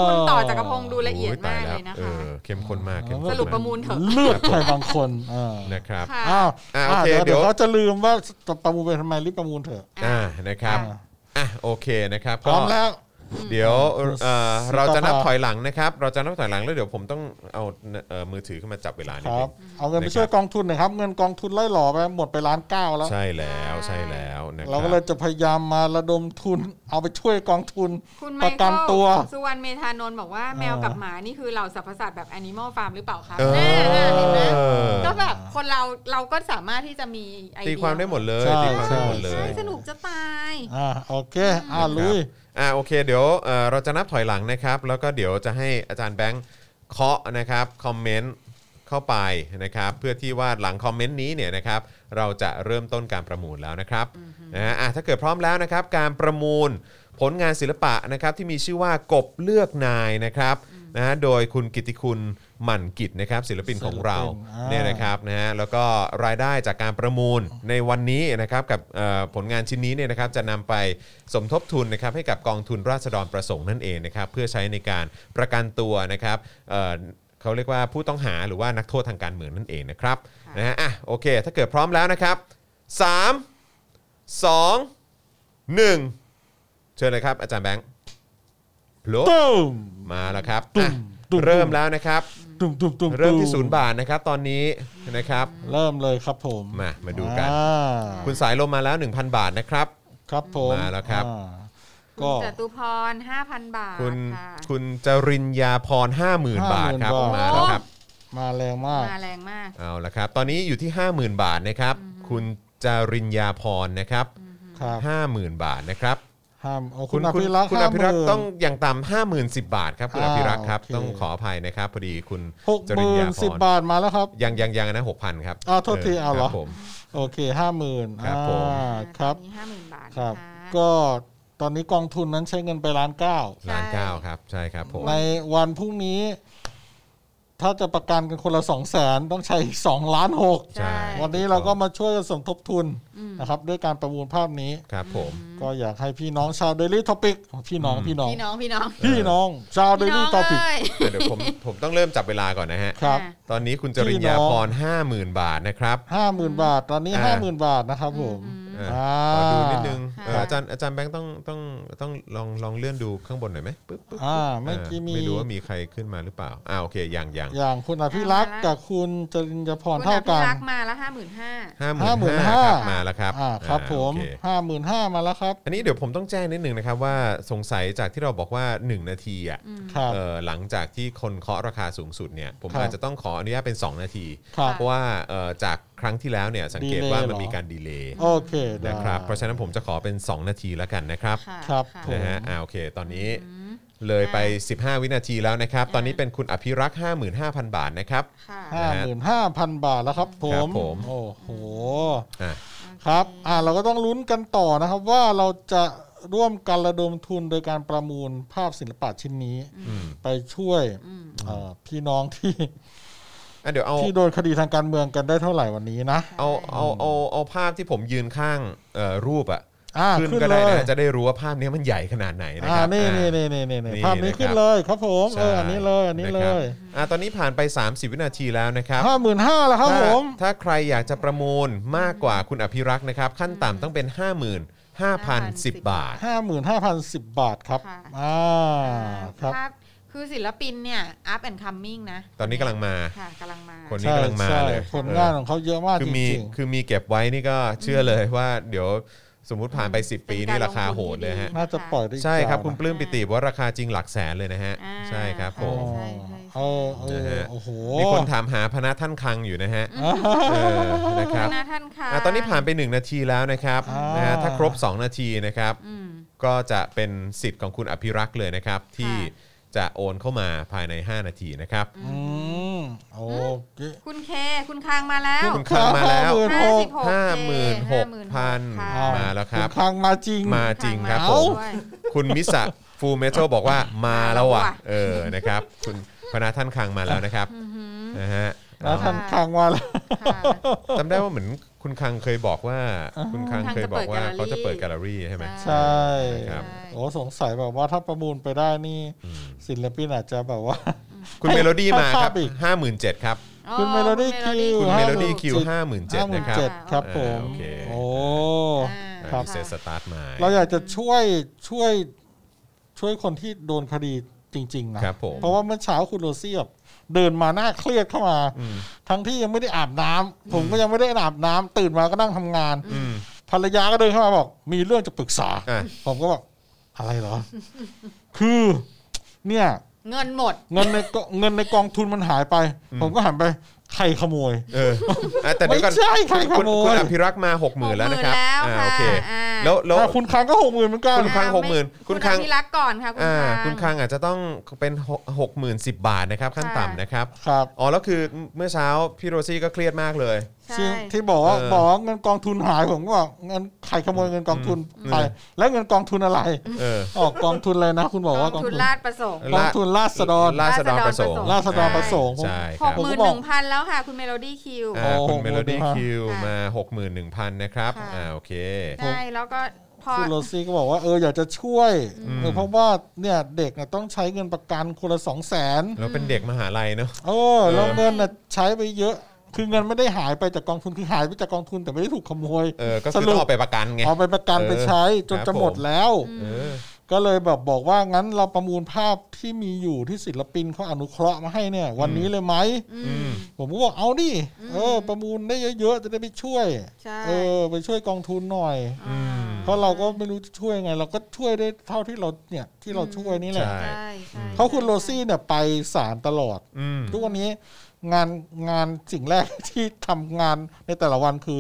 Speaker 5: คุณต่อจักรพงศ์ดูละเอียดมาก
Speaker 2: โต
Speaker 5: เลยนะ
Speaker 2: เอ
Speaker 5: คะ
Speaker 2: อเข้มข้นมากเข้มข้น
Speaker 5: สรุปประมูลเถอะ
Speaker 4: เลือดใครบางคนอ่า
Speaker 2: นะครับ
Speaker 5: ค่ะ
Speaker 4: อ้าว
Speaker 2: อ่าโอเค
Speaker 4: อ่า
Speaker 2: เดี๋
Speaker 4: เดี๋
Speaker 2: ย
Speaker 4: ยว วเขาจะลืมว่าจะประมูลไปทำไมรีบประมูลเถอะ
Speaker 2: อ่านะครับ อ่ะโอเคนะครับ
Speaker 4: พร้อม
Speaker 2: ก็
Speaker 4: แล้ว
Speaker 2: เดี๋ยวเอ่อเราจะนับ
Speaker 4: สตาร์
Speaker 2: ถอยหลังนะครับ เราจะนับถอยหลังแล้วเดี๋ยวผมต้องเอาเอ่อมือถือขึ้นมาจับเวลานิ
Speaker 4: ค
Speaker 2: ด
Speaker 4: รั
Speaker 2: นึ
Speaker 4: บ
Speaker 2: ง
Speaker 4: เอาเงินไปช่วยกองทุนหน่อยครับ เงินกองทุนล่อยหล่อไปหมดไปล้านเก้าแล้ว
Speaker 2: ใช่แล้วใช่แล้วนะค
Speaker 4: เรา
Speaker 2: รับ
Speaker 4: ก็เลยจะพยายามมาระดมทุน เอาไปช่วยกองทุน
Speaker 5: คุณไม
Speaker 4: ประ
Speaker 5: เคิ
Speaker 4: กัน
Speaker 5: ล
Speaker 4: ตัว
Speaker 5: สุวรรณเมธานนท์บอกว่าแมวกับหมานี่คือเหล่าสรรพสัตว์แบบ Animal Farm หรือเปล่าคะ
Speaker 2: เออ
Speaker 5: แน่ๆเห็นไหมก็แบบคนเราเราก็สามารถที่จะมีไอเดี
Speaker 2: ตี
Speaker 5: ย
Speaker 2: ความได้หมดเลย
Speaker 4: ใช่
Speaker 2: ตีความได้หมดเล
Speaker 5: ใช่
Speaker 2: ย
Speaker 5: สนุกจะตาย
Speaker 4: อ่าโอเค อ่าลุย
Speaker 2: อ่าโอเคเดี๋ยวเอ่อเราจะนับถอยหลังนะครับ แล้วก็เดี๋ยวจะให้อาจารย์แบงค์เคาะนะครับคอมเมนต์เข้าไปนะครับเพื่อที่ว่าหลังคอมเมนต์นี้เนี่ยนะครับเราจะเริ่มต้นการประมูลแล้วนะครับนะฮะอ่ะถ้าเกิดพร้อมแล้วนะครับการประมูลผลงานศิลปะนะครับที่มีชื่อว่ากบเลือกนายนะครับนะฮะโดยคุณกิติคุณหมั่นกิจนะครับศิลปินของเรา
Speaker 4: ศิลปินอ่า
Speaker 2: เนี่ยนะครับ ครับนะฮะแล้วก็รายได้จากการประมูลในวันนี้นะครับกับเอ่อผลงานชิ้นนี้เนี่ยนะครับจะนำไปสมทบทุนนะครับให้กับกองทุนราษฎรประสงค์นั่นเองนะครับเพื่อใช้ในการประกันตัวนะครับเอ่อเขาเรียกว่าผู้ต้องหาหรือว่านักโทษทางการเมืองนั่นเองนะครับ
Speaker 5: ค่ะ
Speaker 2: นะฮะอ่ะโอเค ถ้าเกิดพร้อมแล้วนะครับ 3 2 1 เชิญเลยครับ อาจารย์แบงค์พลุ
Speaker 4: ตึ้ม
Speaker 2: มาแล้วครับอ่ะ
Speaker 4: ตุ้ม
Speaker 2: เริ่มแล้วนะครับ
Speaker 4: ตุ่มตุ่มตุ่ม
Speaker 2: เริ่มที่ศูนย์บาทนะครับตอนนี้นะครับ
Speaker 4: เริ่มเลยครับผม
Speaker 2: มา มาดูกัน
Speaker 4: อ่า
Speaker 2: คุณสายลมมาแล้ว 1,000 บาทนะครับ
Speaker 4: ครับผม
Speaker 2: มาแล้วครับ
Speaker 4: อ่า
Speaker 5: คุ
Speaker 4: ก็
Speaker 5: ณจตุพร 5,000 บาท
Speaker 2: คุณ
Speaker 5: ค่ะ
Speaker 2: คุณจรินยาพร 50,000 บาทครับ
Speaker 4: 50,000
Speaker 2: มาแล้วครับ
Speaker 4: มาแรงมาก
Speaker 5: มาแรงมาก
Speaker 2: เอาละครับ ตอนนี้อยู่ที่ 50,000 บาทนะครับ คุณจรินยาพรนะครับ
Speaker 4: ครับ
Speaker 2: 50,000 บาทนะครับ
Speaker 4: ห้ามเอา
Speaker 2: คุ
Speaker 4: คุณ ณ
Speaker 2: คุ
Speaker 4: อ
Speaker 2: ณ
Speaker 4: ภิรักษ์
Speaker 2: คุณอภิรักษ์
Speaker 4: 50,000
Speaker 2: ต้องอย่างต่ำ50,010บาทครับคุณอ
Speaker 4: อ่า
Speaker 2: ภิรักษ์ครับ
Speaker 4: โอเค
Speaker 2: ต้องขออภัยนะครับ พอดีคุณ
Speaker 4: หก
Speaker 2: จ
Speaker 4: ห
Speaker 2: ริน
Speaker 4: มื่น
Speaker 2: ยาพ
Speaker 4: สิบ
Speaker 2: ร
Speaker 4: บาทมาแล้วครับ
Speaker 2: ยังยังยังนะ6,000 ครับ
Speaker 4: อ้าวโทษทีเอาเหรอ
Speaker 2: คบผม
Speaker 4: โอเคห้าหมื่น
Speaker 2: ครับผ
Speaker 4: อ่า
Speaker 2: ม
Speaker 4: ครับ
Speaker 5: ตอนนี้ห้าหมื่นบาท
Speaker 4: ครับ
Speaker 5: นะะ
Speaker 4: ก็ตอนนี้กองทุนนั้นใช้เงินไปล้านเก้า
Speaker 5: ใช่
Speaker 2: ล้านเก้าครับ ใช่ครับผม
Speaker 4: ในวันพรุ่งนี้ ถ้าจะประกันกันคนละสองแสนต้องใช้สองล้านหก
Speaker 2: ใช่
Speaker 4: วันนี้เราก็มาช่วยกันสมทบทุนนะครับ ด้วยการประมูลภาพนี้
Speaker 2: ครับผม
Speaker 4: ก็อยากให้พี่น้องชาวเดลี่ท็อปิกพี่น้องพี่น้อง
Speaker 5: พี่น้องพี่น้อง
Speaker 4: พี่น้อง ชาวเด
Speaker 5: พี่น้อ
Speaker 4: ลี่
Speaker 5: ง
Speaker 4: ท็อปิก
Speaker 5: เอ้ย
Speaker 2: เดี๋ยวผม ผมต้องเริ่มจับเวลาก่อนนะฮะ
Speaker 4: ครับ
Speaker 5: อ่ะ
Speaker 2: ตอนนี้คุณจริญญาพร 50,000 บาทนะครับ
Speaker 4: ห้าหมื่นบาท ตอนนี้
Speaker 2: อ่า
Speaker 4: ห้าหมื่นบาทนะครับผม
Speaker 2: เออ
Speaker 4: อ่า
Speaker 2: ขอดูนิดนึง
Speaker 5: ค่ะ
Speaker 2: เอออาจารย์อาจารย์แบงค์ต้องต้องต้องลองลองเลื่อนดูข้างบนหน่อยไหมปึ๊บปึ๊บ
Speaker 4: อ่า
Speaker 2: เอ
Speaker 4: เมื่อ
Speaker 2: อ
Speaker 4: กี้มี
Speaker 2: ไม่รู้ว่ามีใครขึ้นมาหรือเปล่าอ่าโอเคยังยัง
Speaker 4: อย่างคุณอภิรักษ์กับคุณจริญญพร
Speaker 5: คุณ
Speaker 4: เท่า
Speaker 5: อภิ
Speaker 4: กัน
Speaker 5: รักษ์มาละห้าหมื่นห้า
Speaker 2: ห้าห
Speaker 4: ห้าห
Speaker 2: มื่
Speaker 4: มื่
Speaker 2: น
Speaker 4: น
Speaker 2: ห้า
Speaker 4: ห้า
Speaker 2: ครับมาแล้วครับ
Speaker 4: อ่าครับ
Speaker 2: อ่า
Speaker 4: ผม
Speaker 2: โอเค
Speaker 4: ห้าหมื่นห้ามาแล้วครับ
Speaker 2: อันนี้เดี๋ยวผมต้องแจ้งนิดนึงนะครับว่าสงสัยจากที่เราบอกว่า 1 นาทีอ่ะ
Speaker 4: ครับ
Speaker 2: เอ่อหลังจากที่คนเคาะราคาสูงสุดเนี่ยผม
Speaker 4: ครับ
Speaker 2: อาจจะต้องขออนุญาตเป็น 2 นาที
Speaker 4: ครับ
Speaker 2: เพราะว่าเอ่อจากครั้งที่แล้วเนี่ยสังเกต
Speaker 4: Delay
Speaker 2: ว่ามัน
Speaker 4: เหรอ
Speaker 2: มีการดีเลย์
Speaker 4: โอเคได้
Speaker 2: นะครับเพราะฉะนั้นผมจะขอเป็น 2 นาทีแล้วกันนะครับ
Speaker 4: ครับผม
Speaker 2: นะฮะอ่าโอเค ตอนนี้เลยไป 15 วินาทีแล้วนะครับ ตอนนี้เป็นคุณอภิรักษ์ 55,000 บาทนะครับ
Speaker 5: ค่ะ
Speaker 4: ห้าหมื่นห้าพันบาทแล้วครับผ
Speaker 2: ครั
Speaker 4: ม
Speaker 2: บผม
Speaker 4: โอ้โห
Speaker 2: อ่ะ
Speaker 4: ครับ อ่าเราก็ต้องลุ้นกันต่อนะครับว่าเราจะร่วมกันระดมทุนโดยการประมูลภาพศิลปะชิ้นนี้
Speaker 2: อืม
Speaker 4: ไปช่วยเอ่อพี่น้องที่
Speaker 2: อ่ะเดี๋ยวเอา
Speaker 4: ที่โดนคดีทางการเมืองกันได้เท่าไหร่วันนี้นะ
Speaker 2: เอาเอาเอาเอาภาพที่ผมยืนข้างเอ่อรูปอะ
Speaker 4: อ่า
Speaker 2: ขึ้น
Speaker 4: ขึ้น
Speaker 2: ก็
Speaker 4: เล
Speaker 2: ได้
Speaker 4: ย
Speaker 2: นะจะได้รู้ว่าภาพเนี้ยมันใหญ่ขนาดไหนนะ
Speaker 4: อ่า
Speaker 2: ครับ
Speaker 4: นี่นี่
Speaker 2: อ่า
Speaker 4: นี่นี่นี่
Speaker 2: นี่
Speaker 4: ภาพนี้ขึ้นเลยครับผมเอออันนี้เลยอันนี้
Speaker 2: ะ
Speaker 4: เล
Speaker 2: ครับ
Speaker 4: ย
Speaker 2: อ่าตอนนี้ผ่านไป 30 วินาทีแล้วนะครับ
Speaker 4: ห้าหมื่นห้าแล้วครับ
Speaker 2: ถ้า
Speaker 4: ผม
Speaker 2: ถ้าใครอยากจะประมูลมากกว่าคุณอภิรักษ์นะครับ ขั้นต่ำต้องเป็น 55,010 บาท
Speaker 4: ห้าหมื่นห้าพันสิบบาทครับ
Speaker 3: ค่ะ
Speaker 4: อ่าครับ
Speaker 3: ภาพคือศิลปินเนี่ย up and coming นะ
Speaker 2: ตอนนี้กำลังมา
Speaker 3: ค่ะกำลังมา
Speaker 2: คนนี้
Speaker 4: ใช่
Speaker 2: กำลังมา
Speaker 4: ใช่
Speaker 2: เลย
Speaker 4: ผลงานของเขาเยอะมาก
Speaker 2: คือ
Speaker 4: จ
Speaker 2: มี
Speaker 4: ริง
Speaker 2: คือมีเก็บไว้นี่ก็เชื่อเลยว่าเดี๋ยวสมมุติผ่านไป 10 ปีนี่ราคาโหดเลยฮะ
Speaker 4: ๆน่าจะปล่อยได้อีก
Speaker 2: ใช่ครับ
Speaker 4: ยาวนะ
Speaker 2: คุณปลื้มปิติบอกว่าราคาจริงหลักแสนเลยนะฮะ
Speaker 3: อ่า
Speaker 2: ใช่ครับผ
Speaker 3: ะ
Speaker 2: ม
Speaker 3: ใช่ใช่
Speaker 4: เออเอ
Speaker 2: นะ
Speaker 4: อ
Speaker 2: ฮะ
Speaker 4: โอ้โห
Speaker 2: มีคนถามหาพนะท่านคังอยู่นะฮะเออนะครับ
Speaker 3: นะท่านค่ะ
Speaker 2: อ่ะตอนนี้ผ่านไป 1 นาทีแล้วนะครับ
Speaker 4: อ่าน
Speaker 2: นะฮะถ้าครบ 2 นาทีนะครับ
Speaker 3: อืม
Speaker 2: ก็จะเป็นสิทธิ์ของคุณอภิรักษ์เลยนะครับ ที่จะโอนเข้ามาภายใน 5 นาทีนะครับ
Speaker 4: อืมโอเค
Speaker 3: คุณเค คุณคางมาแล้ว
Speaker 2: คุณคางมาแล้ว
Speaker 4: 56,000
Speaker 3: 56
Speaker 2: 56,000
Speaker 3: ค่ะ
Speaker 4: อ้
Speaker 2: มาแล้วครับ
Speaker 4: ณคลังมาจริง
Speaker 2: มาจริงครับผ
Speaker 4: เอ้า
Speaker 2: ม คุณมิสะฟูเมทัลบอกว่ามาแล้วว่ะ เออนะครับ คุณพนาท่านคังมาแล้วนะครับ
Speaker 3: อื้อหือ
Speaker 2: นะฮะ
Speaker 4: แล้วท่านคลังมาแล้ว
Speaker 3: ค่ะ
Speaker 2: จำได้ว่าเหมือนคุณคังเคยบอกว่า
Speaker 4: อ่า
Speaker 2: คุณคังเคยบอกว่าเขาจะเปิดแกลเลอรี่ใช่ไหม
Speaker 3: ใช่
Speaker 4: ใช่
Speaker 2: ครับ
Speaker 4: โอ้สงสัยแบบว่าถ้าประมูลไปได้นี่
Speaker 2: อืม
Speaker 4: ศิลปินอาจจะแบบว่า
Speaker 2: คุณเมโลดี้มาครับ
Speaker 4: ให้ภาพอีก
Speaker 2: ห้าหมื่นเจ็ดครับ
Speaker 3: อ๋อ
Speaker 4: คุณ Melody
Speaker 2: คุณเมโลดี้
Speaker 4: 57,000
Speaker 2: คิวห้าหมื่นเจ็ด
Speaker 4: ห้าหมื่
Speaker 2: นะ
Speaker 4: น
Speaker 2: ครับ
Speaker 4: เจ็ดครับ
Speaker 2: อ่า
Speaker 4: ผม
Speaker 2: โอเค
Speaker 4: โอ้
Speaker 3: อ่า
Speaker 4: ครับ
Speaker 2: เซสตาร์ทมา
Speaker 4: เราอยากจะช่วยช่วยช่วยคนที่โดนคดีจริง ๆ นะ
Speaker 2: ครับผม
Speaker 4: เพราะว่าเมื่อเช้าคุณโรซี่แบบเดินมาหน้าเครียดเข้ามา
Speaker 2: อืม
Speaker 4: ทั้งที่ยังไม่ได้อาบน้ำผมก็ยังไม่ได้อาบน้ำตื่นมาก็นั่งทำงาน
Speaker 2: อืม
Speaker 4: ภรรยาก็เดินเข้ามาบอก มีเรื่องจะปรึกษา
Speaker 2: อ่ะ
Speaker 4: ผมก็บอกอะไรเหรอ คือเนี่ย
Speaker 3: เงินหมด
Speaker 4: เงินในกอเงินในกองทุนมันหายไป
Speaker 2: อืม
Speaker 4: ผมก็หันไปใครขโมย
Speaker 2: เอออ่ะแต่เดี๋ยวก่อน
Speaker 4: ไม่ใช่ใครข
Speaker 2: คุณ
Speaker 4: โมย
Speaker 2: คุณอภิรักษ์มาหกหมื่นแล้วนะครับ
Speaker 3: 60,000แล้ว
Speaker 2: โอเค
Speaker 3: ค่ะอ่า
Speaker 2: แล้วแล้ว
Speaker 4: แต่คุณคลังก็หกหมื่นเหมือนกัน
Speaker 2: คุณคลัง
Speaker 3: อ่ะไ
Speaker 2: 60,000คุณ
Speaker 3: คุณ
Speaker 2: คลั
Speaker 3: คาง งที่รักก่อนค่ะ คุณ
Speaker 2: อ่า
Speaker 3: คาง
Speaker 2: คุณคังอาจจะต้องเป็นหกหมื่นสิบบาทนะครับขั้น
Speaker 3: ค่ะ
Speaker 2: ต่ำนะครับ
Speaker 4: ครับ
Speaker 2: อ๋อแล้วคือเมื่อเช้าพี่โรซี่ก็เครียดมากเลย
Speaker 3: ใช่
Speaker 4: ซึ่งที่บอกว่า
Speaker 2: เออ
Speaker 4: บอกว่าเงินกองทุนหายผมก็บอกเงินใครขโมยเงินกองทุน
Speaker 2: อืม
Speaker 4: ไปแล้วเงินกองทุนอะไร
Speaker 2: เอ อ
Speaker 4: ออกกองทุนอะไรนะ คุณบอกว่าก
Speaker 3: ก
Speaker 4: อ
Speaker 3: อง ง
Speaker 4: ทุ
Speaker 3: ทุ
Speaker 4: น
Speaker 3: น
Speaker 4: ก
Speaker 3: ราชประสงค์
Speaker 4: องทุนราษฎร
Speaker 2: ราษฎรประสงค์
Speaker 4: ราษฎรประสงค์
Speaker 2: ใช่
Speaker 3: ห
Speaker 2: ครั
Speaker 3: ก
Speaker 2: บ
Speaker 3: หมื่นหนึ่งพันแล้วค่ะ คุณเมโลดี้คิว
Speaker 2: อ่าคุณ
Speaker 4: โอ้โห
Speaker 2: เมโลดี้
Speaker 4: ดูฮะ
Speaker 2: คิว
Speaker 3: ค่ะ
Speaker 2: มา61,000นะครับ
Speaker 3: ค่ะ
Speaker 2: อ่าโอเค
Speaker 3: ใช่แล้วก็พอ
Speaker 4: คุณโรซี่ก็บอกว่าเอออยากจะช่วย
Speaker 2: อืม
Speaker 4: เออเพราะว่าเนี่ยเด็กน่ะต้องใช้เงินประกันคนละสองแสน
Speaker 2: แล้วเป็นเด็กมหาลัยเนอะ
Speaker 4: โอ้แล้วเงินน่ะใช้ไปเยอะ คือเงินไม่ได้หายไปจากกองทุนคือหายไปจากกองทุนแต่ไม่ได้ถูกขโมย
Speaker 2: เออ ก็
Speaker 4: ส
Speaker 2: คือ
Speaker 4: รุ
Speaker 2: ต้อง
Speaker 4: ป
Speaker 2: เอาไปประกันไง
Speaker 4: เอาไปประกัน
Speaker 2: เออ
Speaker 4: ไปใช้จน
Speaker 2: ครับ
Speaker 4: จะหมด
Speaker 2: ผม
Speaker 4: แล้ว
Speaker 2: เออ
Speaker 4: ก็เลยแบบบอกว่างั้นเราประมูลภาพที่มีอยู่ที่ศิลปินเขาอนุเคราะห์มาให้เนี่ย วันนี้เลยไหม
Speaker 2: อืม
Speaker 4: ผมก็บอกเอาดิเออ ประมูลได้เยอะๆจะได้ไปช่วย
Speaker 3: ใช่
Speaker 4: เออ ไปช่วยกองทุนหน่อย
Speaker 3: อ่า
Speaker 4: เพราะเราก็ไม่รู้จะช่วยยังไง เราก็ช่วยได้เท่าที่เราเนี่ยที่เราช่วยนี่แหละ
Speaker 2: ใช่
Speaker 3: ใช่ใช่
Speaker 4: เพราะคุณโรซี่เนี่ยไปศาลตลอด
Speaker 2: อืม
Speaker 4: ทุกวันนี้งานงานสิ่งแรก ที่ทำงานในแต่ละวันคือ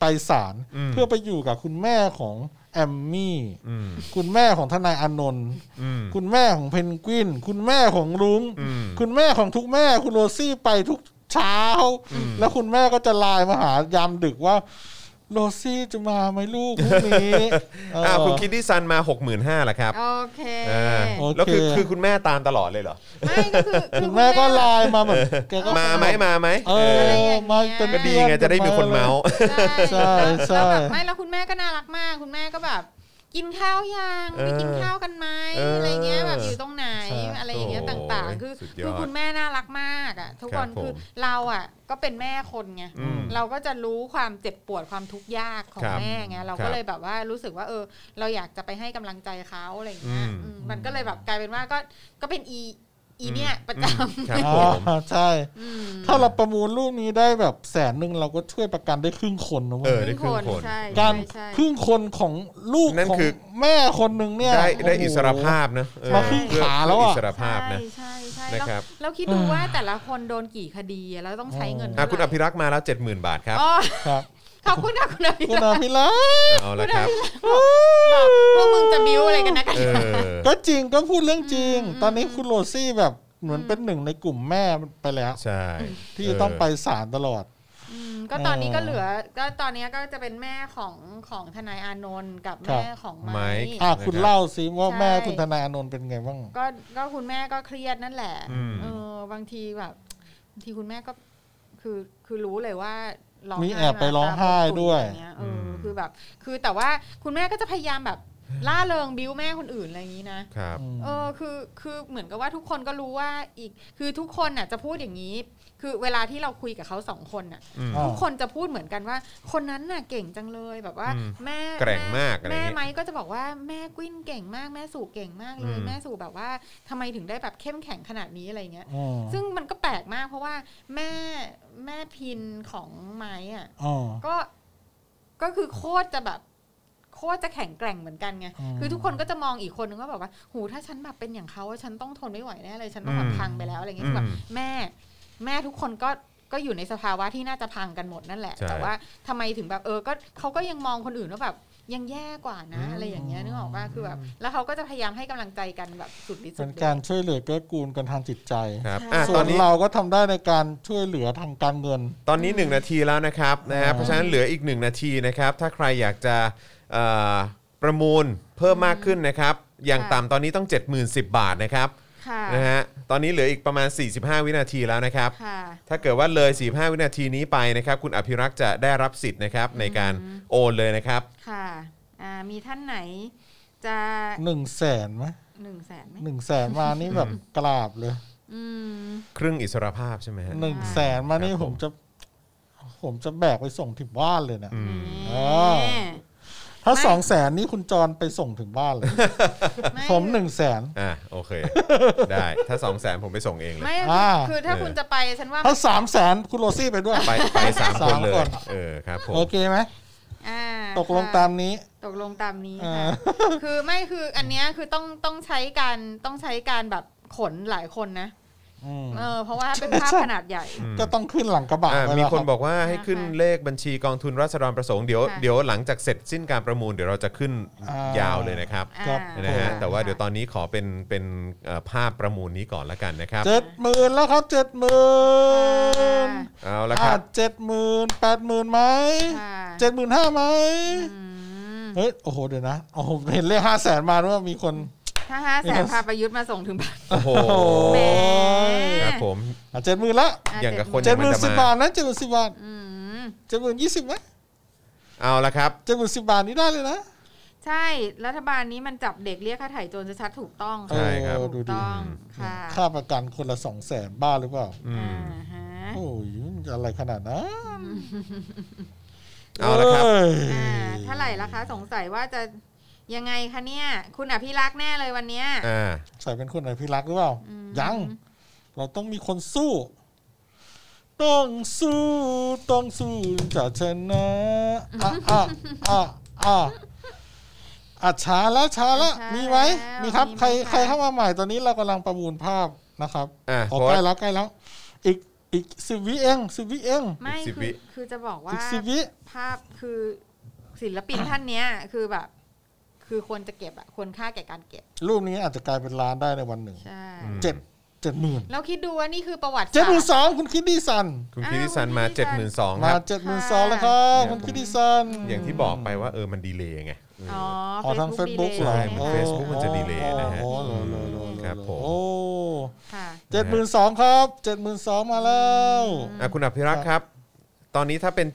Speaker 4: ไปศาลเพื่อไปอยู่กับคุณแม่ของแอมมี่
Speaker 2: อืม
Speaker 4: คุณแม่ของทนายอานนท์
Speaker 2: อืม
Speaker 4: คุณแม่ของเพนกวิน คุณแม่ของรุง้ง
Speaker 2: อืม
Speaker 4: คุณแม่ของทุกแม่คุณโรซี่ไปทุกเช้า
Speaker 2: อืม
Speaker 4: แล้วคุณแม่ก็จะไลน์มาหายามดึกว่า โรซี่จะมาไหมลูกพรุ่งนี้เ
Speaker 2: อ้าวคุณคิดดี้ซันมา 65,000ละครับ
Speaker 3: โอเค
Speaker 2: อ่า
Speaker 4: โอเค
Speaker 2: แล้วคือคือคุณแม่ตามตลอดเลยเหรอ
Speaker 3: ไม่ก็คือ
Speaker 4: คุณแม่ก็ไลน์มาแบบแกก็
Speaker 2: มาไหมมาไหม
Speaker 4: เอ
Speaker 2: เออ
Speaker 4: อมาเป็น
Speaker 2: ก็ดีไงจะได้มีคนเมาส์
Speaker 4: ใช่
Speaker 3: แล้
Speaker 4: ใช่
Speaker 3: วแบบไม่แล้วคุณแม่ก็น่ารักมาก คุณแม่ก็แบบ กินข้าวยัง
Speaker 2: เออ
Speaker 3: ไปกินข้าวกันไหม
Speaker 2: เอออ
Speaker 3: อะไรเงี้ยแบบอยู่ตรงไหน
Speaker 2: ใช่
Speaker 3: อะไรอย่างเงี้ย
Speaker 2: โอ้ย
Speaker 3: ต่างๆ คือ
Speaker 2: สุดยอด
Speaker 3: คือคุณแม่น่ารักมากอ่ะทุก
Speaker 2: ครับ
Speaker 3: คนคือ
Speaker 2: ผม
Speaker 3: เราอ่ะก็เป็นแม่คนไง
Speaker 2: อืม
Speaker 3: เราก็จะรู้ความเจ็บปวดความทุกข์ยากของ
Speaker 2: ครับ
Speaker 3: แม่ไงเรา
Speaker 2: ครั
Speaker 3: ก็
Speaker 2: บ
Speaker 3: เลยแบบว่ารู้สึกว่าเออ เราอยากจะไปให้กำลังใจเขาอะไรอย่างเงี้ย
Speaker 2: อืม
Speaker 3: อืมมันก็เลยแบบกลายเป็นว่าก็ก็เป็นอีอีเนี่ยประจ
Speaker 2: ครับ
Speaker 4: อ๋
Speaker 2: ผ
Speaker 4: อ
Speaker 2: ม
Speaker 4: ใช่
Speaker 3: ำอืม
Speaker 4: ถ้าเราประมูลรูปนี้ได้แบบแสนหนึ่งเราก็ช่วยประกันได้ครึ่งคนนะ
Speaker 2: เอ
Speaker 4: เว้
Speaker 2: อ
Speaker 4: ย
Speaker 2: ได้ครึ่งคน
Speaker 3: ใช่
Speaker 4: การ
Speaker 3: ใช่
Speaker 4: ครึ่งคนของลูก
Speaker 2: นั่น
Speaker 4: ของ
Speaker 2: คือ
Speaker 4: แม่คนหนึ่งเนี่ย
Speaker 2: ได้ได้
Speaker 4: โโห
Speaker 2: อิสรภาพนะเออ
Speaker 4: มาครึ่งขาแล้วอะ
Speaker 2: เพื่ออิสรภาพนะ
Speaker 3: ใช่ใช่
Speaker 2: นะ
Speaker 3: ใช่
Speaker 2: ครับ
Speaker 3: แล้วแล้วคิดดูว่าแต่ละคนโดนกี่คดีอะแล้วต้องใช้เงิน
Speaker 2: อ่ะคุณอ
Speaker 3: เท่าไห
Speaker 2: ภิรักษ์มาแล้ว 70,000 บาทครับ
Speaker 3: อ๋อ
Speaker 4: ครับ
Speaker 3: ขอบคุณค่ะคุณอภิ
Speaker 4: คุณ
Speaker 3: รักษ์
Speaker 4: อาพิรักษ์
Speaker 2: เอาละครับ
Speaker 3: พวกมึงจะบิ้วอะไรกันนะกัน
Speaker 2: เออ
Speaker 4: ก็จริงก็พูดเรื่องจริง
Speaker 3: อืม
Speaker 4: ตอนนี้คุณโรซี่แบบเหมือนเป็นหนึ่งในกลุ่มแม่ไปแล้ว
Speaker 2: ใช่
Speaker 4: ที่จะต้องไปศาลตลอด
Speaker 3: มก็ตอนนี้ก็เหลือ ก็ตอนนี้ก็จะเป็นแม่ของของทนายอานนท์กับ
Speaker 4: ครับ
Speaker 3: แม่ของไม้
Speaker 4: อ่ะคุณเล่าสิว่าแม่คุณธนาอานนท์เป็นไงบ้าง
Speaker 3: ก็ก็คุณแม่ก็เครียดนั่นแหละ
Speaker 2: อืม
Speaker 3: เออบางทีแบบบางทีคุณแม่ก็คือคือรู้เลยว่าร้อง
Speaker 4: มี
Speaker 3: ไห้
Speaker 4: แอบไปร้องไห้ด้วย
Speaker 3: อะไรเงี้ยเอออ
Speaker 2: ม
Speaker 3: คือ แบบ คือแต่ว่าคุณแม่ก็จะพยายามแบบล่าเริงบิ้วแม่คนอื่นอะไรอย่างนี้นะ
Speaker 2: ครับ
Speaker 4: อืม
Speaker 3: เออคือคือเหมือนกับว่าทุกคนก็รู้ว่าอีกคือทุกคนน่ะจะพูดอย่างนี้ คือเวลาที่เราคุยกับเขาสองคนน่ะ
Speaker 2: อืม
Speaker 4: อ่า
Speaker 3: ทุกคนจะพูดเหมือนกันว่า คนนั้นน่ะเก่งจังเลยแบบว่า
Speaker 2: อืม
Speaker 3: แม่
Speaker 2: แกร่งมากอะไรอ
Speaker 3: แม่
Speaker 2: ย่างงี้
Speaker 3: แม่ไม้ก็จะบอกว่าแม่กุ้นเก่งมากแม่สู่เก่งมากเลย
Speaker 2: อืม
Speaker 3: แม่สู่แบบว่าทำไมถึงได้แบบเข้มแข็งขนาดนี้อะไรเงี้ย
Speaker 4: อ๋อ
Speaker 3: ซึ่งมันก็แปลกมากเพราะว่าแม่แม่พินของไม้อ่ะ
Speaker 4: อ๋อ
Speaker 3: ก็ก็คือโคตรจะแบบโคตรจะแข็งแกร่งเหมือนกันไง
Speaker 4: อืม
Speaker 3: คือทุกคนก็จะมองอีกคนนึงว่าแบบว่า หูถ้าฉันแบบเป็นอย่างเขาอะฉันต้องทนไม่ไหวแน่เลย ฉันต้องแบ
Speaker 2: อื
Speaker 3: บ
Speaker 2: ม
Speaker 3: พังไปแล้วอะไรเงี้ย
Speaker 2: อืม
Speaker 3: คือแบบแม่ แม่ทุกคนก็ก็อยู่ในสภาวะที่น่าจะพังกันหมดนั่นแหละ
Speaker 2: ใช่
Speaker 3: แต่ว่าทำไมถึงแบบเออ ก็เขาก็ยังมองคนอื่นว่าแบบยังแย่กว่านะ
Speaker 2: อืม
Speaker 3: อะไรอย่างเงี้ยนึกออกป่ะคือแบบ แล้วเขาก็จะพยายามให้กำลังใจกันแบบสุดฤทธิ์สุด
Speaker 4: เป็น
Speaker 3: เดช
Speaker 4: การช่วยเหลือเกื้อกูลกันทางจิตใจ
Speaker 2: ครับ
Speaker 3: ใช่
Speaker 2: อ่ะ
Speaker 4: ส่
Speaker 2: ตอ
Speaker 4: วน น
Speaker 2: นี้
Speaker 4: เราก็ทำได้ในการช่วยเหลือทางการเงิน
Speaker 2: ตอนนี้ 1 นาทีแล้วนะครับนะฮะ
Speaker 4: อ่า
Speaker 2: เพราะฉะนั้นเหลืออีก 1 นาทีนะครับ ถ้าใครอยากจะเอ่อประมูลเพิ่มมากขึ้นนะครับ อย่าง
Speaker 3: ค่ะ
Speaker 2: ต่ำตอนนี้ต้อง 70,010 บาทนะครับ
Speaker 3: ค่ะ
Speaker 2: นะฮะตอนนี้เหลืออีกประมาณ 45 วินาทีแล้วนะครับ
Speaker 3: ค่ะ
Speaker 2: ถ้าเกิดว่าเลย 45 วินาทีนี้ไปนะครับ คุณอภิรักษ์จะได้รับสิทธิ์นะครับในการโอนเลยนะครับ
Speaker 3: ค่ะอ่ามีท่านไหนจะ
Speaker 4: หนึ่งแสนไหม
Speaker 3: หนึ่งแสนไหม
Speaker 4: หนึ่งแสนมานี่แบบกราบเลย
Speaker 3: อืม
Speaker 2: ครึ่งอิสรภาพใช่ไหมฮะ
Speaker 4: หนึ่งแสนมานี่
Speaker 2: ครับ
Speaker 4: ผ
Speaker 2: ผม
Speaker 4: มจะ ผมจะแบกไปส่งถึงบ้านเลยเนี่ย
Speaker 2: อืม
Speaker 4: อ่า ถ้า
Speaker 3: ไม่
Speaker 4: สองแสนนี่คุณจรไปส่งถึงบ้านเลย
Speaker 3: ไ
Speaker 4: ผมหนึ่งแสน
Speaker 2: อ่ะโอเค ได้ถ้า2 0 0แสนผมไปส่งเองเลย
Speaker 3: ไม่
Speaker 4: อ่า
Speaker 3: คือถ้าคุณจะไปฉันว่า
Speaker 4: ถ้าสามแสนคุณโรซี่ไปด้วย
Speaker 2: ไปไปสามคนเลย
Speaker 4: สามคน
Speaker 2: เออครับผม
Speaker 4: โอเคไหม
Speaker 3: อ่า
Speaker 4: ตกลงตามนี้
Speaker 3: ตกลงตามนี้
Speaker 4: อ่า
Speaker 3: ค่ะคือไม่คืออันเนี้ยคือต้องต้องใช้การต้องใช้การแบบขนหลายคนนะ
Speaker 4: อืม
Speaker 3: เออเพราะว่าเป็นภาพ
Speaker 4: ใช่
Speaker 3: ขนาดใหญ่
Speaker 2: ม
Speaker 4: ก็ต้องขึ้นหลังกระบะ
Speaker 2: อ่ะ
Speaker 4: ไป
Speaker 2: มี
Speaker 4: แล้ว
Speaker 2: คน
Speaker 4: รับ
Speaker 2: บอกว่าให้ขึ้น
Speaker 3: ค่ะ
Speaker 2: เลขบัญชีกองทุนราษฎรประสงค์เดี๋ยว
Speaker 3: ค่ะ
Speaker 2: เดี๋ยวหลังจากเสร็จสิ้นการประมูลเดี๋ยวเราจะขึ้นยาวเลยนะครับ
Speaker 3: อ่า
Speaker 4: ครับ
Speaker 2: นะฮะ
Speaker 3: ค่ะ
Speaker 2: แต่ว่าเดี๋ยวตอนนี้ขอเป็นเป็นเอ่อภาพประมูลนี้ก่อนละกันนะครับ
Speaker 4: เจ็ดหมื่นแล้วครับเจ็ดหมื่น
Speaker 3: ค่ะ
Speaker 2: เอาละค
Speaker 4: อ่า
Speaker 2: รับ
Speaker 4: เจ็ดหมื่นแปดหมื่นไหม
Speaker 3: ค่ะ
Speaker 4: เจ็ดหมื่นห้าไหม
Speaker 3: อืม
Speaker 4: เฮ้ย โอ้โห เดี๋ยวนะโอ้โหเห็นเลขห้าแสนมาด้วยมีคน
Speaker 3: ถ้าห้าแสนพาประยุทธ์มาส่งถึงบ้าน
Speaker 2: โอ้โห
Speaker 3: แหม
Speaker 2: ครับผม
Speaker 4: เจ็ดหมื่นละ
Speaker 3: ะ
Speaker 2: อย่างกับคน
Speaker 4: เจ็ดหมื่นสิบบาทนะเจ็ดหมื่นสิบบาท
Speaker 3: อืม
Speaker 4: เจ็ดหมื่นยี่สิบนะ
Speaker 2: เอาละครับ
Speaker 4: เจ็ดหมื่นสิบบาทนี้ได้เลยนะ
Speaker 3: ใช่ รัฐบาลนี้มันจับเด็กเรียกค่าไถ่โจรชัดๆถูกต้อง
Speaker 2: ใช่ครับ
Speaker 3: ถู
Speaker 4: ดู
Speaker 3: ก
Speaker 4: ดิ
Speaker 3: ต้องค่ะ
Speaker 4: ค่าประกันคนละสองแสนบ้าหรือเปล่า
Speaker 2: อืม
Speaker 3: อ่าฮะ
Speaker 4: โอ้ยมันจะอะไรขนาดนั้น
Speaker 2: เอาละครับ
Speaker 4: เอ้ย
Speaker 3: อ่าเท่าไหร่ละคะ สงสัยว่าจะยังไงคะเนี่ย คุณอภิรักษ์แน่เลยวันเนี้ย
Speaker 2: อ่า
Speaker 4: ใส่เป็นคนไหนพิรักษ์หรือเปล่า
Speaker 3: อืม
Speaker 4: ยัง เราต้องมีคนสู้ ต้องสู้ ต้องสู้จะชนะอ่ะอ่ะอ่ะอ่ะอ่ะช้าแล้วช้าแล้ว
Speaker 3: ช้าแล้ว
Speaker 4: มีไหมมีครับ
Speaker 3: มีไหม
Speaker 4: ใคร
Speaker 3: คะ
Speaker 4: ใครเข้ามาใหม่ตอนนี้เรากำลังประมูลภาพนะครับ
Speaker 2: อ่ะ
Speaker 4: อ๋อ
Speaker 2: โค้
Speaker 4: ใก
Speaker 2: ด
Speaker 4: ล้แล้วใกล้แล้ว อีกอีกสิบวิเองสิบวิเอง
Speaker 3: ไม่
Speaker 2: สิบ
Speaker 3: คื
Speaker 2: วิ
Speaker 3: อคือจะบอกว่า
Speaker 4: อีกสิบวิ
Speaker 3: ภาพคือศิลปินท่านเนี้ย คือแบบ คือควรจะเก็บอะควรค่าแก่การเก็บ
Speaker 4: รูปนี้อาจจะกลายเป็นล้านได้ในวันหนึ่ง
Speaker 3: ใช่
Speaker 2: อืม
Speaker 4: เจ็ดเจ็ดหมื่น
Speaker 3: แล้วคิดดูว่านี่คือประวัติ
Speaker 4: เจ็ด
Speaker 3: ศา
Speaker 4: หมื่น
Speaker 3: สตร์
Speaker 4: สองคุณคิดดีสัน
Speaker 2: คุณ
Speaker 3: อ้าว
Speaker 2: คิติสันมา
Speaker 3: คุณคิติสั
Speaker 2: 72
Speaker 3: น
Speaker 2: ค
Speaker 4: มา
Speaker 2: รับ
Speaker 4: เจ็ดหมื่นสองแล้วครับคุณคิดดีสัน
Speaker 2: อย่างที่บอกไปว่าเออมันดีเลย์ไง
Speaker 3: อ๋อ
Speaker 4: อ๋อทาง Facebook เหรอ
Speaker 3: ดีลย
Speaker 2: ใช่มัน Facebook มันจะ delay นะฮะ
Speaker 4: โอ้โหโอ้โหโอ้โหโอ้โห
Speaker 2: ครับผม
Speaker 4: โอ้
Speaker 3: ค่ะ
Speaker 4: เจ็ดหมื่นสองครับเจ็ดหมื่นสองมาแล้ว
Speaker 2: อ่ะคุณอภิรักษ์ครับ ตอนนี้ถ้าเป็น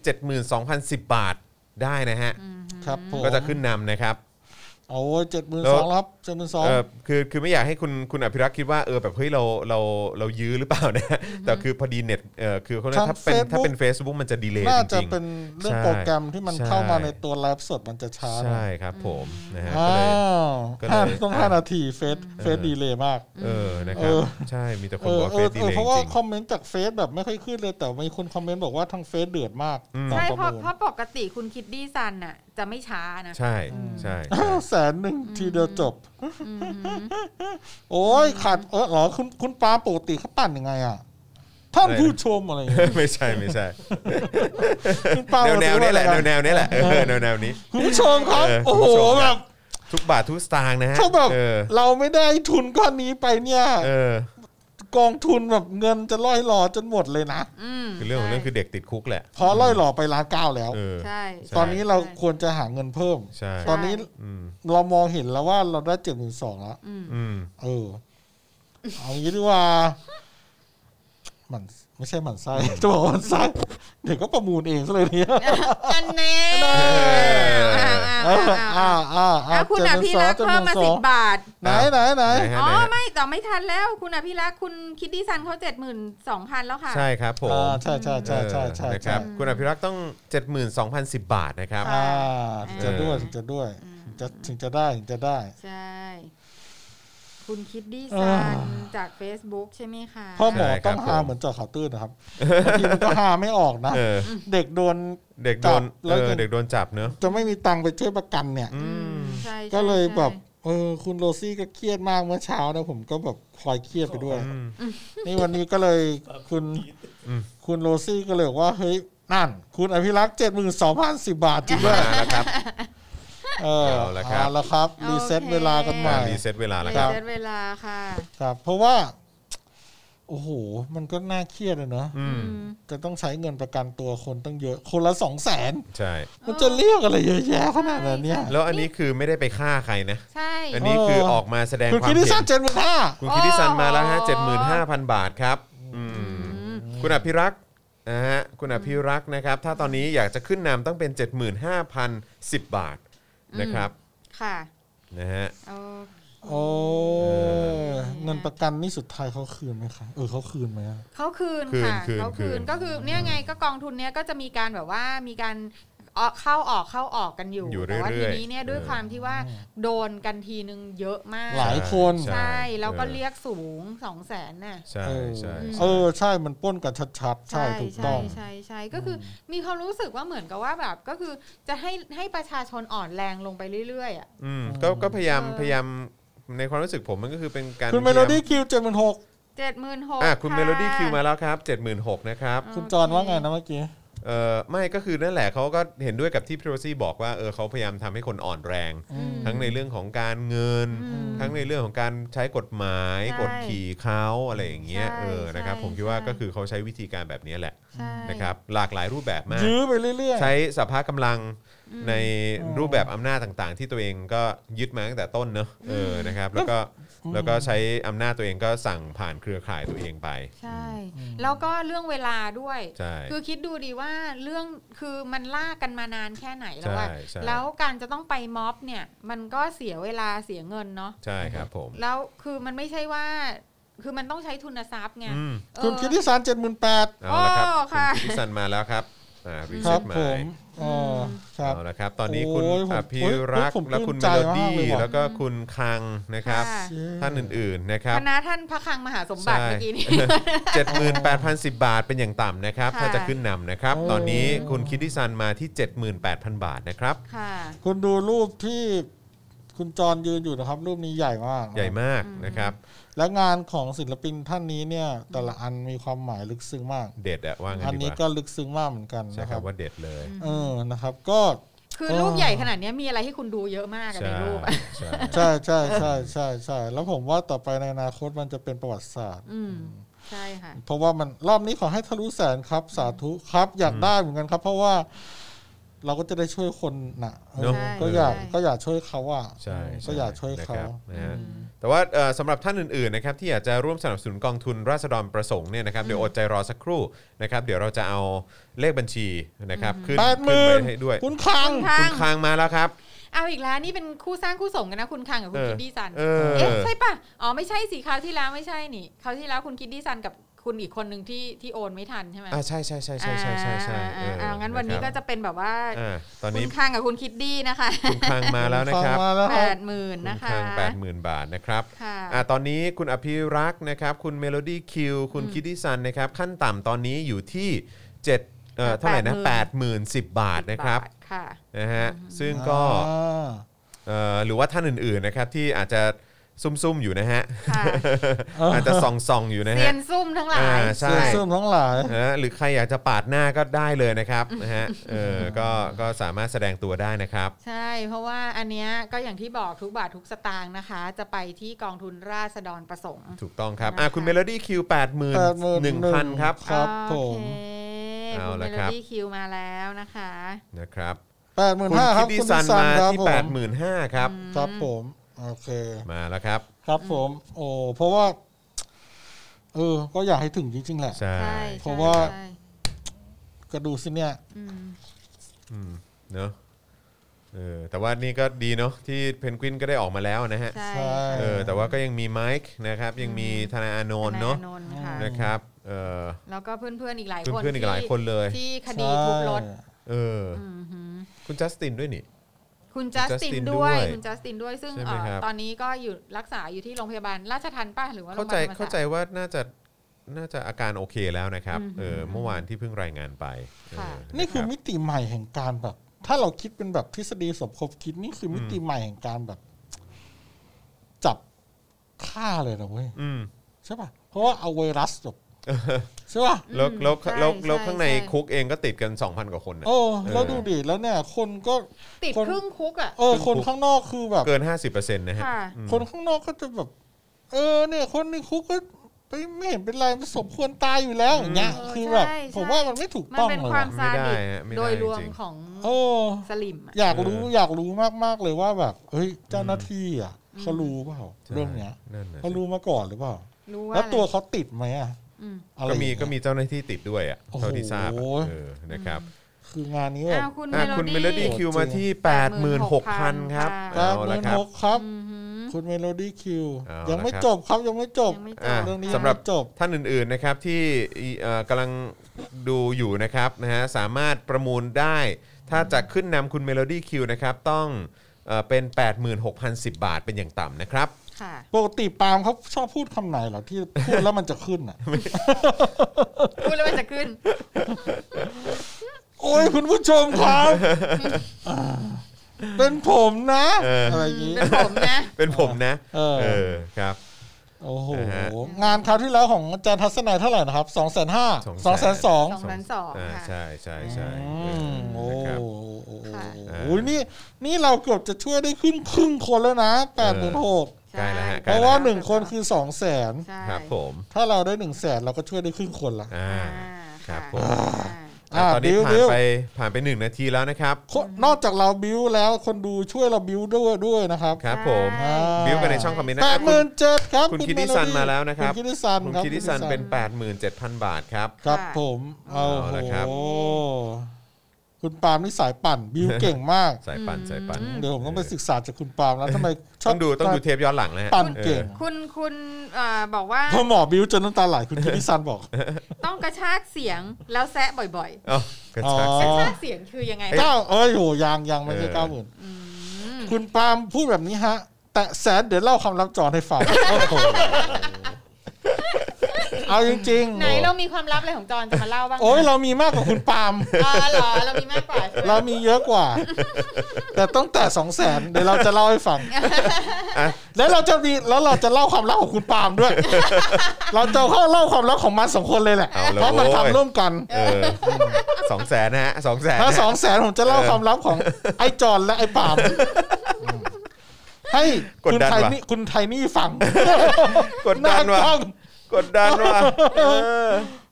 Speaker 2: 72,010 บาทได้นะฮะ
Speaker 4: ครับผม
Speaker 2: ก็จะขึ้นนำนะครับ
Speaker 4: โอ้เจ็ดหมื่น
Speaker 2: แล้
Speaker 4: ส
Speaker 2: ว
Speaker 4: องครับเจ็ดหมื่นสอง
Speaker 2: เออคือคือไม่อยากให้คุณคุณอภิรักษ์คิดว่าเออแบบเฮ้ยเราเราเรายื้อหรือเปล่านะ แต่คือพอดีเน็ตเออคือเขาเรียกถ้าเป็นถ้าเป็น Facebook มันจะดีเลย์
Speaker 4: น่า
Speaker 2: จ
Speaker 4: จะ
Speaker 2: ริง
Speaker 4: เป็นเรื่อง
Speaker 2: ใช่
Speaker 4: โปรแกรมที่มัน
Speaker 2: ใช่
Speaker 4: เข้ามาในตัวไลฟ์สดมันจะช้า
Speaker 2: ๆ
Speaker 4: หน่
Speaker 2: ใช่
Speaker 4: อย
Speaker 2: ครับผมนะฮะ
Speaker 4: อ้า
Speaker 2: ก็เลย
Speaker 4: ว
Speaker 2: ก็เลยก็
Speaker 4: ห้า
Speaker 2: เลย
Speaker 4: ต้องห้านาทีเฟซเฟซดีเลยมาก
Speaker 2: เออนะครับ
Speaker 4: เออ
Speaker 2: ใช่มีแต่คน
Speaker 4: เอ
Speaker 2: บอก
Speaker 4: อ
Speaker 2: ว่า
Speaker 4: เอ
Speaker 2: เฟซ
Speaker 4: อ
Speaker 2: ดี
Speaker 4: เออ
Speaker 2: เลย์
Speaker 4: เพราะว่า
Speaker 2: จริง
Speaker 4: คอมเมนต์จากเฟซแบบไม่ค่อยขึ้นเลย แต่มีคนคอมเมนต์บอกว่าทางเฟซเดือดมาก
Speaker 2: อืม
Speaker 4: ตอน
Speaker 3: ใช่
Speaker 4: ประ
Speaker 3: เพราะ
Speaker 4: มูล
Speaker 3: เพราะปกติคุณคิดดี้ซันน่ะ จะไม่ช้านะ
Speaker 2: ใช่ใช่ใช่
Speaker 4: อ้าวแสนหนึ่งทีเดียวจบ โอ้ยขาดเออเหรอคุณคุณปาปกติเขาปั่นยังไงอ่ะท่าน
Speaker 2: อะไรนะ
Speaker 4: ผู้ชมอะไรอย่างเงี้ย
Speaker 2: ไม่ใช่ไม่ใช่
Speaker 4: คุณปา
Speaker 2: แนว
Speaker 4: ปก
Speaker 2: แน
Speaker 4: ติ
Speaker 2: ว
Speaker 4: เขา
Speaker 2: นี้
Speaker 4: ปั่
Speaker 2: แหละ
Speaker 4: ยัง
Speaker 2: แนวแนว
Speaker 4: ไง
Speaker 2: นี้แหละเออแนวแนวนี้
Speaker 4: คุณผู้ชมครับ
Speaker 2: เออ
Speaker 4: โอ้โห
Speaker 2: คุณผู้ชมค
Speaker 4: แบ
Speaker 2: รับ
Speaker 4: บ
Speaker 2: ทุกบาททุกสตางค์นะฮะ
Speaker 4: เขาแบบ
Speaker 2: เออ
Speaker 4: เราไม่ได้ทุนก้อนนี้ไปเนี่ย
Speaker 2: เออ
Speaker 4: กองทุนแบบเงินจะล่อยหล่อจนหมดเลยนะ
Speaker 3: อืม
Speaker 2: คือเรื่องของเรื่องคือเด็กติดคุกแหละ
Speaker 4: เพราะล่อยหล่อไปล้านเก้าแล้ว
Speaker 2: เออ
Speaker 3: ใช่
Speaker 2: ใช่
Speaker 4: ตอนนี้เราควรจะหาเงินเพิ่ม
Speaker 2: ใช่
Speaker 4: ตอนนี้
Speaker 2: อืม
Speaker 4: เรามองเห็นแล้วว่าเราได้เจ็ดหมื่นสองแล้ว
Speaker 2: อืม
Speaker 4: เออ เอางี้ดีกว่าหมันไม่ใช่หมันไส้ จะบอกว่าหมันไส้เดี๋ยวก็ประมูลเองซะเลยเนี่ย
Speaker 3: กันแน่
Speaker 4: เออ เอออ่าอ่า
Speaker 3: อ่ะคุณอภิรักษ์เพิ่มมาสิบบาท
Speaker 4: ไหนไหนไหน
Speaker 2: ไหนฮะ
Speaker 3: อ๋อ
Speaker 2: ไหนฮะ
Speaker 3: ไม่ต่อไม่ทันแล้วคุณอภิรักษ์คุณคิดดีซันเขาเจ็ดหมื่นสองพันแล้วค่ะ
Speaker 2: ใช่ครับผม
Speaker 4: อ่าใช่ใช่ใช่ใช่ใช่
Speaker 2: เออนะค
Speaker 4: ใช่
Speaker 2: รับคุณอภิรักษ์ต้อง 72,010 บาทนะครับ
Speaker 3: ใช่
Speaker 4: อ่าถึงจะด้วยถึงจะด้วยถึงจะถึงจะได้ถึงจะได้
Speaker 3: ใช่ คุณคิดดี
Speaker 4: เอ
Speaker 3: ซั
Speaker 4: อ
Speaker 3: นจาก Facebook ใช่ไหมคะ
Speaker 4: พ่อหมอ
Speaker 2: ใช่ครับ
Speaker 4: ต้องหา
Speaker 2: ผม
Speaker 4: เหมือนเจาะข่าวตื้นนะครับบางทีมันก็หาไม่ออกนะ
Speaker 2: เออ
Speaker 4: เด็กโดน
Speaker 2: เด็กโดน
Speaker 4: จับ
Speaker 2: เอ
Speaker 4: แล้ว
Speaker 2: อ
Speaker 4: ยัง
Speaker 2: เด็กโดนจับเนอะ
Speaker 4: จะไม่มีตังค์ไปช่วยประกันเนี่ย
Speaker 2: อื
Speaker 3: อื
Speaker 2: ม
Speaker 3: มใช่ใช่
Speaker 4: ก็เลยแบบ
Speaker 3: ใช่
Speaker 4: เออคุณโรซี่ก็เครียดมากเมื่อเช้านะผมก็แบบพลอยเครียดไปด้วย
Speaker 2: อืม
Speaker 4: นี่วันนี้ก็เลยคุณ
Speaker 2: อืม
Speaker 4: คุณโรซี่ก็เลยบอกว่าเฮ้ยนั่น คุณอภิรักษ์เจ็ดหมื่นสองพันสิบบาทจริงด้วย
Speaker 2: มาแล้วครับ
Speaker 4: เออ
Speaker 2: เอาละครับ
Speaker 4: เอาละครับรีเซ็ตเวลากันให
Speaker 2: มา
Speaker 4: ม่
Speaker 2: รีเซ็ตเวลาแล้ว
Speaker 3: รี
Speaker 2: ครับ
Speaker 3: เซ็ตเวลาค่ะ
Speaker 4: ครับ เพราะว่า โอ้โห มันก็น่าเครียดอะเนอะ
Speaker 2: อืม
Speaker 4: จะต้องใช้เงินประกันตัวคนตั้งเยอะ คนละสองแสน
Speaker 2: ใช่
Speaker 4: มันจะเรียกอะไรเยอะแยะขนาดนั้นเนี่ย
Speaker 2: แล้วอันนี้คือไม่ได้ไปฆ่าใครนะ
Speaker 3: ใช่
Speaker 2: อันนี้คือออกมาแสดง
Speaker 4: คุณ
Speaker 2: ความ
Speaker 4: คิด
Speaker 2: เห็
Speaker 4: ที่สั้น
Speaker 2: น
Speaker 4: เจ็ดหมื่นห้า
Speaker 2: คุณคิดดิสันมาแล้วฮะ75,000 บาทครับอืมคุณอภิรักษ์นะฮะคุณอภิรักษ์นะครับ ถ้าตอนนี้อยากจะขึ้นนำต้องเป็น 75,010 บาทนะครับ
Speaker 3: ค่ะ
Speaker 2: นะฮะ
Speaker 3: โอ
Speaker 4: โอ้เงินประกันนี่สุดท้ายเขาคืนไหมคะเออเขาคืนไหมอะ
Speaker 3: เขาคืน
Speaker 2: คืน
Speaker 3: ค่ะ
Speaker 2: คืน
Speaker 3: เขา
Speaker 2: คื
Speaker 3: คื
Speaker 2: น
Speaker 3: นก็คือเนี่ยไงก็กองทุนเนี้ยก็จะมีการแบบว่ามีการออกเข้าออกเข้าออกกันอยู่
Speaker 2: อยู่
Speaker 3: แต่ว่า
Speaker 2: เรื่
Speaker 3: ที
Speaker 2: อยๆ
Speaker 3: นี้เนี่ยด้วย
Speaker 2: เออ
Speaker 3: ความที่ว่าโดนกันทีนึงเยอะมาก
Speaker 4: หลายคน
Speaker 2: ใช่
Speaker 3: ใช่ แล้วก็
Speaker 2: เออ
Speaker 3: เรียกสูงสองแสนน่ะ
Speaker 2: ใช่
Speaker 4: เออ
Speaker 2: ใช่
Speaker 4: เออใช่มันปล้นกันชัดๆ ใช่
Speaker 3: ใช่
Speaker 4: ถูก
Speaker 3: ใช่
Speaker 4: ต้อง
Speaker 3: ใช่ใช่ก็คืออมีความรู้สึกว่าเหมือนกับว่าแบบก็คือจะให้ให้ประชาชนอ่อนแรงลงไปเรื่อยๆอ่ะ
Speaker 2: อืมก็ก็พยายาม
Speaker 3: เออ
Speaker 2: พยายามในความรู้สึกผมมันก็คือเป็นการ
Speaker 4: คุณเมโลดี้คิวเจ็ดหมื่นหก
Speaker 3: เจ็ดหมื่นหก
Speaker 2: อ่ะคุณเมโลดี้คิวมาแล้วครับ76,000นะครับ
Speaker 4: คุณจอนว่าไงนะเมื่อกี้
Speaker 2: เออไม่ก็คือนั่นแหละเขาก็เห็นด้วยกับที่พิโรซี่บอกว่าเออเขาพยายามทำให้คนอ่อนแรง ทั้งในเรื่องของการเงิน ทั้งในเรื่องของการใช้กฎหมาย
Speaker 3: ใช่
Speaker 2: กดขี่เขาอะไรอย่างเงี้ย
Speaker 3: ใช่
Speaker 2: เออนะครับ
Speaker 3: ใช่
Speaker 2: ผมคิดว่า
Speaker 3: ใช่
Speaker 2: ก็คือเขาใช้วิธีการแบบนี้แหละ
Speaker 3: ใช่
Speaker 2: นะครับหลากหลายรูปแบบมาก
Speaker 4: ยื้อไปเรื่อย
Speaker 2: ใช้สภากำลังใน
Speaker 4: อืม
Speaker 2: รูปแบบอำนาจต่างๆ ที่ตัวเองก็ยึดมาตั้งแต่ต้นเนอะเออนะครับแล้วก็แล้วก็ใช้อำนาจตัวเองก็สั่งผ่านเครือข่ายตัวเองไป
Speaker 3: ใช่ แล้วก็เรื่องเวลาด้วย
Speaker 2: ใช่
Speaker 3: คือคิดดูดีว่าเรื่องคือมันลากกันมานานแค่ไหนแล้วอะ
Speaker 2: ใช่ใช่
Speaker 3: แล้วการจะต้องไปม็อบเนี่ย มันก็เสียเวลาเสียเงินเนาะ
Speaker 2: ใช่ครับผม
Speaker 3: แล้วคือมันไม่ใช่ว่า คือมันต้องใช้ทุนทรัพย์ไง
Speaker 2: อืม
Speaker 3: เอ
Speaker 4: ๆ
Speaker 3: อ
Speaker 4: คุณคิดที่สานเจ็ดหมื่นแปด
Speaker 2: เอาละครับคุณ
Speaker 3: โอ้ค่ะ
Speaker 2: พิสันมาแล้วครับอ่ารี
Speaker 4: ค
Speaker 2: เซ็
Speaker 4: รั
Speaker 2: ต
Speaker 4: บ
Speaker 2: หมา
Speaker 4: ผมอ๋อครับ
Speaker 2: เอาละครับ ตอนนี้คุณ
Speaker 4: โอ้ยผม
Speaker 2: อภิรักษ์
Speaker 4: ผมปลื้
Speaker 2: และ
Speaker 4: ม
Speaker 2: คุณเม
Speaker 4: ใจ
Speaker 2: โล
Speaker 4: มาก
Speaker 2: ดี้
Speaker 4: เลยว่ะ
Speaker 2: แล้วก็คุณคังนะครับ
Speaker 3: ค่ะ
Speaker 4: เย้
Speaker 2: ท่านอื่นๆนะครับ
Speaker 3: คณะท่านพระคลังมหาสมบัติเมื่อกี้นี้
Speaker 2: เจ็ดหมื่นแปดพันสิบาทเป็นอย่างต่ำนะครับ
Speaker 3: ค่ะ
Speaker 2: ถ้าจะขึ้นนำนะครับ
Speaker 4: โอ้
Speaker 2: ตอนนี้คุณคิดดิซันมาที่ 78,000 บาทนะครับ
Speaker 3: ค่ะ
Speaker 4: คุณดูรูปที่คุณจรยืนอยู่นะครับ รูปนี้ใหญ่มาก
Speaker 2: ใหญ่มากนะครับ
Speaker 4: และงานของศิลปินท่านนี้เนี่ย แต่ละอันมีความหมายลึกซึ้งมาก
Speaker 2: เด็ดอะว่างั้
Speaker 4: อัน
Speaker 2: นดี
Speaker 4: นี้
Speaker 2: ก
Speaker 4: ก็
Speaker 2: ว่า
Speaker 4: ลึกซึ้งมากเหมือนกัน
Speaker 2: ใช่
Speaker 4: นะ
Speaker 2: ค
Speaker 4: ค
Speaker 2: รั
Speaker 4: รั
Speaker 2: บบ ว่าเด็ดเลย
Speaker 4: เออนะครับ ก็
Speaker 3: คือ
Speaker 4: เออ
Speaker 3: รูปใหญ่ขนาดเนี้ยมีอะไรให้คุณดูเยอะมากอะ
Speaker 2: ใช่
Speaker 3: ในรูปอะ
Speaker 2: ใช่
Speaker 4: ใช่ใช่ใช่ใช่ใช่แล้วผมว่าต่อไปในอนาคตมันจะเป็นประวัติศาสตร์
Speaker 3: อืมใช่ค่ะ
Speaker 4: เพราะว่ามันรอบนี้ขอให้ทะลุแสนครับ สาธุครับอยากได้เหมือนกันครับ เพราะว่าเราก็จะได้ช่วยคนน่ะเออ
Speaker 2: เนอะ
Speaker 3: ใช่
Speaker 4: ก็อยากก็อยากช่วยเขาอ่ะ
Speaker 2: ใช่
Speaker 4: ก็อยากช่วย
Speaker 2: นะ
Speaker 4: เขา
Speaker 2: ครับนะฮะแต่ว่าเอ่อสำหรับท่านอื่นๆนะครับที่อยากจะร่วมสนับสนุนกองทุนราษฎรประสงค์เนี่ยนะครับเดี๋ยวอดใจรอสักครู่นะครับเดี๋ยวเราจะเอาเลขบัญชีนะครับขึ้น
Speaker 4: แปดห
Speaker 2: ขึ้น
Speaker 4: มื่
Speaker 2: ไว้
Speaker 4: น
Speaker 2: ให้ด้วย
Speaker 4: คุณคัง
Speaker 3: คุณ
Speaker 2: คุ
Speaker 3: คั
Speaker 2: ณ
Speaker 3: ง
Speaker 2: คางมาแล้วครับ
Speaker 3: เอาอีกแล้วนี่เป็นคู่สร้างคู่สมกันนะคุณคังกับคุณ
Speaker 2: เออ
Speaker 3: คิดดี้ซัน
Speaker 2: เออ
Speaker 3: ะใช่ปะอ๋อไม่ใช่สีคราวที่แล้วไม่ใช่นี่คราวที่แล้วคุณคิดดี้ซันกับคุณอีกคนหนึ่งที่ที่โอนไม่ทันใช่ไหม
Speaker 2: อ่าใช่ใช่ใช่ใช่ใช่ใช่ใช่
Speaker 3: อ่าอ่างั้นวันนี้ก็จะเป็นแบบว่า
Speaker 2: อ่าตอน
Speaker 3: คุ
Speaker 2: นี้
Speaker 3: ณคังกับคุณคิดดี้นะคะ
Speaker 2: คุณคางมาแล้วนะครับ
Speaker 4: ฟังมาแล้ว
Speaker 3: แป
Speaker 4: ครั
Speaker 3: ด
Speaker 4: บ
Speaker 3: หมื่น
Speaker 2: คุณ
Speaker 3: นะคะ
Speaker 2: คางแปดหมื่นบาทนะครับ
Speaker 3: ค่ะ
Speaker 2: อ่ะตอนนี้คุณอภิรักษ์นะครับ คุณเมโลดี้คิว คุณคิดดิซันนะครับ ขั้นต่ำตอนนี้อยู่ที่เจ็ดเอ่อเท่าไหร่นะ8 0 0 0บาทนะครับ
Speaker 3: สิาทค่ะ
Speaker 2: นะฮะซึ่งก็
Speaker 4: อ่า
Speaker 2: เอ่อหรือว่าท่านอื่นๆนะครับที่อาจจะซุ่มๆอยู่นะฮะ
Speaker 3: ค่ะ
Speaker 2: อาจจะส่องๆอยู่นะ
Speaker 3: เซีย
Speaker 2: ฮะ
Speaker 3: นซุ่มทั้งหลาย
Speaker 2: อ่าใช่
Speaker 4: เสื้อเสื้อทั้งหลาย
Speaker 2: นะฮะหรือใครอยากจะปาดหน้าก็ได้เลยนะครับ นะฮ ะเออก็ก็สามารถแสดงตัวได้นะครับ
Speaker 3: ใช่ เพราะว่าอันเนี้ยก็อย่างที่บอกทุกบาททุกสตางค์นะคะ จะไปที่กองทุนราษฎรประสงค์
Speaker 2: ถูกต้องครับอ่ะคุณเมโลดี้คิว81,000
Speaker 4: 81,000
Speaker 2: ครับ
Speaker 4: ครับ
Speaker 3: โอ
Speaker 4: ผม
Speaker 3: เค
Speaker 2: เอา
Speaker 3: คุณเม
Speaker 2: ละ
Speaker 3: โล
Speaker 2: ครับ
Speaker 3: ดี้คิวมาแล้วนะคะ
Speaker 2: นะครับ
Speaker 4: แปดหมื่น
Speaker 2: คุณ
Speaker 4: ห้าค
Speaker 2: คิ
Speaker 4: รั
Speaker 2: ด
Speaker 4: บ
Speaker 2: ดิ
Speaker 4: คุณ
Speaker 2: ซั
Speaker 4: ซั
Speaker 2: น
Speaker 4: น
Speaker 2: มา
Speaker 4: ครับ
Speaker 2: ที่
Speaker 4: ผม
Speaker 2: 85,000ครับ
Speaker 4: ครับผมโอเค
Speaker 2: มาแล้วครับ
Speaker 4: ครับผม โอ้เพราะว่า เออ ก็อยากให้ถึงจริงๆแหละ
Speaker 2: ใช่
Speaker 4: เพราะว่า
Speaker 3: ใช่
Speaker 4: ก็ดูสิเนี่ย
Speaker 3: อืม
Speaker 2: เนอะ เออแต่ว่านี่ก็ดีเนาะที่เพนกวินก็ได้ออกมาแล้วนะฮะ
Speaker 5: ใช่
Speaker 4: ใช่
Speaker 2: เออแต่ว่าก็ยังมีไมค์นะครับยังมีธนาอานนท์เนาะ
Speaker 5: ธอท์ค่ะ
Speaker 4: อืม
Speaker 2: นะครับเออ
Speaker 5: แล้วก็เพื่อนๆอีกหลายคน
Speaker 2: เพื่อนๆอีกหลายคนเลย
Speaker 5: ที่คดีทุบรถ
Speaker 4: ใช่
Speaker 2: เอออ
Speaker 5: อือหือ
Speaker 2: คุณจัสตินด้วยนี่
Speaker 5: คุณจัสติน
Speaker 2: คุณจัสตินด้
Speaker 5: ด้
Speaker 2: ว
Speaker 5: วย ย คุณจัสตินด้วยซึ่ง
Speaker 2: ใช่ไหม
Speaker 5: เอ่อ
Speaker 2: ครับ
Speaker 5: ตอนนี้ก็อยู่รักษาอยู่ที่โรงพยาบาลราชทันป่ะหรือว่าโร
Speaker 2: เข้าง
Speaker 5: พยา
Speaker 2: ใจ
Speaker 5: บาลธรรมศาสตร์
Speaker 2: เข้าใจว่าน่าจะน่าจะอาการโอเคแล้วนะครับ
Speaker 5: อืม
Speaker 2: เออเมื่อวานที่เพิ่งรายงานไป
Speaker 5: ค่ะ
Speaker 2: เออะรับ
Speaker 4: นี่คือมิติใหม่แห่งการแบบ ถ้าเราคิดเป็นแบบทฤษฎีสมคบคิดนี่คือมิติใหม่แห่งการแบบ จับฆ่าเลยนะเว้ย
Speaker 2: อืม
Speaker 4: ใช่ป่ะเพราะว่าเอาไวรัส แบบใช่ป่ะ
Speaker 2: แล้วแล้ว
Speaker 5: ใช่
Speaker 2: แล้ว
Speaker 5: ใช่
Speaker 2: แล้วข้างใน
Speaker 5: ใช่
Speaker 2: คุกเองก็ติดกัน 2,000 กว่าคนนะ
Speaker 4: โอ้
Speaker 2: เออ
Speaker 4: แล้วดูดิแล้วเนี่ย คนก็
Speaker 5: ติด
Speaker 4: คน
Speaker 5: ครึ่งคุกอ่ะ
Speaker 4: เออคนข้างนอกคือแบบ
Speaker 2: เกิน 50%นะฮะ
Speaker 5: ค่ะ
Speaker 2: อืม
Speaker 4: คนข้างนอกก็จะแบบ เออ เนี่ย คนในคุกก็ไม่ไม่เห็นเป็นไรมันสมควรตายอยู่แล้วอย่างเงี้ย
Speaker 5: เออ
Speaker 4: คือแบบ
Speaker 5: ใช่
Speaker 4: ผม
Speaker 5: ใช่
Speaker 4: ว่ามันไม่ถูก
Speaker 5: มัน
Speaker 4: ต้อง
Speaker 5: เป็น
Speaker 4: เลย
Speaker 5: ควา
Speaker 4: ว่ะ
Speaker 5: มซาดิส
Speaker 2: ฮะไม่ไ
Speaker 5: โดยรวม
Speaker 2: จง
Speaker 5: ของ
Speaker 4: โอ้
Speaker 5: สลิมอะ
Speaker 4: อยากรู้
Speaker 2: เออ
Speaker 4: อ
Speaker 2: อ
Speaker 4: ยากรู้มากๆเลยว่าแบบ เฮ้ยเจ้าหน้าที่อ่ะเขารู้เปล่า
Speaker 2: ใช่
Speaker 4: เรื่องเนี้ย
Speaker 2: นั่นน่ะ
Speaker 4: เขารู้มาก่อนหรือเปล่า
Speaker 5: รู้ว่า
Speaker 4: แล้วตัว
Speaker 5: อะไร
Speaker 4: เขาติดไหมอ่ะ
Speaker 5: อืม
Speaker 4: อะไรอ
Speaker 2: ก็
Speaker 4: ย่าง
Speaker 2: มี
Speaker 4: เงี้ย
Speaker 2: ก็มีเจ้าหน้าที่ติดด้วยอ่ะ
Speaker 4: โอ้โห
Speaker 2: เท่าที่ทราบอะเออนะครับ
Speaker 4: คืองานนี้แบ
Speaker 5: อ้าว
Speaker 4: บ
Speaker 5: คุณเม
Speaker 2: อ่ะ
Speaker 5: โล
Speaker 2: คุณ
Speaker 5: ดี้
Speaker 2: เมโลดี้คิวมาที่ 86,000 ครับ
Speaker 5: 86,000
Speaker 4: แล้
Speaker 2: เอา
Speaker 4: วมื
Speaker 2: ละ
Speaker 4: อ
Speaker 2: ครับ
Speaker 4: นกครับ
Speaker 5: อือหือ
Speaker 4: คุณเมโลดี้คิว
Speaker 2: เอายั
Speaker 4: ยังไม่
Speaker 2: ละครับ
Speaker 4: จบครับยังไม่จบ
Speaker 5: ยังไม่จบ
Speaker 2: อ่ะ
Speaker 4: เรื่องนี้
Speaker 2: สำหรับ
Speaker 4: ยังไม่จบ
Speaker 2: ท่านอื่นๆนะครับที่อีเอ่อกำลังดูอยู่นะครับนะฮะสามารถประมูลได้ ถ้าจะขึ้นนำคุณเมโลดี้คิวนะครับต้องเอ่อเป็น 86,010 บาทเป็นอย่างต่ำนะครับ
Speaker 5: ค่ะ
Speaker 4: ปกติปาล์มเขาชอบพูดคำไหนเหรอที่พูดแล้วมันจะขึ้นอ่ะ
Speaker 5: พูดแล้วมันจะขึ้น
Speaker 4: โอ้ยคุณผู้ชมครับอ่าเป็นผมนะ
Speaker 2: เอออ
Speaker 4: อะไรอย่างนี้
Speaker 5: เป็นผม นะ
Speaker 2: เป็นผมนะ
Speaker 4: เออ
Speaker 2: เออครับ
Speaker 4: โอ้โห
Speaker 2: นะฮะ
Speaker 4: งานคราวที่แล้วของอาจารย์ทัศนัยเท่าไหร่นะครับสองแสนห้าสองแสน
Speaker 2: 200,000
Speaker 4: สอง
Speaker 5: สองพันสอง
Speaker 2: อ่า
Speaker 5: ค่ะ
Speaker 2: ใช่ใช่ใช่เออ
Speaker 4: โอ้
Speaker 2: นะครับ
Speaker 4: โห
Speaker 5: ค่ะ
Speaker 4: โอ้ยนี่ นี่เราเกือบจะช่วยได้ครึ่งครึ่งคนแล้วนะแปดหมื่นหก
Speaker 2: ใกล้แล้วฮะ
Speaker 4: เพ
Speaker 2: ใกล้
Speaker 4: ราะ
Speaker 2: แล้
Speaker 4: ว่าหนึ่งคนคือสองแสน
Speaker 5: ใช่
Speaker 2: ครับผม
Speaker 4: ถ้าเราได้หนึ่งแสนเราก็ช่วยได้ครึ่งคนละ
Speaker 2: อ่า
Speaker 5: อ่า
Speaker 2: ครับ
Speaker 5: ะ
Speaker 2: ผม
Speaker 5: อ่า
Speaker 2: อ่ะ
Speaker 4: อ่า
Speaker 2: ตอนนี้
Speaker 4: บิ้ว
Speaker 2: ผ่าน
Speaker 4: บิ้ว
Speaker 2: ไปผ่านไปหนึ่งนาทีแล้วนะครับ
Speaker 4: คนนอกจากเราบิวแล้วคนดูช่วยเราบิวด้วยด้วยนะครับ
Speaker 2: ครับผม
Speaker 5: ใช่
Speaker 2: บิวกันในช่องคอมเมนต์นะ
Speaker 4: แป
Speaker 2: ครั
Speaker 4: ด
Speaker 2: บ
Speaker 4: หมื่นเจ็ดครับ
Speaker 2: คุณ
Speaker 4: ณ
Speaker 2: คิดดิซันมาแล้วนะครับ
Speaker 4: คุณคิดดิซัน
Speaker 2: คุณ
Speaker 4: รับ
Speaker 2: คิดดิซันเป็น
Speaker 4: คุณ
Speaker 2: 87,000 บาทครับ
Speaker 4: ครับผมเอา
Speaker 2: เอาละ
Speaker 4: โห
Speaker 2: ครับ
Speaker 4: คุณปาล์มนี่สายปั่นบิ วเก่งมาก
Speaker 2: สายปั่นสายปั่น
Speaker 4: เดี๋ยวผมต้องไปศึกษาจากคุณปาล์มแล้วทำไมช
Speaker 2: ต้
Speaker 4: อบ
Speaker 2: องดูต้องดูเทปย้อนหลังนะฮะ
Speaker 4: ปั่นเก่ง
Speaker 2: ออ
Speaker 5: คุณคุณเอ่อบอกว่า
Speaker 4: พอหมอบิวจนน้ำตาไหลคุณคิดดิซันบอก
Speaker 5: ต้องกระชากเสียงแล้วแซะบ่อย
Speaker 2: อ๋อกระชากเส้น
Speaker 5: ๆก
Speaker 4: อ๋อ
Speaker 5: ระชากเสียงคือยังไงคะ
Speaker 4: เก้าเอ้ยโหยังยังไม่ใช่
Speaker 2: เออ
Speaker 4: เก้าหมื่น
Speaker 5: ม
Speaker 4: คุณปาล์มพูดแบบนี้ฮะ แต่แสนเดี๋ยวเล่าความลับจอนให้ฟังโอ้โหเอาจริง
Speaker 5: ไหนเรามีความลับอะไรของจอนจะมาเล่าบ้าง
Speaker 4: ๆ โอ้ยเรามีมากกว่าคุณปาล์ม
Speaker 5: อ๋อเหรอเรามีมากกว่าใช่ไหม
Speaker 4: เรามีเยอะกว่า แต่ต้องแต่สองแสนเดี๋ยวเราจะเล่าให้ฟัง แล้วเราจะมีแล้วเราจะเล่าความลับของคุณปาล์มด้วย เราจะเข้าเล่าความลับของมันสองคนเลยแหละ
Speaker 2: เอาละ
Speaker 4: เพราะมัน
Speaker 2: โว้ย
Speaker 4: ทำร่วมกัน
Speaker 2: เออสองแสนนะฮะสองแสน
Speaker 4: ถ้าสองแสนผมจะเล่าความลับของไอ้จอนและไอ้ปาล์มให้คุณไทยนี่คุณไทยนี่ฟัง
Speaker 2: กดดันว่ะ
Speaker 4: ฟัง
Speaker 2: กดดันว่ะเออ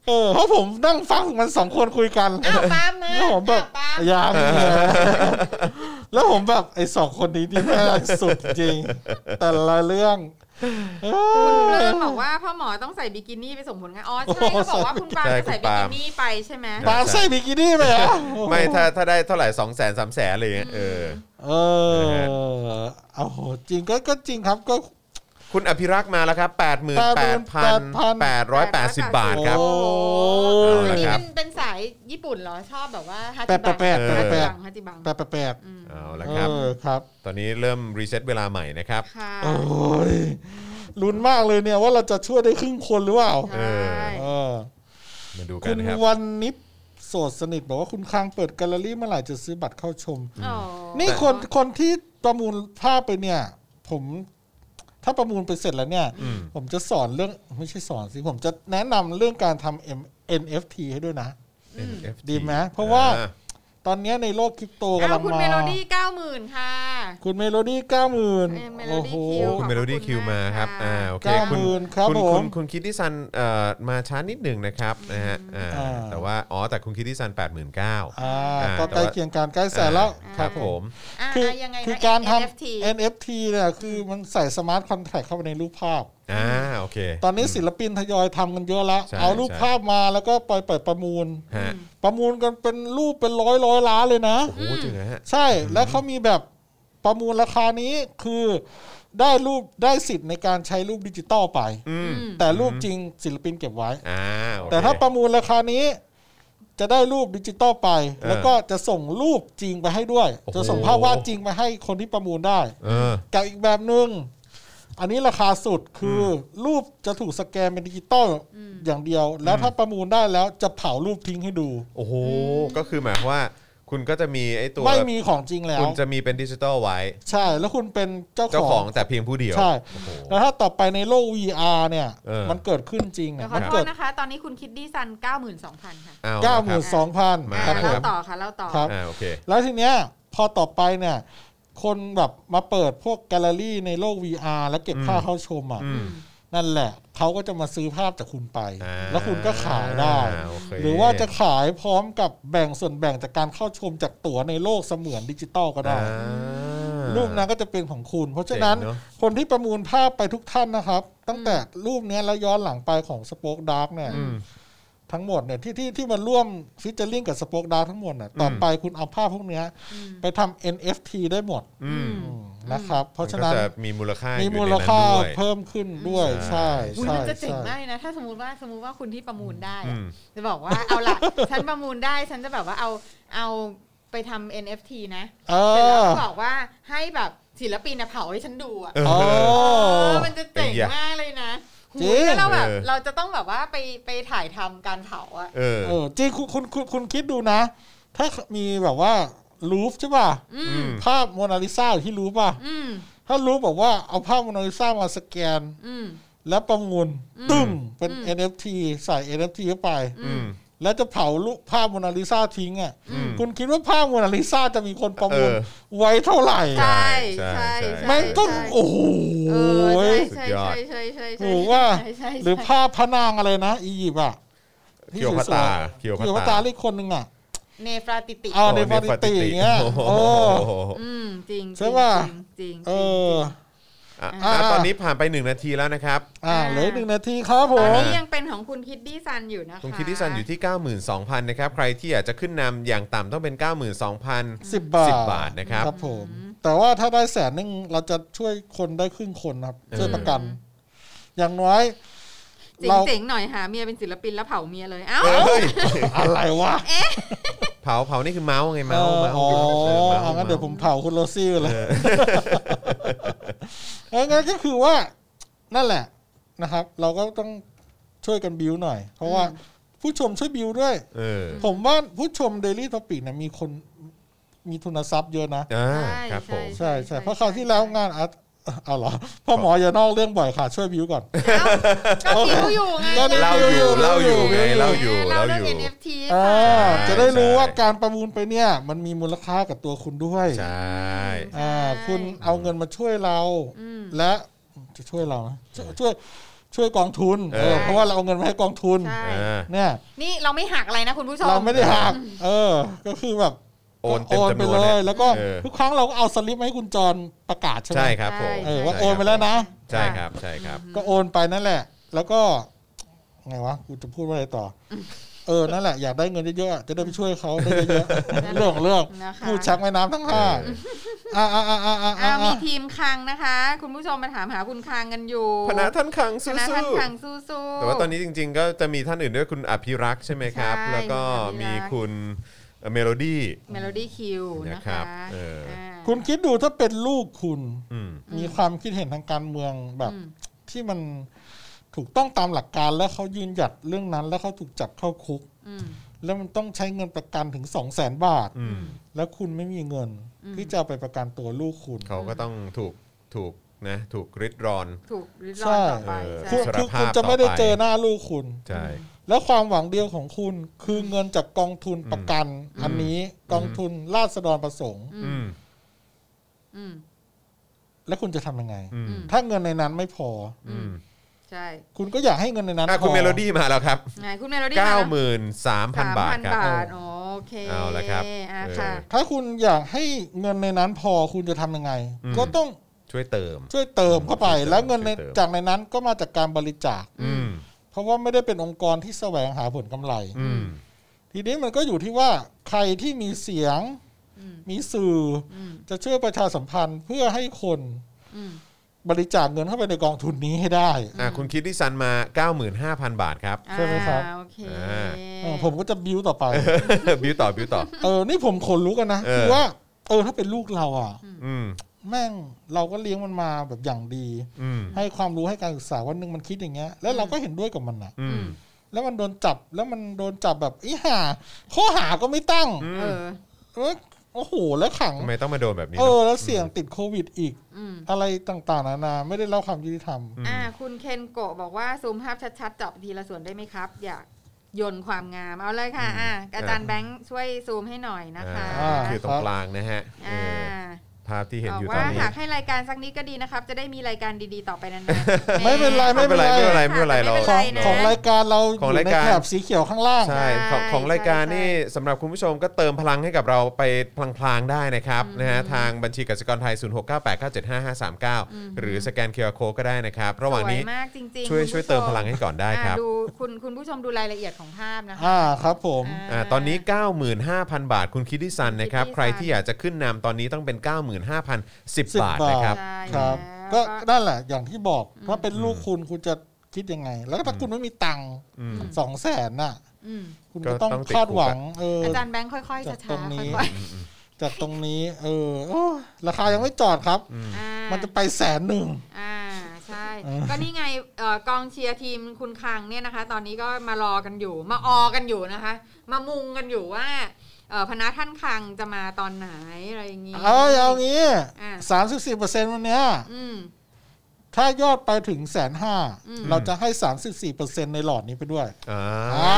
Speaker 4: เออเพราะผมนั่งฟังมันสองคนคุยกัน
Speaker 5: อ้าวปาล์มมา
Speaker 4: แล้วผมแบ
Speaker 5: อ้า
Speaker 4: บ
Speaker 5: วปาล์ม
Speaker 4: ยางแล้วผมแบบไอ้สองคนนี้นี่แม่งสุดจริง แต่ละเรื่องเอ้
Speaker 5: คุณ
Speaker 4: ย
Speaker 5: เริ่มบอกว่าพ่อหมอต้องใส่บิกินี่ไปส่งผลงานอ๋อใช่ก็บอกว่าคุณปาล์ม
Speaker 2: ใช่
Speaker 5: จะใส่
Speaker 2: คุณ
Speaker 5: บิ
Speaker 2: ปาล์
Speaker 5: กิ
Speaker 2: ม
Speaker 5: นี่ไปใช่ไหม
Speaker 4: ปาล์มใส่บิกินี่ไปเหรอ
Speaker 2: ไม่ถ้าถ้าได้เท่าไหร่สองแสนสามแสนอะไรเงี้ยเออ
Speaker 4: เออเอาโหจริงก็ก็จริงครับก็
Speaker 2: คุณอภิรักษ์มาแล้วครับ 88,880 บาทครับ
Speaker 4: โอ้
Speaker 2: เอา
Speaker 5: อั
Speaker 2: ละ
Speaker 5: นนี้
Speaker 2: ครับ
Speaker 5: เป็นเป็นสายญี่ปุ่นเหรอชอบแบบว่าฮาจิ
Speaker 4: แปะ
Speaker 5: บั
Speaker 4: แปะแปะ
Speaker 2: เออ
Speaker 4: แปะแปะ
Speaker 5: งฮาจิบัง
Speaker 4: แปะแปะแปะ
Speaker 2: เอาละ
Speaker 4: เอ
Speaker 2: ครับ
Speaker 4: อครับ
Speaker 2: ตอนนี้เริ่มรีเซ็ตเวลาใหม่นะครับ
Speaker 5: ค่ะ
Speaker 4: โอ้ยลุ้นมากเลยเนี่ยว่าเราจะช่วยได้ครึ่งคนหรือเปล่า
Speaker 5: ใช่
Speaker 4: เออ
Speaker 2: มาดูกั
Speaker 4: คุ
Speaker 2: น
Speaker 4: ณ
Speaker 2: นะครับ
Speaker 4: วันนิพโสดสนิทบอกว่าคุณคางเปิดแกลเลอรี่เมื่อไหร่จะซื้อบัตรเข้าชม
Speaker 5: โอ้
Speaker 4: นี่คนคนที่ประมูลภาพไปเนี่ย ผมถ้าประมูลไปเสร็จแล้วเนี่ย
Speaker 2: อืม
Speaker 4: ผมจะสอนเรื่องไม่ใช่สอนสิ ผมจะแนะนำเรื่องการทำ M- NFT ให้ด้วยนะ
Speaker 2: NFT
Speaker 4: ดีไหมเพราะว่า
Speaker 2: อ่
Speaker 4: ตอนเนี้ยในโลกคริปโตกำ
Speaker 5: อ้า
Speaker 4: ลั
Speaker 5: ว
Speaker 4: ง
Speaker 5: คุณ
Speaker 4: มา
Speaker 5: เมโลดี้เก้าหมื่นค่ะ
Speaker 4: คุณเมโลดี้เก้าหมื่น
Speaker 5: เออ Melody
Speaker 4: โอ้โห
Speaker 5: คิว
Speaker 2: คุณเมโลดี้คิวมาครับ อ่า โอเค
Speaker 4: เก้า
Speaker 2: คุณ
Speaker 4: หมื่นครับ
Speaker 2: คุณ
Speaker 4: ผ
Speaker 2: คุ
Speaker 4: ม
Speaker 2: ณคุณคิดที่ซันเอ่อมาช้านิดหนึ่งนะครับนะฮะอ่า
Speaker 4: อ่า
Speaker 2: แต่ว่าอ๋อแต่คุณคิดที่ซันแปดหมื่นเก้า
Speaker 4: อ่า
Speaker 2: อ่า
Speaker 4: ก็
Speaker 2: แต่
Speaker 4: ใกล้
Speaker 2: ว่า
Speaker 4: เคียงกันใกล้แสนแล้ว
Speaker 5: อ่า
Speaker 2: ครับผม
Speaker 3: อ่า
Speaker 4: คือ
Speaker 3: ยังไงนะ
Speaker 4: คือการท
Speaker 3: NFT
Speaker 4: ำ NFT เนี่ยคือมันใส่สมาร์ทคอนแท็กเข้าไปในรูปภาพ
Speaker 2: อ่าโอเค
Speaker 4: ตอนนี้ศิลปินทยอยทำกันเยอะแล้ว
Speaker 2: ใช่
Speaker 4: เอารูป
Speaker 2: ใช่
Speaker 4: ภาพมาแล้วก็ปล่อยเปิดประมูล
Speaker 2: ฮะ
Speaker 4: ประมูลกันเป็นรูปเป็นร้อยร้อยล้านเลยนะ
Speaker 2: โอ้โหจริงเหรอฮะ
Speaker 4: ใช่แล้วเขามีแบบประมูลราคานี้คือได้รูปได้สิทธิ์ในการใช้รูปดิจิตอลไป
Speaker 2: อืม
Speaker 4: แต่รูปจริงศิลปินเก็บไว้
Speaker 2: อ่าโอเค
Speaker 4: แต่ถ้าประมูลราคานี้จะได้รูปดิจิตอลไป
Speaker 2: เออ
Speaker 4: แล้วก็จะส่งรูปจริงไปให้ด้วย
Speaker 2: โอ้โห
Speaker 4: จะส่งภาพวาดจริงไปให้คนที่ประมูลได้
Speaker 2: เออ
Speaker 4: กับอีกแบบหนึ่งอันนี้ราคาสุดคืออรูปจะถูกสแกนเป็นดิจิตอลอย่างเดียว แล้วถ้าประมูลได้แล้วจะเผารูปทิ้งให้ดู
Speaker 2: โอ้โห ก็คือหมายความว่า คุณก็จะมีไอ้ตัว
Speaker 4: ไม่มีของจริงแล้ว
Speaker 2: คุณจะมีเป็นดิจิทัลไว้
Speaker 4: ใช่แล้วคุณเป็นเจ้า
Speaker 2: เจ้า
Speaker 4: ข
Speaker 2: ข
Speaker 4: อ
Speaker 2: อง งแต่เพียงผู้เดียว
Speaker 4: ใช่
Speaker 2: โอ้โห
Speaker 4: แล้วถ้าต่อไปในโลก VR เนี่ย
Speaker 2: เออ
Speaker 4: มันเกิดขึ้นจริง
Speaker 3: เดี๋ยว
Speaker 4: อ่ะ
Speaker 3: ขอ
Speaker 4: มัน
Speaker 3: โท
Speaker 4: เกิ
Speaker 3: ษ
Speaker 4: ด
Speaker 3: นะคะ ตอนนี้คุณคิดดี้ซัน 92,000 ค่ะ
Speaker 2: เอละครั
Speaker 4: 92,000
Speaker 2: มา
Speaker 4: ครับ
Speaker 3: อ่า
Speaker 4: ผ
Speaker 3: เล่าม ต่อค่ะเล่าต่อ
Speaker 4: ครับ
Speaker 2: อ่าโอเค
Speaker 4: แล้วทีเนี้ยพอต่อไปเนี่ย คนแบบมาเปิดพวกแกลเลอรี่ในโลก VR แล้วเก็บค่าเข้าชมอ่ะ
Speaker 2: อืม
Speaker 4: นั่นแหละ เขาก็จะมาซื้อภาพจากคุณไป
Speaker 2: อ่า
Speaker 4: แล้วคุณก็ขายได้
Speaker 2: โเค
Speaker 4: หรือว่าจะขายพร้อมกับแบ่งส่วนแบ่งจากการเข้าชมจากตั๋วในโลกเสมือนดิจิตอลก็ได้
Speaker 2: อ่า
Speaker 4: รูปนั้นก็จะเป็นของคุณ เพราะฉะนั้น
Speaker 2: เจ๋งเนอะ
Speaker 4: คนที่ประมูลภาพไปทุกท่านนะครับ ตั้งแต่รูปเนี้ยแล้วย้อนหลังไปของสป o อ e ดาร์กเนี่ย
Speaker 2: อืม
Speaker 4: ทั้งหมดเนี่ยที่ที่ที่มันร่วมฟิชเจอริงกับสป o อ e ดาร์กทั้งหมดน่ะต่อไปคุณเอาภาพพวกเนี้ยไปทำ NFT ได้หมด
Speaker 2: อืม
Speaker 4: อืมนะครับ เพ
Speaker 2: มั
Speaker 4: ราะ
Speaker 2: น
Speaker 4: ฉะ
Speaker 2: ก็
Speaker 4: นั้น
Speaker 2: จะมีมูลค่าอ
Speaker 4: มี
Speaker 2: ยู่ใน
Speaker 4: มูล
Speaker 2: นั้น
Speaker 4: ค่า
Speaker 2: ด้วย
Speaker 4: เพิ่มขึ้นด้วย
Speaker 2: ใช่
Speaker 4: ใช่
Speaker 3: อุ้ย
Speaker 4: ใช่
Speaker 3: มันจะเจ๋งมา
Speaker 4: ใช่
Speaker 3: กเลยนะ ถ้าสมมติว่าสมมติว่าคุณที่ประมูลได้
Speaker 2: อื
Speaker 3: อะ
Speaker 2: ม
Speaker 3: จะบอกว่าเอาละ ฉันประมูลได้ฉันจะแบบว่าเอาเอาไปทำ NFT นะ
Speaker 4: เอ
Speaker 3: เสร็จแล้ว
Speaker 4: อ
Speaker 3: ก็บอกว่าให้แบบศิลปินน่ะเผาให้ฉันดูอ่ะ
Speaker 2: เออ
Speaker 4: โอ้
Speaker 3: เออมันจะเจ๋ง
Speaker 2: เป็นไง
Speaker 3: มากเลยนะหู
Speaker 4: จริง
Speaker 3: แล้วเราแบบ
Speaker 2: เออ
Speaker 3: เราจะต้องแบบว่าไปไปถ่ายทำการเผาอ่ะ
Speaker 2: เออ
Speaker 4: เออจริงคุณคุณคุณคุณคิดดูนะ ถ้ามีแบบว่ารูฟใช่ป่ะ
Speaker 3: อืม
Speaker 2: ม
Speaker 4: ภาพโมนาลิซาอยู่ที่รูฟป่ะ
Speaker 3: อืม
Speaker 4: ถ้ารูฟบอกว่าเอาภาพโมนาลิซามาสแกน
Speaker 3: อืม
Speaker 4: แล้วประมูลตึ้มเป็น
Speaker 3: อืม
Speaker 4: NFT ใส่ NFT เข้าไป
Speaker 2: อืม
Speaker 4: แล้วจะเผารูปภาพโมนาลิซาทิ้งอ่ะ
Speaker 2: อืม
Speaker 4: คุณคิดว่าภาพโมนาลิซาจะมีคนประมูล
Speaker 2: เออ
Speaker 4: ไว้เท่าไหร่
Speaker 3: ใช่
Speaker 2: ใช่
Speaker 3: ใช่
Speaker 2: ใช่
Speaker 3: ใช่
Speaker 4: แม่งต้อง
Speaker 3: ใช่
Speaker 4: โอ้โห
Speaker 3: เออใช่
Speaker 2: สุดยอด
Speaker 3: ใช่ใช่ใช่ใช่ใช่
Speaker 4: ถูกว่า
Speaker 3: ใช่ใช่ใช่
Speaker 4: หรือภาพพระนางอะไรนะ อียิปต์อ่ะ
Speaker 2: เคียวพัตตาเคียวพั
Speaker 4: เกี่ยว
Speaker 2: ต
Speaker 4: พัตตา
Speaker 2: ตา
Speaker 4: อีกคนนึงอ่ะ
Speaker 3: เนฟราติติ
Speaker 4: อ่า เนฟาติติอย่างเงี้ย
Speaker 2: โอ้โห
Speaker 4: เออ
Speaker 3: อืม จริง
Speaker 4: ใช่ป่ะ
Speaker 3: จริงจริง
Speaker 4: เอ
Speaker 3: จริง
Speaker 4: อ
Speaker 2: อ่ะ
Speaker 4: อ่า
Speaker 2: อ่ะตอนนี้ผ่านไปหนึ่งนาทีแล้วนะครับ
Speaker 4: อ่า
Speaker 3: อ่า
Speaker 4: เหลืออีกหนึ่งนาทีครับผ
Speaker 3: ตอน
Speaker 4: ม
Speaker 3: นี้ยังเป็นของคุณคิดดี้ซันอยู่นะคะ
Speaker 2: คุณคิดที่ซันอยู่ที่ 92,000นะครับ ใครที่อยากจะขึ้นนำอย่างต่ำต้องเป็น 92,000
Speaker 4: สิบบาท
Speaker 2: 10บาทนะครับ
Speaker 4: ครับผม แต่ว่าถ้าได้แสนหนึงเราจะช่วยคนได้ครึ่งคนครับ ช่วยประกัน อย่างน้อย เรา
Speaker 3: เจ๋งๆหน่อยหาเมียเป็นศิลปินแล้วเผาเมียเลย เอ้า
Speaker 2: เฮ้ย
Speaker 4: อะไรวะ
Speaker 2: เผาเผานี่คือเมาส์ไง
Speaker 4: เอ
Speaker 2: เมาส์
Speaker 4: อ
Speaker 2: เมาส์
Speaker 4: อ๋อ
Speaker 2: เออเมา
Speaker 4: เอา
Speaker 2: ส์
Speaker 4: งั้นเดี๋ยวผมเผาคุณโรซี่ไปเลย
Speaker 2: เออ
Speaker 4: เอองั้นก็คือว่านั่นแหละนะครับ เราก็ต้องช่วยกันบิวหน่อย เพราะว่าผู้ชมช่วยบิวด้วย
Speaker 2: เออ
Speaker 4: ผมว่าผู้ชม Daily t o p i c เนี่ยมีคนมีทุนทรัพย์เยอะนะ
Speaker 2: อ่า
Speaker 3: ใช่
Speaker 2: ครับผม
Speaker 3: ใช่
Speaker 4: ใช่ใช่เพราะคราวที่แล้วงานอาร์ต เอาเหรอพ่อหมออย่านอกเรื่องบ่อยค่ะ ช่วยบิวก่อน
Speaker 3: ก็คิวอยู่ไง
Speaker 4: ก็นี่
Speaker 2: เล่าอยู่ เล่าอยู่ไงเล่าอยู่
Speaker 3: แม่
Speaker 2: เล่า
Speaker 3: เล่า
Speaker 2: อ
Speaker 3: เรื่อง
Speaker 2: ยู่
Speaker 3: NFT
Speaker 4: อ่า
Speaker 2: ใช่
Speaker 4: จะได้รู้ว่าการประมูลไปเนี่ย มันมีมูลค่ากับตัวคุณด้วย
Speaker 2: ใช่
Speaker 4: อ่า
Speaker 3: ใช่
Speaker 4: คุณเอาเงินมาช่วยเรา
Speaker 3: อืม
Speaker 4: และจะช่วยเรานะช่วยช่วยช่วยกองทุน
Speaker 2: เออ
Speaker 4: เออเพราะว่าเราเอาเงินมาให้กองทุน
Speaker 3: ใช่
Speaker 2: เออ
Speaker 4: เนี่ย
Speaker 3: นี่เราไม่หักอะไรนะคุณผู้ชม
Speaker 4: เราไม่ได้หักเออ ก็คือแบบ
Speaker 2: โอนเต็ม
Speaker 4: โอนไป
Speaker 2: จำนวน
Speaker 4: เล
Speaker 2: เลย ย
Speaker 4: แล้วก็
Speaker 2: เออ
Speaker 4: ทุกครั้งเราก็เอาสลิปมาให้คุณจรประกาศใช่ไหม
Speaker 2: ใช่ครับผม
Speaker 4: เออว่าโอนไปแล้วนะ
Speaker 2: ใช่ครับใช่ครับ
Speaker 4: ก็โอนไปนั่นแหละ แล้วก็ไงวะกูจะพูดว่าอะไรต่ออเออนั่นแหละอยากได้เงินเยอะๆจะได้ไปช่วยเขาได้เยอะๆเรื่องของเรื่อง
Speaker 3: นะคะ
Speaker 4: พูดชักแม่น้ำทั้งห้าอ่าอ่าอ่าอ่าอ่า
Speaker 3: อ่ามี
Speaker 4: อ่า
Speaker 3: ทีมคังนะคะ คุณผู้ชมมาถามหาคุณคังกันอยู่
Speaker 2: พนะท่านคัง
Speaker 3: ค
Speaker 2: สู้
Speaker 3: ณะท่านคังสู้ๆ
Speaker 2: แต่ว่าตอนนี้จริงๆ ก็จะมีท่านอื่นด้วยคุณอภิรักษ์ใช่ไหมครับ
Speaker 3: ใช่
Speaker 2: แล้วก็
Speaker 3: คุณอภิรั
Speaker 2: มี
Speaker 3: กษ์
Speaker 2: คุณเมโลดี้
Speaker 3: เมโลดี้คิวนะ
Speaker 2: นะครั
Speaker 3: คะ
Speaker 2: บเอออ่
Speaker 3: า
Speaker 4: คุณคิดดูถ้าเป็นลูกคุณ
Speaker 2: อืม
Speaker 4: มีความคิดเห็นทางการเมืองแบบ
Speaker 3: อืม
Speaker 4: ที่มันถูกต้องตามหลักการแล้วเขายืนหยัดเรื่องนั้น แล้วเขาถูกจับเข้าคุก
Speaker 3: อืม
Speaker 4: แล้วมันต้องใช้เงินประกันถึงสองแสนบาท
Speaker 2: อืม
Speaker 4: แล้วคุณไม่มีเงิน ที่จะเอาไปประกันตัวลูกคุณ
Speaker 2: เขาก็ต้องถูกถูกนะถูกริดรอน
Speaker 3: ถูกริดรอนต่อไป
Speaker 2: ใช่
Speaker 3: ใช่
Speaker 4: คุณ
Speaker 2: สาร
Speaker 4: คือ
Speaker 2: ภาพ
Speaker 4: คุณจะไม่ได้
Speaker 2: ต่อไป
Speaker 4: เจอหน้าลูกคุณ
Speaker 2: ใช่
Speaker 4: แล้วความหวังเดียวของคุณคือเงินจากกองทุนประกัน อันนี้กองทุนราษฎรประสงค์
Speaker 3: อื
Speaker 2: อืม
Speaker 3: มอืม
Speaker 4: แล้วคุณจะทำยังไง
Speaker 2: อืม
Speaker 4: ถ้าเงินในนั้นไม่พอ
Speaker 2: อืม
Speaker 3: ใช่
Speaker 4: คุณก็อยากให้เงินในนั้น
Speaker 2: อ่ะ
Speaker 4: พอ
Speaker 2: คุณเมโลดี้มาแล้วครับ
Speaker 3: ไหนคุณเมโลดี้มาแล้ว
Speaker 2: 93,000 บาทครับ
Speaker 3: โอ้ เค
Speaker 2: เอาละครับ
Speaker 3: อ่ะ
Speaker 2: เออ
Speaker 3: ค่ะ
Speaker 4: ถ้าคุณอยากให้เงินในนั้นพอคุณจะทำยังไง
Speaker 2: อืม
Speaker 4: ก็ต้อง
Speaker 2: ช่วยเติม
Speaker 4: ช่วยเติมเข้าไป
Speaker 2: ช่วยเติม
Speaker 4: แล้วเงินใน
Speaker 2: ช่วยเติม
Speaker 4: จากในนั้นก็มาจากการบริจาค
Speaker 2: อืม
Speaker 4: เพราะว่าไม่ได้เป็นองค์กรที่แสวงหาผลกำไร
Speaker 2: อืม
Speaker 4: ทีนี้มันก็อยู่ที่ว่าใครที่มีเสียง
Speaker 3: อืม
Speaker 4: มีสื่ออ
Speaker 3: อืม
Speaker 4: จะช่วยประชาสัมพันธ์เพื่อให้คน
Speaker 3: อืม
Speaker 4: บริจาคเงินเข้าไปในกองทุนนี้ให้ได้
Speaker 2: อ่ะคุณคิดที่ซันมา 95,000 บาทครับ
Speaker 4: ใช่ไหมครับ
Speaker 3: อ่าโอเค
Speaker 2: อ่า
Speaker 4: เออผมก็จะบิวต่อไป
Speaker 2: บิวต่อบิวต่อ
Speaker 4: เออ นี่ผมขนลุกกันนะ
Speaker 2: เออ
Speaker 4: คือว่า เออ ถ้าเป็นลูกเราอ่ะ
Speaker 2: อืม
Speaker 4: แม่งเราก็เลี้ยงมันมาแบบอย่างดี
Speaker 2: อืม
Speaker 4: ให้ความรู้ให้การศึกษาวันหนึ่งมันคิดอย่างเงี้ย แล้วเราก็เห็นด้วยกับมันนะ
Speaker 2: อืม
Speaker 4: แล้วมันโดนจับ แล้วมันโดนจับแบบอีห่า ข้อหาก็ไม่ตั้ง
Speaker 3: เออ
Speaker 4: เออโอ้โห แล้วขัง
Speaker 2: ทำไมต้องมาโดนแบบนี้
Speaker 4: เอ
Speaker 2: เน
Speaker 4: อ
Speaker 2: อะ
Speaker 4: แล้วเสี่ยงติดโควิดอีก
Speaker 3: อืม
Speaker 4: อะไรต่างๆ นานา ไม่ได้เล่าความยุติธรรม
Speaker 2: ม
Speaker 3: อ่าคุณเคนโกะบอกว่า ซูมภาพชัดๆเจาะทีละส่วนได้ไหมครับ อยากยนต์ความงาม เอาเลยค่ะ อ่าอาจารย์แบงค์ช่วยซูมให้หน่อยนะคะ
Speaker 2: อ่า
Speaker 4: า
Speaker 2: คือตรงกลางนะฮะเอ
Speaker 3: อ่า
Speaker 2: อภาพที่เห็น
Speaker 3: บอก
Speaker 2: อยู่ตอ
Speaker 3: ว่าน
Speaker 2: นี้
Speaker 3: หากให้รายการสักนิดก็ดีนะครับ จะได้มีรายการดีๆต่อไปนานๆ
Speaker 4: ไม่เป็นไร
Speaker 2: ไม่เป็นไรไม่เป็นไรไม่เป็นไรเรา
Speaker 3: ไม่
Speaker 4: ข
Speaker 3: เป็
Speaker 4: อน ง
Speaker 3: ไรนะ
Speaker 4: ของรายการเราอ
Speaker 2: ของ
Speaker 4: ยู่
Speaker 2: ราย
Speaker 4: ใน
Speaker 2: การ
Speaker 4: แถบสีเขียวข้างล่าง
Speaker 2: ใช่ของ
Speaker 3: ใช่
Speaker 2: ของรายการ
Speaker 3: ใช่
Speaker 2: นี่สำหรับคุณผู้ชมก็เติมพลังให้กับเราไปพลางๆได้นะครับนะฮะทางบัญชีกสิกรไทย 0698975539 หรือสแกนเคอร์โคก็ได้นะครับ ระหว่างนี้
Speaker 3: สวยมากจริงๆ
Speaker 2: ช่วย
Speaker 3: คุณผู้
Speaker 2: ช่วยเติม
Speaker 3: ชม
Speaker 2: พลังให้ก่อนได้
Speaker 3: อ่า
Speaker 2: ครับ
Speaker 3: ดูคุณคุณผู้ชมดูรายละเอียดของภาพนะคะ
Speaker 4: อ่าครับผม
Speaker 2: อ่าตอนนี้ 95,000 บาท คุณคิดดิซันนะครับใครที่อยากจะขึ้นนำตอนนี้ต้องเป็น 95,010 บาทนะครับ
Speaker 3: ใช่แล้ว
Speaker 4: ครับ
Speaker 3: ก็
Speaker 4: ก็นั่นแหละอย่างที่บอกถ้าเป็นลูกคุณคุณจะคิดยังไง แล้วถ้าคุณไม่มีตังค์สองแสนน่ะ
Speaker 3: อืม
Speaker 4: คุณ
Speaker 2: ก็
Speaker 4: ก็ต้อง
Speaker 2: ต้องติด
Speaker 4: คาดหวัง เออ
Speaker 3: อาจารย์แบงค์ค่อยๆ
Speaker 4: จาก
Speaker 3: ช้า
Speaker 4: ตรง
Speaker 3: ๆ
Speaker 4: นี้
Speaker 3: ค่อย
Speaker 4: จากตรงนี้ เออโอ้ราคายังไม่จอดครับ
Speaker 3: ๆอ่า
Speaker 4: มันจะไปแสนหนึ่ง
Speaker 3: อ่าใช่
Speaker 4: เออ
Speaker 3: ก็นี่ไงเอ่อกองเชียร์ทีมคุณคังเนี่ยนะคะ ตอนนี้ก็มารอกันอยู่ มาออกันอยู่นะคะ มามุงกันอยู่ว่าเอ่อพนะท่านคังจะมาตอนไหนอะไรอย่างงี้
Speaker 4: เอ้ยเอางี้
Speaker 3: อ่ะ
Speaker 4: สามสิบสี่เปอร์เซ็นต์วันเนี้ย
Speaker 3: อืม
Speaker 4: ถ้ายอดไปถึงแสนห้า
Speaker 3: อืม
Speaker 4: เราจะให้สามสิบสี่เปอร์เซ็นต์ในหลอดนี้ไปด้วย
Speaker 2: อ่า
Speaker 4: อ่า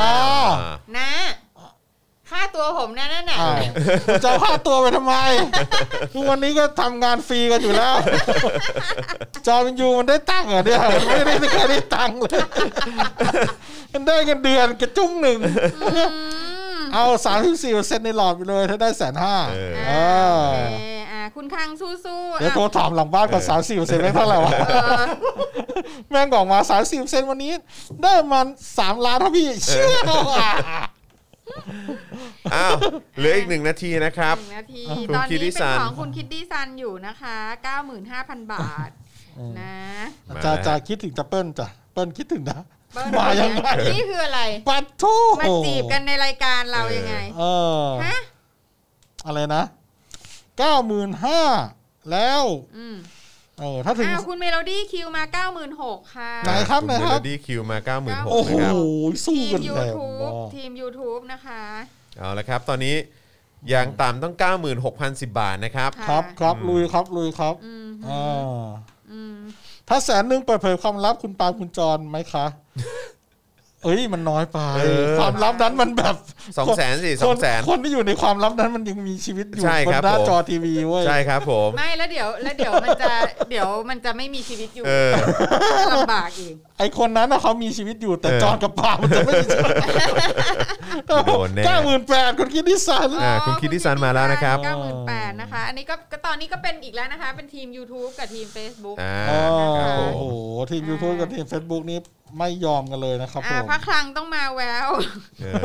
Speaker 3: นะค่าตัวผมนะนั่นน่ะ
Speaker 4: อ้าวคุณจะเอาค่าตัวไปทำไม ทุกวันนี้ก็ทำงานฟรีกันอยู่แล้ว จอมันยูมันได้ตังค์เหรอเนี่ยมันไม่ได้ไม่เคยได้ตังค์เลย มันได้เงินเดือนกระจุ้งหนึ่ง
Speaker 3: อืม
Speaker 4: เอาสามสิบสี่เปอร์เซ็นต์ในหลอดไปเลยถ้าได้แสนห้า
Speaker 2: เออ
Speaker 3: อ่า
Speaker 4: เออ
Speaker 3: โอเคอ่าคุณคังสู้ๆ
Speaker 4: เดี๋ยว
Speaker 3: อ่ะ
Speaker 4: โทรถามหลังบ้านก่อน
Speaker 2: เอ
Speaker 4: สา
Speaker 2: อ
Speaker 4: มสี่เปอร์เซ็นต์ไม่เท่าไหร่วะ
Speaker 3: เออ
Speaker 4: แม่งบอกมาสามสี่เปอร์เซ็นต์วันนี้ ได้ประมันสามล้านครับพี่เชื่อว่ะ
Speaker 2: อ้าวเหลืออีกหนึ่งนาทีนะครับ
Speaker 3: หนึ่งนาที
Speaker 2: คุณ
Speaker 3: ตอน
Speaker 2: คิด
Speaker 3: นี้
Speaker 2: ดี้
Speaker 3: เป็
Speaker 2: ซั
Speaker 3: น
Speaker 2: น
Speaker 3: ของคุณคิดดี้ซันอยู่นะคะ 95,000 บาทนะ
Speaker 2: มา
Speaker 4: จะ
Speaker 2: แล้ว
Speaker 4: จะคิดถึงจะเปิ้ลจ้ะเปิ้ลคิดถึงนะ
Speaker 3: เบิ้ล
Speaker 4: มายังไง
Speaker 3: นี่คืออะไร
Speaker 4: ปัดทู
Speaker 3: มาจีบกันในรายการเรายังไง
Speaker 4: เออ
Speaker 3: ฮะ
Speaker 4: อะไรนะเก้าหมื่นห้าแล้ว
Speaker 3: อืม
Speaker 4: เออถ้าถึง
Speaker 3: อ้าวคุณเมโลดี้คิวมา 96,000ค่ะ
Speaker 4: ไหนครับ
Speaker 2: ณ
Speaker 4: ไหนค
Speaker 2: เม
Speaker 4: รั
Speaker 2: โล
Speaker 4: บ
Speaker 2: ดี้คิวมา 96,000นะ
Speaker 3: โอ้
Speaker 4: โอ้
Speaker 3: โห
Speaker 4: โห
Speaker 2: ครับ
Speaker 4: สู้
Speaker 3: ทีม
Speaker 4: กันแรง
Speaker 3: YouTube
Speaker 4: มาก
Speaker 3: ทีม YouTube นะคะ
Speaker 2: เอาละครับ ตอนนี้อย่างต่ำต้อง 96,010 บาทนะครับ
Speaker 3: ค่ะ
Speaker 4: ครับครับลุยครับลุยครับ
Speaker 3: อืม
Speaker 4: อ่า
Speaker 3: อืม
Speaker 4: ถ้าแสนหนึ่งเปิดเผยความลับคุณปาล์มคุณจรไหมคะ เอ้ยมันน้อยไป
Speaker 2: เออ
Speaker 4: ความลับนั้นมันแบบ
Speaker 2: 2 0 0 0 0สิ
Speaker 4: คน
Speaker 2: 200,000
Speaker 4: คนที่อยู่ในความลับนั้นมันยังมีชีวิตอยู่
Speaker 2: ใช่
Speaker 4: บ
Speaker 2: คน รับ
Speaker 4: หน้า
Speaker 2: ผม
Speaker 4: จอทีวีเว้ย
Speaker 2: ใช่ครับผม
Speaker 3: ไม่แล้วเดี๋ยวแล้วเดี๋ยวมันจะ เดี๋ยวมันจะไม่มีชีวิตอยู่
Speaker 2: เออ
Speaker 3: ลำบากอีก
Speaker 4: ไอคนนั้นนะเขามีชีวิตอยู่แต่
Speaker 2: เออ
Speaker 4: จอนกับปามันจะไม่มีชีวิต
Speaker 2: โดนแน่
Speaker 4: เก้าหมื่นแปดคนคิดดิสัน
Speaker 2: อ่าคุณคิดดิซันมาแล้วนะครับ
Speaker 3: 98นะคะ อันนี้ก็ก็ตอนนี้ก็เป็นอีกแล้วนะคะ เป็นทีม YouTube กับทีม Facebook
Speaker 2: อ่า
Speaker 4: อ๋อ
Speaker 2: ครับผ
Speaker 4: โอ้โห
Speaker 2: ม
Speaker 4: ทีม YouTube กับทีม Facebook นี่ไม่ยอมกันเลยนะครับผ
Speaker 3: อ่าม พระคลังต้องมาแวว
Speaker 2: เออ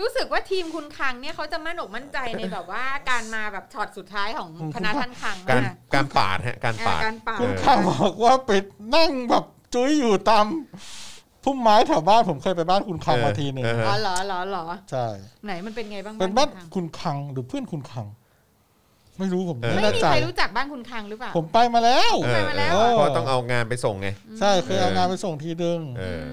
Speaker 3: รู้สึกว่าทีมคุณคลังเนี่ยเขาจะมั่นอกมั่นใจในแบบว่าการมาแบบช็อตสุดท้ายของ
Speaker 4: อืม
Speaker 3: คณะท่านคลัง
Speaker 2: การ
Speaker 3: มาก
Speaker 2: การปาดฮะการ
Speaker 3: อ่า
Speaker 2: ปาด
Speaker 3: การป่าด
Speaker 4: คุณข้างบอกว่าไปนั่งแบบจุ้ยอยู่ตามพุ่มไม้แถวบ้านผมเคยไปบ้านคุณคัง
Speaker 2: เออ
Speaker 4: มาทีหนึ่ง
Speaker 2: เออ
Speaker 3: อ๋อเหรอเหรอเหรอ
Speaker 4: ใช่
Speaker 3: ไหนมันเป็นไงบ้าง
Speaker 4: เป็นบ้าน
Speaker 3: คุณคลัง
Speaker 4: คุณคังหรือเพื่อนคุณคัง ไม่รู้ผม
Speaker 2: เออ
Speaker 4: ไม่
Speaker 3: ไม่
Speaker 4: แน่
Speaker 3: มี
Speaker 4: ใจ
Speaker 3: ใครรู้จักบ้านคุณคลังหรือเปล่า
Speaker 4: ผมไปมาแล้ว
Speaker 2: เออ
Speaker 3: ไปมาแล้ว
Speaker 2: เออเพราะต้องเอางานไปส่งไง
Speaker 4: ใช่เคยเอา
Speaker 2: เออ
Speaker 4: งานไปส่งทีนึง
Speaker 2: เออ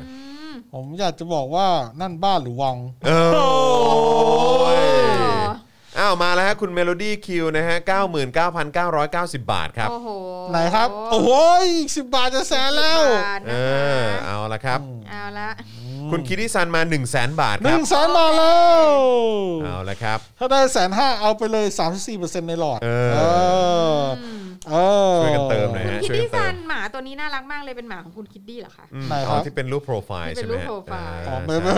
Speaker 3: ม
Speaker 4: ผมอยากจะบอกว่านั่นบ้านหรือวัง
Speaker 2: เออโอ้ย
Speaker 3: อ๋อ
Speaker 2: อ้าวมาแล้วฮะคุณเมโลดี้คิวนะฮะ 99,990 บาทครับ
Speaker 3: โอ้โห
Speaker 4: ไหนครับ โอ้โหสิบบาทจะแสนแล้ว
Speaker 3: บาท
Speaker 2: เอ
Speaker 3: นะ
Speaker 2: อ
Speaker 3: คะ
Speaker 2: เอาละครับ
Speaker 3: เอาละ
Speaker 2: คุ คุณคิติซันมา 1 0 0 0 0แบาท
Speaker 4: ห
Speaker 2: ครั
Speaker 4: นึ่
Speaker 2: บ
Speaker 4: งแสนมาแล้ว
Speaker 2: เอาละครับ
Speaker 4: ถ้าได้แสนห้าเอาไปเลย 34%ในหลอด
Speaker 2: เออ
Speaker 4: เออเออ
Speaker 2: ช่วยกันเติมหน่อยฮะ
Speaker 3: คิด
Speaker 2: ช่วยกั
Speaker 3: ดี้
Speaker 2: นเติ
Speaker 3: ซั
Speaker 2: ม
Speaker 3: นหมาตัวนี้น่ารักมากเลยเป็นหมาของคุณคิดดี้เหรอคะ
Speaker 2: อืม
Speaker 4: ไหนครับ
Speaker 2: อ๋อที่เป็นรูปโปรไฟล์
Speaker 3: ที่เป็
Speaker 2: ใช่
Speaker 3: น
Speaker 2: ไหม
Speaker 3: รูปโปรไฟล์
Speaker 2: า
Speaker 4: อ๋อไม่
Speaker 2: ใช่
Speaker 4: ไม่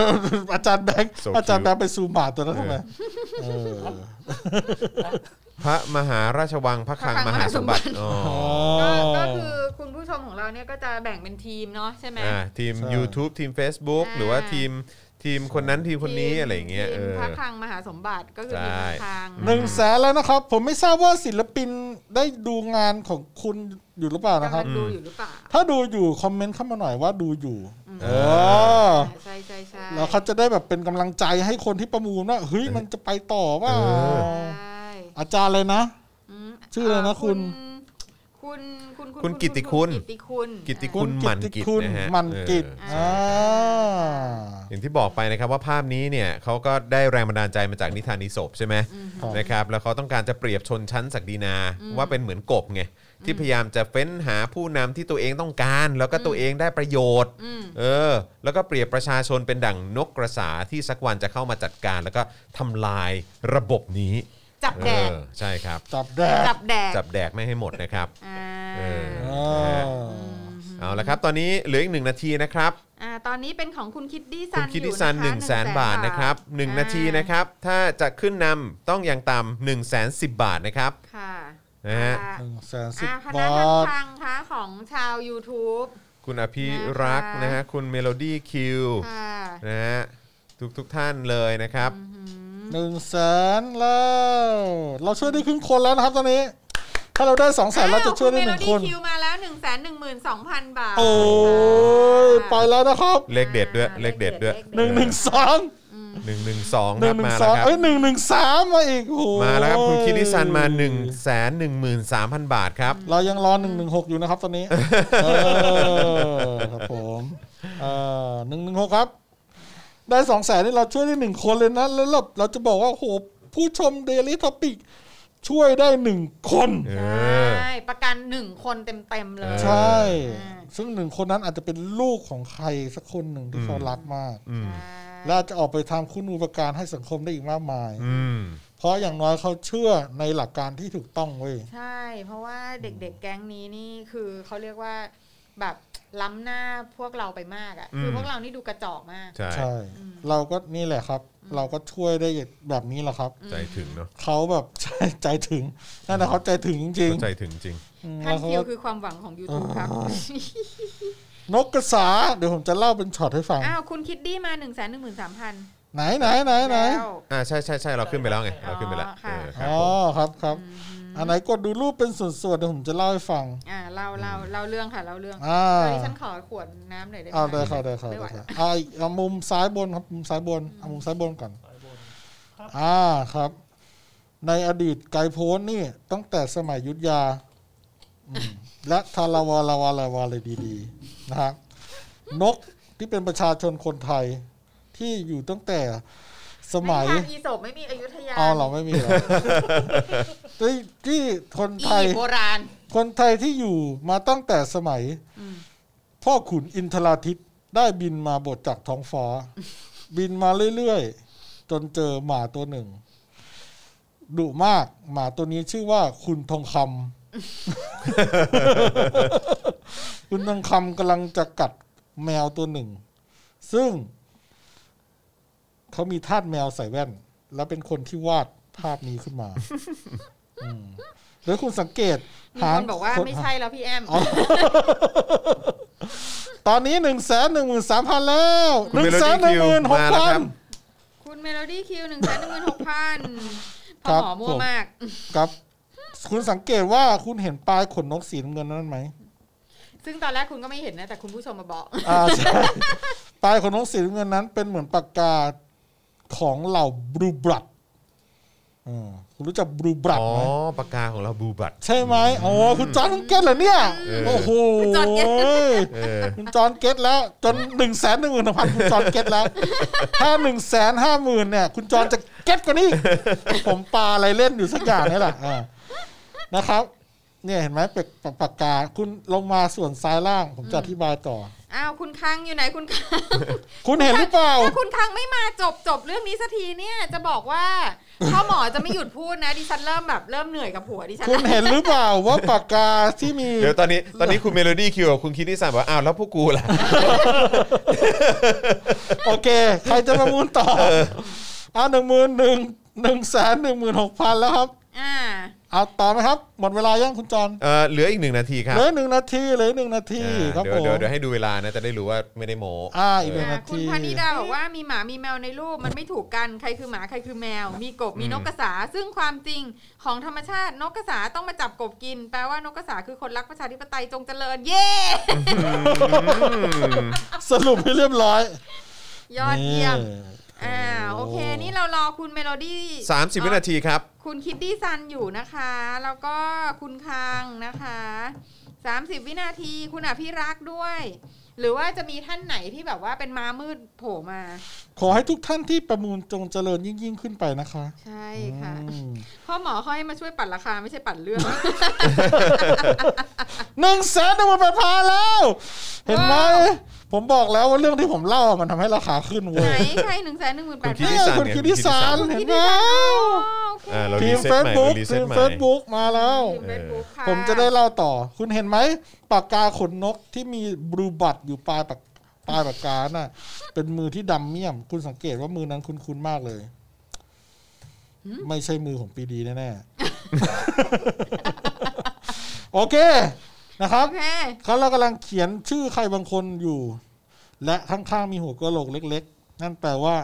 Speaker 4: อาจารย์แบงค์
Speaker 2: So
Speaker 4: อาจารย์แบงค์ไปซูมหมาตัวนั้นทำไมเออ
Speaker 2: พระมหาราชวังพระคลัง
Speaker 3: พระค
Speaker 2: มหา
Speaker 3: ลังมหา
Speaker 2: ส
Speaker 3: ส
Speaker 2: ม
Speaker 3: ม
Speaker 2: บั
Speaker 3: บัติ
Speaker 2: ติอ๋อ
Speaker 3: ก็ก็คือคุณผู้ชมของเราเนี่ยก็จะแบ่งเป็นทีมเนาะใช่ไหม
Speaker 2: อ่าทีม
Speaker 4: ใช่
Speaker 2: YouTube ทีม Facebook
Speaker 3: อ่า
Speaker 2: หรือว่าทีมทีมคนนั้นทีมคนนี้อะไรอย่างเงี้ยเอ
Speaker 3: ทีม
Speaker 2: อ
Speaker 3: พระคลังมหาสมบัติก็คือทีมพระคลัง
Speaker 4: หนึ่งแสนแล้วนะครับ ผมไม่ทราบว่าศิลปินได้ดูงานของคุณอยู่หรือเปล่านะ
Speaker 3: กำ
Speaker 4: ครั
Speaker 3: ลั
Speaker 4: บ
Speaker 3: งดูอยู่หรือเปล่า
Speaker 4: ถ้าดูอยู่ คอมเมนต์เข้ามาหน่อยว่าดูอยู่ เออ
Speaker 3: ใช่ใช่ใช่
Speaker 4: แล้วเขาจะได้แบบเป็นกำลังใจให้คนที่ประมูลว่าเฮ้ยมันจะไปต่อว่า
Speaker 2: เอ
Speaker 3: ใช่
Speaker 4: อาจารย์เลยนะ
Speaker 3: ม
Speaker 4: ชื่ออะไรนะคุณ
Speaker 3: คุณคุณ
Speaker 2: คุณกิตติคุณ
Speaker 3: กิตติคุณ
Speaker 2: กิตติ
Speaker 3: อ่า
Speaker 2: คุณหมันกิจ
Speaker 4: คุณ
Speaker 2: นะฮะ
Speaker 4: มันกิจ
Speaker 2: เออ
Speaker 4: อ่า
Speaker 2: อย่างที่บอกไปนะครับว่าภาพนี้เนี่ยเขาก็ได้แรงบันดาลใจมาจากนิทานนิสบใช่ไหม
Speaker 4: ครับ
Speaker 2: นะครับแล้วเขาต้องการจะเปรียบชนชั้นศักดินาว่าเป็นเหมือนกบไงที่พยายามจะเฟ้นหาผู้นำที่ตัวเองต้องการ แล้วก็ตัวเองได้ประโยชน์เออแล้วก็เปรียบประชาชนเป็นดั่งนกกระสาที่สักวันจะเข้ามาจัดการ แล้วก็ทำลายระบบนี้
Speaker 3: จับ
Speaker 2: เอ
Speaker 3: แดด
Speaker 2: อใช่ครับ
Speaker 4: จับแดด
Speaker 3: จับแดด
Speaker 2: จับแดกไม่ให้หมดนะครับ
Speaker 3: อ่า
Speaker 2: เออ
Speaker 4: อ่า
Speaker 2: เอาละครับตอนนี้เหลืออีกหนึ่งนาทีนะครับ
Speaker 3: ่าตอนนี้เป็นของคุณคิดดี้ซั
Speaker 2: คุณ
Speaker 3: น
Speaker 2: คิดดิซัน1 0 0 0 0แสนบาทนะครับ 1 นาทีนะครับ ถ้าจะขึ้นนำต้องอย่างต่ำ1 0 0 0 0 0บาทนะครับ
Speaker 3: ค่ะ
Speaker 2: นะฮะ
Speaker 3: ค่
Speaker 4: หนึ่งแสนสิบ
Speaker 3: อ่าพนักงาค
Speaker 4: บาน ท
Speaker 3: ลังคะของชาว YouTube
Speaker 2: คุณอภิรักษ์นะฮะคุณเมโลดี้คิว
Speaker 3: ค่ะ
Speaker 2: นะฮะทุกทุกท่านเลยนะครับ
Speaker 4: หนึ่งแสนแล้ว เราช่วยได้ครึ่งคนแล้วนะครับตอนนี้ ถ้าเราได้สองแสนเราจะช่วยได้หนึ่งคน
Speaker 3: เมโลดี้คิวมาแล้ว 1 1 2 0 0 0 บาท
Speaker 4: โอ้ยไปแล้วนะครับ
Speaker 2: เลขเด็ดด้วย
Speaker 3: อ่า
Speaker 2: เลขเด็ดด้วย
Speaker 3: เลข
Speaker 4: ห
Speaker 3: เด็
Speaker 4: นึ่ง
Speaker 3: ด
Speaker 4: หนึ่งสาม
Speaker 2: หนึ่งหนึ่งสอง
Speaker 4: ห
Speaker 2: ค
Speaker 4: นึ่
Speaker 2: รั
Speaker 4: ง
Speaker 2: บมาง แล้ค
Speaker 4: หนึ่สาวม
Speaker 2: รับ
Speaker 4: เอ้ยหนึ่งหนึ่งสามมาอีกโอ้โห
Speaker 2: มาแล้วครับคุณคิดดิซันมา1นึ่งแสนหนึ่งหมื่นสามพันบาทครับ
Speaker 4: เรายังรอหนึ่งหนึ่งหกอยู่นะครับตอนนี้เออครับผมเออหนึ่งหนึ่งหกครับ ได้สองแสนนี่เราช่วยได้หนึ่งคนเลยนะ แล้วเราเราจะบอกว่าโอ้โหผู้ชมเดลิทอปิกช่วยได้หนึ่งคน
Speaker 2: เออ
Speaker 3: ใช่ ประกันหนึ่งคนเต็มๆเลย
Speaker 2: ออ
Speaker 4: ใช่
Speaker 3: อ่า
Speaker 4: ซึ่งหนึ่งคนนั้นอาจจะเป็นลูกของใครสักคนหนึ่งที่เขารักมาก
Speaker 2: อืม
Speaker 4: และอาจจะออกไปทำคุณูปการให้สังคมได้อีกมากมาย
Speaker 2: อืม
Speaker 4: เพราะอย่างน้อยเขาเชื่อในหลักการที่ถูกต้องเว้ย
Speaker 3: ใช่ เพราะว่าเด็กๆ แก๊งนี้นี่คือเขาเรียกว่าแบบล้ำหน้าพวกเราไปมากอ่ะ คือพวกเรานี่ดูกระจอกมาก
Speaker 2: ใช่
Speaker 4: ใช่ เราก็นี่แหละครับ เราก็ช่วยได้แบบนี้แหละครับ
Speaker 2: ใจถึงเนาะ
Speaker 4: เขาแบบ ใจใจถึงนั่นแหละเขาใจถึงจริง
Speaker 2: ใจถึงจริง
Speaker 4: ๆอืม
Speaker 3: ท่าน
Speaker 4: แล้วเขา
Speaker 3: คิว
Speaker 4: ก็
Speaker 3: คือความหวังของ YouTube ครับ
Speaker 4: นกกระสา เดี๋ยวผมจะเล่าเป็นช็อตให้ฟัง
Speaker 3: อ้าว คุณคิดดี้มา 1 1 3 0 0
Speaker 4: ไหนไหนไหน
Speaker 3: 0
Speaker 4: ไหน
Speaker 3: แล้ว
Speaker 2: อ่าใช่ใช่ใช่เราขึ้นไปแล้วไงเราขึ้นไปแล้ว
Speaker 3: อ๋อ
Speaker 2: เออครับผม
Speaker 3: ค่ะ
Speaker 4: อ๋อครับครับอันไหนกดดูรูปเป็นส่วนๆเดี๋ยวผมจะเล่าให้ฟัง
Speaker 3: อ่าเล่าเล่าเล่าเรื่องค่ะเล่าเรื่อง
Speaker 4: อ่า
Speaker 3: ตอนนี้ฉันขอขวดน้ำหน่อยได้ไหม
Speaker 4: เอาได้ครับได้ครับ
Speaker 3: ไม่ไหว
Speaker 4: ได้ครั
Speaker 3: แล้ว
Speaker 4: บอ่าอีกเอามุมซ้ายบนครับมุมซ้ายบนเอามุมซ้ายบนก่อนอ่าครับ ในอดีตไกลโพ้นนี่ตั้งแต่สมัยยุทธยาอืมและทาราวาลาวาลาวาเลยดี ๆ นะครับ นกที่เป็นประชาชนคนไทย ที่อยู่ตั้งแต่สมัย
Speaker 3: ไม่ทานอีศบไม่มีอยุธยา
Speaker 4: เอาเราไม่มีเห รอที่ที่คน
Speaker 3: อี
Speaker 4: ไทย
Speaker 3: ยิปต์โบราณ
Speaker 4: คนไทยที่อยู่มาตั้งแต่สมัย พ่อขุนอินทราทิตได้บินมาบทจากท้องฟ้า บินมาเรื่อยๆ จนเจอหมาตัวหนึ่งดุมากหมาตัวนี้ชื่อว่าคุณทองคำ คุณทองคำกำลังจะกัดแมวตัวหนึ่ง ซึ่ง เขามีทาสแมวใส่แว่น แล้วเป็นคนที่วาดภาพนี้ขึ้น มาอืมแล้วคุณสังเกต
Speaker 3: มีคนบอกว่าไม่ใช่แล้วพี่แอม
Speaker 4: ตอนนี้หนึ่งแสนหนึ่งหมื่นสามพันแล้ว
Speaker 2: คุ
Speaker 4: ห
Speaker 2: ณ
Speaker 4: นึ่
Speaker 2: เม
Speaker 4: ง
Speaker 2: โล
Speaker 4: แสน
Speaker 2: ดี้คิว
Speaker 4: หนึ่งหมื่นหก
Speaker 2: มาแล้วค
Speaker 4: พั
Speaker 2: น รับ
Speaker 3: คุณเมโลดี้คิวหนึ่งแสนหนึ่งหมื่นหกพัน
Speaker 4: ค
Speaker 3: พ
Speaker 4: รั
Speaker 3: อบ หมอมั่วมาก
Speaker 4: ครับ คุณสังเกตว่าคุณเห็นปลายขนนกสีน้ำเงินนั้นไหม
Speaker 3: ซึ่งตอนแรกคุณก็ไม่เห็นนะ แต่คุณผู้ชมมาบอก
Speaker 4: อ่า ใช่ปลายขนนกสีน้ำเงินนั้น เป็นเหมือนปากกาของเหล่าบลูบรัดอ่าคุณรู้จักบลูบรัด
Speaker 2: อ๋อ
Speaker 4: ไหม
Speaker 2: ปากกาของเราบูบัต
Speaker 4: ใช่ไหมอ๋อคุณจอห์นเก็ตเหรอเนี่ย
Speaker 2: เออ
Speaker 4: โอ้โห
Speaker 3: คุณจอห์นเก็ต
Speaker 2: เออ
Speaker 4: คุณจอห์นเก็ตแล้วจนหนึ่งแสนหนึ่งหมื่นพันคุณจอห์นเก็ตแล้ว ถ้าหนึ่งแสนห้าหมื่นเนี่ย คุณจอห์นจะเก็ตกว่านี้ ผมปาอะไรเล่นอยู่สักอย่างนี่แหละอ่านะครับ เนี่ยเห็นไหมเป็กปากกา คุณลงมาส่วนซ้ายล่าง ผมจะอธิบายต่อ
Speaker 3: อ้าว คุณคังอยู่ไหนคุณคัง
Speaker 4: คุณเห็นหรือเปล่า
Speaker 3: ถ้าคุณคังไม่มาจบจบเรื่องนี้สักทีเนี่ยจะบอกว่าพ่อหมอจะไม่หยุดพูดนะดิฉันเริ่มแบบเริ่มเหนื่อยกับหัวดิฉัน
Speaker 4: คุณเห็นหรือเปล่าว่าปากกาที่มี
Speaker 2: เดี๋ยวตอนนี้ตอนนี้คุณเมโลดี้คิวกับคุณคิดที่สามบอกว่าอ้าวแล้วพวกกูล่ะ
Speaker 4: โอเค ใครจะประมูลต่อเอาหนึ่งหมื่นหนึ่งหนึ่งแสนหนึ่งหมื่นหกพันแล้วครับ
Speaker 3: อ่า
Speaker 4: เอาต่อไหมครับ หมดเวลายังคุณจอน
Speaker 2: เอ่อเหลืออีกหนึ่งนาทีครับ
Speaker 4: เหลือหนึ่งนาทีเหลือหนึ่งนาที
Speaker 2: อ่า
Speaker 4: ครับ
Speaker 2: เดี๋ยว
Speaker 4: ผม
Speaker 2: เดี๋ยวเดี๋ยวให้ดูเวลานะจะได้รู้ว่าไม่ได้โม
Speaker 4: อ่าอีกหนึ่ง
Speaker 3: อ่าคุณพนิดาบอกว่ามีหมามีแมวในรูปมันไม่ถูกกันใครคือหมาใครคือแมว มีกบมีนกกระสา ซึ่งความจริงของธรรมชาตินกกระสาต้องมาจับกบกิน แปลว่านกกระสาคือคนรักประชาธิปไตยจงเจริญเย่
Speaker 4: สรุปให้เรียบร้อย
Speaker 3: ยอดเยี่ยม
Speaker 4: นี่
Speaker 3: อ่าโอเค นี่เรารอคุณเมโลดี้
Speaker 2: สามสิบวินาทีครับ
Speaker 3: คุณคิดดี้ซันอยู่นะคะ แล้วก็คุณคังนะคะ 30 วินาทีคุณอภิรักษ์ด้วย หรือว่าจะมีท่านไหนที่แบบว่าเป็นม้ามืดโผล่มา
Speaker 4: ขอให้ทุกท่านที่ประมูลจงเจริญยิ่งยิ่งๆขึ้นไปนะคะ
Speaker 3: ใช่ค่ะ
Speaker 4: อืม
Speaker 3: พ่อหมอค่อยมาช่วยปัดราคาไม่ใช่ปัดเรื่อง
Speaker 4: หนึ่งแสนหนึ่งหมื่นแปดพันแล้ว เห็นไหม
Speaker 3: ว้าว
Speaker 4: ผมบอกแล้วว่าเรื่องที่ผมเล่าอะมันทำให้ราคาขึ้นเว้
Speaker 3: ไหน
Speaker 4: ย
Speaker 3: ใครหนึ่งแสนหนึ่งหมื่นแปด
Speaker 2: คิด
Speaker 4: นี่
Speaker 2: ที่สาม
Speaker 4: คุณ
Speaker 2: เนี่ย
Speaker 4: คิดที่สาร
Speaker 2: คุณคิดที่สาร
Speaker 4: เห็นไหม
Speaker 3: โอเค
Speaker 2: อ่าเรา
Speaker 4: ที
Speaker 2: รี
Speaker 4: ม
Speaker 2: เซ็ตให
Speaker 4: เฟซ
Speaker 2: ม่
Speaker 4: บุ๊ก
Speaker 2: รีเซ็
Speaker 4: ที
Speaker 2: ตให
Speaker 4: ม
Speaker 2: ม่
Speaker 4: เฟซบุ๊กมาแล้ว
Speaker 3: ทีม Facebook ค่
Speaker 4: ผมจะได้เล่าต่อ คุณเห็นไหมปากกาขนนกที่มีบลูบัตอยู่ปลายปากปลายปากกาน่ะ เป็นมือที่ดำเมี่ยม คุณสังเกตว่ามือนั้นคุ้นๆมากเลย ไม่ใช่มือของปีดีแน่ๆ โอเคนะครับ
Speaker 3: โอเค
Speaker 4: เขาเรากำลังเขียนชื่อใครบางคนอยู่ และข้างๆมีหัวกะโหลกเล็ก ๆ นั่นแปลว่า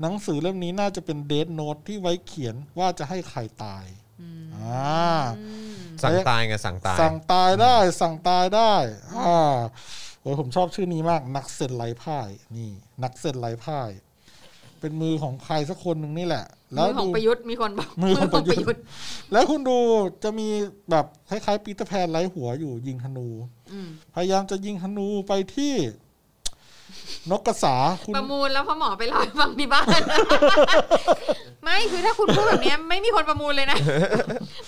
Speaker 4: หนังสือเล่มนี้น่าจะเป็นเดทโน t ตที่ไว้เขียนว่าจะให้ใครตายอ่า
Speaker 2: สั่งตายไงสั่งตาย
Speaker 4: สั่งตายได้สั่งตายได้อ่าโอ้ยผมชอบชื่อนี้มาก นักเส้นไหลพ่ายนี่ นักเส้นไหลพ่าย เป็นมือของใครสักคนหนึ่งนี่แหละ แล้
Speaker 3: มือ
Speaker 4: ว
Speaker 3: ขอ
Speaker 4: ดู
Speaker 3: งประยุทธ์มีคนบอก
Speaker 4: มือของประยุทธ์ แล้วคุณดูจะมีแบบคล้ายๆปีเตอร์แพนไร้หัวอยู่ยิงธนู
Speaker 3: อืม
Speaker 4: พยายามจะยิงธนูไปที่ นกกระสาคุณ
Speaker 3: ประมูลแล้วพ่อหมอไปรอฟังที่บ้าน ไม่คือถ้าคุณพูดแบบเนี้ยไม่มีคนประมูลเลยนะ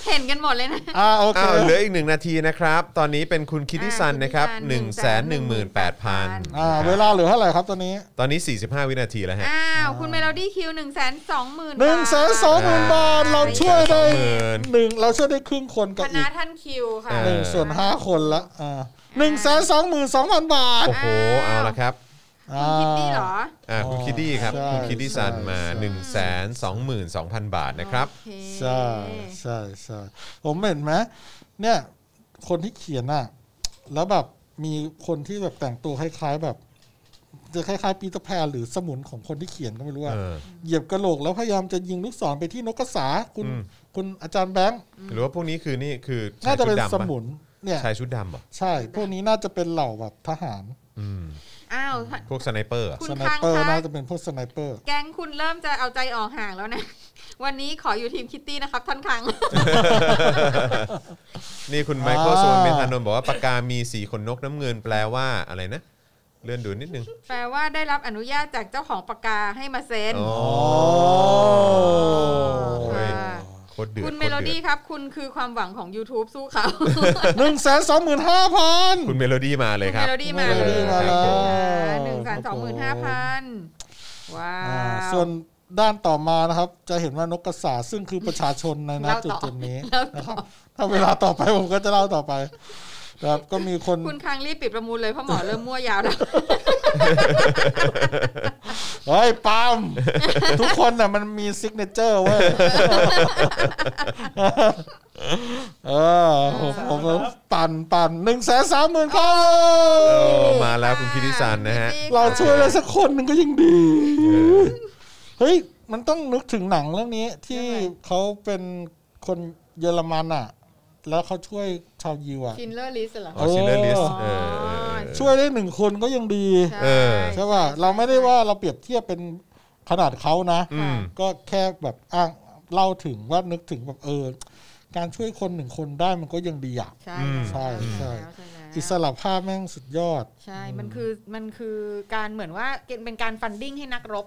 Speaker 3: เห็นกันหมดเลยนะ
Speaker 4: อ่าโอเค
Speaker 2: อ้าวเหลืออีกหนึ่งนาทีนะครับ ตอนนี้เป็นคุณคิดที่ซันนะครับ
Speaker 3: อ่า
Speaker 2: หนึ่งแสนหนึ่งหมื่นแปดพัน
Speaker 3: 118,000
Speaker 4: อ่า เวลาเหลือเท่าไหร่ครับตอนนี้
Speaker 2: ตอนนี้ 45 วินาทีแล้วฮะ
Speaker 3: อ้าวคุณเมโลดี้คิวหนึ่งแสนสองหมื่น
Speaker 4: หนึ่งแสนสองหมื่นบาทเราช่วยได้
Speaker 2: หมื่น
Speaker 4: หนึ่งเราช่วยได้ครึ่งคนกับ
Speaker 3: ค
Speaker 4: อี
Speaker 3: ณะ
Speaker 4: ก
Speaker 3: ท่านคิวค่ะ
Speaker 2: เอ
Speaker 4: หนึ่
Speaker 2: อ
Speaker 4: งส่วนห้าคนละอ่าหนึ่งแสนสองหมื่นสองพันบาท
Speaker 2: โอ้โหเอาละครับ
Speaker 4: อ่า
Speaker 3: คิดนี่เหรอ
Speaker 2: อ่าคุณคิดดี้ครับ
Speaker 4: ใช่
Speaker 2: คุณคิดดี้ซันมา
Speaker 4: ใช่
Speaker 2: 1 2 2 0 0 0 บาทนะครับ
Speaker 3: โอเค
Speaker 4: ใช่ใช่ใช่ผมเห็นไหมเนี่ย คนที่เขียนอ่ะ แล้วแบบมีคนที่แบบแต่งตัวคล้ายๆแบบ จะคล้ายๆปีเตอร์แพนหรือสมุนของคนที่เขียนก็ไม่รู้อ่ะ
Speaker 2: เออ
Speaker 4: เหยียบกระโหลกแล้วพยายามจะยิงลูกศรไปที่นกกระสาคุณ
Speaker 2: อืม
Speaker 4: คุณอาจารย์แบงค์
Speaker 2: หรือว่าพวกนี้คือนี่คือชา
Speaker 4: น่าย จะ
Speaker 2: ชุ
Speaker 4: เป็น
Speaker 2: ดดำ
Speaker 4: ส
Speaker 2: ปะ
Speaker 4: มุน เนี่ย
Speaker 2: ชายชุดดำเหรอ
Speaker 4: ใช่ พวกนี้น่าจะเป็นเหล่าแบบทหาร
Speaker 2: อืม
Speaker 3: อ้าว
Speaker 2: พวกสไนเปอร์อะ
Speaker 3: คุณ
Speaker 4: สไน
Speaker 3: คาง
Speaker 4: เปอร์
Speaker 3: คะ
Speaker 4: น่าจะเป็นพวกสไนเปอร์
Speaker 3: แก๊งคุณเริ่มจะเอาใจออกห่างแล้วนะ วันนี้ขออยู่ทีมคิตตี้นะครับท่านคัง
Speaker 2: นี่คุณไมเคิล
Speaker 4: อ่า
Speaker 2: โซนเมธานนท์บอกว่าปากกา มีสีขนนกน้ำเงินแปลว่าอะไรนะ เลื่อนดูนิดนึง
Speaker 3: แปลว่าได้รับอนุญาตจากเจ้าของปากกาให้มาเซ็น
Speaker 2: อ๋อ
Speaker 4: โอ้
Speaker 3: โอ้
Speaker 4: ย
Speaker 3: ย
Speaker 2: โคตรเดือด
Speaker 3: คุณ
Speaker 2: โค
Speaker 3: เม
Speaker 2: ตร
Speaker 3: โล
Speaker 2: เดื
Speaker 3: ดี้
Speaker 2: อด
Speaker 3: ครับ คุณคือความหวังของ YouTube สู้ เขา
Speaker 4: หนึ่งแสนสองหมื่นห้าพัน
Speaker 2: คุณเมโลดี้มาเลย
Speaker 3: คุณ
Speaker 2: ครั
Speaker 3: เม
Speaker 2: บ
Speaker 3: โลดี้มา
Speaker 4: คุณเมโลดี้มาแล้ว
Speaker 3: หนึ่งแสนสองหมื่นห้าพันว้าว
Speaker 4: ส่วนด้านต่อมานะครับ จะเห็นว่านกกระสาซึ่งคือประชาชนในนะ
Speaker 3: เล่า
Speaker 4: จุ
Speaker 3: ต่
Speaker 4: ด
Speaker 3: อ
Speaker 4: จุดๆนี้
Speaker 3: เล่าต่อ
Speaker 4: นะครับ ถ้าเวลาต่อไปผมก็จะเล่าต่อไปนะครับก็มีคน
Speaker 3: คุณคังรีบปิดประมูลเลยเพราะหมอเริ่มมั่วยาว แล้ว
Speaker 4: เฮ้ยปาล์มทุกคนน่ะมันมีซิกเนเจอร์เว้ยเออผมผมผมปั่นปั่นหนึ่งแสนสามหมื่นเข้า
Speaker 2: โอ้มาแล้วคุณคิดดิซันนะฮะ
Speaker 4: เราช่วยได้สักคนหนึ่งก็ยังดี เฮ้ย มันต้องนึกถึงหนังเรื่องนี้ที่
Speaker 3: เรื่องอะไร
Speaker 4: เขาเป็นคนเยอรมันอ่ะ แล้วเขาช่วยชาวยิวอ่ะ
Speaker 3: ชินเลอร์ลิสเหรอ
Speaker 2: ออชิลเลอร์ลิสเออเออ
Speaker 4: ช่วยได้หนึ่งคนก็ยังดี
Speaker 2: เออ
Speaker 4: ใช่ป่ะเราไม่ได้ว่าเราเปรียบเทียบเป็นขนาดเขานะ
Speaker 2: อืม
Speaker 4: ก็แค่แบบอ้างเล่าถึงว่านึกถึงแบบเออ การช่วยคนหนึ่งคนได้มันก็ยังดีอ่ะ
Speaker 3: ใช่
Speaker 2: อืม
Speaker 3: ใช่
Speaker 4: ใช่
Speaker 3: ใช่แล้วใช่แล้ว
Speaker 4: อิสระภาพแม่งสุดยอด
Speaker 3: ใช่ มันคือมันคือการเหมือนว่าเป็นการฟันดิ้งให้นักรบ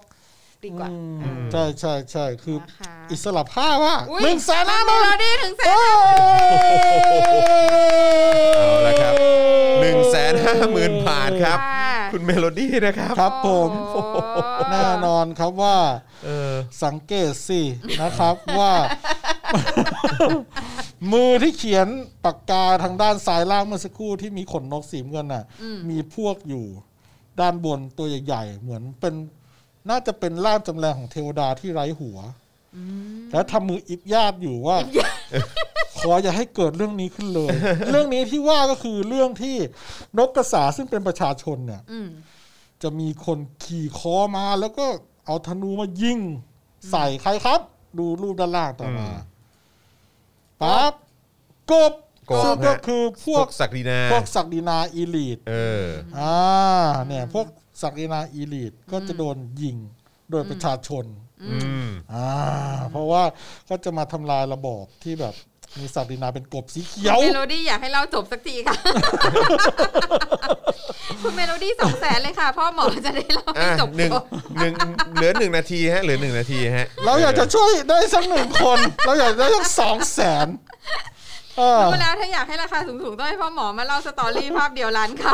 Speaker 3: ดีกว่า
Speaker 4: อืมใช่ใช่ใช่คือ
Speaker 3: นะคะ
Speaker 4: อิสระภาพว่ะ
Speaker 3: อุ๊ย
Speaker 4: หนึ่งแสนห้าห
Speaker 3: มา
Speaker 4: มื่น
Speaker 3: เราดีถึงแสน
Speaker 2: เอาละครับ 1 5 0 0 0 0 บาทครับ
Speaker 3: ค่ะ
Speaker 2: คุณเมโลดี้นะครับ
Speaker 4: ครับผม
Speaker 3: โอ้โห
Speaker 4: แน่นอนครับว่า
Speaker 2: เออ
Speaker 4: สังเกตสินะครับ ว่า มือที่เขียนปากกาทางด้านซ้ายล่างเมื่อสักครู่ที่มีขนนกสีเงินน่ะ มีพวกอยู่ด้านบนตัวใหญ่ ๆ เหมือนเป็นน่าจะเป็นล่ามจำแรงของเทวดาที่ไร้หัว แล้วทำมืออิบยาบอยู่ว่า ขออย่าให้เกิดเรื่องนี้ขึ้นเลย เรื่องนี้ที่ว่าก็คือเรื่องที่นกกระสาซึ่งเป็นประชาชนเนี่ย
Speaker 5: อืม
Speaker 4: จะมีคนขี่คอมาแล้วก็เอาธนูมายิง ใส่ใครครับ ดูรูปด้านล่างต่อมา
Speaker 2: อืม
Speaker 4: ปั๊บกบ
Speaker 2: กบ
Speaker 4: ซึ่งก็
Speaker 2: ฮะ
Speaker 4: คือพ
Speaker 2: พ
Speaker 4: ว
Speaker 2: ว
Speaker 4: ก
Speaker 2: กศักดินา
Speaker 4: พวกศักดินาอีลีด
Speaker 2: เออ
Speaker 4: อ่าเนี่ยพวกศักดินาอีลีดก็จะโดนยิงโดยประชาชน
Speaker 2: อืม
Speaker 4: อ่าเพราะว่าก็จะมาทำลายระบอบที่แบบมีศักดินาเป็นกบสีเขียว
Speaker 5: เมโลดี้อยากให้เราจบสักที ค่ะ คุณเมโลดี้สองแสนเลยค่ะพ่อหมอจะได้เราให้
Speaker 2: อ่ะ
Speaker 5: จบ
Speaker 2: หนึ่งหนึ่งเหลือหนึ่งนาทีฮะเหลือหนึ่งนาทีฮะ
Speaker 4: เราอยากจะช่วยได้สักหนึ่งคน เราอยากได้สักสองแสนเออ
Speaker 5: รู้แล้วถ้าอยากให้ราคาสูงๆต้องให้พ่อหมอมาเล่าสตอรี่ภาพเดียวร้านค่ะ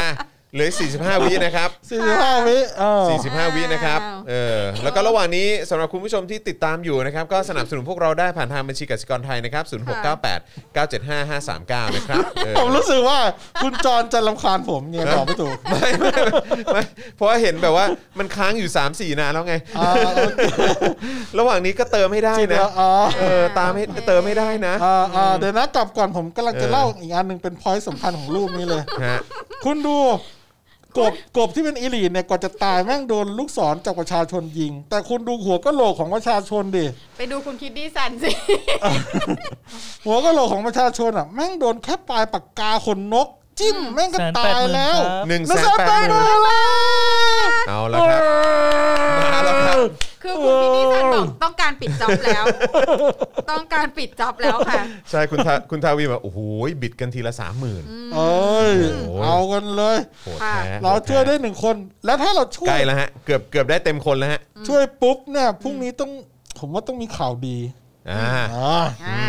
Speaker 2: อ่ะเหลือสี่สิบห้าวินะครับ
Speaker 4: สี่สิบห้าวิเออ
Speaker 2: 45 วินะครับ
Speaker 5: อ้าว
Speaker 2: เออ แล้วก็ระหว่างนี้สำหรับคุณผู้ชมที่ติดตามอยู่นะครับ ก็สนับสนุนพวกเราได้ผ่านทางบัญชีกสิกรไทยนะครับ 0698 975 539 นะครับเออ
Speaker 4: ผมรู้สึกว่าคุณจรจะรำคาญผมเนี่ยตอบไม่ถูก
Speaker 2: ไม่ไม่ไม่เพราะว่าเห็นแบบว่ามันค้างอยู่ 3-4 นานแล้วไง
Speaker 4: อ่า
Speaker 2: ระหว่างนี้ก็เติมให้ได้
Speaker 4: จริงเหร
Speaker 2: นะ
Speaker 4: ออ่า
Speaker 2: เออ ตามให้เติมให้ได้นะ
Speaker 4: อ่าอ่าเดี๋ยวนะกลับก่อนผมกำลังจะ
Speaker 2: เออ
Speaker 4: เล่าอีกอันหนึ่งเป็นพอยต์สำคัญของรูปนี้เลย
Speaker 2: ฮะ
Speaker 4: คุณดู กบกบที่เป็นอีลีทเนี่ยกว่าจะตายแม่งโดนลูกศรจากประชาชนยิง แต่คุณดูหัวกะโหลกของประชาชนดิ
Speaker 5: ไปดูคุณคิดดี้สัน สิ
Speaker 4: หัวกะโหลกของประชาชนอ่ะแม่งโดนแค่ปลายปากกาขนนก จิ้มแม่งก็ตายแล้ว
Speaker 2: หนึ่ง
Speaker 4: หนึ่ง
Speaker 2: แสนแป
Speaker 4: แสนแป
Speaker 2: ด
Speaker 4: ด
Speaker 2: ห
Speaker 4: ห
Speaker 2: มื่
Speaker 4: มื่
Speaker 2: น
Speaker 4: นแล้ว
Speaker 2: เอาละครับ มาแล้วครับ
Speaker 5: คือคุณพี่นิสันบอกต้องการปิดจ็อบแล้ว ต้องการปิดจ็อบแล้วค่ะ
Speaker 2: ใช่คุณทาคุณทาวีบอกโอ้โหบิดกันทีละสามหมื่น
Speaker 4: เอ้ย
Speaker 2: โอ้ย
Speaker 4: เอากันเลย
Speaker 2: โหดแท้
Speaker 4: เราช่วยได้หนึ่งคน แล้วถ้าเราช่ว
Speaker 2: ใก
Speaker 4: ย
Speaker 2: ล้แล้วฮะเกือบเกือบได้เต็มคนแล้วฮะ
Speaker 4: ช่วยปุ๊บเนี่ยพรุ่งนี้ต้องผมว่าต้องมีข่าวดี
Speaker 2: อ่า
Speaker 4: อ่า
Speaker 5: อ่า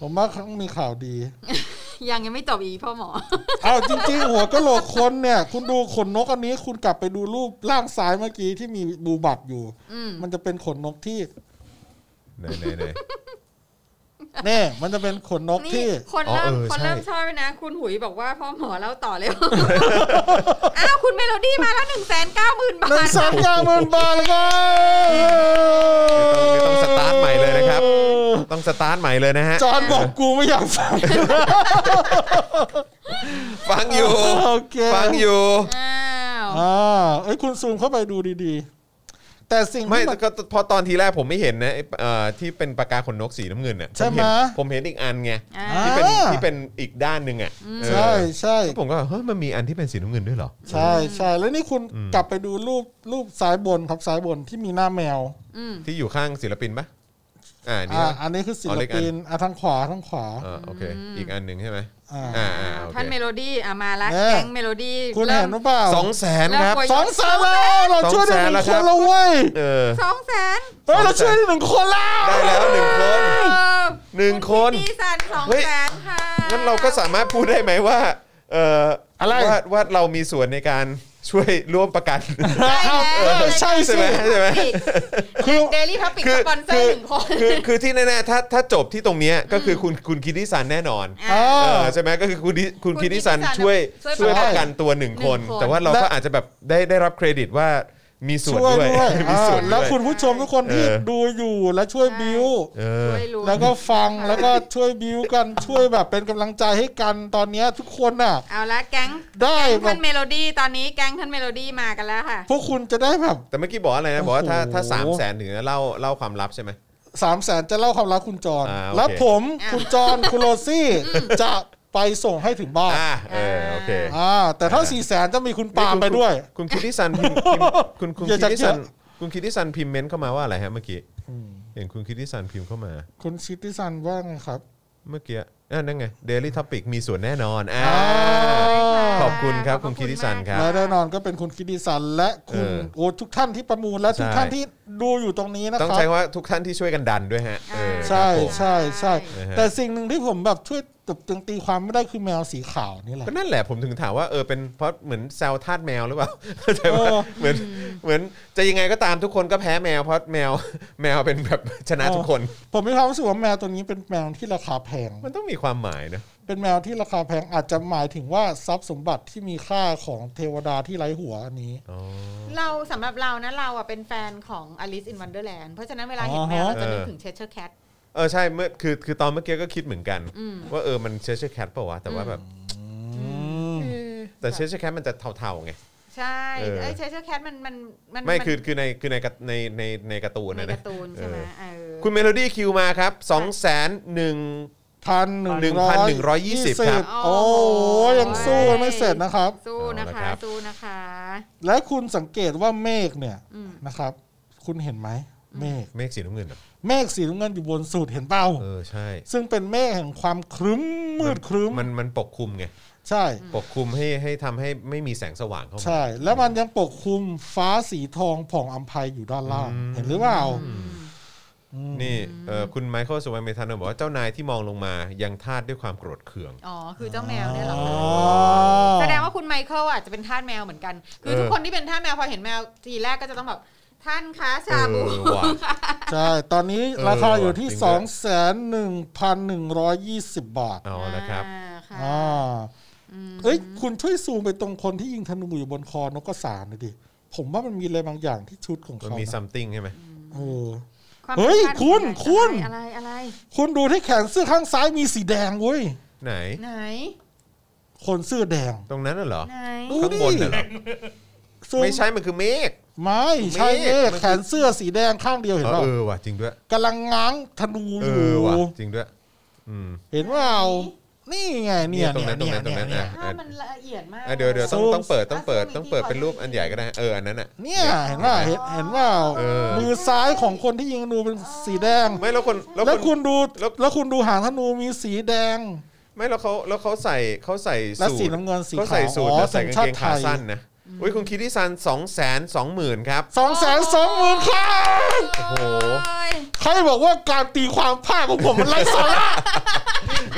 Speaker 4: ผมว่าต้องมีข่าวดี
Speaker 5: ยังยังไม่จบอีกพ่อหมอ
Speaker 4: เอาจริง ๆ หัวกะโหลกคนเนี่ย คุณดูขนนกอันนี้ คุณกลับไปดูรูปล่างซ้ายเมื่อกี้ที่มีบูบัตอยู่
Speaker 5: อืม
Speaker 4: มันจะเป็นขนนกที่
Speaker 2: ไหนไหนไหน
Speaker 4: แน่มันจะเป็นขนนก
Speaker 5: นี่
Speaker 4: ที่
Speaker 5: คน
Speaker 2: อ๋อ
Speaker 5: เริ่ม
Speaker 2: เออ
Speaker 5: คน
Speaker 2: ใช่
Speaker 5: เริ่มชอบแล้วนะ คุณหุยบอกว่าพ่อหมอเล่าต่อเลย อ้าว คุณเมโลดี้มาแล้วหนึ่งแสนเก้าหมื่นบาท
Speaker 4: หนึ่งแสนเก้าหมื่นบาทเลยครับ
Speaker 2: ไม่ต้องสตาร์ทใหม่เลยนะครับ ต้องสตาร์ทใหม่เลยนะฮะ
Speaker 4: จอนบอกกูไม่อยากฟัง
Speaker 2: ฟังอยู่
Speaker 4: โอเค
Speaker 2: ฟังอยู่
Speaker 5: อ้าว
Speaker 4: อ่าเอ้ยคุณซูมเข้าไปดูดีๆ แต่สิ่ง
Speaker 2: ไม่
Speaker 4: ที่มัน
Speaker 2: ก็พอตอนทีแรกผมไม่เห็นนะไอ้เอ่อที่เป็นปากกาขนนกสีน้ำเงินเนี่ย
Speaker 4: ใช่ไห
Speaker 2: ผ
Speaker 4: ม
Speaker 2: เนผมเห็นอีกอันไง
Speaker 5: อ่า
Speaker 4: อ่ะ
Speaker 2: ที่เป็น
Speaker 4: อ่า
Speaker 2: ที่เป็นอีกด้านหนึ่งอ่ะเออ
Speaker 4: ใช่ใช่
Speaker 2: ผมก็เฮ้ยมันมีอันที่เป็นสีน้ำเงินด้วยเหรอ
Speaker 4: ใช่ใช่แล้วนี่คุณกลับไปดูรูปรูปซ้ายบนครับซ้ายบนที่มีหน้าแมว
Speaker 5: อืม
Speaker 2: ที่อยู่ข้างศิลปินปะอ่านี่
Speaker 4: อ่า
Speaker 2: ปะ
Speaker 4: อันนี้คือศิ
Speaker 2: อ๋อ
Speaker 4: ล
Speaker 2: เล็กอั
Speaker 4: ปิ
Speaker 2: น
Speaker 4: นอ่ะทางขวาทางขวา
Speaker 2: อ่าโอเค อีกอันหนึ่งใช่ไหม
Speaker 4: อ่า
Speaker 2: อ่าอ่าโอเค
Speaker 5: ท่านเมโลดี้อ่ะมาละ
Speaker 4: แน่
Speaker 5: แก๊งเมโลดี้
Speaker 4: คุณ
Speaker 5: เริ่
Speaker 4: เห็
Speaker 5: ม
Speaker 4: นหรือเปล่า
Speaker 2: สองแสนครับ
Speaker 5: แล้วกว่า
Speaker 4: สองแสนแล้วเราช่วยได้หนึ่งคนแล้วเว้ย
Speaker 2: เออ
Speaker 5: สองแสน
Speaker 4: เฮ้ย
Speaker 2: สอ
Speaker 4: เรา
Speaker 2: งแสน
Speaker 4: ช่วยได้หนึ่งคนแล้ว
Speaker 2: ได้แล้วหนึ่งคน
Speaker 5: เออ
Speaker 2: หนึ่งคน
Speaker 5: ณคิดดี้สันสองแสนค่ะ
Speaker 2: งั้นเราก็สามารถพูดได้ไหมว่าเอ่ออะไร ว่าว่าเรามีส่วนในการช่วยร่วมประกัน
Speaker 4: อ่ะเอาเออใช่
Speaker 2: ใช่
Speaker 4: สิ
Speaker 2: ไหมใช่ไหม
Speaker 4: คือ
Speaker 5: เดลี่พับปิก
Speaker 2: คื
Speaker 5: ส
Speaker 2: อ
Speaker 5: ปอนเซอร์หนึ่งคน
Speaker 2: คือคือที่แน่ๆถ้าถ้าจบที่ตรงเนี้ยก็คือคุณคุณคิดดิสันแน่นอน
Speaker 5: อ่ะ
Speaker 4: เอ
Speaker 2: เอ
Speaker 4: อ
Speaker 2: อใช่ไหมก็คือคุณดิคุ
Speaker 5: คุณ
Speaker 2: ณคิดดิสัน
Speaker 5: คิดดิสัน
Speaker 2: ช่วย
Speaker 5: ช่
Speaker 2: ช่
Speaker 5: วย
Speaker 2: วย
Speaker 5: ประกัน
Speaker 2: ประกันตัวหนึ่งคน
Speaker 5: หนึ่งคน
Speaker 2: แต่ว่าเราก็อาจจะแบบได้ได้รับเครดิตว่ามีส่วน
Speaker 4: ช่วย
Speaker 2: ด้วย
Speaker 4: ด้วย
Speaker 2: มี
Speaker 4: อ่า
Speaker 2: ส่วนด้วย
Speaker 4: แล้วคุณผู้ชมทุกคนที่
Speaker 2: เออ
Speaker 4: ดูอยู่และช่วยบิว
Speaker 2: เออ
Speaker 5: ช่วยรู้
Speaker 4: แล้วก็ฟังแล้วก็ช่วยบิวกันช่วยแบบเป็นกำลังใจให้กันตอนเนี้ยทุกคนน่ะ
Speaker 5: เอาละแก๊ง
Speaker 4: ได้แบ
Speaker 5: ท่า
Speaker 4: บ
Speaker 5: นเมโลดี้ตอนนี้แก๊งท่านเมโลดี้มากันแล้วค่ะ
Speaker 4: พวกคุณจะได้แบบ
Speaker 2: แต่เมื่อกี้บอกอะไรนะบอกว่าถ้าถ้าสามแสนถึงจะเล่าเล่าความลับใช่ไหม
Speaker 4: สามแสนจะเล่าความรักคุณจร
Speaker 2: อ่าโอเค
Speaker 4: และผม
Speaker 5: อ่า
Speaker 4: คุณจ รคุณโรซี่จะไปส่งให้ถึงบ้าน
Speaker 2: อ่าเออโอเค
Speaker 4: อ่าแต่ถ้าสี่แสนจะมีคุณปาล์มไปด้วย
Speaker 2: คุณคิดที่ซันพิมพ์พิมพ์คุณคุณ
Speaker 4: อย่า
Speaker 2: คิด
Speaker 4: จัก
Speaker 2: ที่ซัน
Speaker 4: เยอะ
Speaker 2: คุณคิดที่ซันพิมพ์เมนต์เข้ามาว่าอะไรฮะเมื่อกี้เห็นคุณคิดที่ซันพิมพ์เข้ามา
Speaker 4: คุณชิติซันว่าไงครับ
Speaker 2: เมื่อกี้อ่ะนั่นไง Daily Topic มีส่วนแน่นอนอ่า ขอบคุณครับคุณคิติสันครับ
Speaker 4: และแน่นอนก็เป็นคุณคิติซันและคุณ
Speaker 2: เออ
Speaker 4: โอ้ทุกท่านที่ประมูลและทุก
Speaker 2: ใช่
Speaker 4: ท่านที่ดูอยู่ตรงนี้นะ
Speaker 2: ต้อง
Speaker 4: ครั
Speaker 2: ใช้
Speaker 4: บ
Speaker 2: ว่าทุกท่านที่ช่วยกันดันด้วยฮะเออ
Speaker 4: ใช่
Speaker 2: ครับผม
Speaker 4: ใช่ใช่
Speaker 2: นะฮะ
Speaker 4: แต่สิ่งหนึ่งที่ผมแบบช่วย แต่ตึงตีความไม่ได้คือแมวสีขาวนี่แหละ
Speaker 2: ก็นั่นแหละผมถึงถามว่าเออเป็นเพราะเหมือนแซวทาสแมวหรือเปล่าเข้าใจว่า
Speaker 4: เออ
Speaker 2: เหมือนเหมือนจะยังไงก็ตามทุกคนก็แพ้แมวเพราะแมว แมวเป็นแบบ ชนะทุกคน
Speaker 4: ผมมีความรู้สึกว่าแมวตัวนี้เป็นแมวที่ราคาแพง
Speaker 2: มันต้องมีความหมายนะ
Speaker 4: เป็นแมวที่ราคาแพงอาจจะหมายถึงว่าทรัพย์สมบัติที่มีค่าของเทวดาที่ไร้หัวอันนี้
Speaker 2: อ๋อ
Speaker 5: เราสำหรับเรานะเราอ่ะเป็นแฟนของ Alice in Wonderland เพราะฉะนั้นเวลาเห็นแมว
Speaker 4: อ๋อฮะ
Speaker 5: เราจะนึกถึง Cheshire Cat
Speaker 2: เออใช่เมื่อคือคือตอนเมื่อกี้ก็คิดเหมือนกัน
Speaker 5: อืม
Speaker 2: ว่าเออมันเชเชแคทป่าวะแต่ว่าแบบแต่เชเชแคทมันจะเทาๆไง
Speaker 5: ใช่
Speaker 2: เออ
Speaker 5: ไอ้ Cheshire Cat มันมันมัน
Speaker 2: ไม่
Speaker 5: น
Speaker 2: คือคือในคือในการ์ในในในการ์ตูน
Speaker 5: ในกา
Speaker 2: นะนะ
Speaker 5: ร์ตูนใช่ไหม
Speaker 2: เออ
Speaker 5: เออ
Speaker 2: คุณเมโลดี้คิวมาครับ2 1 0 0
Speaker 4: พันหนึ่งร้อย
Speaker 2: 1,120ครับ
Speaker 4: โอ้ยยังสู้กันไม่เสร็จนะครับ
Speaker 5: สู้นะ
Speaker 2: เอาละ
Speaker 5: คะ
Speaker 2: ครับ
Speaker 5: สู้นะคะ
Speaker 4: และคุณสังเกตว่าเมฆเนี่ย
Speaker 5: อืม
Speaker 4: นะครับ คุณเห็นไหมเมฆ
Speaker 2: เมฆสีน้ำเงินเหรอ
Speaker 4: เมฆสีน้ำเงินอยู่บนสุดเห็นเป้า
Speaker 2: เออใช่
Speaker 4: ซึ่งเป็นเมฆแห่งความครึ้มมืดครึ้ม
Speaker 2: มันมันปกคลุมไง
Speaker 4: ใช่
Speaker 2: ปกคลุมให้ให้ทำให้ไม่มีแสงสว่างเข้ามา
Speaker 4: ใช่ แล้วมันยังปกคลุมฟ้าสีทองผ่องอัมพายอยู่ด้านล่าง เห็นหรือเปล่าอืม
Speaker 2: นี่เอ่อคุณไมเคิลสุวรรณเมธานนท์บอกว่าเจ้านายที่มองลงมายังทาดด้วยความโกรธเคือง
Speaker 5: อ๋อ คือเจ้าแมวเนี่ยเหรอ
Speaker 4: อ๋อ
Speaker 5: คะแสดงว่าคุณไมเคิลอาจจะเป็นทาสแมวเหมือนกัน คือ
Speaker 2: เออ
Speaker 5: ทุกคนที่เป็นทาสแมวพอเห็นแมวทีแรกก็จะต้องแบบท่านคะชาบู
Speaker 2: เออว่ะ
Speaker 4: ใช่ ตอนนี้ราคาอยู่ที่
Speaker 2: เออ
Speaker 4: 2 1 1 2 0 บาท
Speaker 2: เอาละครับ
Speaker 5: อ่าค่ะ
Speaker 4: อ่าเอ้ย คุณช่วยซูมไปตรงคนที่ยิงธนูอยู่บนคอนกกระสาหน่อยดิ ผมว่ามันมีอะไรบางอย่างที่ชุดของ
Speaker 2: มัน
Speaker 4: เขา
Speaker 2: มี
Speaker 4: นะ
Speaker 2: ซัมติงใช่ไหม
Speaker 4: เออ
Speaker 5: ความ
Speaker 4: เฮ้ย
Speaker 5: ป็นทาส
Speaker 4: คุณ
Speaker 5: ของแมวอะไรอะไร
Speaker 4: คุณดูที่แขนเสื้อข้างซ้ายมีสีแดงเว้ย
Speaker 2: ไหน
Speaker 5: อะไร ไหน
Speaker 4: คนเสื้อแดง
Speaker 2: ตรงนั้นน่ะเหรอ
Speaker 5: ไหน
Speaker 4: ดู
Speaker 2: ข้าง
Speaker 4: ดิ
Speaker 2: บนน่ะเหรอ
Speaker 4: ซูม
Speaker 2: ไม่ใช่มันคือเมฆ
Speaker 4: ไม่ใช่
Speaker 2: เมฆ
Speaker 4: เมฆ
Speaker 2: มันคือ
Speaker 4: แขนเสื้อสีแดงข้างเดียวเห็น
Speaker 2: เออ
Speaker 4: เปล่า
Speaker 2: เออว่ะจริงด้วย
Speaker 4: กำลังง้างธนู
Speaker 2: เอ
Speaker 4: อยู่
Speaker 2: อว่ะจริงด้วย อืม
Speaker 4: เห็นว่าเอานี่ไงเนี่ย
Speaker 2: เนี่ยตรงนั้น
Speaker 4: เนี่ย
Speaker 2: ตรงนั้น
Speaker 4: เนี่ย
Speaker 2: ตรง
Speaker 5: ถ้าพมันละเอียดมาก
Speaker 2: อ่ะเดี๋ยวเดี๋ยวต้อง
Speaker 4: ซูม
Speaker 2: ต้องเปิดต้องเปิด
Speaker 5: อ่ะซูมอีก
Speaker 2: ต้องเปิด
Speaker 5: ทีขอ
Speaker 2: เป็นรูป
Speaker 5: อีกที
Speaker 2: อันใหญ่ก็ได้ เอออันนั้นอ่ะ
Speaker 4: เนี่ยเห็นว่าเห็นเห็นว่า
Speaker 2: เออ
Speaker 4: มือซ้ายของคนที่ยิงธนูเป็นสีแดง
Speaker 2: ไม่แล้วคนแล้ว
Speaker 4: แล้ว
Speaker 2: ค
Speaker 4: คุ
Speaker 2: น
Speaker 4: ณดู
Speaker 2: แล้ว
Speaker 4: แล้วคุณดูหางธนูมีสีแดง
Speaker 2: ไม่แล้วเขาแล้วเขาใส่เขาใส่
Speaker 4: และ
Speaker 2: สูท
Speaker 4: สีน้ำเงินสี
Speaker 2: เขาใส่
Speaker 4: ขาว
Speaker 2: สูท
Speaker 4: อ๋อ
Speaker 2: และใส่กางเกง
Speaker 4: สัญชาติไท
Speaker 2: ขาย สั้นนะอุ้ยคุณคิดที่ซันสองแสนสองหมื่นครับ
Speaker 4: สองแสนสองหมื่นครับ
Speaker 2: โอ้โห
Speaker 5: เอ้ย
Speaker 4: ใครบอกว่าการตีความภาพของผมมันไร้สาระ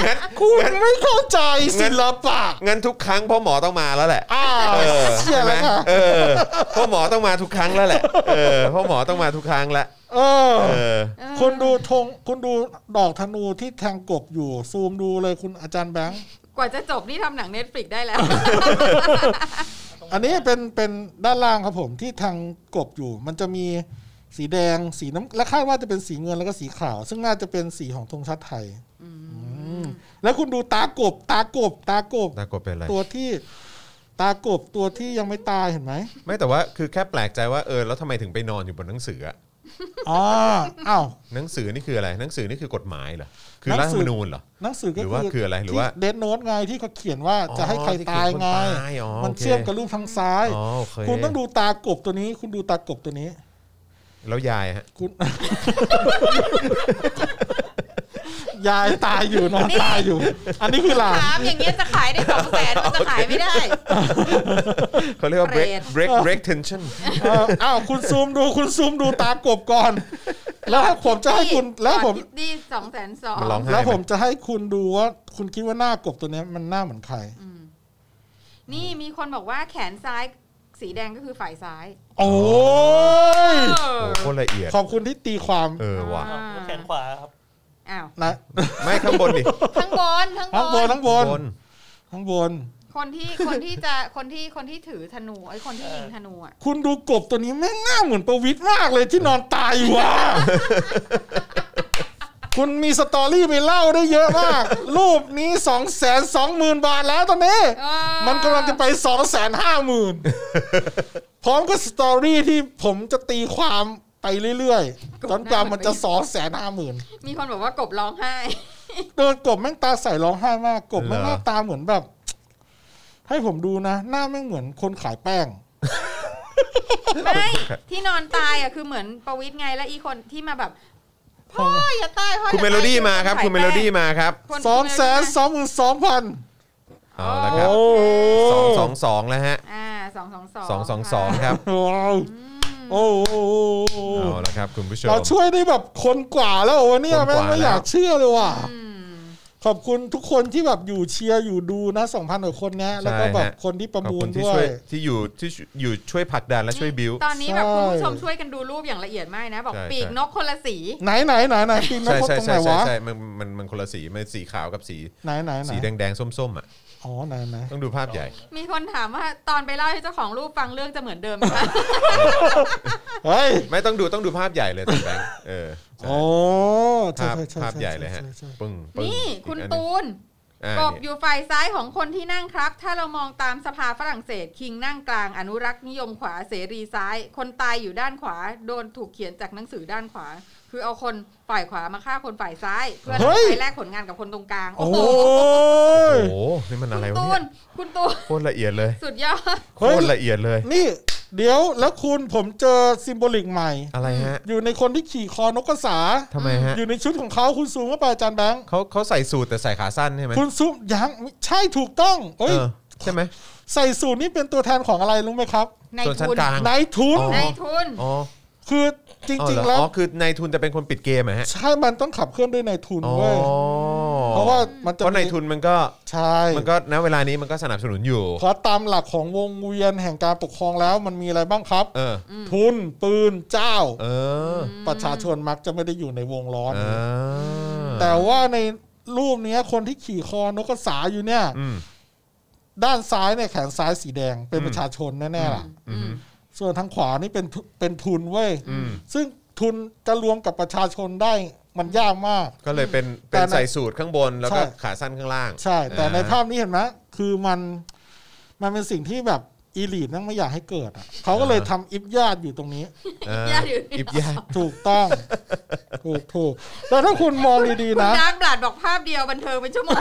Speaker 2: งั้น
Speaker 4: คุณ
Speaker 2: งั้น
Speaker 4: ไม่เข้าใจศิลปะ
Speaker 2: งั้นทุกครั้งพ่อหมอต้องมาแล้วแหละ
Speaker 4: อ้าวเชี่ย
Speaker 2: ใช่ไหม
Speaker 4: แล้วค่ะ
Speaker 2: เออพ่อหมอต้องมาทุกครั้งแล้วแหละ เออพ่อหมอต้องมาทุกครั้งละ
Speaker 4: เออ
Speaker 2: เออ
Speaker 4: คุณดูธงคุณดูดอกธนูที่แทงกบอยู่ ซูมดูเลยคุณอาจารย์แบงค์
Speaker 5: กว่าจะจบนี่ทำหนังเน็ตฟลิกได้แล้ว
Speaker 4: อันนี้เป็นเป็นด้านล่างครับผมที่ทางกบอยู่ มันจะมีสีแดงสีน้ำและคาดว่าจะเป็นสีเงินแล้วก็สีขาว ซึ่งน่าจะเป็นสีของธงชาติไทยอืมแล้วคุณดูตากบ ตากบ ตากบ
Speaker 2: ตากบเป็นอะไร
Speaker 4: ตัวที่ ตากบตัวที่ยังไม่ตายเห็นไหม
Speaker 2: ไม่แต่ว่าคือแค่แปลกใจว่าเออแล้วทำไมถึงไปนอนอยู่บนหนังสืออะ
Speaker 4: อ๋ออ้าว
Speaker 2: หนังสือนี่คืออะไร หนังสือนี่คือกฎหมายเหรอ คือรัฐธรรมนูญเหรอ
Speaker 4: หนังสือก็
Speaker 2: หรือว่าคืออะไรหรือว่า
Speaker 4: เดนโนตไงที่เขาเขียนว่า
Speaker 2: อ๋อ
Speaker 4: จะให้ใคร
Speaker 2: ที่
Speaker 4: ตาย
Speaker 2: เขียนคน
Speaker 4: ไง
Speaker 2: ตายอ๋อ
Speaker 4: มัน
Speaker 2: โอเค
Speaker 4: เชื่อมกับรูปทางซ้าย
Speaker 2: อ๋อโอเค
Speaker 4: คุณต้องดูตากบตัวนี้ คุณดูตากบตัวนี้
Speaker 2: แล้วยายฮะ
Speaker 4: คุณ ยายตายอยู่นอนตายอยู่ อันนี้คือหลาน
Speaker 5: ถามอย่างเงี้ยจะขายได้สองแสนมันจะขายไม่ได้
Speaker 2: เขาเรียกว่า break
Speaker 5: เปรต
Speaker 2: break break tension
Speaker 4: เอออ้าวคุณซูมดู คุณซูมดูตากบก่อน แล้วผมจะให้คุณแล้วผม
Speaker 5: นี่สองแสนสอง
Speaker 2: มันร้องไห้
Speaker 4: แล้ว
Speaker 2: ไหม
Speaker 4: ผมจะให้คุณดูว่า คุณคิดว่าหน้ากบตัวเนี้ยมันหน้าเหมือนใคร
Speaker 5: นี่มีคนบอกว่าแขนซ้ายสีแดงก็คือฝ่ายซ้าย
Speaker 4: โอ้ย
Speaker 2: โอ้โหโคตรละเอียด
Speaker 4: ขอบคุณที่ตีความ
Speaker 2: เออว่ะ
Speaker 5: อ่า
Speaker 6: แขนขวาครับ
Speaker 5: อ้าว
Speaker 4: นะ
Speaker 2: ไม่ข้างบนดิ
Speaker 5: ข้างบนข้าง
Speaker 4: ทั้งบบ น
Speaker 5: น
Speaker 4: ทั้งบน
Speaker 2: บน
Speaker 4: ทั้งบน
Speaker 5: คนที่คนที่จะคนที่คนที่ถือธนูไอ้คนที่ยิงธนูอ่ะ
Speaker 4: คุณดูกบตัวนี้แม่งหน้าเหมือนประวิตรมากเลย ที่นอนตายอยู่อ่ะ คุณมีสตอรี่ไปเล่าได้เยอะมาก รูปนี้สองแสนสองหมื่นบาทแล้วตอน นี้
Speaker 5: เออ
Speaker 4: มันกำลังจะไปสองแสนห้าหมื่น พร้อมกับสตอรี่ที่ผมจะตีความไปเรื่อยๆ จนกว่ามันจะสองแสนห้าหมื่น
Speaker 5: มีคนบอกว่ากบร้องไห้
Speaker 4: เดินกบแม่งตาใสร้องไห้มาก กบแม่ง
Speaker 2: เหรอ
Speaker 4: หน้าตาเหมือนแบบ ให้ผมดูนะ หน้าแม่งเหมือนคนขายแป้ง
Speaker 5: ไม่ที่นอนตายอ่ะคือเหมือนประวิตยไงและอีคนที่มาแบบพ่ออย่าตายพ่อ
Speaker 2: คุณเมโลดี้มาครับ คุณเมโลดี้มาครับ
Speaker 4: สองแสนสองหมื่นสองพัน
Speaker 2: เอาละครับ
Speaker 4: โอ้โห
Speaker 2: สองสองสองแล้วฮะ
Speaker 5: อ่าสองสองสอง
Speaker 2: สองสองสองครับ
Speaker 4: ว้าวโอ้โห
Speaker 2: เอาละครับ คุณผู้ชม
Speaker 4: เราช่วยได้แบบคนกว่าแล้ววะเนี่ย
Speaker 2: คนก
Speaker 4: แม่
Speaker 2: ว่า
Speaker 4: งไม่อยากเชื่อเลยว่ะ ขอบคุณทุกคนที่แบบอยู่เชียร์อยู่ดูนะสองพันกว่าคนนะแล้วก็แบบ
Speaker 2: ใช่ฮะ
Speaker 4: คนที่ประ
Speaker 2: ขอบ
Speaker 4: มู
Speaker 2: คุ
Speaker 4: ล
Speaker 2: ณที่
Speaker 4: ด้ว
Speaker 2: ช่วย ยที่อยู่ที่อยู่ช่วยผลักดันและช่วยบิว
Speaker 3: ตอนนี้แบบคุณ
Speaker 4: ใช่
Speaker 3: ผู้ชมช่วยกันดูรูปอย่างละเอียดมากนะ บอก
Speaker 2: ใช่
Speaker 3: ปีก
Speaker 2: ใช่
Speaker 3: นกคนละสี
Speaker 4: ไหนไหนไหนไหนปีนนก
Speaker 2: ใช่
Speaker 4: พด
Speaker 2: ใช่
Speaker 4: ตร
Speaker 2: ใช่
Speaker 4: งไหน
Speaker 2: ใช่
Speaker 4: วะ
Speaker 2: ใช่มันมันมันคนละสีมันสีขาวกับสี
Speaker 4: ไหนไหนไหน
Speaker 2: สีแดงแดงๆส้มๆอ่ะ
Speaker 4: อ๋อไหนไหน
Speaker 2: ต้องดูภาพใหญ่
Speaker 3: มีคนถามว่าตอนไปเล่าให้เจ้าของรูปฟังเรื่องจะเหมือนเดิมไหมคะ
Speaker 4: เฮ้ย
Speaker 2: ไม่ต้องดูต้องดูภาพใหญ่เลยตอนแบงค์เออใช่
Speaker 4: โอ้ใช่
Speaker 2: ภาพภา
Speaker 4: ใช่ใช่
Speaker 2: พใหญ่เลยฮะ
Speaker 4: ช่ใช่ใช่
Speaker 2: ปึ้งปึ้ง
Speaker 3: นี่
Speaker 2: อีก
Speaker 3: คุณ
Speaker 2: อันห
Speaker 3: ตู
Speaker 2: ง
Speaker 3: น
Speaker 2: อ่าก
Speaker 3: บ
Speaker 2: นี่
Speaker 3: อยู่ฝ่ายซ้ายของคนที่นั่งครับ ถ้าเรามองตามสภาฝรั่งเศส คิงนั่งกลางอนุรักษ์นิยมขวาเสรีซ้าย คนตายอยู่ด้านขวา โดนถูกเขียนจากหนังสือด้านขวา คือเอาคนฝ่ายขวามาฆ่าคนฝ่ายซ้าย เพื่อ
Speaker 2: เฮ้ย
Speaker 3: ไปแลกผลงานกับคนตรงกลาง
Speaker 4: โอ้
Speaker 3: โอ้โห
Speaker 2: โอ้
Speaker 4: ย
Speaker 2: โหนี่มัน
Speaker 3: คุ
Speaker 2: อะไร
Speaker 3: ณ
Speaker 2: วะ
Speaker 3: ตู
Speaker 2: เนี่ย
Speaker 3: นคุณตูน
Speaker 2: โคตรละเอียดเลย
Speaker 3: สุดยอด
Speaker 2: โค
Speaker 4: เฮ้ย
Speaker 2: ตรละเอียดเลย
Speaker 4: นี่เดี๋ยวแล้วคุณผมเจอซิมโบลิกใหม่
Speaker 2: อะไรฮะ
Speaker 4: อยู่ในคนที่ขี่คอนกกระสา
Speaker 2: ทำไมฮะ
Speaker 4: อยู่ในชุดของเขาคุณซูมเข้าไปอาจารย์แบงค์
Speaker 2: เขาเขาใส่สูทแต่ใส่ขาสั้นใช่ไหม
Speaker 4: คุณซูมยังใช่ถูกต้องเอ้ย
Speaker 2: เออใช่ไหม
Speaker 4: ใส่สูทนี่เป็นตัวแทนของอะไรรู้ไหมครับ
Speaker 3: ใน
Speaker 2: ส่วนชั้น
Speaker 3: ทุน
Speaker 2: กลาง
Speaker 4: นายทุน
Speaker 2: อ๋อ
Speaker 3: ในทุน
Speaker 2: อ๋อ
Speaker 4: คือจ
Speaker 2: อ๋อ
Speaker 4: ริง
Speaker 2: เหอ
Speaker 4: ๆ แล้ว
Speaker 2: อ๋อคือนายทุนจะเป็นคนปิดเกมเหรอะฮะ
Speaker 4: ใช่มันต้องขับเคลื่อนด้วยนายทุน
Speaker 2: อ๋อ
Speaker 4: เว้ยเพราะว่ามันจะ
Speaker 2: เพราะนายทุนมันก็
Speaker 4: ใช่
Speaker 2: มันก็ณเวลานี้มันก็สนับสนุนอยู่
Speaker 4: เพราะตามหลักของวงเวียนแห่งการปกครองแล้วมันมีอะไรบ้างครับ
Speaker 2: เออ
Speaker 4: ทุนปืนเจ้า
Speaker 2: เออ
Speaker 4: ประชาชนมักจะไม่ได้อยู่ในวงล้อ
Speaker 2: อน อ่า
Speaker 4: แต่ว่าในรูปเนี้ยคนที่ขี่คอนกกระสาอยู่เนี่ย
Speaker 2: อืม
Speaker 4: ด้านซ้ายเนี่ยแขนซ้ายสีแดงเป็น
Speaker 2: อืม
Speaker 4: ประชาชนแน่ๆล่ะ
Speaker 2: อืม
Speaker 4: ส่วนทางขวานี่เป็นทุเป็นทุนเว้ย
Speaker 2: อืม
Speaker 4: ซึ่งทุนจะรวมกับประชาชนได้มันยากมาก
Speaker 2: ก็เลยเป็น
Speaker 4: แต่
Speaker 2: เป็น
Speaker 4: ใน
Speaker 2: ใส่สูตรข้างบนแล้วก็
Speaker 4: ใช่
Speaker 2: ขาสั้นข้างล่าง
Speaker 4: ใช่ แต่ใน
Speaker 2: อ่
Speaker 4: ภาพนี้เห็นไหมคือมันมันเป็นสิ่งที่แบบอีลีทนั่งไม่อยากให้เกิดอะเขาก็เลยทำอิฟญาติอยู่ตรงนี้
Speaker 2: เออ
Speaker 3: ญาติอยู่
Speaker 2: อิบยาติ
Speaker 4: ถูก ต้อง ถูกถูกแต่ถ้าคุณมองดี
Speaker 3: คุณ
Speaker 4: ๆนะ
Speaker 3: ดาร์กบลัดบอกภาพเดียวบันเทิงเป็นชั่วโมง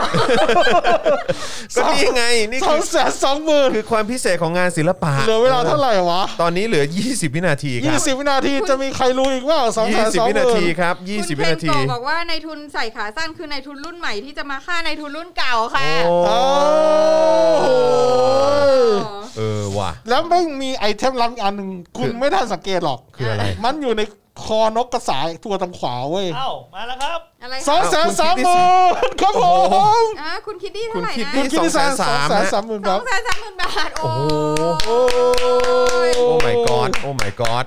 Speaker 2: ก็นี่ไง นี่
Speaker 4: สอ
Speaker 2: คื
Speaker 4: ง
Speaker 2: อ
Speaker 4: แสนสองหมื่น
Speaker 2: คือความพิเศษของงานศิลปะ
Speaker 4: เหลือเวลาเท่าไหร่วะ
Speaker 2: ตอนนี้เหลือ 20 วินาทีค
Speaker 4: ยี่
Speaker 2: รับ
Speaker 4: สิบวินาทีจะมีใครรู้อีกว่าสองแสนสอง
Speaker 2: 20 วิ
Speaker 4: ห
Speaker 2: นา
Speaker 4: มื่น
Speaker 2: ทีครับ
Speaker 3: คุณ
Speaker 2: 20
Speaker 3: เพ
Speaker 2: วิ
Speaker 3: น
Speaker 2: นา
Speaker 3: โก
Speaker 2: ที
Speaker 3: บอกว่าในทุนใส่ขาสั้นคือในทุนรุ่นใหม่ที่จะมาฆ่าในทุนรุ่นเก่าค่ะ
Speaker 2: โอ้
Speaker 4: โอ้โห
Speaker 2: เออว่ะ
Speaker 4: แล้วไม่มีไอเทมลับอีกอันหนึ่งคุณ
Speaker 2: คือ
Speaker 4: ไม่ทันสังเกตหรอก
Speaker 2: คืออะไร
Speaker 4: มันอยู่ในคอนกกระสายตัวทางขวาเว้ย
Speaker 6: อ้าวมาแล้วครับ
Speaker 3: อะไร
Speaker 4: สอ
Speaker 3: คะ
Speaker 4: งแสนสามหมื่นครับผ
Speaker 2: โอ้โห
Speaker 4: ม
Speaker 3: อ่ะคุณคิดดี้
Speaker 2: คุ
Speaker 3: เท่า
Speaker 2: ณ
Speaker 3: ไหร่
Speaker 2: คิด
Speaker 3: นะ
Speaker 2: ดิ
Speaker 4: คุณคิดดีแสนสองแสน
Speaker 2: 230,000
Speaker 4: สามหมื่น
Speaker 3: สอ
Speaker 4: ครับ
Speaker 3: งแสนสามหมื่นบาท โอ้
Speaker 2: โอ้โห
Speaker 4: โอ้
Speaker 2: โอ้ my god โอ้ my god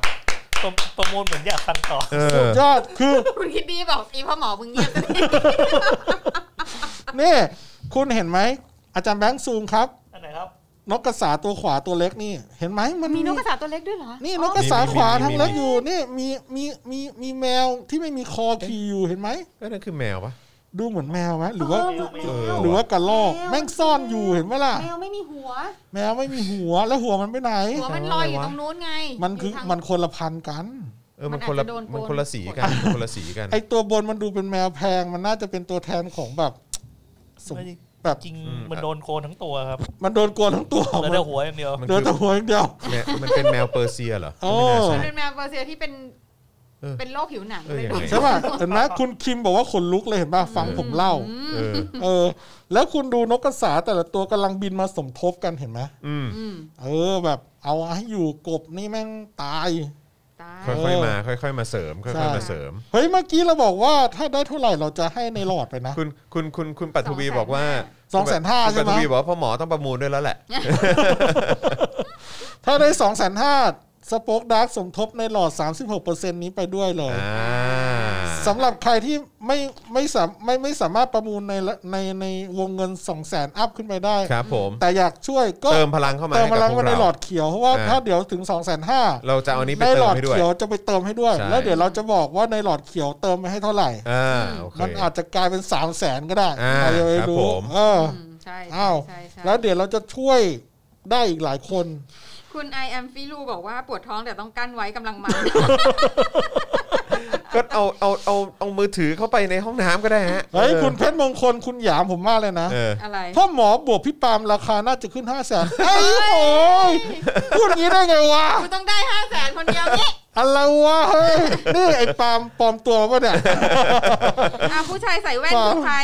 Speaker 6: ประประมูลเหมือนอยากฟังต่อ
Speaker 2: เออย
Speaker 4: อดคือ
Speaker 3: คุณคิดดี้บอกอีพ่อหมอมึงเงียบซะดิ
Speaker 4: นี่คุณเห็นไหมอาจารย์แบงค์ซูมครับ
Speaker 6: อันไหนครับ
Speaker 4: นกกระสาตัวขวาตัวเล็กนี่ เห็นไหมมัน
Speaker 3: มีนกกระสาตัวเล็กด้วยเหรอ
Speaker 4: นี่นกกระสาขวาทั้งเล็กอยู่นี่มีมีมีมีแมวที่ไม่มีคอขี่อยู่เห็นไหม
Speaker 2: เอ้ยนั่นคือแมวปะ
Speaker 4: ดูเหมือนแมวไหมหรือว่า
Speaker 6: เอ
Speaker 4: หรือว่ากระลอกแม่งซ่อนอยู่เห็นไหมล่ะ
Speaker 3: แมวไม่มีหัว
Speaker 4: แมวไม่มีหัวแล้วหัวมันไปไหน
Speaker 3: หัวมันลอยอยู่ตรงนู้นไง
Speaker 4: มันคือ
Speaker 3: อยู่ทาง
Speaker 4: มันคนละพันธุ์กัน
Speaker 2: เออ มัน
Speaker 3: มัน
Speaker 2: คนละ
Speaker 3: อาจจะโดนโกน
Speaker 2: มันคนละสีกันมันคนละสีกัน
Speaker 4: ไอตัวบนมันดูเป็นแมวแพง มันน่าจะเป็นตัวแทนของแบบสมแบบ
Speaker 6: จริง
Speaker 2: อืม
Speaker 6: มันโดนโคลนทั้งตัวครับ
Speaker 4: มันโดนกลัวนทั้งตัว
Speaker 6: เหลือแต่หัวอย่างเดียว
Speaker 2: มัน
Speaker 4: เหลือ
Speaker 2: คือ
Speaker 4: แต่หัวอย่างเดียว
Speaker 2: แมวมันเป็นแมวเปอร์เซียเหรอ
Speaker 4: โอ้
Speaker 2: ไม่น่าใช่
Speaker 3: มันเป็นแมวเปอร์เซียที่เป็น
Speaker 2: เออ
Speaker 3: เป็นโรคผิวหนัง
Speaker 2: เออ
Speaker 3: เลย
Speaker 2: ยังไง
Speaker 4: ใช่ป่ะเห็นไหมคุณคิมบอกว่าขนลุกเลยเห็นป่ะฟังผมเล่า
Speaker 2: เออ
Speaker 4: เออ แล้วคุณดูนกกระสาแต่ละตัวกำลังบินมาสมทบกันเห็นไหม
Speaker 2: อืม
Speaker 3: อืม
Speaker 4: เออแบบเอาให้อยู่กบนี่แม่งตาย
Speaker 3: ตาย
Speaker 2: ค่อยๆมา ค่อยๆมาเสริม ค่
Speaker 4: ใช่
Speaker 2: อยๆมาเสริม
Speaker 4: เฮ้ยเมื่อกี้เราบอกว่าถ้าได้เท่าไหร่เราจะให้ในหลอดไปนะ
Speaker 2: คุณคุณคุณคุณปัทวีบอกว่า
Speaker 4: สองแสนห้า
Speaker 2: คุณ
Speaker 4: ใช่ไหม
Speaker 2: ปัทวีบอกว่าพ่อหมอต้องประมูลด้วยแล้วแหละ
Speaker 4: ถ้าได้สองแสนห้าสป็อกดาร์กสมทบในหลอด 36%นี้ไปด้วยเลย
Speaker 2: อ่า
Speaker 4: สำหรับใครที่ไม่ไม่สามไม่ไม่สามารถประมูลในละในในวงเงิน2 0 0แสนอัพขึ้นไปได้
Speaker 2: ครับผม
Speaker 4: แต่อยากช่วยก็
Speaker 2: เติมพลังเข้ามา
Speaker 4: เติมพลัง
Speaker 2: ให้กับพว
Speaker 4: มาก ใน
Speaker 2: เรา
Speaker 4: หลอดเขียวเพราะว่า
Speaker 2: อ่า
Speaker 4: ถ้าเดี๋ยวถึง2 0 0 0 0ห้า
Speaker 2: เราจะเอาอันนี้ไป
Speaker 4: ใน
Speaker 2: เติ
Speaker 4: หล
Speaker 2: ม
Speaker 4: อด
Speaker 2: ให้ด้วย
Speaker 4: เขียวจะไปเติมให้ด้วย
Speaker 2: ใช่
Speaker 4: แล้วเดี๋ยวเราจะบอกว่าในหลอดเขียวเติมไปให้เท่าไหร่
Speaker 2: อ่าโอเค
Speaker 4: มันอาจจะกลายเป็น 3 0 0แสนก็ได้
Speaker 2: อ่า
Speaker 4: ใครจะไป
Speaker 2: ครับ
Speaker 4: รู้
Speaker 2: ผม
Speaker 4: เออ
Speaker 3: อืมใช่
Speaker 4: อ้าว
Speaker 3: ใช่ใช่
Speaker 4: แล้วเดี๋ยวเราจะช่วยได้อีกหลายคน
Speaker 3: คุณ I am ฟิลูบอกว่าปวดท้องแต่ต้องกั้นไว้กำลังมัน
Speaker 2: ก็เอาเอาเอาเอามือถือเข้าไปในห้องน้ำก็ได้ฮะ
Speaker 4: เฮ้ย
Speaker 2: ออ
Speaker 4: คุณเพชรมงคลคุณหยามผมมากเลยนะ
Speaker 2: เออ
Speaker 3: อะไร
Speaker 4: พ่อหมอบวกพี่ปาล์มราคาน่าจะขึ้นห้าแสนไอ้โอ้ยพูดอย่างนี้ได้ไงวะ
Speaker 3: กูต้องได้ห้าแสนคนเดียวเนี่ย
Speaker 4: อะไรวะเฮ้ยนี่ไอ้ปาล์มปลอมตัวปะเนี่ย
Speaker 3: อ่ะผู้ชายใส่แว่น
Speaker 4: ว้าว
Speaker 3: คือใคร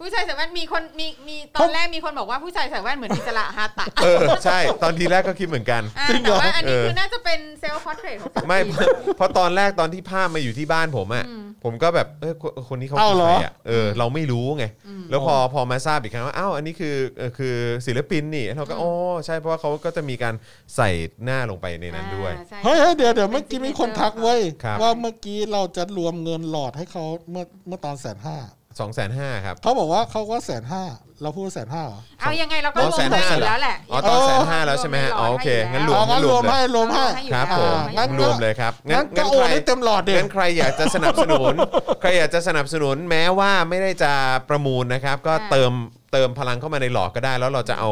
Speaker 3: ผู้ชายใส่แว่นมีคนมีมีต
Speaker 4: ครั
Speaker 3: อน
Speaker 4: บ
Speaker 3: แรกมีคนบอกว่าผู้ชายใส่แว่นเหมือนอิสระฮาตะ
Speaker 2: เออ ใช่ ตอนทีแรกก็คิดเหมือนกัน
Speaker 3: อ่ะ
Speaker 4: จริงเหร
Speaker 3: แต่
Speaker 4: อ
Speaker 3: ว่าอันนี้
Speaker 2: เออ
Speaker 3: คือน่าจะเป็นเซลล์พอร์เทรตของศิลปิน
Speaker 2: ไม่เพราะเพราะตอนแรกตอนที่ภาพมาอยู่ที่บ้านผมอ่ะ
Speaker 3: อืม
Speaker 2: ผ ผมก็แบบเออคนคนนี้เขา
Speaker 4: อ้าวเหรอ
Speaker 2: ใคอะเออเราไม่รู้ไงแล้วพอพอมาทราบอีกครั้งว่าอ้าวอันนี้คือเอ่อคือศิลปินนี่เราก็อ๋อใช่เพราะว่าเขาก็จะมีการใส่หน้าลงไปในนั้นด้วย
Speaker 3: อ่าใช่
Speaker 4: เฮ้ยเฮ้ยเดี๋ยวเดี๋ยวเมื่อกี้มีคนทักเว้ย
Speaker 2: ครับ
Speaker 4: ว่าเมื่อกี้เราจะรวมเงินหลอดให้เขาเมื่อเมื่อตอนแสนห้า
Speaker 2: 2องแสนห้าครับ
Speaker 4: เขาบอกว่าเขาก็แสนห้าเราพูดแสนห้าเหรอ
Speaker 3: เอายังไงเราก็
Speaker 2: อ๋อ
Speaker 3: ลง
Speaker 2: แสน
Speaker 3: ไป
Speaker 2: ห้า
Speaker 3: อยู่
Speaker 2: เหรอ
Speaker 3: แล้วแหละ
Speaker 2: อ๋อตอนแสนห้าแล้วใช่ไหมฮะอ๋อโอเคงั้นรวม
Speaker 4: เอางั้นรวม
Speaker 2: เล
Speaker 4: ให้
Speaker 2: ย
Speaker 4: รวมให้
Speaker 2: ครับผม
Speaker 4: งั้นก็
Speaker 2: รวมเลยครับ
Speaker 4: งั้นก็โอ
Speaker 2: ใคร
Speaker 4: นให้เต็มหลอดเด็
Speaker 2: งั้นใครอยากจะสนับสนุน ใครอยากจะสนับสนุนแม้ว่าไม่ได้จะประมูลนะครับ ก็
Speaker 3: อ่า
Speaker 2: เติมเติมพลังเข้ามาในหลอดก็ได้ แล้วเราจะเอา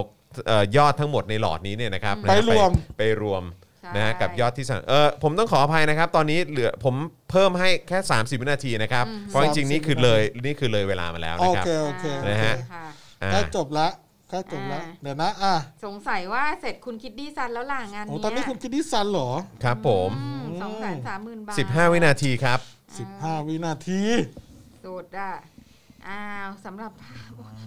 Speaker 2: เอ่อยอดทั้งหมดในหลอดนี้เนี่ยนะครับนะฮะ
Speaker 4: ไปรวม
Speaker 2: ไปรวม
Speaker 3: ใช่
Speaker 2: นะฮะกับยอดที่สั่งเออผมต้องขออภัยนะครับ ตอนนี้เหลือผมเพิ่มให้แค่ 30 วินาทีนะครับ เพราะจริงๆนี่คือเลยนี่คือเลยเวลามาแล้ว
Speaker 4: โอ
Speaker 2: นะครับ
Speaker 4: เคโอเค
Speaker 2: นะฮะ
Speaker 3: ค่
Speaker 2: อ่า
Speaker 4: ใกล้จบละใกล้จบละ
Speaker 3: อ่า
Speaker 4: เดี๋ยวนะอ่ะ
Speaker 3: สงสัยว่าเสร็จคุณคิดดี้ซันแล้วล่ะงาน
Speaker 4: โอ้
Speaker 3: เนี้ย
Speaker 4: ตอนนี้คุณกิติสันเหรอ
Speaker 2: ครับผม
Speaker 3: อืมสองแสนสามหมื่นบาท
Speaker 2: 15 วินาทีครับ
Speaker 4: 15 วินาที
Speaker 3: โดดอ่ะอ้าวสำหรับ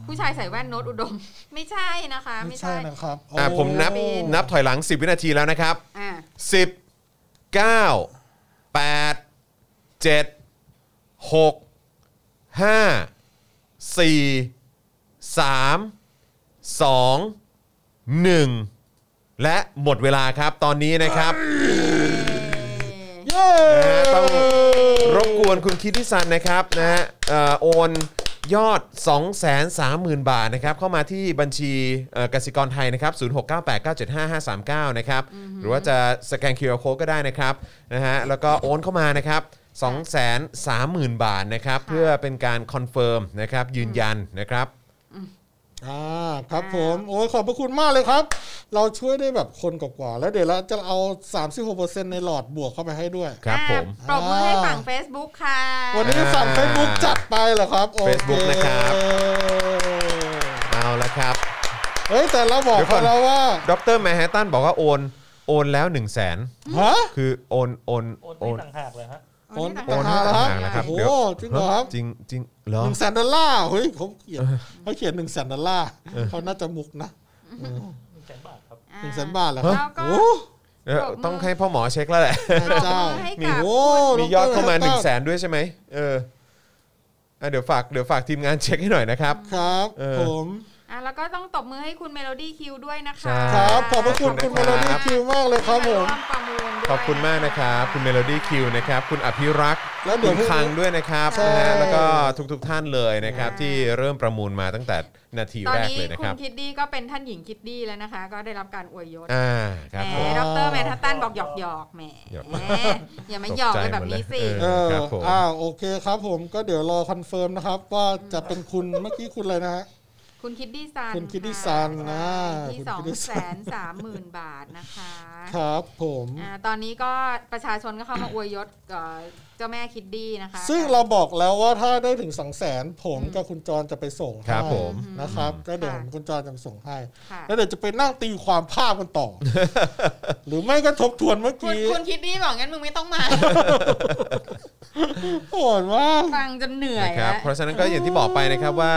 Speaker 3: ผู้ชายใส่แว่นโน้ตอุดม ไม่ใช่นะคะ
Speaker 4: ไม่
Speaker 3: ไม่
Speaker 4: ใช่
Speaker 3: ใช่
Speaker 4: นะครับ
Speaker 2: อ่า
Speaker 4: โอ้
Speaker 2: ผมนับ
Speaker 3: เป็น
Speaker 2: นับถอยหลัง 10 วินาทีแล้วนะครับ
Speaker 3: อ่า
Speaker 2: สิบเก้าแปดเจ็ดหกห้าสี่สามสองหนึ่งและหมดเวลาครับตอนนี้นะครับ
Speaker 4: เย้
Speaker 2: นะฮะต้อง รบกวนคุณคิดดิซันนะครับนะฮะเอ่อโอนยอด 230,000 บาทนะครับ เข้ามาที่บัญชีเอ่อกสิกรไทยนะครับ 0698975539 นะครับ หรือว่าจะสแกน QR Code ก็ได้นะครับนะฮะแล้วก็โอนเข้ามานะครับ 230,000 บาทนะครับ เพื่อเป็นการคอนเฟิร์มนะครับ ยืนยันนะครับ
Speaker 4: อ่าครับผมโอ้ยขอบพระคุณมากเลยครับ เราช่วยได้แบบคนกว่าๆแล้วเดี๋ยวเราจะเอา 36%ในหลอดบวกเข้าไปให้ด้วย
Speaker 2: ครับผม
Speaker 3: อ่าปรบมือให้ฝั่ง Facebook ค่ะ
Speaker 4: วันนี้สั่ง
Speaker 2: อ่า
Speaker 4: Facebook จัดไปเหรอครับโอเค
Speaker 2: Facebook นะครับ เอาละครับ
Speaker 4: เฮ้ย แต่เราบอก
Speaker 2: เดี๋ยวก่อ
Speaker 4: เขา
Speaker 2: น
Speaker 4: แล้วว่า
Speaker 2: ดรแมนฮัตตันบอกว่าโอนโอนแล้ว 1 0 0 0 0แสน
Speaker 4: ฮะ
Speaker 2: คือโอนโอน
Speaker 6: โอน
Speaker 2: โอ
Speaker 6: ไม่
Speaker 2: น
Speaker 6: ต่างหากเลยฮะ
Speaker 4: โอน
Speaker 3: โอ
Speaker 4: โอน
Speaker 3: นให้
Speaker 4: ให้
Speaker 3: ต่างหา
Speaker 4: แล้วครั
Speaker 3: กนะ
Speaker 4: บ
Speaker 3: ครับ
Speaker 4: โอ้
Speaker 2: เดี๋
Speaker 4: โห
Speaker 2: ยว
Speaker 4: จริงเหรอครับ
Speaker 2: จริงจริงเหร
Speaker 4: ห
Speaker 2: อ
Speaker 4: นึ่งแสนดอลลาร์เฮ้ยเขาเขียนเขาเขียนหนึ่งแสนดอลลาร์เขาน่าจะมุกนะ
Speaker 6: หนึ่งแสนบาทครับ
Speaker 4: หนึ่งแสนบาทเหรอครับ
Speaker 3: แล้วก็
Speaker 4: โอ้
Speaker 2: เออ
Speaker 3: ปรบมือ
Speaker 2: ต้องให้พ่อหมอเช็คแล้วแหละ
Speaker 3: ปรบมือให้กับ
Speaker 4: โอ้
Speaker 2: มียอดเข้ามา
Speaker 4: ดร
Speaker 2: 1นึ่งแส
Speaker 4: แต้
Speaker 2: นด้วยใช่ไหมเอออ่ะเดี๋ยวฝากเดี๋ยวฝากทีมงานเช็คให้หน่อยนะครับ
Speaker 4: ครับ
Speaker 2: เออ
Speaker 4: ผม
Speaker 3: อ่ะแล้วก็ต้องตบมือให้คุณเมโลดี้คิวด้วยนะ
Speaker 2: ใช่
Speaker 3: คะ
Speaker 4: ครับ ขอบพระคุณคุณ
Speaker 2: ข
Speaker 4: เม
Speaker 2: อบ
Speaker 4: โล
Speaker 2: คุณ
Speaker 4: ดี้
Speaker 2: ครับ
Speaker 4: คิวมากเลยครับผม
Speaker 3: ที่าร่วประมูลด้วย
Speaker 2: ขอบคุณมากนะครับคุณเมโลดี้คิวนะครับ คุณอภิรักษ์
Speaker 4: แล้วเดี๋
Speaker 2: คุ
Speaker 4: ยว
Speaker 2: ณคังด้วยนะครับ
Speaker 4: ใช่
Speaker 2: นะฮะแล้วก็ทุกๆท่านเลยนะครับ ที่เริ่มประมูลมาตั้งแต่นาที
Speaker 3: ตอน
Speaker 2: แรก
Speaker 3: นี้
Speaker 2: เลยนะ
Speaker 3: คุ
Speaker 2: ค
Speaker 3: ณ
Speaker 2: รับ
Speaker 3: คิดดี้ก็เป็นท่านหญิงคิดดี้แล้วนะคะ ก็ได้รับการอวยยศ
Speaker 2: อ่าครับ
Speaker 3: แห
Speaker 2: ผม ม
Speaker 3: ดรแมนทัตตันบอกหยอกหยอกๆแหม
Speaker 2: หยอก
Speaker 3: อย่ามาหยอกกันแบบนี้สิ
Speaker 2: เอ
Speaker 4: เอ
Speaker 2: อ
Speaker 4: อ
Speaker 2: ครับผม
Speaker 4: อ้าวโอเคครับผมก็เดี๋ยวรอคอนเฟิร์มนะครับ ว่าจะเป็นคุณ เมื่อกี้คุณอะไรนะฮะ
Speaker 3: คุณคิดดี้ซัน
Speaker 4: คุณคิดดี้ซัน
Speaker 3: ค่ะ
Speaker 4: นะ
Speaker 3: ที่ส
Speaker 4: คุณ
Speaker 3: อ
Speaker 4: คิ
Speaker 3: ง
Speaker 4: ดดี้ซั
Speaker 3: แส
Speaker 4: น
Speaker 3: นสามหมื่นบาทนะคะ
Speaker 4: ครับผม
Speaker 3: อ่าตอนนี้ก็ประชาชนก็เข้ามาอวยยศเอ่อเจ้าแม่คิดดี้นะคะ
Speaker 4: ซึ่งเราบอกแล้วว่าถ้าได้ถึงสองแสนผมกับคุณจรจะไปส่งให้
Speaker 2: ครับผม
Speaker 4: นะครับ ก็เดี๋ยวคุณจรจะไปส่งให้
Speaker 3: ค่ะ
Speaker 4: แล้วเดี๋ยวจะไปนั่งตีความภาพกันต่ อ หรือไม่ก็ทบทวนเมื่อ
Speaker 3: คุณ
Speaker 4: กี้
Speaker 3: คุณคิดดี้บอกงั้นมึงไม่ต้องมา
Speaker 4: โหดว่าก
Speaker 3: ฟังจนเหนื่อย
Speaker 2: ครับ
Speaker 3: แล้ว
Speaker 2: เพราะฉะนั้นก็อย่างที่บอกไปนะครับว่า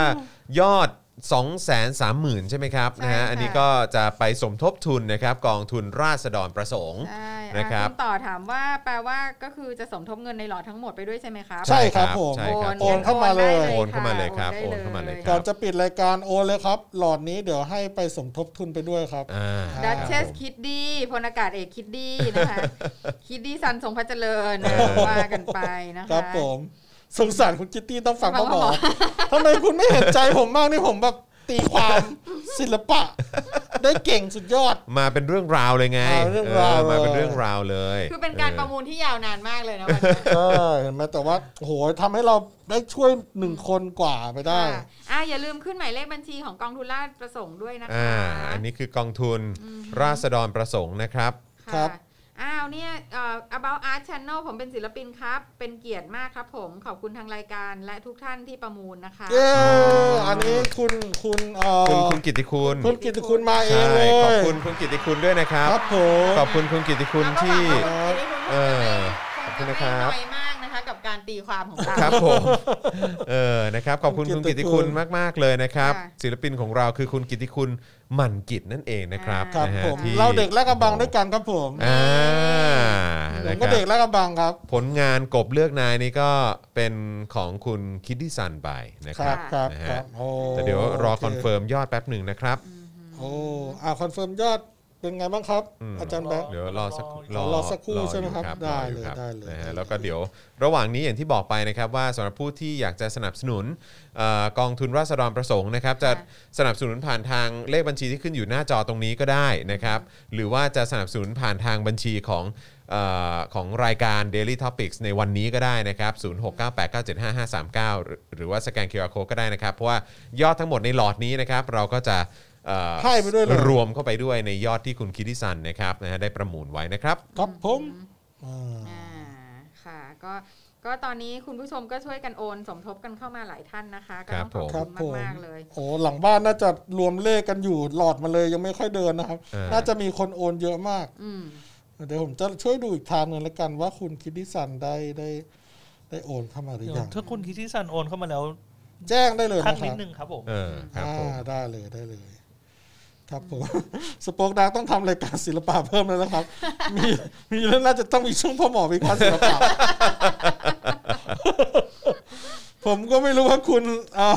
Speaker 2: ยอด 2 3 0 0 0 0 ใช่ไหมครับ
Speaker 3: ใช่
Speaker 2: นะฮะ
Speaker 3: ค่ะ
Speaker 2: อันนี้ก็จะไปสมทบทุนนะครับกองทุนราษฎรประสงค์
Speaker 3: ใช่
Speaker 2: นะ
Speaker 3: นะครับ ต่อถามว่าแปลว่าก็คือจะสมทบเงินในหลอดทั้งหมดไปด้วยใช่ไหมครับ
Speaker 4: ใช่ ครับผม
Speaker 2: ใช่
Speaker 3: โอ
Speaker 2: ครับ
Speaker 3: น
Speaker 2: ผ
Speaker 4: โอ
Speaker 2: ม
Speaker 4: นเข้ามาเลย
Speaker 3: ได้
Speaker 2: โอนเข้ามาเลยครับ
Speaker 3: ะ
Speaker 2: โอนเข้ามาเลยค
Speaker 4: ก่
Speaker 2: รั
Speaker 4: อบ นจะปิดรายการโอนเลยครับ หลอดนี้เดี๋ยวให้ไปสมทบทุนไปด้วยครับ
Speaker 2: อ่า
Speaker 4: ครับ
Speaker 3: ดัชเช
Speaker 2: รับ
Speaker 3: ส
Speaker 2: ผม
Speaker 3: คิดดี้พลอากาศเอกคิดดี้ นะคะ คิดดี้ซันทรงพระเจริญนะ
Speaker 2: เออ
Speaker 3: ว่ากันไปนะคะ
Speaker 4: ครับผมสงสารคุณกิตตี้ต้องฟัง
Speaker 3: ฟั
Speaker 4: พ่องหมอ
Speaker 3: พ่อหมอ
Speaker 4: ทำไมคุณไม่เห็นใจผมบ้างนี่ผมแบบตีความ ศิลปะ ได้เก่งสุดยอด
Speaker 2: มาเป็นเรื่องราวเลยไง
Speaker 4: อ่าเรื่องราว
Speaker 2: เออมาเป็นเรื่องราวเลย
Speaker 3: คือเป็นการประมูลที่ยาวนานมากเลยนะวันนี้
Speaker 4: เออเห็นไหมแต่ว่าโอ้โหทำให้เราได้ช่วยหนึ่งคนกว่าไปได้
Speaker 3: ค่ะอ่ะอย่าลืมขึ้นหมายเลขบัญชีของกองทุนราชประสงค์ด้วยนะ
Speaker 2: เออ
Speaker 3: คะ
Speaker 2: อ่าอันนี้คือกองทุนราษฎรประสงค์นะครับ
Speaker 3: ะ
Speaker 4: ครับ
Speaker 3: อ้าวเนี่ยเอ่อ about art channel ผมเป็นศิลปินครับ เป็นเกียรติมากครับผมขอบคุณทางรายการและทุกท่านที่ประมูลนะคะ
Speaker 4: เย้อันนี้คุณคุณเออ
Speaker 2: คุณคุณกิตติคุณ
Speaker 4: คุณกิตติคุณมาเอง
Speaker 2: ใช่
Speaker 4: เลย
Speaker 2: ขอบคุณคุณกิตติคุณด้วยนะครับ
Speaker 4: ครับผม
Speaker 2: ขอบคุณคุณกิตติคุณที่
Speaker 3: เราก็หวังว่าคุณ
Speaker 2: เออ
Speaker 3: คง
Speaker 2: ขอบคุ
Speaker 3: จะ
Speaker 2: ณ
Speaker 3: ไม่
Speaker 2: นะ
Speaker 3: ค
Speaker 2: ค
Speaker 3: ง
Speaker 2: รับ
Speaker 3: จะไม่น้อยมากนะคะ กับก
Speaker 5: การตีความของเรา
Speaker 2: ครับผม เออนะครับขอบคุณ
Speaker 4: คุ
Speaker 2: คุณ
Speaker 4: ณกิ
Speaker 2: กิ
Speaker 4: ตติ
Speaker 2: ติ
Speaker 4: คุ
Speaker 2: คุณ
Speaker 4: ณ
Speaker 2: มากมาก ๆ เลยนะครับ
Speaker 5: ค่ะ
Speaker 2: ศิลปินของเราคือคุณกิตติคุณหมั่นกิจนั่นเองนะครับ
Speaker 4: ครับ
Speaker 2: นะฮะ
Speaker 4: ผม
Speaker 2: ที่
Speaker 4: เราเด็กและกระบังด้วยกันครับผม
Speaker 2: อ่า
Speaker 4: ผ
Speaker 2: นะ
Speaker 4: ม
Speaker 2: ค
Speaker 4: ก็
Speaker 2: รับ
Speaker 4: เด็กและกระบังครับ
Speaker 2: ผลงานกบเลือกนายนี่ก็เป็นของคุณคิดดี้ซันไปนะ
Speaker 4: ค
Speaker 2: ค
Speaker 4: รั
Speaker 2: รั
Speaker 4: บบ ครับ
Speaker 2: นะ
Speaker 4: ครั
Speaker 2: ฮะ
Speaker 4: บโอ้
Speaker 2: แต่เดี๋ยวรอ
Speaker 4: โ
Speaker 2: คอนเฟิร์มยอดแป๊บหนึ่งนะครับ
Speaker 4: โอ้อ่าคอนเฟิร์มยอดเป็นไงบ้างครับ
Speaker 2: อืม
Speaker 4: อาจารย์แบงค์
Speaker 2: เดี๋ยวรอสัก
Speaker 4: รอสักครู่ใช่ไหมครับ
Speaker 2: ออ
Speaker 4: ได้เลยได้เลย
Speaker 2: นะ
Speaker 4: ได้
Speaker 2: ฮะ
Speaker 4: เลย
Speaker 2: แล้วก็เดี๋ยวระหว่างนี้อย่างที่บอกไปนะครับว่าสำหรับผู้ที่อยากจะสนับสนุนเอ่อกองทุนราษฎรประสงค์นะครับจะสนับสนุนผ่านทางเลขบัญชีที่ขึ้นอยู่หน้าจอตรงนี้ก็ได้นะครับหรือว่าจะสนับสนุนผ่านทางบัญชีของเอ่อของรายการ Daily Topics ในวันนี้ก็ได้นะครับ0698975539 หรือหรือว่าสแกน QR Code ก็ได้นะครับ เพราะว่ายอดทั้งหมดในหลอดนี้นะครับเราก็จะเอ่อ
Speaker 4: ให้ไปด้วยเลย
Speaker 2: รวมเข้าไปด้วยในยอดที่คุณคิดดิสันนะครับนะฮะได้ประมูลไว้นะครับ
Speaker 4: ครับผมอ่า
Speaker 5: ่าค่ะก็ก็ตอนนี้คุณผู้ชมก็ช่วยกันโอน สมทบกันเข้ามาหลายท่านนะคะก็ต้องขอบ
Speaker 4: ครั
Speaker 5: คุ
Speaker 4: บ
Speaker 5: ณ
Speaker 4: ผม
Speaker 5: มากๆเลย
Speaker 4: โอ้หลังบ้านน่าจะรวมเลขกันอยู่หลอดมาเลยยังไม่ค่อยเดินนะครับ
Speaker 2: เออ
Speaker 4: น่าจะมีคนโอนเยอะมาก
Speaker 5: อืม
Speaker 4: เดี๋ยวผมจะช่วยดูอีกทางหนึ่งแล้วกันว่าคุณคิดดิสันได้ได้ ได้โอนเข้ามาหรือ
Speaker 6: เดี๋ยว
Speaker 4: ยัง
Speaker 6: ถ้าคุณคิดที่ซันโอนเข้ามาแล้ว
Speaker 4: แจ้งได้เลย
Speaker 6: ทัก
Speaker 4: นะค
Speaker 6: นิ
Speaker 4: รั
Speaker 6: ด
Speaker 4: บ
Speaker 6: นึงครับผม
Speaker 2: เออครับผม
Speaker 4: อ่าได้เลยได้เลย ครับผม สปอคดักต้องทำรายการศิลปะเพิ่มแล้วนะครับ มีมีแล้วน่าจะต้องมีช่วงพ่อหมอวิเคราะห์ศิลปะ ผมก็ไม่รู้ว่าคุณอ่า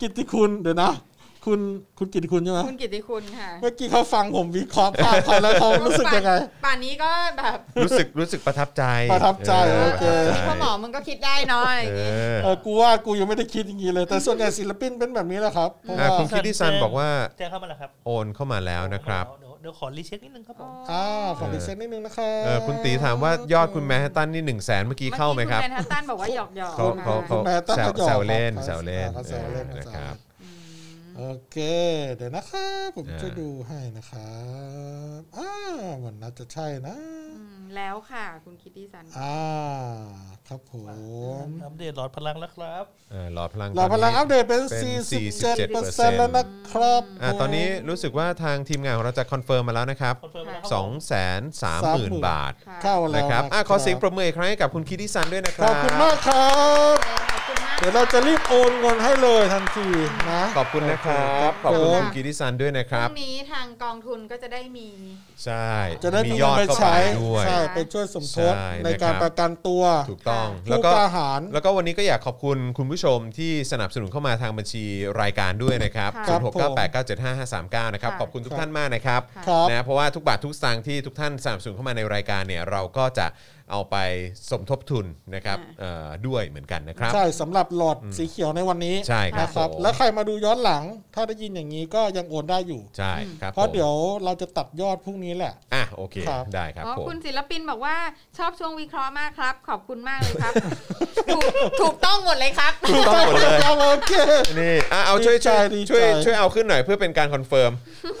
Speaker 4: กิตติคุณเดี๋ยวนะ คุณคุณกิตติคุณใช่ไหม
Speaker 5: คุณกิตติคุณค่ะ
Speaker 4: เมื่อกี้เขาฟังผมวิเคราะห์ภาพเขาแล้วเขารู้สึกยังไง
Speaker 5: ป่านนี้ก็แบบ
Speaker 2: รู้สึกรู้สึกประทับใจ
Speaker 4: ประทับใจ
Speaker 2: เออ
Speaker 4: โอเค
Speaker 2: ประทับใจ
Speaker 5: พ่อหมอมึงก็คิดได้เน้อย
Speaker 2: เออ
Speaker 4: เออกูว่ากูยังไม่ได้คิดอย่างนี้เลย แต่ส่วนใหญ่ศิลปินเป็นแบบนี้แหละครับเพราะ
Speaker 2: อ่ะ
Speaker 4: ว่า
Speaker 2: คุณคิดดิสันบอกว่า
Speaker 6: แจ้งเข้ามาแล้วครับ
Speaker 2: โอนเข้ามาแล้วนะครับ
Speaker 6: เดี๋ยวเดี๋ยวขอรีเช็คนิดนึงครับผม
Speaker 4: อ่าขอดิเซนนิดนึงนะคะ
Speaker 2: เออคุณตีถามว่ายอดคุณแมนฮัตตันนี่1นึ่งแสนเมื่อกี้เข้าไหมครับ
Speaker 5: เมื่อกี้คุณแมนฮัตตันบอกว่าหยอกหยอก
Speaker 2: เขาเขาเขา
Speaker 4: คุณแม่ตั้ง
Speaker 2: แซว
Speaker 4: ขยอ
Speaker 2: แซวเล่นแซวเล่น
Speaker 4: อ่าขาแซวเล่น
Speaker 2: เออ
Speaker 4: นะ
Speaker 2: นะ
Speaker 4: ค
Speaker 2: ค
Speaker 4: รั
Speaker 2: รั
Speaker 4: บบ โอเค เดี๋ยวนะคะผม
Speaker 2: อ่า
Speaker 4: จะดูให้นะครับอ่ามันน่าจะใช่นะ
Speaker 5: แล้วค่ะคุณคิตติสัน
Speaker 4: อ่า ครับผม
Speaker 6: อัปเดตหลอดพลังแล้วครับ
Speaker 2: เออรอพลัง
Speaker 4: เราพลั
Speaker 2: ต
Speaker 4: งอั
Speaker 2: อน
Speaker 4: ป
Speaker 2: นี้
Speaker 4: เดตเป็น
Speaker 2: เป็น
Speaker 4: 47%แล้วนะครับ
Speaker 2: ะตอนนี้รู้สึกว่าทางทีมงานของเราจะคอนเฟิร์มมาแล้วนะครับ
Speaker 6: คอนเฟิร์มมาแล้วครั
Speaker 2: 2 3 0 0
Speaker 6: บ
Speaker 2: 0 0 บาท
Speaker 5: ค่ะ
Speaker 4: เข้าแล้ว
Speaker 2: นะ
Speaker 4: นะครับ
Speaker 2: อ่ะขอเสียงปรบมืออีกครั้งให้กับคุณคิดดิสันด้วยนะค
Speaker 4: ข
Speaker 2: รั
Speaker 4: อบ บคุณมากครับ
Speaker 5: ขอบคุณมาก
Speaker 4: เดี๋ยวเราจะรีบโอนเงินให้เลยทันทีนะ
Speaker 2: ขอบคุณนะครับ ขอบคุณคุณกิติซันด้วยนะค
Speaker 5: พ
Speaker 2: รับ
Speaker 5: รุ่งนี้ทางกองทุนก็จะได้มี
Speaker 2: ใช่
Speaker 4: จะได้มี
Speaker 2: ยอด
Speaker 4: เงินไป
Speaker 2: เข้าไป
Speaker 4: ใช้
Speaker 2: ด้วย
Speaker 4: ใช่ไปช่วยสมทบ
Speaker 2: ใช่
Speaker 4: ในการ
Speaker 2: นะครับ
Speaker 4: ประกันตัว
Speaker 2: ถูกต้อง
Speaker 4: ผู้
Speaker 2: แล้วก็
Speaker 4: กล้าหาญ
Speaker 2: แล้วก็วันนี้ก็อยากขอบคุณคุณผู้ชมที่สนับสนุนเข้ามาทางบัญชีรายการด้วยนะครับ
Speaker 5: ค่ะ
Speaker 2: ศูนย์หกเก้าแปดเก้าเจ็ดห้าห้าสามเก้านะครับ
Speaker 5: ค่ะ
Speaker 2: ขอบคุณทุก
Speaker 4: ครับ
Speaker 2: ท่านมากนะครับ
Speaker 5: ะ
Speaker 4: ครับ
Speaker 2: นะเพราะว่าทุกบาททุกสตางค์ที่ทุกท่านสนับสนุนเข้ามาในรายการเนี่ยเราก็จะเอาไปสมทบทุนนะครับเอ่อด้วยเหมือนกันนะครับ
Speaker 4: ใช่สำหรับหลอดสีเขียวในวันนี้
Speaker 2: ใช่ครับ
Speaker 4: นะ
Speaker 2: ผม
Speaker 4: แล้วใครมาดูย้อนหลัง ถ้าได้ยินอย่างนี้ก็ยังโอนได้อยู่
Speaker 2: ใช่ครับ
Speaker 4: เพราะ
Speaker 2: ผม
Speaker 4: เดี๋ยวเราจะตัดยอดพรุ่งนี้แหละ
Speaker 2: อ่ะโอเค
Speaker 4: ครับ
Speaker 2: ได้ครับ
Speaker 5: อ๋อ
Speaker 2: ผม
Speaker 5: คุณศิลปินบอกว่าชอบช่วงวิเคราะห์มากครับ ขอบคุณมากเลยครับ ถูกถูกต้องหมดเลยครับ
Speaker 2: ถูกต้องหมดเลย
Speaker 4: ครับโอเค
Speaker 2: นี่อ่ะเอาช่วย
Speaker 4: ดีใจ
Speaker 2: ช่วยช่ว
Speaker 4: ดีใจ
Speaker 2: ยช่วยเอาขึ้นหน่อยเพื่อเป็นการคอนเฟิร์ม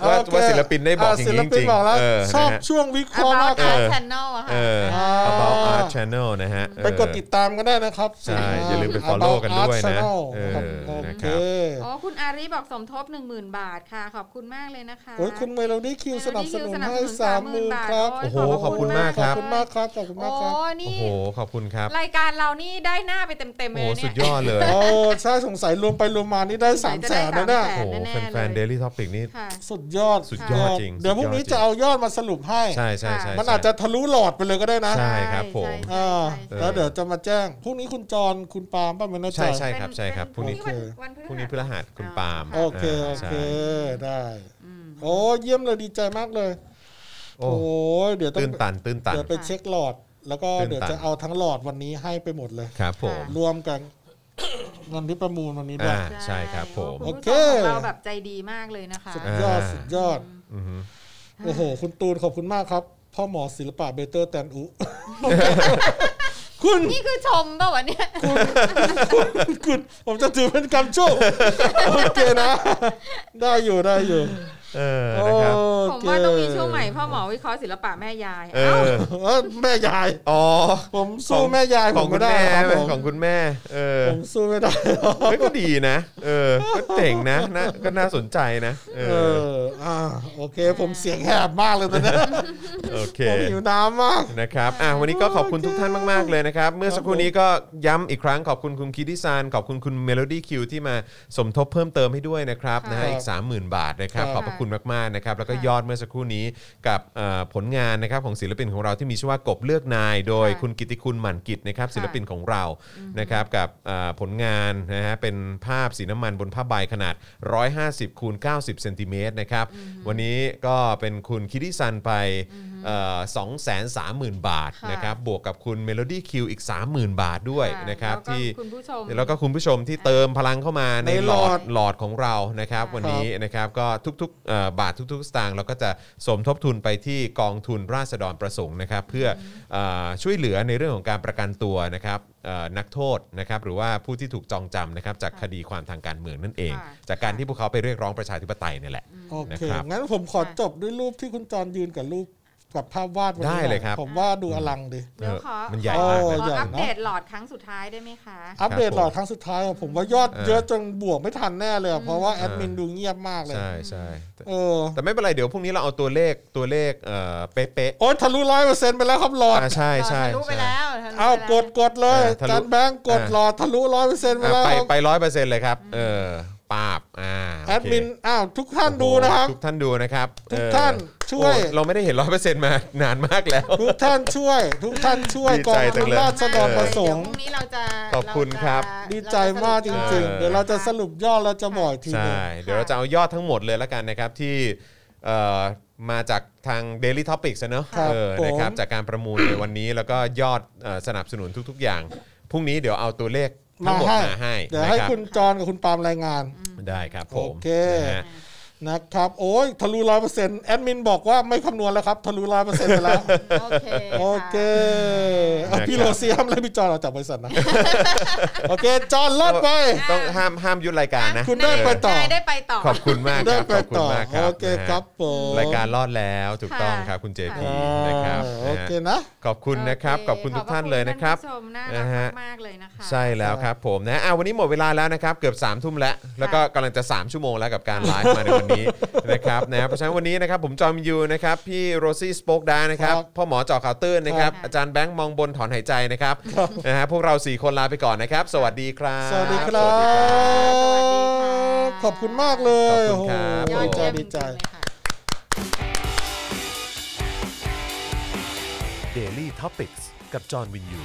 Speaker 2: ว่า
Speaker 4: โอเค
Speaker 2: ว่าศิลปินได้บอกอย่าง
Speaker 4: ศิล
Speaker 2: นี้จ
Speaker 4: ปิน
Speaker 2: ริง
Speaker 4: บอกแล้ว
Speaker 2: เออ
Speaker 4: ชอบ
Speaker 2: นะฮะ
Speaker 4: ช่วงวิเคราะห์มาก
Speaker 5: about
Speaker 2: เอ
Speaker 5: our
Speaker 2: อ
Speaker 5: channel อะค่ะ
Speaker 2: เออ
Speaker 4: อ่า
Speaker 2: about art channel นะฮะ
Speaker 4: ไปกด
Speaker 2: เออ
Speaker 4: ติดตามก็ได้นะครับ
Speaker 2: ใช่
Speaker 4: อ่
Speaker 2: อย่าลืมไป follow
Speaker 4: about
Speaker 2: กันด้วยนะ
Speaker 4: Art Channel
Speaker 2: เออ
Speaker 4: ครับโอ
Speaker 2: นะค
Speaker 4: เครับ
Speaker 5: อ๋อคุณอารีบอกสมทบ 1 0,000 บาทค่ะ ขอบคุณมากเลยนะคะ
Speaker 4: โอ้ยคุณเมโลดี้คิวสนับสนุนให้สามหมื่น
Speaker 5: 30,000
Speaker 4: ครับ
Speaker 5: โอ้
Speaker 2: โอ้
Speaker 5: ยข
Speaker 2: โหข
Speaker 5: อ
Speaker 2: อ
Speaker 5: บบ คุ
Speaker 2: คุณ
Speaker 5: มาม
Speaker 2: ณาก กค
Speaker 4: ข
Speaker 2: รั
Speaker 4: อบ
Speaker 2: บ
Speaker 4: คุณมากครับขอบคุณ
Speaker 5: โอ้
Speaker 4: มากครับ
Speaker 2: โอ้
Speaker 5: นี่
Speaker 2: โหขอบคุณครับ
Speaker 5: รายการเรานี่ได้หน้าไปเต็มๆเล
Speaker 2: โอ้
Speaker 5: ย
Speaker 2: โห
Speaker 5: นะ
Speaker 2: สุด
Speaker 5: เนี่ย
Speaker 2: ยอดเลย
Speaker 4: โอ้ใช่สงสัยรวมไปรวมมานี่ได้
Speaker 5: ส
Speaker 4: สา
Speaker 5: สั
Speaker 4: ง ม
Speaker 5: ยจะ
Speaker 4: แส
Speaker 5: ได้
Speaker 4: นนะเนี่ย
Speaker 5: สามแส
Speaker 2: โอ้โหแฟนๆ Daily Topic นี่
Speaker 5: ค่ะ
Speaker 4: สุดยอด
Speaker 2: สุดยอดจริง
Speaker 4: เดี๋ยวพรุ่งนี้
Speaker 2: สุดยอดจริง
Speaker 4: จะเอายอดมาสรุปให้
Speaker 2: ใช่ใช่ใช่
Speaker 4: มันอาจจะทะลุหลอดไปเลยก็ได้นะ
Speaker 2: ใช่ครับผม
Speaker 5: ใช่
Speaker 4: อ่า
Speaker 5: ใช่
Speaker 4: แล้วเดี๋ยวจะมาแจ้งพรุ่งนี้คุณจรคุณปาล์มป้ามันนะ
Speaker 2: ใช่ใช่ครับใช่ครับพ
Speaker 5: เป็
Speaker 2: รุ่งนี้
Speaker 5: เป็นวันพ
Speaker 2: พรุ่
Speaker 5: รุ่
Speaker 2: ง
Speaker 5: ง
Speaker 2: นี้
Speaker 5: นี้
Speaker 2: พ
Speaker 5: พ
Speaker 2: ฤ
Speaker 5: ฤหัส
Speaker 2: หัสคุณปาล์ม
Speaker 4: โอเคโอ
Speaker 2: ใช่
Speaker 4: เคได้โอ้เยี่ยมเลยดีใจมากเลย
Speaker 2: โอ้
Speaker 4: โอ้ยเดี๋ยวต้อง
Speaker 2: ตื้นตันตื้นตัน
Speaker 4: เดี๋ยวไปเช็คหลอด แล้วก็
Speaker 2: ตื่นตัน
Speaker 4: เดี๋ยวจะเอาทั้งหลอดวันนี้ให้ไปหมดเลย
Speaker 2: ครับผม
Speaker 4: รวมกันเงินที่ประมูลวันนี้ด้ว
Speaker 2: อ่าย ใช่ครับผม
Speaker 5: โอ้
Speaker 4: โอ
Speaker 5: ณ
Speaker 4: เค
Speaker 5: ผู้ชมของเราแบบใจดีมากเลยนะคะ
Speaker 4: สุดยอด
Speaker 2: อ่า
Speaker 4: สุดยอด
Speaker 2: อือฮึ
Speaker 4: โอ้โห คุณตูนขอบคุณมากครับ พ่อหมอศิลปะเบเตอร์แต นอุ คุณ
Speaker 5: นี่คือชมป่าวะเนี่ย
Speaker 4: คุณ ผมจะถือเป็นกำโชค โอเคนะ ได้อยู่ได้อยู่
Speaker 2: เออนะครับ
Speaker 3: ผมว่าต้องมีช่วงใหม่พ่อหมอวิเคราะห์ศิลปะแม่ยาย
Speaker 2: เอ
Speaker 3: เอ้า
Speaker 2: อ
Speaker 4: เอ้ยแม่ยาย
Speaker 2: อ๋อ
Speaker 4: ผมสู้แม่ยาย
Speaker 2: ข
Speaker 4: ผ
Speaker 2: อง
Speaker 4: ม
Speaker 2: คุ
Speaker 4: ไม่
Speaker 2: ณ
Speaker 4: ได้
Speaker 2: แม่
Speaker 4: ครับ
Speaker 2: เป็น
Speaker 4: ผม
Speaker 2: ของคุณแม่ เออ
Speaker 4: ผมสู้ไม่ได้หรอก
Speaker 2: เฮ้ยก็ดีนะ เออ ก็เจ๋งนะน่าก็น่าสนใจนะ เอ
Speaker 4: เอ
Speaker 2: อ
Speaker 4: ออ่าโอเค ผมเสียงแหบมากเลยตอนเนี้ย
Speaker 2: โอเค
Speaker 4: ผมหิวน้ำมาก
Speaker 2: นะครับ อ่ะ วันนี้ก็ขอบคุณทุกท่านมาก ๆ เลยนะครับ เมื่อสักครู่นี้ก็ย้ำอีกครั้งขอบคุณคุณคิดิซาน ขอบคุณคุณเมโลดี้คิวที่มาสมทบเพิ่มเติมให้ด้วยนะครับนะฮะอีก 30,000 บาทนะครับ
Speaker 4: ค่ะ
Speaker 2: ขอบพระคุณมาก ๆ นะครับ แล้วก็ยอดเมื่อสักครู่นี้กับเอ่อผลงานนะครับของศิลปินของเราที่มีชื่อว่ากบเลือกนาย โดยคุณกิติคุณหมั่นกิจนะครับศิลปินของเรา นะครับกับเอ่อผลงานนะฮะเป็นภาพสีน้ำมันบนผ้าใบขนาด 150คูณ90เซนติเมตรนะครับ วันนี้ก็เป็นคุณคิดิซันไปสองแสนสามหมื่นบาท
Speaker 3: ค่ะ
Speaker 2: นะครับบวกกับคุณเมโลดี้คิวอีก 30,000 บาทด้วย
Speaker 3: ค่ะ
Speaker 2: นะครับ
Speaker 3: แล้วก็
Speaker 2: ที่
Speaker 3: คุณผู้ชม
Speaker 2: แล้วก็คุณผู้ชมที่เติมพลังเข้ามาใน
Speaker 4: ใน
Speaker 2: ห
Speaker 4: ห
Speaker 2: ล
Speaker 4: ล
Speaker 2: อ
Speaker 4: อด
Speaker 2: ดหลอดของเรานะครับวันนี้นะครับก็ทุกๆเอ่อบาททุกๆ สตางค์เราก็จะสมทบทุนไปที่กองทุนราษฎรประสงค์นะครับเพื่อเออช่วยเหลือในเรื่องของการประกันตัวนะครับเอ่อนักโทษนะครับหรือว่าผู้ที่ถูกจองจำนะครับจากคดีความทางการเมืองนั่นเอง
Speaker 3: ค่ะ
Speaker 2: จากการที่พวกเขาไปเรียกร้องประชาธิปไตยเนี่ยแหละ
Speaker 4: โอเค
Speaker 2: นะครับ
Speaker 4: งั้นผมขอจบด้วยรูปที่คุณจรยืนกับรูปกับภาพวาดวันนี้
Speaker 2: ได้เลย
Speaker 4: หน่อ
Speaker 2: ครับ
Speaker 4: ผมว่าดูอลังดี
Speaker 3: เดี๋ยวขอ
Speaker 2: เออมันใหญ่มาก
Speaker 4: โอ้
Speaker 2: นะ
Speaker 3: ขอ
Speaker 4: ใหญ่นะ
Speaker 3: อัปเดตหลอดครั้งสุดท้ายได้ไหมคะ
Speaker 4: อัปเดต
Speaker 2: ผม
Speaker 4: หลอดครั้งสุดท้ายอะผมว่ายอด
Speaker 2: เออ
Speaker 4: เยอะจนบวกไม่ทันแน่เลยอะเพราะว่าแอดมินดูเงียบมากเลย
Speaker 2: ใช่ใช่แต่
Speaker 4: เออ
Speaker 2: แต่ไม่เป็นไรเดี๋ยวพรุ่งนี้เราเอาตัวเลขตัวเลขเอ่อเป๊ะ
Speaker 4: โอ้ยทะลุร้อยเปอร์เซ็นต์ไปแล้วครับหล
Speaker 2: ๆ
Speaker 4: อด
Speaker 2: อ่าใช่ใช่
Speaker 5: ทะลุไป
Speaker 2: ใช่
Speaker 5: แล้วทะลุไปแล้ว
Speaker 4: เอากดกดเลย
Speaker 2: เออทะลุ
Speaker 4: จานแบงค์กด
Speaker 2: เออ
Speaker 4: หลอดทะลุร้อยเปอร์เซ็นต์ไป
Speaker 2: อ่ะ
Speaker 4: แล้ว
Speaker 2: ไป
Speaker 4: ครับ
Speaker 2: ไปร้อยเปอร์เซ็นต์เลยครับ เออปาบอ่าโเค
Speaker 4: แอดมินอ้าวทุกท่านดูนะครับ
Speaker 2: โอ้โหทุกท่านดูนะครับ
Speaker 4: ทุก
Speaker 2: เออ
Speaker 4: ท่านช่วย
Speaker 2: โอ้เราไม่ได้เห็นร้อยเปอร์เซ็นต์มานานมากแล้ว
Speaker 4: ทุกท่านช่วย ทุกท่านช่วย
Speaker 2: ดี
Speaker 4: กอ
Speaker 2: ใจ
Speaker 4: ง
Speaker 2: จั
Speaker 4: ทุ
Speaker 2: ง
Speaker 4: น
Speaker 2: เลย
Speaker 4: ราษฎรประส
Speaker 5: เดี๋ยว
Speaker 4: ง
Speaker 5: พ
Speaker 4: ค์
Speaker 5: รุ่งนี้เราจะ
Speaker 2: ขอบคุณครับ
Speaker 5: เร
Speaker 4: ดี
Speaker 5: จะ
Speaker 4: ใจมากจริง
Speaker 2: เออ
Speaker 4: ๆ เดี๋ยวเราจะสรุปยอดแล้วจะบอกอีกทีหนึง
Speaker 2: ใช่ เดี๋ยวเราจะเอายอดทั้งหมดเลยแล้วกันนะครับที่เอ่อมาจากทาง Daily Topics อะเนอะ
Speaker 4: ครับ
Speaker 2: เออ
Speaker 4: ผ
Speaker 2: นะ
Speaker 4: ม
Speaker 2: ครับจากการประมูลในวันนี้แล้วก็ยอดเอ่อสนับสนุนทุก ๆ อย่างพรุ่งนี้เดี๋ยวเอาตัวเลขทั้ง
Speaker 4: มา
Speaker 2: หมด
Speaker 4: ให้
Speaker 2: มาให้
Speaker 4: เดี๋ยว
Speaker 2: นะ
Speaker 4: ให้
Speaker 2: รับ
Speaker 4: คุณจอนกับคุณปาล์มรายงาน
Speaker 2: ได้ครับผม
Speaker 4: โอเค
Speaker 2: นะฮะ
Speaker 4: นะครับ โอ้ยทะลุร้อยเปอร์เซ็นต์แอดมินบอกว่าไม่คำนวณแล้วครับ ทะลุร้อยเปอร์เซ็นต์ไปแล้ว
Speaker 5: โอเค
Speaker 4: โอเคเอาพี่โรเซียมและพี่จอนออกจากบริษัทนะ โอเค จอนลอดไป
Speaker 2: ต้องห้ามห้ามยุดรายการนะ
Speaker 4: คุณได้ไปต่อ
Speaker 5: นายได้ไปต่อ
Speaker 2: ขอบคุณมากค
Speaker 4: ได้
Speaker 2: รับ
Speaker 4: ไป
Speaker 2: ขอบคุณ
Speaker 4: ต่อ
Speaker 2: มากครับ
Speaker 4: โอเคครับ
Speaker 2: นะฮะ
Speaker 4: ผม
Speaker 2: รายการรอดแล้วถูกต้องครับคุณเจพี
Speaker 4: อ่า
Speaker 2: นะครับ
Speaker 4: โอ
Speaker 2: นะ
Speaker 4: เค
Speaker 2: ฮะ
Speaker 4: นะ
Speaker 2: ขอบคุณนะครับ
Speaker 3: โเ
Speaker 2: ขอบคุณทุกท่านเลยนะครับ
Speaker 3: ขอพณท่านผู้ชมน่า
Speaker 2: นะฮะ
Speaker 3: รักมากๆเลยนะคะ
Speaker 2: ใช่แล้วครับผมนะอ่ะวันนี้หมดเวลาแล้วนะครับ เกือบ3ามทุ่มแล้ว แล้วก็กำลังจะ 3 ชั่วโมงแล้วกับการไลฟ์มาในวันนี้ นะครับนะเพราะฉะนั้นวันนี้นะครับผมจอมยูนะครับพี่โรซี่สป็อกดานะครับ
Speaker 4: ครับ
Speaker 2: พ่อหมอเจอข่าวตื้นนะครับ
Speaker 3: ครับ
Speaker 2: อาจารย์แบงค์มองบนถอนหายใจนะครับนะฮะพวกเรา 4 คนลาไปก่อนนะครับ สวัสดีครับ
Speaker 4: สวัสดีครับ
Speaker 2: สวัสดีครับ
Speaker 3: สวัสดีค่ะ
Speaker 4: ขอบคุณมากเลย
Speaker 2: ขอบคุณครับ
Speaker 4: โอ้โห
Speaker 3: ยอด
Speaker 4: ดีใจ
Speaker 3: เยี่ยมริงๆเลยค่ะ
Speaker 4: ดีใจ
Speaker 1: Daily t o p i c กกับจอห์นวินยู